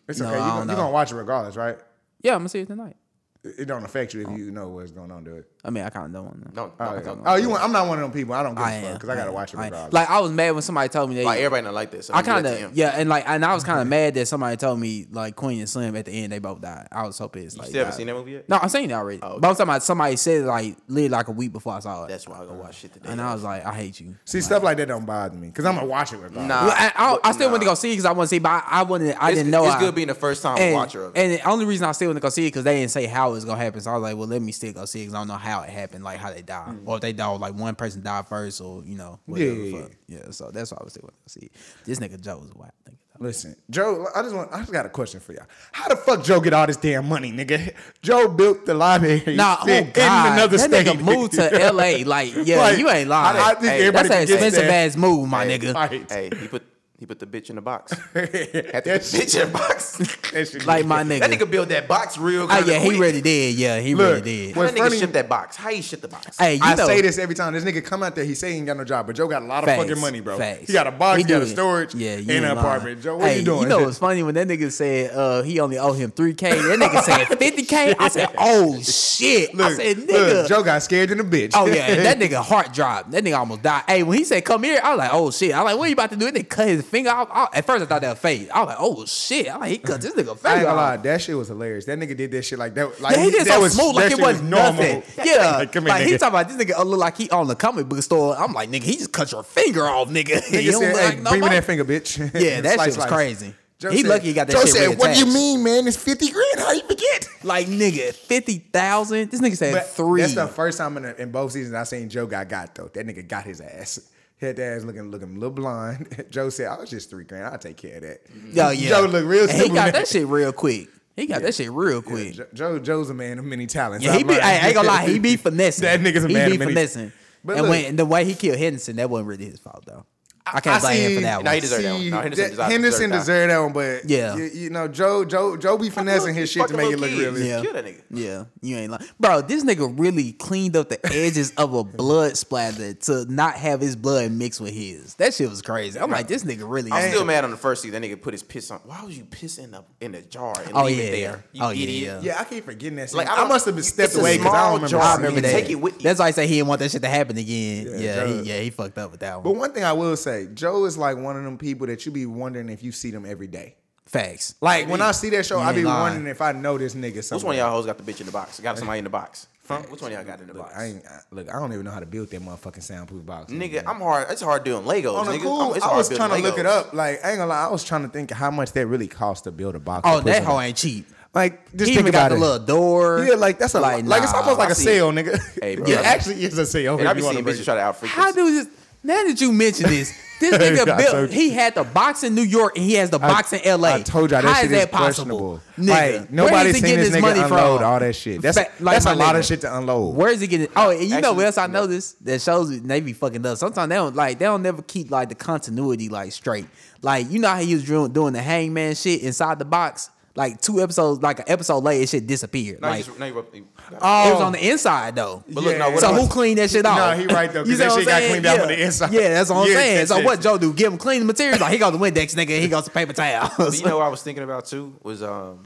S3: It's
S1: No,
S3: okay.
S1: I
S3: You're
S1: don't
S3: gonna, you
S1: know.
S3: gonna watch it regardless, right?
S1: Yeah, I'm gonna see her tonight.
S3: It it don't affect you if you know what's going on. Do it.
S1: I mean, I kind of don't want to.
S2: Don't.
S3: Oh,
S2: don't-
S3: yeah.
S2: don't-
S3: Oh, you? want- I'm not one of them people. I don't give
S1: I
S3: a fuck
S1: am
S3: because I gotta watch it
S1: I am.
S3: regardless.
S1: Like I was mad when somebody told me that.
S2: Like everybody not like that. So
S1: I
S2: leave that
S1: kind
S2: to him.
S1: of yeah, and like and I was kind of mad that somebody told me like Queen and Slim at the end they both died. I was hoping it's
S2: You
S1: like
S2: still haven't
S1: died.
S2: seen that movie yet?
S1: No, I'm saying that already.
S2: okay.
S1: But I'm talking about somebody said it, like literally like a week before I saw it,
S2: That's why I go watch shit today.
S1: and I was like, I hate you.
S3: See, stuff like that don't bother me because I'm gonna watch it regardless.
S2: Nah.
S1: Well, I, I, I
S2: but
S1: still went to
S2: nah.
S1: go see because I want to see, but I, I wouldn't. I
S2: It's-
S1: didn't know.
S2: It's
S1: I-
S2: good being the first time
S1: and,
S2: watcher of it.
S1: and the only reason I still went to go see it because they didn't say how it's gonna happen. So I was like, well, let me still go see it because I don't know how it happened, like how they died,
S2: Hmm.
S1: or if they died, like one person died first, or you know, whatever.
S3: yeah,
S1: Yeah, yeah. so that's why I was still went to go see it. This nigga Joe was whack. Nigga.
S3: Listen, Joe, I just want I just got a question for y'all. How the fuck Joe get all this damn money, nigga? Joe built the library
S1: Nah, oh
S3: in
S1: god,
S3: another
S1: that
S3: state.
S1: nigga moved to L.A. Like, yeah,
S3: Like,
S1: you ain't lying.
S3: I- I think
S1: Hey,
S3: everybody
S1: that's an
S3: forgets
S1: expensive
S3: that.
S1: ass move, my nigga.
S3: Right.
S2: Hey, he put he put the bitch in the box. Had the
S3: that shit,
S2: bitch in the box. that
S3: that shit-
S1: Like my
S2: nigga
S1: nigga.
S2: built that box real
S1: Oh
S2: good.
S1: yeah, he really did. Yeah, he
S3: Look,
S1: really did.
S2: How
S3: What's
S2: that nigga
S3: funny-
S2: ship that box? How he ship the box?
S1: Hey, you
S3: I
S1: know,
S3: say this every time. This nigga come out there, he say he ain't got no job, but Joe got a lot of
S1: Facts,
S3: fucking money, bro.
S1: facts.
S3: He got a box,
S1: We
S3: he got a
S1: do it.
S3: storage,
S1: Yeah, you
S3: and
S1: ain't
S3: an
S1: lying.
S3: apartment. Joe, what
S1: hey,
S3: you doing?
S1: You know what's funny when that nigga said uh, he only owed him three k. That nigga said fifty k. I said, oh shit. I
S3: Look,
S1: said, nigga.
S3: look, Joe got scared in the bitch.
S1: Oh yeah, and that nigga heart dropped. That nigga almost died. Hey, when he said come here, I was like, oh shit. I was like, what you about to do? And they cut his finger off. I- at first, I thought that was fake. I was like, oh shit. I like he cut this nigga
S3: I ain't
S1: finger
S3: gonna lie,
S1: off.
S3: that shit was hilarious. That nigga did that shit like that. Like
S1: Yeah, he did
S3: that
S1: so
S3: was,
S1: smooth
S3: that
S1: like it
S3: shit was
S1: wasn't nothing. Yeah, like,
S3: come here,
S1: he
S3: nigga.
S1: talking about this nigga look like he on the comic book store. I'm like, nigga, he just cut your finger off, nigga.
S3: Nigga
S1: You don't
S3: said,
S1: look
S3: hey,
S1: like no
S3: bring me
S1: more."
S3: that finger, bitch.
S1: Yeah, that
S3: Slice,
S1: shit was
S3: slice.
S1: crazy.
S3: Joe
S1: he
S3: said-
S1: lucky he got that
S3: Joe
S1: shit
S3: said,
S1: reattached.
S3: "What do you mean, man? It's fifty grand. How you forget?"
S1: Like nigga, fifty thousand. This nigga said
S3: But
S1: three.
S3: That's the first time in, in both seasons I seen Joe got got though. That nigga got his ass. Had that ass looking looking a little blind. Joe said, "I was just three grand. I'll take care of that."
S2: Mm-hmm.
S1: Yo, yeah.
S3: Joe look real
S1: And He
S3: simple,
S1: got
S3: man.
S1: that shit real quick. He got that shit real quick.
S3: Jo- Joe Joe's a man of many talents.
S1: Yeah, he
S3: I
S1: be.
S3: learned.
S1: I ain't gonna lie. He be finessing.
S3: that nigga's a
S1: he
S3: man
S1: He
S3: of
S1: be
S3: many.
S1: finessing.
S3: But
S1: and
S3: look-
S1: when and the way he killed Henderson, that wasn't really his fault though. I can't
S3: I
S1: blame him
S3: see-
S1: for that
S2: Now he
S1: one.
S2: deserved that one.
S3: See,
S2: No, Henderson
S3: that-
S2: deserved-
S3: Henderson
S2: deserved that.
S3: deserved that one, but
S1: Yeah.
S3: you, you know Joe Joe Joe be finessing his shit to
S2: fucking
S3: make it
S2: little kids.
S3: look realistic.
S1: Yeah.
S2: Kill that nigga.
S1: Yeah, you ain't lying, bro. This nigga really cleaned up the edges of a blood splatter to not have his blood mixed with his. That shit was crazy. I'm like, this nigga really.
S2: I'm
S1: is-
S2: still mad on the first season. That nigga put his piss on. Why would you piss in the in the jar and
S1: Oh,
S2: leave it
S1: yeah.
S2: there? You
S1: Oh, yeah,
S2: idiot.
S1: yeah.
S3: Yeah, I keep forgetting that. Like
S2: Like, I
S3: I,
S2: don't-
S3: must have been
S2: it's
S3: stepped
S2: a
S3: away because I
S2: small
S3: don't remember.
S2: jar,
S1: I
S3: seeing
S1: remember
S2: You
S1: that.
S2: take it with you.
S1: That's why I say he didn't want that shit to happen again. Yeah, he,
S3: Joe-
S1: yeah, he fucked up with that one.
S3: But one thing I will say, Joe is like one of them people that you be wondering if you see them every day.
S1: Facts.
S3: Like when I see that show,
S1: You
S3: I
S1: ain't
S3: be
S1: lying.
S3: wondering if I know this nigga. Somewhere.
S2: Which one of y'all hoes got the bitch in the box? Got somebody in the box? Huh? Which one of y'all got in the
S3: Look,
S2: box?
S3: I ain't, I- look, I don't even know how to build that motherfucking soundproof box.
S2: Nigga, I'm hard. It's hard doing Legos.
S3: on the
S2: nigga.
S3: cool.
S2: I'm- it's
S3: I
S2: hard
S3: was
S2: building
S3: trying to look
S2: Legos.
S3: it up. Like, I ain't gonna lie, I was trying to think how much that really cost to build a box.
S1: Oh,
S3: to put
S1: that
S3: something-
S1: hoe ain't cheap.
S3: Like, just
S1: he
S3: think
S1: even got
S3: about
S1: the
S3: it.
S1: little door.
S3: yeah, like that's a like, it's
S1: nah.
S3: almost like
S2: I
S3: a
S2: see-
S3: sale, nigga.
S2: Hey, bro.
S3: it actually is a sale.
S2: And I
S3: if
S2: be
S3: you wanna
S2: seeing
S3: break
S2: bitches
S3: it.
S2: try to outfreak.
S1: How
S2: us.
S1: do this? Now that you mention this, this
S3: I
S1: nigga
S3: told
S1: built.
S3: you.
S1: He had the box in New York, and he has the box in L.A.
S3: I told y'all that
S1: How
S3: shit
S1: is that
S3: is
S1: possible,
S3: questionable.
S1: nigga?
S3: Like, nobody's
S1: where is he
S3: seen
S1: getting
S3: this
S1: his
S3: nigga
S1: money
S3: unload
S1: from?
S3: all that shit. That's- that's
S1: my
S3: a lot of
S1: nigga.
S3: shit to unload.
S1: Where is he getting? Oh, and you know
S2: Actually-
S1: what else I noticed that shows you- they be fucking up. Sometimes they don't like they don't never keep like the continuity like straight. Like you know how he was doing, doing the hangman shit inside the box. Like two episodes, like an episode later, it shit disappeared.
S2: Now you
S1: like
S2: just- now you rub- you-
S3: Oh,
S1: it was on the inside though.
S2: But look, now what
S1: So
S2: about-
S1: who cleaned that shit off?
S3: Nah, he right though, 'cause
S1: You see
S3: that
S1: what I'm
S3: shit got
S1: saying?
S3: cleaned out
S1: yeah.
S3: on the inside.
S1: Yeah, that's what I'm
S3: Yeah,
S1: saying.
S3: that's
S1: So
S3: it.
S1: what Joe do? Give him clean materials? Like he got the Windex, nigga. and He got some paper
S2: But
S1: towels.
S2: you know what I was thinking about too was um,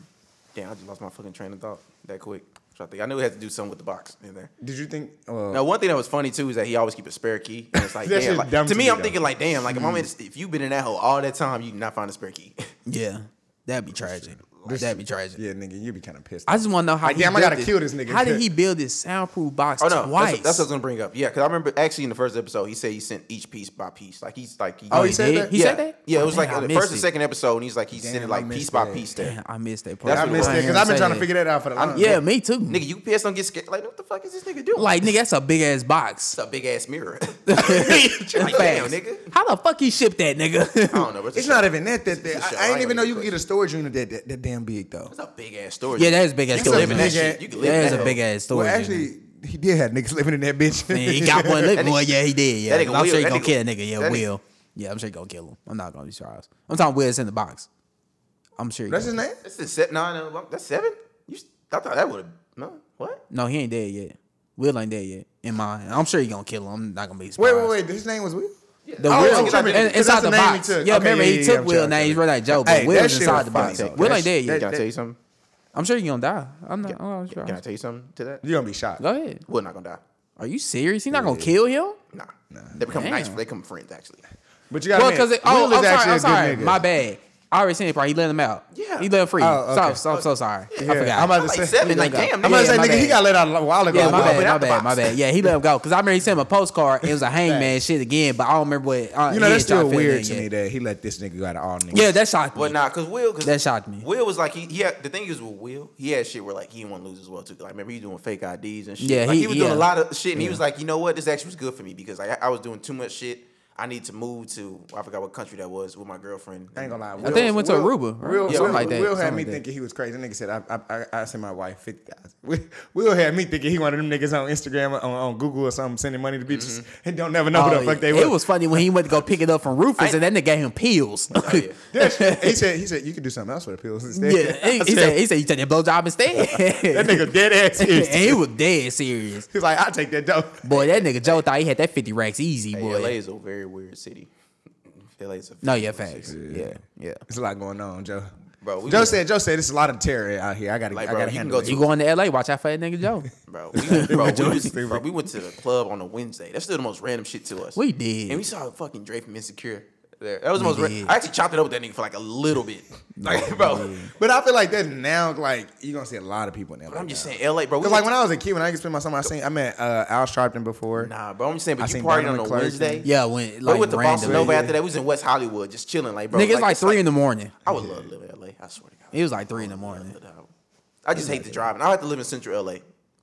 S2: damn, I just lost my fucking train of thought that quick. So I think I knew it had to do something with the box in there.
S3: Did you think? Uh,
S2: Now, one thing that was funny too is that he always keep a spare key. And it's like,
S3: That
S2: damn,
S3: shit's
S2: like-
S3: dumb
S2: to
S3: to
S2: me,
S3: me,
S2: I'm
S3: though. Hmm.
S2: thinking like, damn, like if, I'm in, if you've been in that hole all that time, you not find a spare key.
S1: Yeah, that'd be tragic. That'd be tragic.
S3: Yeah, nigga, you'd be kind of pissed.
S1: I just want to know how.
S3: Like,
S1: he
S3: damn, I
S1: built
S3: gotta
S1: it.
S3: kill this nigga.
S1: How did he build this soundproof box
S2: oh no,
S1: twice?
S2: That's, that's what I was gonna bring up. Yeah, because I remember actually in the first episode, he said he sent each piece by piece. Like he's like, he,
S1: Oh, he said
S2: did?
S1: that? He
S2: yeah.
S1: said that?
S2: Yeah, it
S1: Oh,
S2: was
S1: man,
S2: like
S1: I
S2: in the
S1: missed
S2: first and
S1: it.
S2: second episode, and he's like, he sent
S3: Damn,
S2: it
S3: I
S2: like
S3: missed
S2: piece by
S3: that.
S2: piece there.
S1: Damn, I missed that part.
S2: That's
S3: I
S2: what
S3: missed
S2: I
S3: that because I've been trying to figure that out for the longest.
S1: Yeah, me too.
S2: Nigga, you PS don't get scared. Like, what the fuck is this nigga doing?
S1: Like nigga, that's a big ass box.
S2: it's a big ass mirror.
S1: Facts.
S2: Like, damn, nigga. Oh.
S1: How the fuck he shipped that
S2: I
S1: nigga?
S2: don't know. but
S3: It's
S2: a
S3: not
S2: show.
S3: even that that, that.
S2: It's a show.
S3: I, I
S2: I
S3: didn't
S2: ain't
S3: even know
S2: gonna
S3: you could get a storage unit that, that that damn big though.
S2: It's a big ass story.
S1: yeah, that is big ass.
S2: You
S1: storage
S2: can live in that
S1: unit.
S3: big-ass-
S2: shit. You can live
S1: That
S2: in
S1: is
S2: that
S1: a
S2: hole.
S1: big ass storage.
S3: Well,
S1: unit.
S3: actually, he did have niggas living in that bitch.
S1: Yeah, he got one
S2: That
S1: living.
S2: nigga-
S1: Well, yeah, he did. Yeah,
S2: that nigga
S1: I'm sure
S2: will.
S1: he
S2: That
S1: gonna
S2: nigga-
S1: kill that nigga. Yeah,
S2: that nigga-
S1: Will. Yeah, I'm sure he gonna kill him. I'm not gonna be surprised. I'm talking Will's in the box. I'm sure. He
S3: That's his
S1: gonna-
S3: name.
S2: That's the set nine. uh, That's seven. You, s- I thought that would have no. What?
S1: No, he ain't dead yet. Will ain't dead yet. In mine, I'm sure he gonna kill him. I'm not gonna be
S3: Wait,
S1: surprised.
S3: wait, wait. His name was Will.
S1: The
S3: Oh,
S1: Will
S3: I'm tripping,
S1: and,
S3: 'cause
S1: inside
S3: that's
S1: the,
S3: the name he
S1: box.
S3: took.
S1: Yeah,
S3: Okay,
S1: remember
S3: yeah,
S1: he
S3: yeah,
S1: took
S3: I'm
S1: Will.
S3: tripping,
S1: Now
S3: I'm
S1: he's really like Joe, but
S3: Hey,
S1: Will
S3: that
S1: was
S3: shit
S1: inside
S3: was
S1: the box.
S3: funny, though.
S1: Will
S3: That
S1: ain't dead yet.
S2: Can I tell you something?
S1: I'm sure he gonna die. I'm not. I'm not
S2: Can I
S1: surprised.
S2: tell you something to that?
S3: You're gonna be shocked.
S1: Go ahead.
S2: We're not gonna die.
S1: Are you serious? He's not gonna kill him.
S2: Nah. They become
S1: Damn.
S2: nice. They become friends actually.
S3: But you got
S1: Well,
S3: to
S1: because oh, I'm sorry, I'm sorry. My bad. I already seen it, bro. He let him out.
S2: Yeah.
S1: He let him free.
S3: Oh,
S1: Stop,
S3: okay.
S1: stop, so sorry. I
S3: Yeah,
S1: forgot.
S3: I'm about to
S2: Like
S3: say.
S2: seven. Like
S1: go.
S2: damn.
S1: I'm
S3: I'm
S2: nigga.
S3: about to say,
S1: my
S3: nigga,
S1: bad.
S3: he got let out a while ago.
S1: yeah, my
S3: Wow.
S1: bad, my
S2: out the
S1: bad,
S2: box.
S1: my bad. Yeah, he let him go because I remember he sent him a postcard. It was a hangman shit again, but I don't remember what. Uh,
S3: You know,
S1: he had
S3: that's
S1: tried
S3: still
S1: fill it
S3: weird
S1: in
S3: to me
S1: yet.
S3: that he let this nigga go out of all niggas.
S1: Yeah, that shocked me.
S2: Well, nah, cause Will, cause
S1: That shocked me.
S2: Will was like he, he had, the thing is with Will, he had shit where like he didn't want to lose as well too. Like remember he doing fake IDs and shit.
S1: Yeah,
S2: like, he,
S1: he-
S2: was
S1: yeah.
S2: doing a lot of shit, and he was like, you know what, this actually was good for me because like, I, I was doing too much shit. I need to move to I forgot what country that was with my girlfriend.
S3: I ain't gonna lie. Will,
S1: think it went to
S3: Will-
S1: Aruba, right?
S3: Will,
S1: Yeah,
S3: Will,
S1: something like that,
S3: Will had
S1: something
S3: me
S1: like that.
S3: thinking he was crazy. That nigga said, I, I, I, I sent my wife 50000 Will, Will had me thinking he one of them niggas on Instagram, on, on Google or something, sending money to bitches and don't never know
S1: Mm-hmm. Oh,
S3: who the
S1: yeah.
S3: fuck they
S1: it
S3: were.
S1: was funny when he went to go pick it up from Rufus,
S2: I-
S1: and then they gave him pills.
S3: Oh,
S2: Oh, yeah.
S3: That shit- he said, he said, you could do something else for the pills instead.
S1: Yeah, he, he
S3: I said,
S1: said he said you take that blowjob instead.
S3: that nigga dead ass
S1: and
S3: is.
S1: he was dead serious.
S3: He's like, I'll take that dope.
S1: Boy, that nigga Joe thought he had that fifty racks easy,
S2: Hey,
S1: boy.
S2: LA is a very weird city. LA is a
S1: no, yeah, facts. Yeah, yeah.
S3: It's a lot going on, Joe.
S2: Bro, we
S3: Joe
S2: was-
S3: said, Joe said, it's a lot of terror out here. I gotta,
S2: Like,
S3: I
S2: bro,
S3: gotta
S2: you can
S3: handle
S2: go
S3: it.
S1: You going to LA? Watch out for that nigga Joe.
S2: Bro, we, bro, we
S3: Joey's
S2: was-
S3: favorite.
S2: bro, we went to the club on a Wednesday. That's still the most random shit to us.
S1: We did.
S2: and we saw fucking Dre from Insecure. There, that was the
S1: We
S2: most. ra-
S1: did.
S2: I actually chopped it up with that nigga for like a little bit, like bro.
S3: But I feel like that now, like, you're gonna see a lot of people in
S2: But I'm just
S3: saying.
S2: saying, LA, bro. we
S3: Cause like
S2: went
S3: when I was a kid, when I used to spend my summer, I seen I met uh, Al Sharpton before.
S2: to- nah, bro. I'm just saying,
S3: I
S2: but you
S3: seen
S2: partied on
S3: Donovan
S2: a
S3: Clark.
S2: Wednesday.
S1: Yeah, when
S2: Bro,
S1: like
S2: we went to Boston
S1: randomly.
S2: Nova after that. We was in West Hollywood, just chilling, like bro.
S1: Nigga, it's like
S2: it's
S1: three in the morning.
S2: I would love to live in LA. I swear to God.
S1: It was like three in the morning.
S2: I just hate the driving. I have to live in Central LA.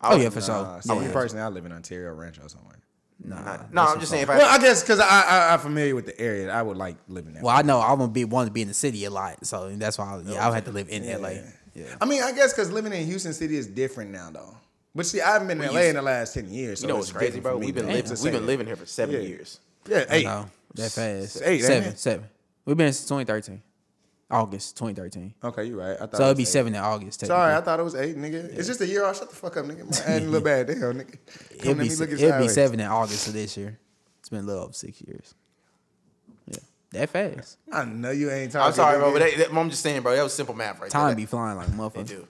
S1: Oh yeah, for
S3: Uh,
S1: sure.
S3: so
S1: yeah.
S3: personally, I live in Ontario Rancho somewhere.
S2: Nah, no, I'm just saying. If I,
S3: Well, I guess because I, I I'm familiar with the area, I would like living there.
S1: Well, I know I'm gonna be want to be in the city a lot, so that's why I, yeah, I would have to live in LA. Yeah.
S3: I mean, I guess because living in Houston City is different now, though. But see, I haven't been in
S2: We
S3: LA
S2: used-
S3: in the last ten years. So
S2: you know
S3: it's
S2: what's crazy,
S3: different
S2: bro?
S3: for me,
S2: We've been
S3: though.
S2: living,
S3: Just
S2: we've
S3: saying.
S2: been uh, living here for seven
S3: Yeah.
S2: years.
S3: Yeah,
S1: I
S3: eight.
S1: know that fast.
S3: eight, ain't
S1: seven,
S3: it?
S1: seven. We've been since 2013, August 2013.
S3: Okay, you right. I thought
S1: So
S3: it
S1: it'd
S3: was
S1: be
S3: eight.
S1: seven in August.
S3: Sorry, I
S1: technically.
S3: thought it was eight, nigga. It's just a year off. Shut the fuck up, nigga. My adding a little bad. Damn, nigga. Come
S1: it'd
S3: let
S1: be
S3: me
S1: se-
S3: look at
S1: it'd be
S3: sideways.
S1: seven in August of this year. It's been a little over six years. Yeah, that fast.
S3: I know you ain't talking.
S2: I'm sorry, bro,
S3: nigga.
S2: but that, that- I'm just saying, bro. That was simple math,
S1: Oh,
S2: right?
S1: Time
S2: there.
S1: be flying like a motherfucker.
S2: Dude.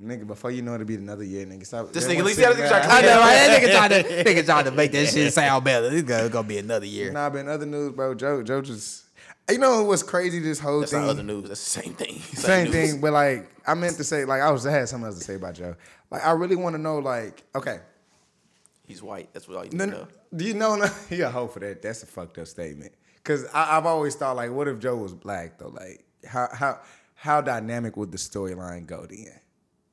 S3: Nigga, before you know it, it'll be another year, nigga. Stop.
S2: This
S3: that
S2: nigga,
S3: one
S2: at least he had a nigga
S3: sitting there,
S2: trying to-
S1: I know, right? That nigga trying to, nigga trying to make that shit sound better. This gonna, gonna be another year.
S3: Nah, but in other news, bro, Joe, Joe just, you know, what's crazy? This whole
S2: That's
S3: thing,
S2: not other news. That's the same thing.
S3: same
S2: news.
S3: thing. But like, I meant to say, like, I was I had something else to say about Joe. Like, I really want to know, like, okay,
S2: He's white. That's what all you need
S3: no,
S2: to
S3: no,
S2: know.
S3: do you know? No, he a hoe for that. That's a fucked up statement. Cause I, I've always thought, like, what if Joe was black though? Like, how how how dynamic would the storyline go then?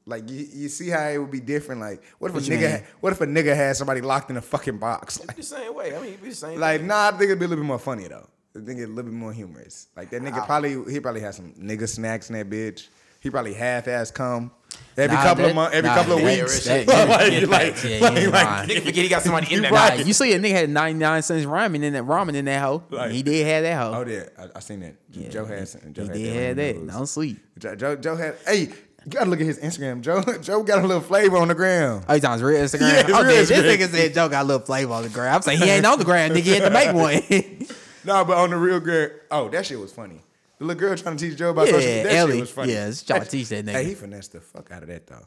S3: Like you, you see how it would be different. Like what if a
S1: you
S3: nigga
S1: mean?
S3: ha- what if a nigga had somebody locked in a fucking box? Like,
S2: The same way. I mean, it'd be the same.
S3: Like, nah, I think it'd be a little bit more funny though. I think it'd a little bit more humorous. Like that nigga probably he probably had some nigga snacks in that bitch. He probably half ass come every
S1: Nah,
S3: couple
S1: that-
S3: of months, every
S1: nah,
S3: couple of
S1: that-
S3: weeks.
S1: that-
S3: like,
S1: yeah,
S3: like,
S1: yeah,
S3: like,
S1: yeah,
S3: like,
S1: nah.
S2: nigga forget he got somebody in that.
S1: Nah,
S2: house.
S1: you see a nigga had 99 cents ramen in that ramen in that hoe.
S3: Like-
S1: he did have that hoe.
S3: oh yeah, I, I seen that. Joe had some- Joe
S1: he
S3: had
S1: did have
S3: that.
S1: that.
S3: ramen
S1: Don't
S3: noodles.
S1: sleep.
S3: Joe, Joe, Joe had. Hey, you gotta look at his Instagram. Joe, Joe got a little flavor on the ground.
S1: Oh, he sounds real Instagram.
S3: Yeah, it's
S1: okay,
S3: real
S1: this
S3: Instagram.
S1: nigga said Joe got a little flavor on the ground. I'm saying he ain't on the ground, nigga. He had to make one.
S3: Nah, but on the real girl. Oh, that shit was funny. The little girl trying to teach Joe about
S1: Yeah,
S3: social. That
S1: Ellie.
S3: shit was funny.
S1: Yeah, she trying to teach that nigga.
S3: Hey, he finessed the fuck out of that though.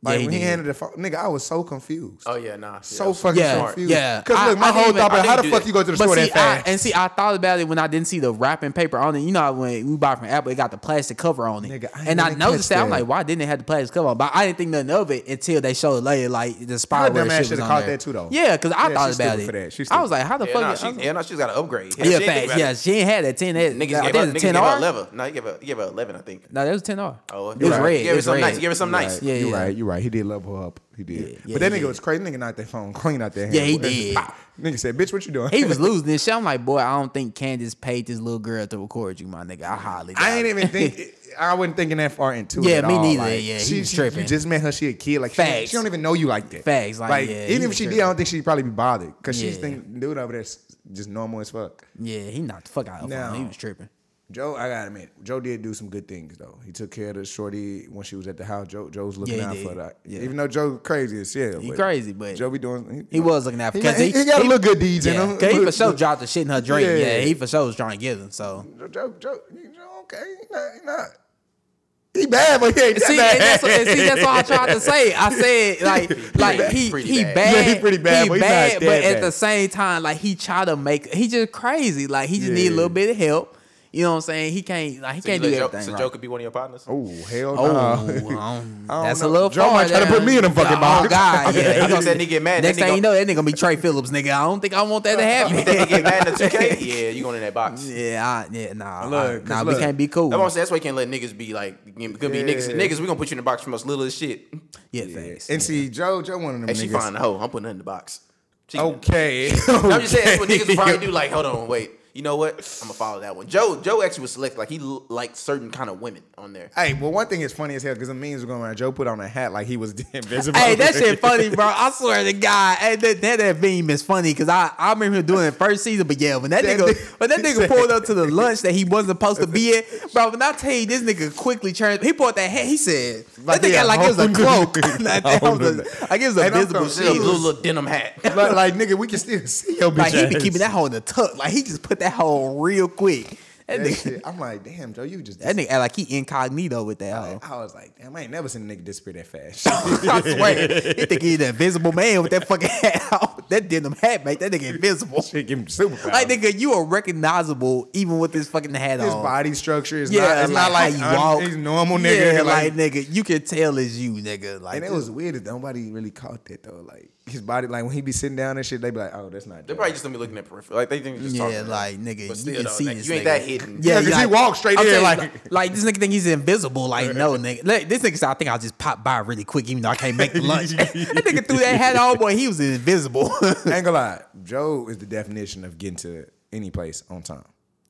S3: Like
S1: he
S3: when he
S1: did.
S3: handed the phone, nigga, I was so confused.
S2: Oh yeah, nah.
S3: so fucking
S1: Yeah,
S3: confused.
S1: yeah.
S3: Because look,
S1: I-
S3: my
S1: I
S3: whole
S1: didn't
S3: thought,
S1: even-
S3: was,
S1: I
S3: how the
S1: didn't
S3: fuck you go to the
S1: But
S3: store
S1: see,
S3: that fast?
S1: I, and see, I thought about it when I didn't see the wrapping paper on it. You know, how when we buy from Apple, it got the plastic cover on it,
S3: Nigga, I ain't
S1: and I
S3: really
S1: noticed
S3: catch
S1: that. I'm
S3: that.
S1: like, why didn't it have the plastic cover on? But I didn't think nothing of it until they showed later, like the
S3: Her dumb
S1: spyware
S3: ass
S1: shit was
S3: should've
S1: on
S3: caught
S1: there.
S3: that too, though.
S1: Yeah, because I
S3: Yeah,
S1: thought
S3: she's
S1: about
S3: stupid
S1: it.
S3: for that. She's
S1: I was
S3: stupid.
S1: like, how the
S2: Yeah,
S1: fuck?
S2: nah,
S1: is-
S2: she, yeah, nah, she's got to upgrade.
S1: yeah,
S2: she
S1: facts. Yeah, she ain't had that ten. That,
S2: Niggas
S1: I
S2: gave
S1: think it
S2: her,
S1: was
S2: niggas
S1: a
S2: gave
S1: ten
S2: her
S1: R. No,
S2: eleven. No, you gave her, you gave her eleven, I think.
S1: that was ten R.
S2: Oh,
S1: it was
S2: right.
S1: red.
S2: Give
S1: It
S2: her
S1: was
S2: something
S1: red.
S2: nice. Give her something nice.
S1: Yeah,
S3: you
S1: yeah.
S3: right, you right. He did level her up. He did.
S1: Yeah, yeah,
S3: but that
S1: he
S3: nigga
S1: did.
S3: was crazy. Nigga knocked that phone clean out that hand.
S1: Yeah, he
S3: Boy,
S1: did.
S3: pop. Nigga said, bitch, what you doing?
S1: He was losing this shit. I'm like, boy, I don't think Candace paid this little girl to record you, my nigga. I highly. doubt
S3: I ain't
S1: it.
S3: even think. I wasn't thinking that far into it.
S1: Yeah,
S3: at
S1: me
S3: all.
S1: neither.
S3: Like,
S1: Yeah, he
S3: she,
S1: was
S3: she-
S1: tripping.
S3: You just met her. She a kid. Like she,
S1: Facts.
S3: she don't even know you like that.
S1: Facts, like, yeah, he
S3: even if
S1: was
S3: she did, I
S1: tripping.
S3: don't think she'd probably be bothered because she's
S1: Yeah.
S3: thinking, dude over there's just normal as fuck.
S1: Yeah, he knocked the fuck out of
S3: Now-
S1: him. He was tripping.
S3: Joe, I gotta admit, Joe did do some good things though. He took care of the shorty when she was at the house. Joe, Joe's looking
S1: Yeah,
S3: out
S1: he
S3: for
S1: did.
S3: that.
S1: Yeah.
S3: Even though Joe crazy as hell,
S1: He crazy, but-
S3: Joe be doing.
S1: He was looking out
S3: He
S1: because
S3: got-
S1: he,
S3: he got a little good deeds in
S1: yeah,
S3: him.
S1: 'cause he for
S3: Look-
S1: sure
S3: look-
S1: dropped the shit in her drink.
S3: Yeah.
S1: Yeah, he for sure was trying to get him. So
S3: Joe, Joe, Joe, Joe okay, he not, he not. He bad, but he ain't that
S1: see,
S3: bad.
S1: and that's, what, and see, that's what I tried to say. I said like, like he
S2: Pretty
S1: he
S2: bad.
S1: bad,
S3: Yeah, he pretty bad, but he's not that
S1: but at
S3: bad.
S1: the same time, like he try to make he just crazy. Like he just
S3: Yeah.
S1: need a little bit of help. You know what I'm saying? He can't like he
S2: So you
S1: can't do
S2: let Joe-
S1: everything.
S2: So
S1: right.
S2: Joe could be one of your partners.
S3: Oh hell
S1: Oh,
S3: no!
S1: um,
S3: I don't
S1: that's
S3: know.
S1: a little
S3: Joe
S1: far.
S3: might try to
S1: there.
S3: put me in a fucking box.
S1: Oh God, yeah. He gonna,
S2: That nigga get mad,
S1: Next
S2: that nigga
S1: thing you
S2: go-
S1: know, that nigga gonna be Trey Phillips, nigga. I don't think I want that to happen.
S2: If they get mad in the 2K, yeah, you going in that box.
S1: Yeah, I, yeah, nah, I, nah,
S3: Look, 'cause
S1: we
S3: look.
S1: can't be cool.
S2: That's why I'm saying, that's why you can't let niggas be like, you could be niggas.
S3: Yeah.
S2: Niggas, we gonna put you in the box from us little as shit.
S1: yeah, thanks.
S3: And see, Joe, Joe one of them
S2: Hey, she
S3: niggas.
S2: fine. hoe. I'm putting her in the box. She-
S3: Oh, Okay,
S2: I'm just saying that's what niggas probably do. Like, hold on, wait. You know what? I'm gonna follow that one. Joe, Joe actually was select. Like he l- liked certain kind of women on there.
S3: Hey, well, one thing is funny as hell because the memes were going around. Joe put on a hat like he was invisible.
S1: Hey, that shit funny, bro. I swear to God, hey, that, that that meme is funny because I, I remember him doing it first season. But yeah, when that,
S3: That
S1: nigga
S3: nigga-
S1: when that nigga pulled up to the lunch that he wasn't supposed to be at, bro. When I tell you this nigga quickly turned, he pulled that hat. He said
S3: Like
S1: that
S3: he
S1: nigga
S3: a
S1: act like it was a
S3: whole
S1: cloak.
S3: nigga.
S1: Like, that
S3: Whole
S1: was
S3: nigga.
S1: a- Like it was a
S3: And I'm
S1: visible
S3: from
S2: She a
S1: shit.
S3: Philly.
S2: little, little denim hat.
S3: like, like, nigga, we can still see your bitch.
S1: Like he be
S3: ass.
S1: keeping that hole in the tuck. Like he just put that hole real quick. That
S3: That
S1: nigga,
S3: shit. I'm like, damn, Joe, you just.
S1: that nigga act like he incognito with that hole.
S3: I was like, damn, I ain't never seen a nigga disappear that fast.
S1: I swear, he think he's an invisible man with that fucking hat. on. that denim hat, mate. That nigga invisible.
S3: shit, give him superpowers.
S1: Like nigga, you are recognizable even with this fucking hat
S3: his
S1: on.
S3: body structure is
S1: yeah,
S3: not. It's not like
S1: how
S3: un-
S1: you walk.
S3: He's normal, nigga.
S1: Yeah,
S3: like,
S1: like, nigga, you can tell it's you, nigga. Like
S3: and it was weird that nobody really caught that though. Like his body, like when he be sitting down and shit, they be like, oh, that's not.
S2: They
S3: Joe.
S2: probably just gonna be looking at peripheral. Like they think we just
S1: yeah,
S2: talking.
S1: like nigga,
S2: But
S1: you
S2: still,
S1: can
S2: though,
S1: see
S2: like,
S1: this
S2: you ain't
S1: nigga.
S2: that hidden.
S3: Yeah, 'cause he walked straight in,
S1: saying,
S3: like-
S1: like this nigga think he's invisible. Like, no, nigga. Like, this nigga said, I think I'll just pop by really quick, even though I can't make the lunch. that nigga threw that hat on, boy. He was invisible.
S3: I ain't gonna lie, Joe is the definition of getting to any place on time.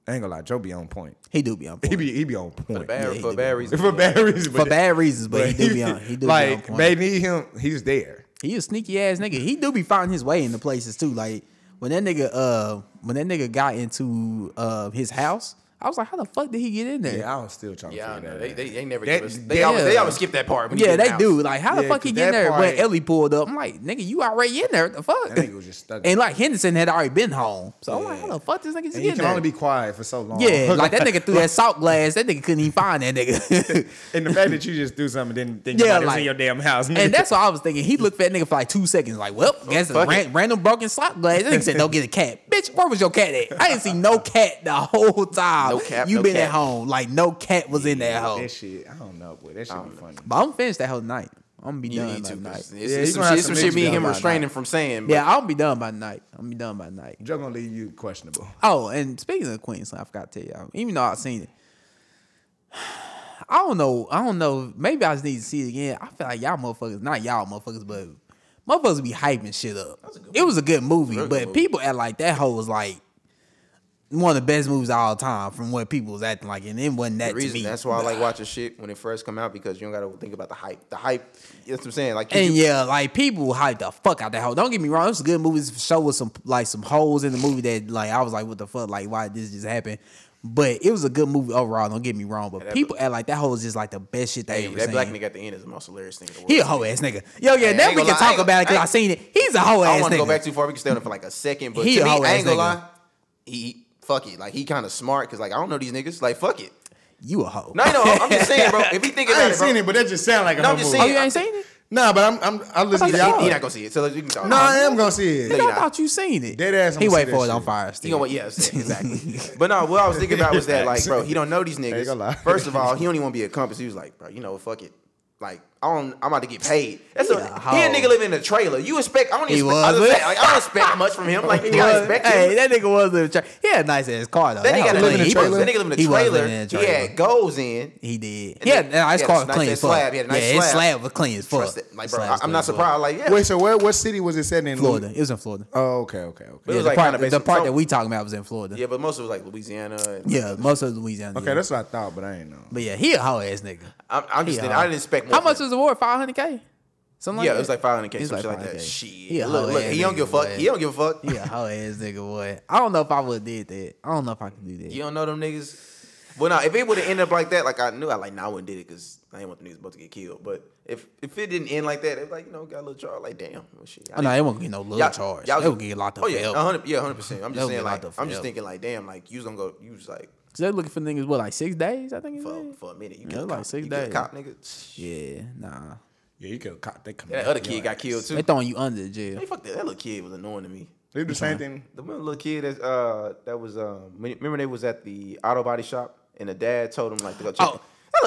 S3: I ain't gonna lie, Joe be on point.
S1: he do be on
S3: He
S1: point.
S3: be he be on point.
S2: Bad,
S1: he
S2: for
S1: did.
S2: bad reason.
S3: for bad reasons.
S1: For bad reasons, but he do be on. He do
S3: like
S1: be on point.
S3: they need him. He's there.
S1: He a sneaky ass nigga. He do be finding his way into places too. Like when that nigga uh when that nigga got into uh his house, I was like, how the fuck did he get in there? Yeah,
S3: Yeah, I was still trying
S2: Yeah, I
S3: to
S2: don't
S3: figure
S2: know.
S3: that.
S2: They,
S3: out.
S2: they, they never
S3: That-
S2: give us. They,
S3: that-
S2: always, they always skip that part. when you get in
S1: they
S2: the
S1: do.
S2: house.
S1: Like how the
S3: Yeah,
S1: fuck he
S3: 'cause
S1: get in
S3: that
S1: there?
S3: part-
S1: when Ellie pulled up, I'm like, nigga, you already in there. What the fuck?
S3: That nigga was just stuck.
S1: And like Henderson had already been home, so I'm like,
S3: Yeah.
S1: how the fuck this nigga just
S3: and
S1: get
S3: you
S1: in
S3: can
S1: there?
S3: only be quiet for so long.
S1: yeah, like that nigga threw that salt glass. That nigga couldn't even find that nigga.
S3: and the fact that you just do something, didn't think
S1: Yeah,
S3: about it was
S1: like-
S3: in your damn house.
S1: And that's what I was thinking. He looked for that nigga for like two seconds, like, well, guess it's
S2: Oh, fuck
S1: ran, random broken slot glass. That nigga said, don't get a cat. Bitch, where was your cat at? I didn't see no cat the whole time.
S2: No cat,
S1: you
S2: no
S1: been
S2: cat.
S1: at home. Like, no cat was in that Um, hole.
S3: That shit, I don't know, boy. That shit be funny.
S1: But I'm finished that whole night. I'm gonna be
S2: You
S1: done
S2: need
S1: by
S2: to. 'cause
S1: night.
S2: It's,
S3: Yeah,
S2: it's
S3: you
S2: some
S3: gonna have
S2: shit,
S3: some
S2: some
S3: niggas
S2: shit me and
S3: down
S2: him
S3: by
S2: restraining from saying. but
S1: Yeah, I'll be done by night. I'm be done by night.
S3: Joe gonna leave you questionable.
S1: Oh, and speaking of Queensland, I forgot to tell y'all. Even though I've seen it, I don't know. I don't know. Maybe I just need to see it again. I feel like y'all motherfuckers, not y'all motherfuckers, but motherfuckers be hyping shit up. it was a good movie,
S2: Very good
S1: but
S2: movie.
S1: people act like that hoe was like one of the best movies of all time from what people was acting like, and it wasn't that
S2: The reason
S1: to me.
S2: that's why I like watching shit when it first come out because you don't gotta think about the hype. The hype, you know what I'm saying? Like,
S1: And
S2: you,
S1: yeah, like people hyped the fuck out that hoe. Don't get me wrong, it was a good movie. It's a show with some like some holes in the movie that like I was like, what the fuck? Like why did this just happen? But it was a good movie overall. Don't get me wrong, but
S2: that
S1: people act like that hoe is just like the best shit they
S2: hey,
S1: ever
S2: that
S1: seen.
S2: black nigga at the end is the most hilarious thing in the world.
S1: he a hoe ass nigga. Yo, yeah,
S2: ain't
S1: now we
S2: gonna
S1: can
S2: lie, I
S1: talk
S2: ain't
S1: about it because
S2: gonna-
S1: I, seen it. He's a hoe
S2: I don't
S1: ass
S2: want to go
S1: nigga.
S2: back too far. We can stay on it for like a second, but
S1: He
S2: to
S1: a
S2: me,
S1: hoe
S2: I
S1: ass
S2: ain't gonna
S1: nigga.
S2: lie. He fuck it. Like he kind of smart because like I don't know these niggas. Like fuck it.
S1: you a hoe.
S2: No, no, I'm just saying, bro. If he thinking
S3: I
S2: about
S3: ain't
S2: it, bro.
S3: seen it, but that just sound like a
S2: No,
S3: no,
S2: I'm just
S1: Oh,
S2: saying.
S1: you ain't seen it?
S3: Nah, but I'm, I'm I listen to
S1: thought
S3: y'all.
S2: He, he not gonna see it. So like, you can talk.
S3: Nah, I am gonna see
S2: No,
S3: it.
S2: you
S1: I
S2: not.
S1: thought you seen it.
S3: Dead ass,
S1: He
S3: I'ma
S1: wait
S3: see
S1: for
S3: that
S1: it on
S3: shit.
S1: fire.
S2: He
S1: Steve.
S2: gonna, yeah, exactly. but no, what I was thinking about was that, like, bro, he don't know these
S3: Ain't gonna lie.
S2: niggas. First of all, he don't even want to be a compass. He was like, bro, you know, fuck it. Like, I don't, I'm about to get paid. That's a,
S1: Yeah,
S2: he a
S1: how-
S2: nigga living in a trailer. You expect, I don't
S1: He
S2: even expect,
S1: was,
S2: I was
S1: but-
S2: saying, like, I don't expect much from him. Like,
S1: He
S2: you gotta
S1: was-
S2: expect
S1: hey,
S2: him.
S1: that nigga was living. Tra- he had a nice ass car though.
S2: That nigga
S1: how
S2: gotta
S1: clean
S2: live in a
S1: he was.
S2: trailer. That nigga living
S1: He
S2: in a
S1: was
S2: trailer.
S1: living in a
S2: He had goals in.
S1: He did.
S2: And
S1: Yeah,
S2: then-
S1: nice
S2: yeah,
S1: car
S2: nice
S1: was clean
S2: ass
S1: as fuck.
S2: slab. He had a nice
S1: yeah, his
S2: slab.
S1: slab was clean as fuck.
S2: Trust it. Like, bro,
S1: Slab was
S2: I, I'm
S1: clean
S2: not
S1: as fuck.
S2: surprised. Like, yeah.
S3: Wait, so what what city was it set in?
S1: Florida. It was in Florida.
S3: Oh, okay, okay, okay.
S2: It
S1: Yeah,
S2: was
S1: the
S2: like
S1: part,
S2: kinda
S1: that- the
S2: based-
S1: part
S2: so-
S1: that we talking about was in Florida.
S2: Yeah, but most of it was like Louisiana. and-
S1: Yeah, most of Louisiana.
S3: Okay,
S1: yeah.
S3: that's what I thought, but I ain't know.
S1: But yeah, he a hoe ass nigga.
S2: I'm, I'm just,
S1: Yeah.
S2: thinking, I didn't expect more
S1: How
S2: from
S1: much
S2: him.
S1: was the award? Five hundred k. Something like
S2: yeah,
S1: that?
S2: it was like 500k,
S1: It's
S2: some
S1: like
S2: shit like that.
S1: 500K.
S2: Shit,
S1: He a
S2: look,
S1: hoe
S2: look,
S1: ass
S2: he don't give a
S1: nigga,
S2: fuck.
S1: boy.
S2: He don't give a fuck.
S1: He a hoe ass nigga. Boy, I don't know if I would did that. I don't know if I could do that.
S2: You don't know them niggas. Well, now if it would have ended up like that, like I knew, I like, nah, I wouldn't did it because I didn't want the niggas about to get killed. But if if it didn't end like that, it like you know got a little charge. Like damn, well, shit. I
S1: Oh, no,
S2: didn't-
S1: they won't get no little charge. They would get locked up
S2: Oh yeah,
S1: forever.
S2: 100, yeah, hundred percent. I'm
S1: They
S2: just
S1: would
S2: saying
S1: get locked
S2: like,
S1: up
S2: I'm just
S1: forever.
S2: thinking like, damn, like you was gonna go, you was like
S1: So they're looking for niggas what like six days, I think. it
S2: for
S1: is?
S2: for a minute, you
S1: Yeah,
S2: kill a
S1: like
S2: cop,
S1: six
S2: you kill a
S1: days.
S2: cop, nigga.
S1: Yeah, nah.
S3: Yeah, you could cop. They come.
S2: That
S3: back
S2: other
S3: to
S2: kid
S3: your
S2: got
S3: ass.
S2: killed too.
S1: They throwing you under the jail.
S2: Hey, fuck that. That little kid was annoying to me.
S3: They do the same thing.
S2: The one little kid that uh that was um remember they was at the auto body shop and the dad told him like to go check.
S1: Oh.
S2: that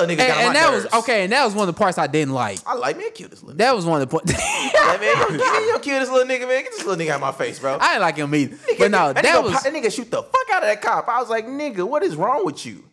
S2: little nigga
S1: And,
S2: got on
S1: and
S2: my
S1: that
S2: nerves.
S1: was okay. And that was one of the parts I didn't like.
S2: I like man, kill this little.
S1: That was one of the points.
S2: Like, man, you don't, you don't kill this little nigga, man. Get this little nigga out of my face, bro.
S1: I didn't like him either.
S2: Nigga,
S1: But no,
S2: that nigga,
S1: that was
S2: pop- that nigga shoot the fuck out of that cop. I was like, nigga, what is wrong with you?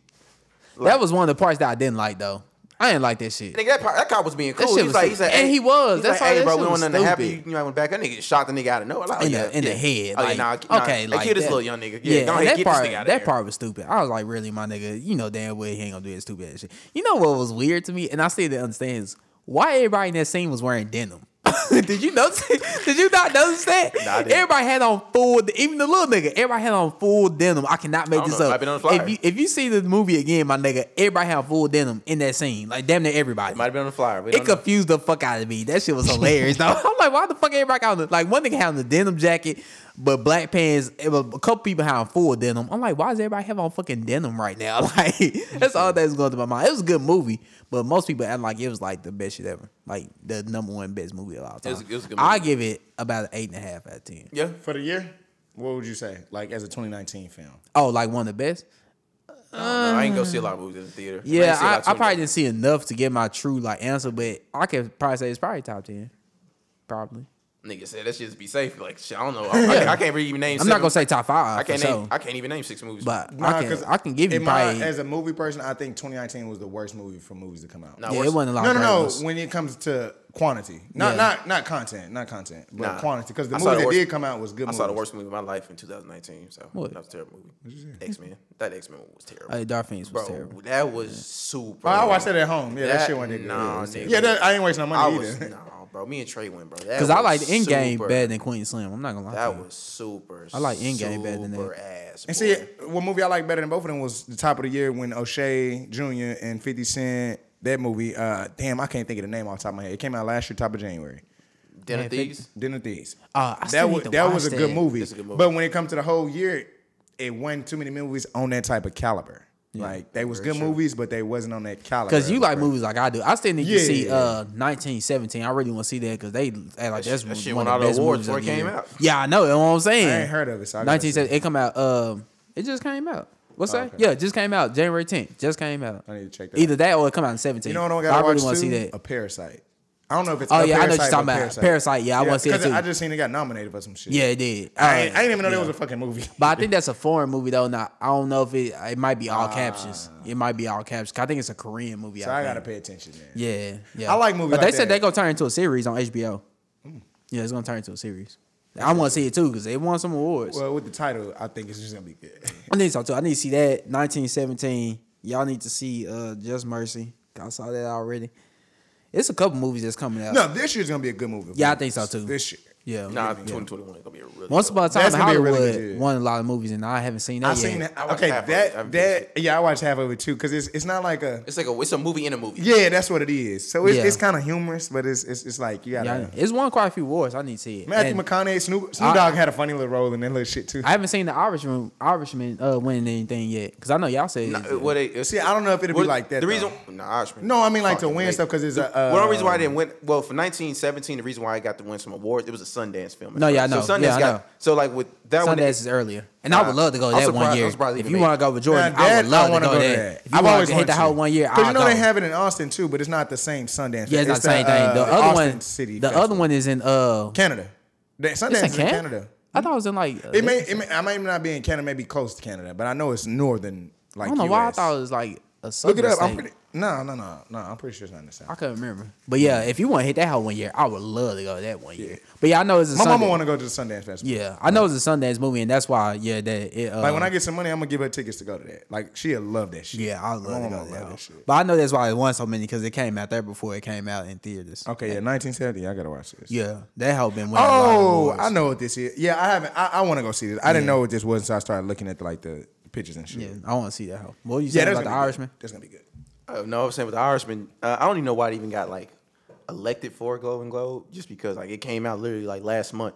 S1: that was one of the parts that I didn't like though. I didn't like that shit.
S2: Nigga, that, po- that cop was being cool.
S1: shit
S2: he was
S1: was
S2: like,
S1: stu-
S2: he's like,
S1: and
S2: hey-
S1: he was.
S2: he's
S1: That's
S2: like,
S1: why
S2: hey,
S1: that
S2: bro,
S1: shit
S2: we don't
S1: was
S2: want nothing to happen. You,
S1: stupid.
S2: you know, I went back. That nigga just shot the nigga out of nowhere. Like, oh,
S1: in,
S2: yeah,
S1: the, in
S2: yeah.
S1: the head.
S2: Oh,
S1: like,
S2: yeah, nah, nah,
S1: okay,
S2: nah,
S1: like
S2: kill this
S1: that-
S2: little young nigga. Yeah,
S1: and
S2: go ahead,
S1: that
S2: get
S1: part,
S2: this nigga out of
S1: that
S2: here.
S1: part was stupid. I was like, really, my nigga, you know damn well he ain't gonna do that stupid ass shit. You know what was weird to me, and I still didn't understand is why everybody in that scene was wearing denim. did you notice? did you not notice that?
S2: Nah, I didn't.
S1: everybody had on full, even the little nigga. Everybody had on full denim. I cannot make
S2: I don't
S1: this
S2: know.
S1: up.
S2: Might been on the flyer.
S1: If you if you see the movie again, my nigga, everybody had on full denim in that scene. Like damn near everybody.
S2: Might have been on the flyer. We
S1: It
S2: don't know.
S1: confused the fuck out of me. That shit was hilarious. though. I'm like, why the fuck everybody got on the, like one nigga had on the denim jacket, but black pants. it was A couple people had on full denim. I'm like, why does everybody have on fucking denim right now? Like that's all that's going through my mind. It was a good movie, but most people act like it was like the best shit ever, like the number one best movie of all time.
S2: was- it was a good
S1: I
S2: movie.
S1: give it about an eight and a half out of ten.
S2: Yeah.
S3: For the year, what would you say? Like as a 2019 film,
S1: Oh, like one of the best.
S2: I, don't know. I ain't go see a lot of movies in the theater. I ain't
S1: Uh. Yeah,
S2: see a lot
S1: I,
S2: of
S1: I probably
S2: children.
S1: didn't see enough to get my true like answer, but I could probably say it's probably top ten, probably.
S2: Nigga said that shit just be safe. Like shit, I don't know. I, I can't- I can't really even name.
S1: I'm not
S2: seven-
S1: gonna say top five.
S2: I can't
S1: for
S2: name.
S1: sure.
S2: I can't even name six movies.
S1: But
S3: Nah,
S1: I can
S3: 'cause
S1: I can give you
S3: in my-
S1: probably
S3: as a movie person, I think 2019 was the worst movie for movies to come out.
S2: Nah,
S1: yeah,
S2: worse.
S1: it wasn't a lot.
S3: No,
S1: of
S3: no,
S1: great
S3: no.
S1: ones.
S3: When it comes to quantity, not
S1: Yeah.
S3: not not content, not content, but
S2: Nah.
S3: quantity. Because the
S2: I saw
S3: movie
S2: the
S3: that
S2: worst-
S3: did come out was good.
S2: I saw the
S3: movies.
S2: worst movie of my life in 2019. So
S1: What?
S2: that was a terrible movie. X Men. That X Men was terrible.
S1: Hey, Dark Phoenix was
S2: Bro,
S1: terrible.
S2: that was super.
S3: Oh, I watched
S2: lame.
S3: that at home. Yeah, that,
S2: That-
S3: shit wasn't that good.
S2: nah,
S3: yeah,
S2: nigga.
S3: yeah that, I ain't wasting no
S2: I
S3: money
S2: was
S3: either.
S2: no, bro. Me and Trey went, bro. That
S1: Because I
S2: was
S1: like Endgame game
S2: super-
S1: better than Queen Slim. I'm not gonna lie. to
S2: That
S1: you.
S2: was super.
S1: I like Endgame better than that.
S2: super Ass.
S3: And see,
S2: boy.
S3: what movie I like better than both of them was the top of the year when O'Shea Jr. and 50 Cent. That movie, uh, damn, I can't think of the name off the top of my head. It came out last year, top of January.
S2: Den of Thieves.
S3: Dinner Thieves.
S1: Uh, I
S3: that
S1: still need
S3: was
S1: to
S3: that was a
S1: watch
S3: good
S1: that.
S3: movie.
S2: That's a good movie.
S3: But when it comes to the whole year, it wasn't too many movies on that type of caliber. Like they was good movies, but they wasn't on that caliber.
S1: Cause you like
S3: bro.
S1: movies like I do. I still need
S3: Yeah,
S1: to see
S3: yeah, yeah.
S1: uh 1917. I really want to see that because they act like that's
S2: shit- that shit
S1: one
S2: won
S1: of
S2: all the
S1: the best movies
S2: awards before
S1: of
S2: it
S1: the
S2: came
S1: year.
S2: out.
S1: Yeah, I know. You know what I'm saying.
S3: I ain't heard of it, so I gotta see
S1: 1917. It come out. Um, it just came out. What's that? Yeah, it just came out January 10th. Just came out.
S3: I need to check that
S1: Either
S3: out.
S1: that or it come out in 17.
S3: You know what I
S1: But
S3: gotta
S1: I really
S3: watch
S1: want
S3: too?
S1: to see that.
S3: A Parasite. I don't know if it's.
S1: Oh,
S3: a
S1: yeah, I know what you're
S3: Parasite,
S1: talking
S3: but
S1: about. Parasite, yeah, I wanna see it
S3: 'cause
S1: too.
S3: I just seen it got nominated for some shit.
S1: Yeah, it did.
S3: I, ain't-
S1: Uh,
S3: I didn't even know
S1: yeah.
S3: there was a fucking movie.
S1: But I think that's a foreign movie though. Now I don't know if it it might be all captions. It might be all captions. I think it's a Korean movie.
S3: Ah. so I gotta
S1: think.
S3: pay attention, man.
S1: Yeah, yeah.
S3: I like movies
S1: But they
S3: like
S1: said
S3: that. Hmm.
S1: they gonna turn into a series on HBO. Yeah, it's gonna turn into a series. I want to see it too because they won some awards.
S3: Well, with the title, I think it's just gonna be good.
S1: I need to talk to. I need to see that 1917. Y'all need to see uh Just Mercy. I saw that already. It's a couple movies that's coming out.
S3: No, this year's gonna be a good movie.
S1: Yeah, I think so, too.
S3: This year,
S1: Yeah.
S2: Nah, 2021 is gonna be a really.
S1: Once upon a time,
S3: That's gonna be a really
S1: Hollywood
S3: good year.
S1: won a lot of movies, and I haven't seen that
S3: I
S1: yet.
S3: seen that.
S2: I watched
S3: okay,
S2: half of it. I
S3: that
S2: haven't
S3: that yeah, I watched half of it too because it's it's not like a
S2: it's like a it's a movie in a movie.
S3: yeah, that's what it is. So it's,
S1: Yeah.
S3: it's kind of humorous, but it's it's, it's like you gotta.
S1: Yeah, it's won quite a few awards. I need to see it.
S3: Matthew
S1: And
S3: McConaughey, Snoop Snoop
S1: I-
S3: Dogg had a funny little role in that little shit too.
S1: I haven't seen the Irishman, Irishman uh, winning anything yet, because I know y'all said
S2: Nah,
S1: it's good.
S2: what they,
S3: Uh, See, I don't know if it'll be like that,
S2: The reason,
S3: though.
S2: nah, Irishman.
S3: No, I mean, like, to
S2: Fucking
S3: win
S2: late.
S3: stuff 'cause it's
S2: The-
S3: a,
S2: Well, the reason why I
S3: um,
S2: didn't win. Well, for 1917, the reason why I got to win some awards, it was a Sundance film. at
S1: No, yeah,
S2: first.
S1: I
S2: So
S1: know. Yeah, I
S2: got-
S1: know.
S2: So like with that one,
S1: Sundance is earlier, and I would
S2: Nah,
S1: love to go
S2: I'm
S1: that one
S2: surprised-
S1: year.
S2: I'm surprised they
S1: If
S2: even
S1: you
S2: made
S1: want to go with Jordan,
S3: Now,
S1: I
S3: that
S1: would love
S3: wanna
S1: to go, there. If you
S3: I've
S1: want
S3: always
S1: to hit
S3: wanted
S1: the
S3: to.
S1: whole one year,
S3: Because you
S1: I'll
S3: know
S1: go.
S3: they have it in Austin too, but it's not the same Sundance.
S1: Yeah, it's not the same
S3: uh,
S1: thing. The other
S3: Austin
S1: one,
S3: City
S1: the
S3: Festival.
S1: other one is in uh,
S3: Canada. The Sundance
S1: it's in
S3: is in
S1: Canada.
S3: Canada.
S1: I thought it was in like.
S3: It may, it may, I may not be in Canada, maybe close to Canada, but I know it's northern.
S1: I
S3: Like
S1: don't know why I
S3: US.
S1: thought it was like a
S3: Look
S1: Southern
S3: it up. I'm
S1: state.
S3: pretty. No, no, no, no. I'm pretty sure it's not in the
S1: I
S3: South.
S1: couldn't remember, but yeah, if you want to hit that whole one year, I would love to go that one year. But yeah, I know it's a
S3: My mama
S1: Sundance-
S3: want to go to the Sundance Festival.
S1: Yeah, I know it's a Sundance movie, and that's why. Yeah, that. It, uh,
S3: Like when I get some money, I'm gonna give her tickets to go to that. Like she'll love that shit.
S1: Yeah, I
S3: My
S1: love to
S3: mama
S1: go
S3: love
S1: that.
S3: that shit.
S1: But I know that's why it won so many because it came out there before it came out in theaters.
S3: Okay, yeah, 1970. I gotta watch this.
S1: Yeah, that helped been winning. a
S3: Oh,
S1: lot of awards.
S3: I know what this is. Yeah, I haven't. I, I want to go see this. I didn't know what this was, so I started looking at the, like the pictures and shit.
S1: Yeah, I want to see that. hoe. What you
S3: Yeah,
S1: saying
S3: that's
S1: about the
S3: gonna be good.
S1: Irishman?
S3: That's gonna be good.
S2: Uh, no, I'm saying with the Irishman, uh, I don't even know why it even got like elected for a Golden Globe, just because like it came out literally like last month.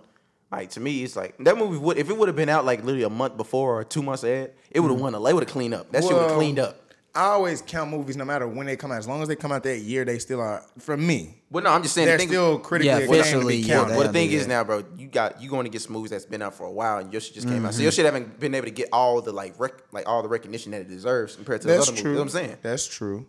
S2: Like to me, it's like that movie would if it would have been out like literally a month before or two months ahead, it would have won. A, it would have cleaned up. That shit would have
S3: Mm-hmm. Well,
S2: cleaned up.
S3: I always count movies no matter when they come out. As long as they come out that year, they still are. For me,
S2: Well, no, I'm just saying. the
S3: they're
S2: thing-
S3: still critically
S1: Yeah,
S3: acclaimed to
S1: officially,
S3: be
S1: yeah,
S3: counted.
S2: Well, the
S1: Damn,
S2: thing
S1: yeah.
S2: is now, bro, you got you going against movies that's been out for a while, and your shit just came out. So your shit haven't been able to get all the like rec- like all the recognition that it deserves compared to
S3: That's
S2: the other
S3: true.
S2: movies. You know what I'm saying.
S3: That's true.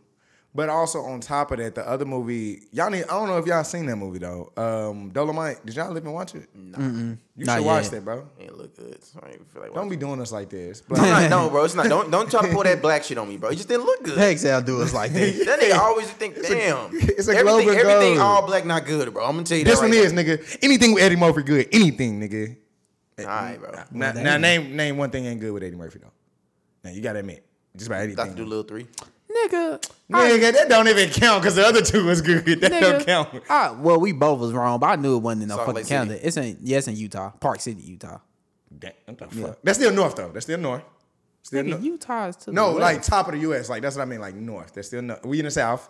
S3: But also on top of that, the other movie, y'all need. I don't know if y'all seen that movie though. Um, Dolomite. Did y'all live and watch it? No. You
S1: Not
S3: should watch
S1: yet.
S3: that, bro.
S2: Ain't look good. So I don't even feel like.
S3: Don't
S2: watching
S3: be doing us like this.
S2: it. I'm not- no, bro. It's not. Don't don't try to pull that black shit on me, bro. It just didn't look good.
S1: Thanks, Al. Do us like that.
S2: That nigga always think, damn.
S3: it's a
S2: everything,
S3: Globe and
S2: everything
S3: Gold.
S2: all black not good, bro. I'm gonna tell you that.
S3: This
S2: right
S3: one is, nigga. Anything with Eddie Murphy good. Anything, nigga.
S2: All right, bro.
S3: Now, now name name one thing ain't good with Eddie Murphy though. Now you gotta admit, just about
S2: Dr.
S3: anything.
S2: Doolittle three.
S1: nigga,
S3: Nigga, that don't even count because the other two was good. That don't
S1: nigga.
S3: count.
S1: I, well, we both was wrong, but I knew it wasn't in no
S2: Salt
S1: fucking
S2: Lake City.
S1: Canada. It's in yes, in Utah, Park City, Utah.
S3: Damn, what the fuck? That's still north though. That's still north. Still
S1: Nigga,
S3: north.
S1: Utah is to the
S3: no,
S1: west.
S3: like top of the U.S. Like that's what I mean. Like north. That's still north. We in the south.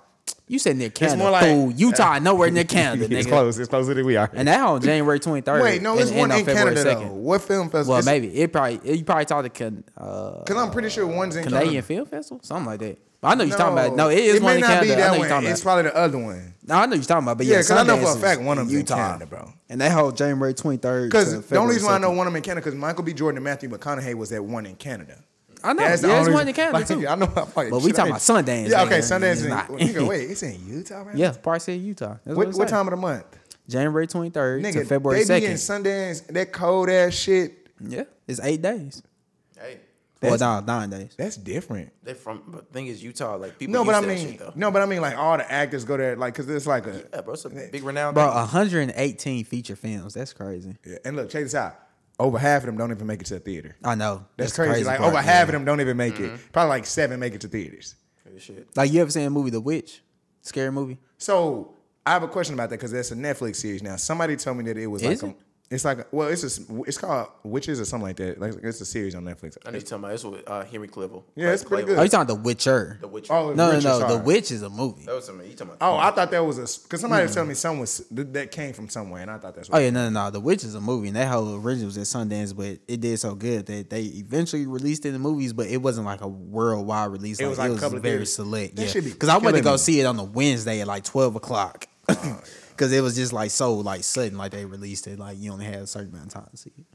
S1: you said near Canada.
S3: more like-
S1: fool. Utah, nowhere near Canada,
S3: it's
S1: nigga.
S3: close. It's closer than we are.
S1: And that on January twenty third.
S3: Wait, no, it's one in Canada though. What film festival?
S1: Well, maybe it probably you probably talked to Can, uh,
S3: Because I'm pretty sure one's in
S1: Canadian
S3: Canada.
S1: Film Festival, something like that. But I know you're talking about. No, it is
S3: it
S1: one
S3: may
S1: in
S3: not
S1: Canada.
S3: Be
S1: I know
S3: that
S1: you're
S3: one.
S1: talking
S3: It's
S1: about.
S3: probably the other one.
S1: No, I know you're talking about. But
S3: Yeah,
S1: yeah,
S3: 'cause I know for a
S1: Sundance is
S3: fact one of
S1: in
S3: them's in
S1: Utah,
S3: Canada, bro.
S1: And that whole January twenty third.
S3: Because the only reason why I know one of them in Canada because Michael B. Jordan and Matthew McConaughey was that one in Canada.
S1: I know.
S3: That's the
S1: yeah, it's
S3: only
S1: one in
S3: reason-
S1: Canada
S3: like,
S1: too.
S3: I know. I'm like,
S1: But we
S3: shit,
S1: talking
S3: I ain't-
S1: about Sundance,
S3: Yeah, okay,
S1: nigga.
S3: Sundance. is in,
S1: Not-
S3: nigga, wait, it's in Utah, man.
S1: Yeah, Park City, Utah. That's
S3: What,
S1: it
S3: what
S1: say.
S3: time of the month?
S1: January twenty third
S3: Nigga,
S1: to February
S3: they be in
S1: second.
S3: Sundance. That cold ass shit.
S1: Yeah, it's eight days.
S2: Hey,
S1: Well,
S3: That's-
S1: no, nine days.
S3: That's different.
S2: they from. But the thing is, Utah, like people.
S3: No, but I
S2: used to that
S3: mean,
S2: shit, though.
S3: no, but I mean, like all the actors go there, like, cause it's like a.
S2: Yeah, bro, it's a big renowned.
S1: Bro,
S2: thing.
S1: 118 feature films. That's crazy.
S3: Yeah, And look, check this out. Over half of them don't even make it to the theater.
S1: I know.
S3: That's
S1: the
S3: crazy. Like
S1: part,
S3: over half
S1: yeah.
S3: of them don't even make
S2: Mm-hmm.
S3: it. Probably like seven make it to theaters.
S2: Shit.
S1: Like you ever seen the movie The Witch? Scary movie.
S3: So I have a question about that because that's a Netflix series now. Somebody told me that it was
S1: Is
S3: like
S1: it?
S3: a, it's like a, well, it's a, it's called Witches or something like that. Like it's a series on Netflix.
S2: I know you're talking about this with uh, Henry Cavill.
S3: Yeah, it's pretty
S2: Cavill.
S3: good.
S1: Are Oh, you talking The Witcher?
S2: The Witcher.
S3: Oh, it's
S1: No, no,
S3: Richard
S1: no. The
S3: Sorry.
S1: Witch is a movie.
S2: that was something you talking about.
S3: Oh, I thought that was a because somebody was telling me some was th- that came from somewhere, and I thought that's
S1: Hmm. Oh
S3: what
S1: yeah, no, no, no. The Witch is a movie, and that whole original was at Sundance, but it did so good that they eventually released it in movies, but it wasn't like a worldwide release.
S3: It was like a couple of
S1: very
S3: theaters.
S1: select.
S3: That
S1: yeah,
S3: should be
S1: because I went to
S3: killing
S1: go
S3: me.
S1: see it on the Wednesday at like twelve o'clock, because it was just like so like sudden, like they released it, like you only had a certain amount of time to see it.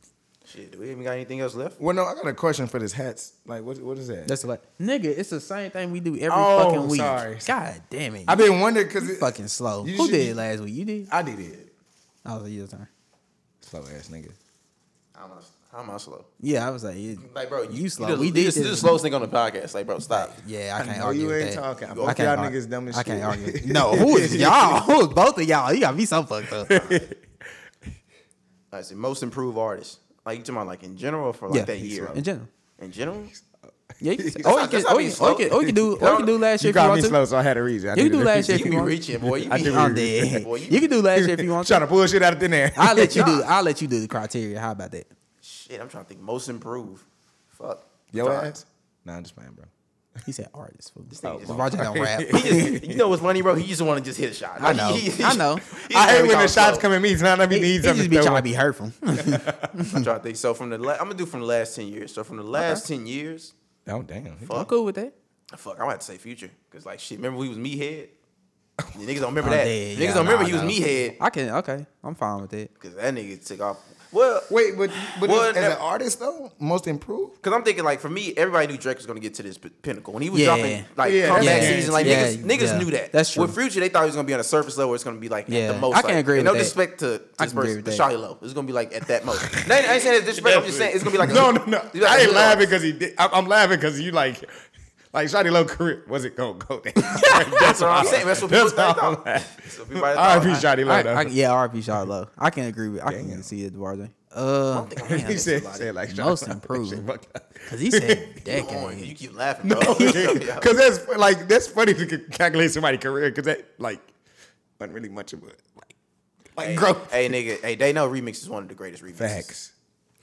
S2: Shit, do we even got anything else left?
S3: Well, no, I got a question for this hats. Like, what what is that?
S1: That's like, nigga, it's the same thing we do every
S3: Oh,
S1: fucking week.
S3: sorry.
S1: God damn it,
S3: I've been wondering because
S1: you fucking slow.
S3: You
S1: Who
S3: should-
S1: did it last week? You did.
S3: I did it.
S1: I was like, your turn.
S3: Slow ass nigga.
S2: I'm not, I'm not slow.
S1: Yeah, I was like, yeah.
S2: Like, bro,
S1: you slow.
S2: the-
S1: we
S2: you
S1: did
S2: the- you the
S1: this.
S2: slowest nigga on the podcast. Like, bro, stop.
S1: Yeah, I can't
S3: know
S1: argue
S3: you
S1: with
S3: ain't
S1: that.
S3: talking.
S1: I
S3: Both
S1: can't
S3: y'all
S1: argue-
S3: niggas dumb as
S1: I can't
S3: shit.
S1: argue. with- No, who is y'all? Who is both of y'all? You got me so fucked up.
S2: I said most improved artist. Like you talking about like in general or for like
S1: Yeah,
S2: that
S1: he's
S2: year
S1: In general,
S2: in general.
S1: Yeah, you can say, or you can, or you, or you can, or you can do, or you can do last
S3: You
S1: year if you
S3: called me
S1: want to.
S3: slow, so I had a reason. I
S1: You can
S3: knew
S1: do
S3: that.
S1: last year if
S2: You
S1: you
S2: be
S1: want.
S2: reaching, boy. You
S3: I
S2: be
S3: do
S2: I'm
S3: reach.
S2: dead. Boy, you,
S1: You can do last year if you want.
S3: Trying
S1: to.
S3: to pull shit out of thin air.
S1: I'll let you do. I'll let you do the criteria. How about that?
S2: shit. I'm trying to think. Most improved. Fuck.
S3: Yo
S2: Fine.
S3: ass. Nah, I'm just playing, bro.
S1: He said artist. Fool. This
S2: nigga just-
S1: Roger don't rap.
S2: He just, you know what's funny, bro? He just want to just hit a shot.
S1: I know.
S2: He- he-
S1: I know.
S2: he-
S3: I
S2: he
S3: hate when the
S2: called
S3: shots
S2: slow.
S3: come at me. It's not that
S1: He,
S3: he
S1: he
S3: needs
S1: just
S3: something
S1: be
S3: to
S1: trying
S3: throw
S1: to
S3: up.
S1: be hurtful.
S2: I'm trying to think. So from the la- I'm gonna do from the last ten years. So from the last ten years,
S3: Oh, damn. He-
S1: I'm cool with that.
S2: fuck, I would have to say Future, cause like shit. Remember we was meathead. The niggas don't remember
S1: Oh,
S2: that.
S1: yeah,
S2: niggas
S1: yeah,
S2: don't remember
S1: nah,
S2: he was
S1: nah.
S2: meathead,
S1: I can. Okay, I'm fine with that.
S2: cause that nigga took off. Well,
S3: Wait, but, but
S2: Well,
S3: as, as
S2: that-
S3: an artist, though, most improved?
S2: Cause I'm thinking like for me, everybody knew Drake was gonna get to this p- pinnacle when he was
S1: Yeah.
S2: dropping like
S3: Yeah,
S2: comeback
S3: yeah,
S2: season. Like
S1: yeah,
S2: niggas, niggas
S1: yeah.
S2: knew that.
S1: That's true.
S2: With Future, they thought he was gonna be on a surface level. It's gonna be like
S1: Yeah.
S2: at the most.
S1: I can
S2: like,
S1: agree with
S2: and no
S1: that.
S2: disrespect to, to
S1: I
S2: this
S1: can agree
S2: person,
S1: with
S2: to
S1: that.
S2: Shia Low. It's gonna be like at that most. No, I ain't saying it's disrespect. I'm just saying it's gonna be like a-
S3: No, no, no.
S2: it's like
S3: I
S2: a
S3: ain't
S2: hood
S3: laughing
S2: artist.
S3: because he did. I'm, I'm laughing because you like, like Shotty Low career wasn't going to go there. that's
S2: That's what I'm saying. That's what people
S3: how
S2: think.
S3: I'm
S2: thought.
S3: laughing.
S2: That's what everybody thought.
S3: R.I.P. Shotty Low,
S1: I,
S3: though.
S1: I, yeah, RP shot low. I can agree with. I can
S3: Damn.
S1: see it, Barge. Uh,
S3: he said, said like
S1: Most
S3: Shotty Low.
S1: improved.
S3: Shit, fuck that.
S1: because he said
S2: "Oh, Come on,
S1: decade.
S2: You keep laughing. No,
S3: Because that's like that's funny to calculate somebody's career because that like wasn't really much of a like, like growth.
S2: Hey nigga, hey they know remix is one of the greatest remixes.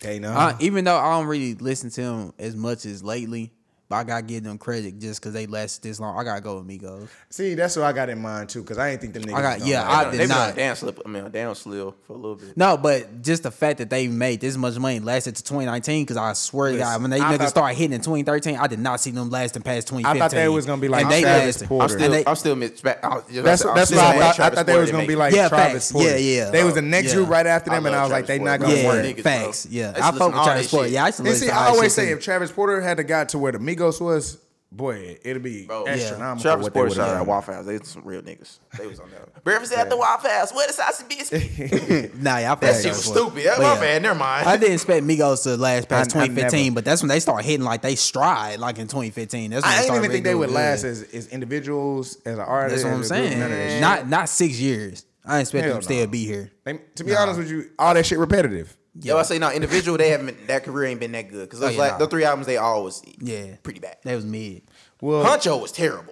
S3: Okay, no.
S1: I, even though I don't really listen to him as much as lately, but I gotta give them credit just because they lasted this long. I gotta go with Migos.
S3: See, that's what I got in mind too because I ain't think them niggas.
S1: I got-
S3: was gonna
S1: yeah,
S3: like
S1: I
S3: that.
S1: did
S2: They've been
S1: not.
S2: on down slip. I mean, on down slip for a little bit.
S1: No, but just the fact that they made this much money lasted to 2019, because I swear to God, when they
S3: I
S1: niggas
S3: thought-
S1: started hitting in 2013, I did not see them lasting past 2015.
S3: thought they was gonna be like
S1: and they
S3: Travis
S1: lasted.
S3: Porter.
S2: I'm still,
S1: And they-
S2: I'm still mixed back. I was- I was
S3: That's
S2: saying, I'm
S3: that's
S2: still
S3: what I
S2: mad
S3: thought. I
S2: Travis
S3: thought they
S2: Porter
S3: was
S2: didn't
S3: gonna be
S2: make
S3: like
S1: Yeah,
S3: Travis
S1: facts.
S3: Porter.
S1: Yeah, yeah.
S3: They was the next
S1: Yeah.
S3: group right after
S2: I
S3: them, and
S2: love
S3: I was like,
S2: Travis
S3: they not
S2: Porter.
S1: yeah,
S3: gonna work.
S2: Niggas, bro.
S1: facts. Yeah, I
S2: Let's listen
S1: fuck
S2: to
S1: with
S2: all
S1: Travis
S2: that
S1: Porter.
S2: shit.
S1: Yeah, I used to
S3: And
S1: listen
S3: see,
S1: to
S3: I
S1: all that
S3: always
S1: shit
S3: say
S1: too.
S3: if Travis Porter had the guy to where the Migos was, boy, it'd be
S2: Bro, yeah.
S3: astronomical.
S2: it. Travis
S3: what they
S2: Porter
S3: would've
S2: shot at
S3: done.
S2: Waffle House. They was some real niggas. They was on that. Breakfast at the Waffle House. Where the sausage biscuit?
S1: Nah, yeah, I fuck
S2: That
S1: with
S2: shit was
S1: Travis Porter.
S2: stupid. That
S1: But
S2: my
S1: yeah.
S2: bad. Never mind.
S1: I didn't expect Migos to last past
S3: I- I
S1: 2015,
S3: never-
S1: but that's when they start hitting like they stride, like in 2015. That's when
S3: I
S1: they
S3: didn't
S1: started
S3: even think
S1: really
S3: they would
S1: doing
S3: last
S1: good.
S3: as, as individuals, as an artist.
S1: That's what I'm
S3: as a group,
S1: saying.
S3: none of that shit.
S1: Not not six years. I didn't expect
S3: Hell
S1: them to still
S3: nah.
S1: be here.
S3: They- to be honest with you, all that shit repetitive.
S2: Yo, I say no. Individual, they haven't. been- That career ain't been that good because those
S1: yeah,
S2: like
S1: nah.
S2: the three albums they all was
S1: Yeah,
S2: pretty bad.
S1: That was mid.
S3: Well,
S2: Huncho was terrible.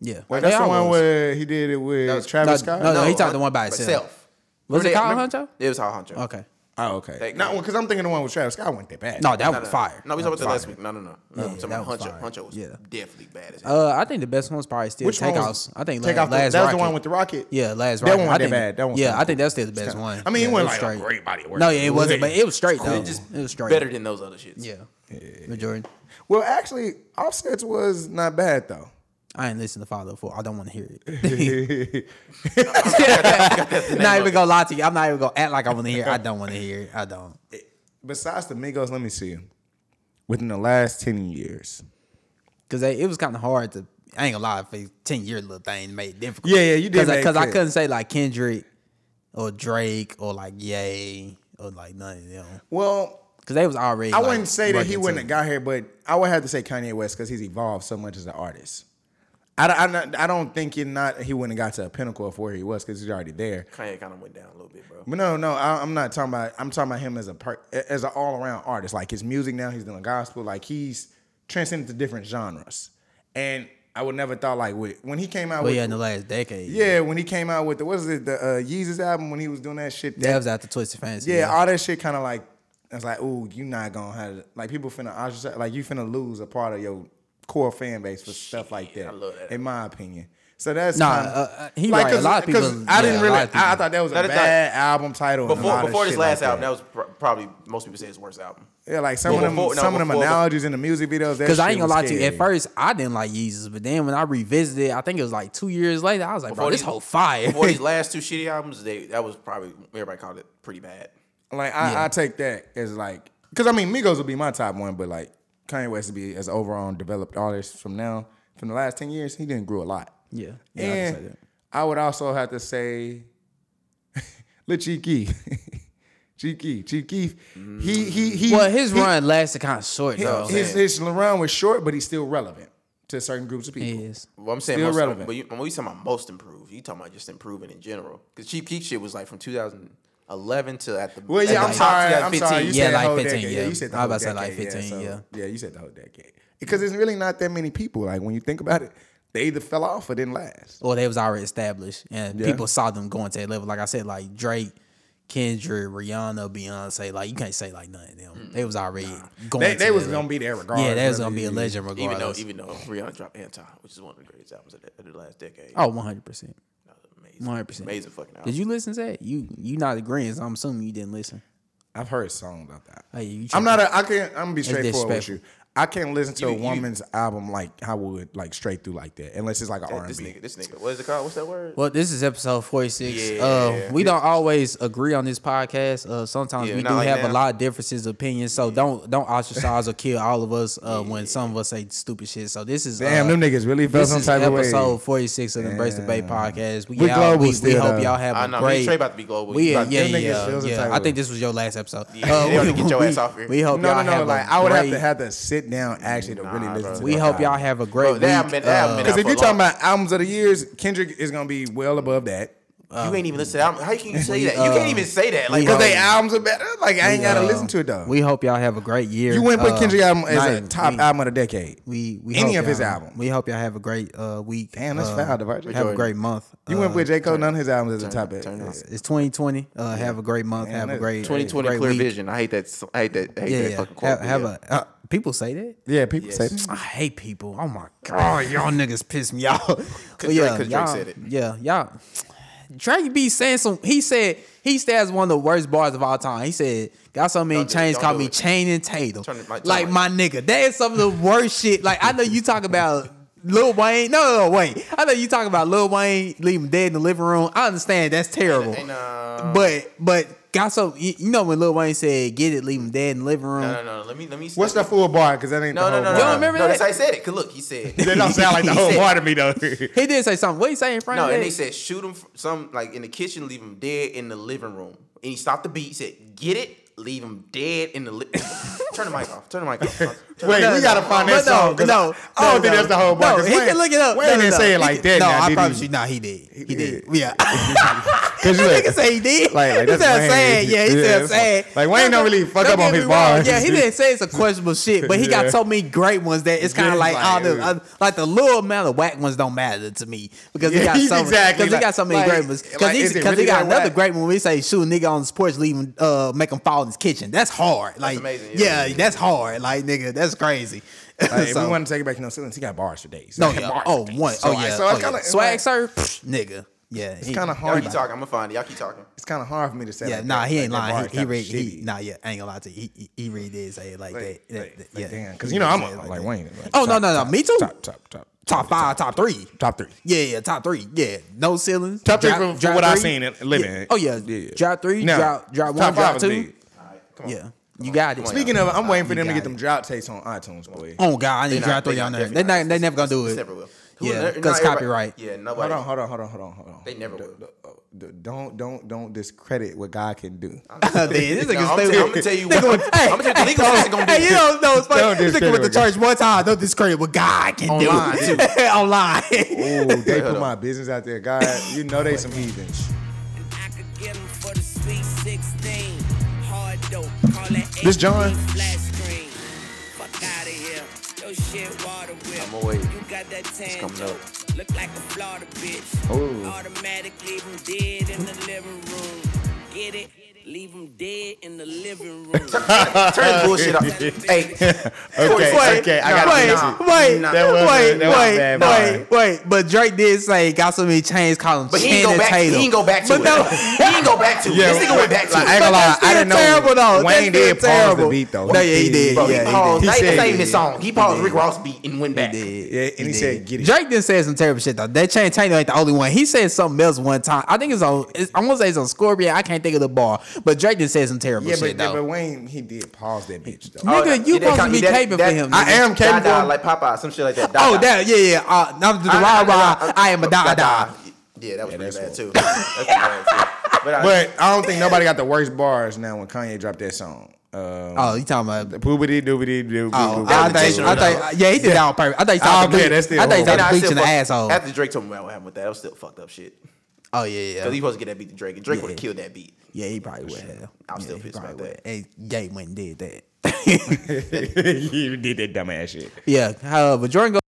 S1: Yeah,
S3: wait, that's
S1: They
S3: the
S1: all
S3: one
S1: was.
S3: where he did it with
S2: was-
S3: Travis
S1: no,
S3: Scott.
S1: no, he talked
S2: Hun-
S1: the one by itself. Was
S2: Remember
S1: it
S2: that-
S1: called
S2: remember-
S1: Huncho?
S2: It was called Huncho.
S1: Okay.
S3: Oh, okay.
S2: Thank
S3: No,
S2: you.
S3: because I'm thinking the one with Travis Scott wasn't that bad.
S1: No, that
S2: No,
S1: was
S2: no,
S1: fire.
S2: No, we
S1: That was
S2: talked about that last
S1: fire.
S2: week. No, no, no. no I'm talking
S1: that
S2: about
S1: was
S2: Huncho.
S1: fire.
S2: Huncho was
S1: Yeah.
S2: definitely bad as hell.
S1: Uh, I think the best one's probably still
S3: Which one
S1: Takeoff's.
S3: was-
S1: I think Takeoff's
S3: Takeoff was-
S1: last
S3: that was the
S1: Rocket.
S3: one with the rocket?
S1: Yeah, last
S3: That one
S1: Rocket.
S3: wasn't
S1: I
S3: that
S1: think-
S3: bad. That one was
S1: yeah,
S3: kinda
S1: I think that's still the best one.
S3: I mean,
S1: yeah,
S3: it wasn't
S1: was
S3: like a
S1: straight.
S3: great body of work.
S1: No, yeah, it
S3: It was
S1: wasn't,
S3: like-
S1: but it was straight though.
S2: It just
S1: it was straight.
S2: better than those other shits.
S1: Yeah, majority.
S3: Well, actually, Offset's was not bad though.
S1: I ain't listen to Follow Four. I don't want to hear it. not even gonna lie to you. I'm not even gonna act like I want to hear. it. I don't want to hear. it. I don't.
S3: Besides the Migos, let me see. Within the last ten years.
S1: Cause they, it was kind of hard to. I ain't gonna lie. For ten year little thing made it difficult.
S3: Yeah, yeah, you did
S1: Because I,
S3: make
S1: 'cause I
S3: it.
S1: couldn't say like Kendrick or Drake or like Yay or like none of them.
S3: Well,
S1: Because they was already.
S3: I
S1: like,
S3: wouldn't say that he
S1: working
S3: wouldn't
S1: too.
S3: have got here, but I would have to say Kanye West because he's evolved so much as an artist. I, don't- I, not- I don't think he not he wouldn't have got to a pinnacle of where he was because he's already there.
S2: Kanye kind of went down a little bit, bro.
S3: But no, no, I, I'm not talking about. I'm talking about him as a per, as an all around artist. Like his music now, he's doing gospel. Like he's transcended to different genres. And I would never thought like with, when he came
S1: Well,
S3: out with
S1: yeah, in the last decade.
S3: yeah when he came out with the what is it the uh, Yeezus album when he was doing that shit
S1: That was after Twisted Fantasy.
S3: yeah, all that shit kind of like I was like, ooh, you not gonna have like people finna ostracize, like you finna lose a part of your core fan base for stuff like that.
S2: I love that.
S3: In my opinion, so that's
S1: Nah,
S3: kinda-
S1: uh, uh, he right. A
S3: 'cause-
S1: lot of people-
S3: 'cause I didn't
S1: yeah, a
S3: really.
S1: lot of
S3: I, I
S1: people.
S3: thought that was a
S2: No, that's
S3: bad album title. and a
S2: Before
S3: lot of
S2: before this
S3: shit
S2: last
S3: like
S2: album, that was pr- probably most people say his worst album.
S3: yeah, like some
S2: Well,
S3: of them,
S2: before- no,
S3: some of them
S2: before-
S3: analogies in the music videos. Because
S1: Because I ain't gonna lie to you, at first I didn't like Yeezus, but then when I revisited, I think it was like two years later, I was like, bro,
S2: Before
S1: this
S2: these-
S1: whole fire.
S2: Before these last two shitty albums, they that was probably everybody called it pretty bad.
S3: like I, I take that as like because I mean Migos would be my top one, but like Kanye West would be as overall developed artist from now from the last ten years. He didn't grow a lot.
S1: yeah, yeah, I can say
S3: And
S1: that.
S3: I would also have to say, Lil Cheeky. Cheeky, Cheeky. He he he.
S1: Well, his
S3: he-
S1: run lasted kind of short though.
S3: his his run was short, but he's still relevant to certain groups of
S1: He
S3: people.
S1: is.
S2: Well, I'm saying
S3: Still
S2: most,
S3: relevant.
S2: But you, when we talking about most improved, you talking about just improving in general? Because Cheap Keek shit was like from 2011 to at the
S3: Well,
S2: at
S3: yeah,
S2: the
S3: I'm
S2: top
S3: sorry. I'm
S2: 2015.
S3: sorry. You
S1: Yeah,
S3: said the
S1: like
S3: whole
S1: 15,
S3: decade.
S1: yeah.
S3: you said the
S1: I was
S3: whole
S1: about to say like
S3: decade,
S1: 15,
S3: so-
S1: yeah.
S3: yeah, you said the whole decade. because it's really not that many people. Like when you think about it, they either fell off or didn't last.
S1: Well, they was already established, and
S3: Yeah.
S1: people saw them going to that level. Like I said, like Drake, Kendrick, Rihanna, Beyonce. Like you can't say like none of them. They was already going.
S3: They,
S1: to
S3: they
S1: that
S3: was
S1: level.
S3: gonna be there regardless.
S1: Yeah, they was
S3: whether
S1: gonna be a
S3: you-
S1: legend regardless.
S2: Even though, even though Rihanna dropped Anti, which is one of the greatest albums of the, of the last decade.
S1: oh, one hundred percent.
S2: That was amazing.
S1: 100%.
S2: Amazing fucking album.
S1: Did you listen to that? You you not agreeing? So I'm assuming you didn't listen.
S3: I've heard songs about that.
S1: Hey, you
S3: I'm not. A, I can't. I'm gonna be straightforward with
S1: disrespectful.
S3: you. I can't listen to
S2: You-
S3: a
S2: you-
S3: woman's album like I would like straight through like that unless it's like an
S2: That-
S3: R and
S2: this
S3: B.
S2: nigga, this nigga, what is it called? What's that word?
S1: Well, this is episode 46.
S2: Yeah.
S1: Uh, we don't always agree on this podcast. Uh, sometimes
S2: Yeah,
S1: we do
S2: not like
S1: have a
S2: now.
S1: lot of differences of opinions. So don't don't ostracize or kill all of us uh, when some of us say stupid shit. So this is
S3: Damn,
S1: uh,
S3: them niggas really felt
S1: This
S3: some
S1: is
S3: type of way.
S1: episode 46 of the Embrace the Bay podcast. We,
S3: We
S1: y'all-
S3: global
S1: we, we
S3: still,
S1: hope
S3: though.
S1: y'all have
S2: I
S1: a
S2: know.
S1: great.
S2: Me Trey about to be global.
S1: we, yeah,
S2: about to-
S1: yeah,
S3: them niggas
S1: yeah,
S3: feels some
S1: yeah.
S3: type
S1: I
S3: of
S1: think
S3: way.
S1: this was your last episode. Uh,
S2: Yeah, they wanna get your
S1: we,
S2: ass off here.
S1: We hope
S3: No,
S1: y'all
S3: no, no.
S1: have
S3: Like
S1: a
S3: I would have
S1: great-
S3: to have to sit down actually to really
S2: Nah,
S3: listen.
S2: bro.
S3: to
S1: We
S3: the
S1: hope
S3: album.
S1: y'all have a great
S2: Bro, they haven't
S1: week.
S2: been- they haven't been
S1: Uh,
S3: Because if
S2: for
S3: you're
S2: a
S3: talking
S2: long-
S3: about albums of the years, Kendrick is gonna be well above that.
S2: you ain't even listen. to that. How can you say
S1: we,
S2: that? You
S1: uh,
S2: can't even say that. Like,
S1: we
S3: Because
S1: hope-
S3: they albums are better. Like I ain't gotta
S1: Oh, uh,
S3: listen to it though.
S1: We hope y'all have a great year.
S3: You wouldn't put
S1: Uh,
S3: Kendrick album as a
S1: night.
S3: top
S1: We-
S3: album of the decade.
S1: We we
S3: Any
S1: hope
S3: of his
S1: y'all-
S3: album.
S1: We hope y'all have a great uh, week.
S3: Damn, that's
S1: uh,
S3: foul, DeVarge.
S1: Have a great month.
S3: You
S1: uh,
S3: went with J Cole. None of his albums as a
S2: turn-
S3: top.
S2: turn it off.
S1: It's 2020. Uh, Have a great month.
S3: Man,
S1: have a
S3: that-
S1: great
S2: 2020
S1: great
S2: clear
S1: week.
S2: vision. I hate that. so- I hate that. I hate
S1: Yeah,
S2: that
S1: yeah.
S2: fucking quote.
S1: Have,
S2: but
S1: have
S2: yeah.
S1: a uh, people say that.
S3: Yeah, people say
S2: Yes.
S1: I hate people. Oh my god, y'all niggas piss me off. But
S2: Drake- 'cause Drake
S1: y'all-
S2: said it.
S1: Yeah, y'all. Drake be saying some. He said he stands one of the worst bars of all time. He said, "Got so many
S2: Don't do it,
S1: chains,
S2: don't
S1: call
S2: do
S1: me
S2: it.
S1: Chain and Tatum."
S2: Turn it- my- turn
S1: like
S2: it.
S1: my nigga, that is some of the worst shit. Like I know you talk about Lil Wayne. No, no, no, wait. I know you talk about Lil Wayne leaving dead in the living room. I understand that's terrible.
S2: Ain't, uh,
S1: But but got so you you know when Lil Wayne said, "Get it, leave him dead in the living room."
S2: no, no, no. Let me let me.
S3: What's the full bar? Because that ain't
S2: No,
S3: the
S2: no,
S3: whole
S2: no.
S3: bar.
S2: no,
S1: Y'all remember
S2: no,
S1: that?
S2: That's how he said it. Cause look, he said.
S3: That don't sound like the
S2: He
S3: whole
S2: said-
S3: bar to me though. That's
S1: He did say something. What he saying, Frank?
S2: No, and they said shoot him fr- some like in the kitchen, leave him dead in the living room. And he stopped the beat. He said, "Get it, leave him dead in the living." turn the mic off. Turn the mic off. Turn the
S3: Wait,
S2: mic
S3: we
S2: off.
S3: gotta find
S1: But
S3: that
S1: no,
S3: song. 'cause
S1: no,
S3: I don't
S1: no,
S3: think
S1: no.
S3: that's the whole bar.
S1: No,
S3: 'cause
S1: he
S3: Wayne-
S1: can look it up.
S3: Wayne
S1: no, no,
S3: didn't
S1: no.
S3: say it
S1: He can-
S3: like that.
S1: No,
S3: now,
S1: I
S3: did
S1: promise
S3: he?
S1: you, nah, he did. He
S3: He
S1: did.
S3: did.
S1: Yeah,
S3: Cause you
S1: That
S3: look-
S1: nigga say he did.
S3: Like- like,
S1: he
S3: that's
S1: said
S3: Wayne.
S1: sad. Yeah, he
S3: Yeah,
S1: said
S3: that's
S1: sad.
S3: like- like, Wayne don't really fuck up
S1: get
S3: on
S1: me
S3: his
S1: wrong.
S3: bars.
S1: Yeah, he didn't say it's a questionable shit, but he
S3: Yeah.
S1: got so many great ones that it's kind
S3: Yeah,
S1: of like
S3: like,
S1: all the
S3: ugh.
S1: uh, like the little amount of whack ones don't matter to me because he
S3: Yeah,
S1: got so many-
S3: exactly.
S1: because he got so many
S3: Like-
S1: great ones because
S3: like,
S1: he
S3: is it
S1: because he
S3: really
S1: got
S3: that
S1: another
S3: whack?
S1: great one. We say shoot a nigga on the porch, leave him, uh, make him fall in his kitchen. That's hard. Like
S2: amazing, yeah.
S1: yeah, that's hard. Like nigga, that's crazy.
S3: Like, if
S1: So-
S3: we want to take it back, you know, ceilings, he got bars for days.
S1: no,
S3: He got
S1: yeah.
S3: bars
S1: Oh,
S3: for days.
S1: one.
S3: So,
S1: Oh,
S3: like,
S1: yeah.
S3: so it's
S1: oh,
S3: kinda-
S1: yeah.
S3: it's
S1: Swag,
S3: like-
S1: sir. Pff, Nigga. Yeah.
S3: It's kind of
S2: Y'all
S3: hard.
S2: keep talking. I'm gonna find it. Y'all keep talking.
S3: It's kind of hard for me to say.
S1: Yeah,
S3: like
S1: nah,
S3: that.
S1: he
S3: Like,
S1: ain't
S3: that
S1: lying.
S3: bar's
S1: He, he
S3: kinda
S1: really, he,
S3: shitty.
S1: nah, yeah, I ain't gonna lie to you. He, he, he really did say it like,
S3: Like,
S1: that.
S3: like,
S1: that-
S3: like,
S1: yeah.
S3: damn, because you know I'm
S1: He said it
S3: a-
S1: like
S3: like
S1: that.
S3: Wayne. like,
S1: Oh, no,
S3: top-
S1: no, no,
S3: top-
S1: me too.
S3: Top, top, top,
S1: Top five, top three.
S3: top three.
S1: Yeah, yeah, top three. Yeah, no ceilings.
S3: Top three
S1: drop-
S3: from, from
S1: drop
S3: what I've
S1: three.
S3: seen and living.
S1: Yeah. Oh yeah, drop three,
S3: Now,
S1: drop, drop one,
S3: top five
S1: drop
S3: is
S1: two.
S3: big.
S1: Yeah, you got it.
S3: Speaking of, I'm waiting for
S1: You
S3: them to
S1: got
S3: get
S1: it.
S3: them drop tapes on iTunes, boy.
S1: oh god, I need
S2: They
S1: drop
S2: not-
S1: three
S2: they
S1: on
S2: not
S1: there. They
S2: definitely
S1: not, they
S2: not.
S1: never gonna do
S2: It's
S1: it.
S2: never will.
S1: Yeah,
S2: Who- not
S1: 'cause
S2: everybody-
S1: copyright.
S2: Yeah,
S3: Hold
S2: nobody.
S3: on, hold on, hold on, hold on, hold on.
S2: They never
S3: D-
S2: will.
S3: d- oh, d- Don't, don't, don't discredit what God can do.
S1: Damn, this
S2: No,
S1: nigga
S2: I'm
S1: stupid.
S2: tell- I'ma tell you what- I'ma tell you what legal system gonna do.
S1: Hey, you don't know it's
S3: Don't
S1: funny. Sticking
S3: discredit
S1: with the
S3: what God-
S1: church one time, don't discredit what God can do.
S2: Online, too.
S1: Online.
S3: Oh, they
S2: hold
S3: put
S2: on.
S3: my business out there, God. You know they some heathens.
S11: I could get 'em for the sweet 16. Hard dope, call it
S3: This John?
S11: 18 Flat screen. Fuck out of here. Your shit water whip.
S2: I'ma wait.
S11: You got that tan
S2: coming
S11: dope. Look like a Florida bitch.
S3: Ooh.
S11: Automatic leave 'em dead in the living room. Get it? Leave 'em dead in the living room.
S2: Turn this bullshit off. Hey,
S3: Okay,
S1: wait,
S3: okay, I
S1: wait,
S3: got it.
S1: wait,
S2: Nah.
S3: That wasn't-
S1: wait,
S3: that wasn't
S1: wait,
S3: bad,
S1: wait, wait. But Drake did say he got so many chains, call him
S2: but he
S1: Channing
S2: ain't go back. He
S1: Tatum.
S2: ain't go back to
S1: but
S2: it.
S1: No,
S2: He ain't go back to it. This nigga went back to
S3: like, I
S2: it.
S3: ain't gonna
S1: That's
S3: lie, I
S1: still
S3: didn't know
S1: terrible, though. That's
S3: Wayne did
S1: still
S3: pause the
S1: terrible.
S3: beat though.
S1: No, yeah, he did.
S2: Bro,
S1: Yeah,
S2: he
S1: he
S2: paused.
S3: did.
S2: That's
S3: He
S2: not
S3: said
S2: even
S3: he
S2: his song. He paused Rick Ross beat and went back.
S3: Yeah, and he said, "Get it."
S1: Drake didn't say some terrible shit though. That Chain Tatum ain't the only one. He said something else one time. I think it's on. It's, I want to say it's on Scorpion. I can't think of the bar. But Drake didn't say some terrible
S3: yeah,
S1: shit
S3: but, yeah,
S1: though.
S3: but Wayne, he did pause that bitch though.
S1: Nigga, you
S2: That-
S1: supposed to be
S2: that-
S1: caping
S2: that-
S1: for him.
S3: I
S1: nigga.
S3: am
S2: Da
S3: capable.
S2: da
S3: of-
S2: like Popeye, some shit like that.
S1: Oh,
S2: Da-da. Uh,
S1: that yeah yeah. Uh, now the rah rah. I am a da da.
S2: Yeah, that was pretty
S3: Yeah, that's
S2: bad
S3: what-
S2: too. That's pretty bad too. But uh, I-
S3: But I don't think nobody got the worst bars now when Kanye dropped that song. Uh,
S1: Oh, you talking about?
S3: poobity doobity doobity.
S1: Oh,
S2: that
S1: I
S2: was
S1: think, I
S2: intentional,
S1: think, yeah, he did that on purpose. I think he
S3: Oh,
S1: talked
S3: okay,
S1: about
S3: that's still
S1: I think he
S3: horrible.
S2: I
S1: talked bleach
S2: still
S1: in the
S2: fuck-
S1: asshole.
S2: After Drake told me what happened with that, that was still fucked up shit.
S1: Oh yeah,
S2: Because he
S1: yeah,
S2: supposed to get that beat to Drake, and Drake
S1: Yeah.
S2: would have killed that beat.
S1: yeah. He probably would have. yeah,
S2: I'm still
S1: he
S2: pissed
S1: probably
S2: about that.
S1: would. Hey, Jay went and did that.
S3: Right.
S1: you did that dumbass shit.
S3: yeah. However, Jordan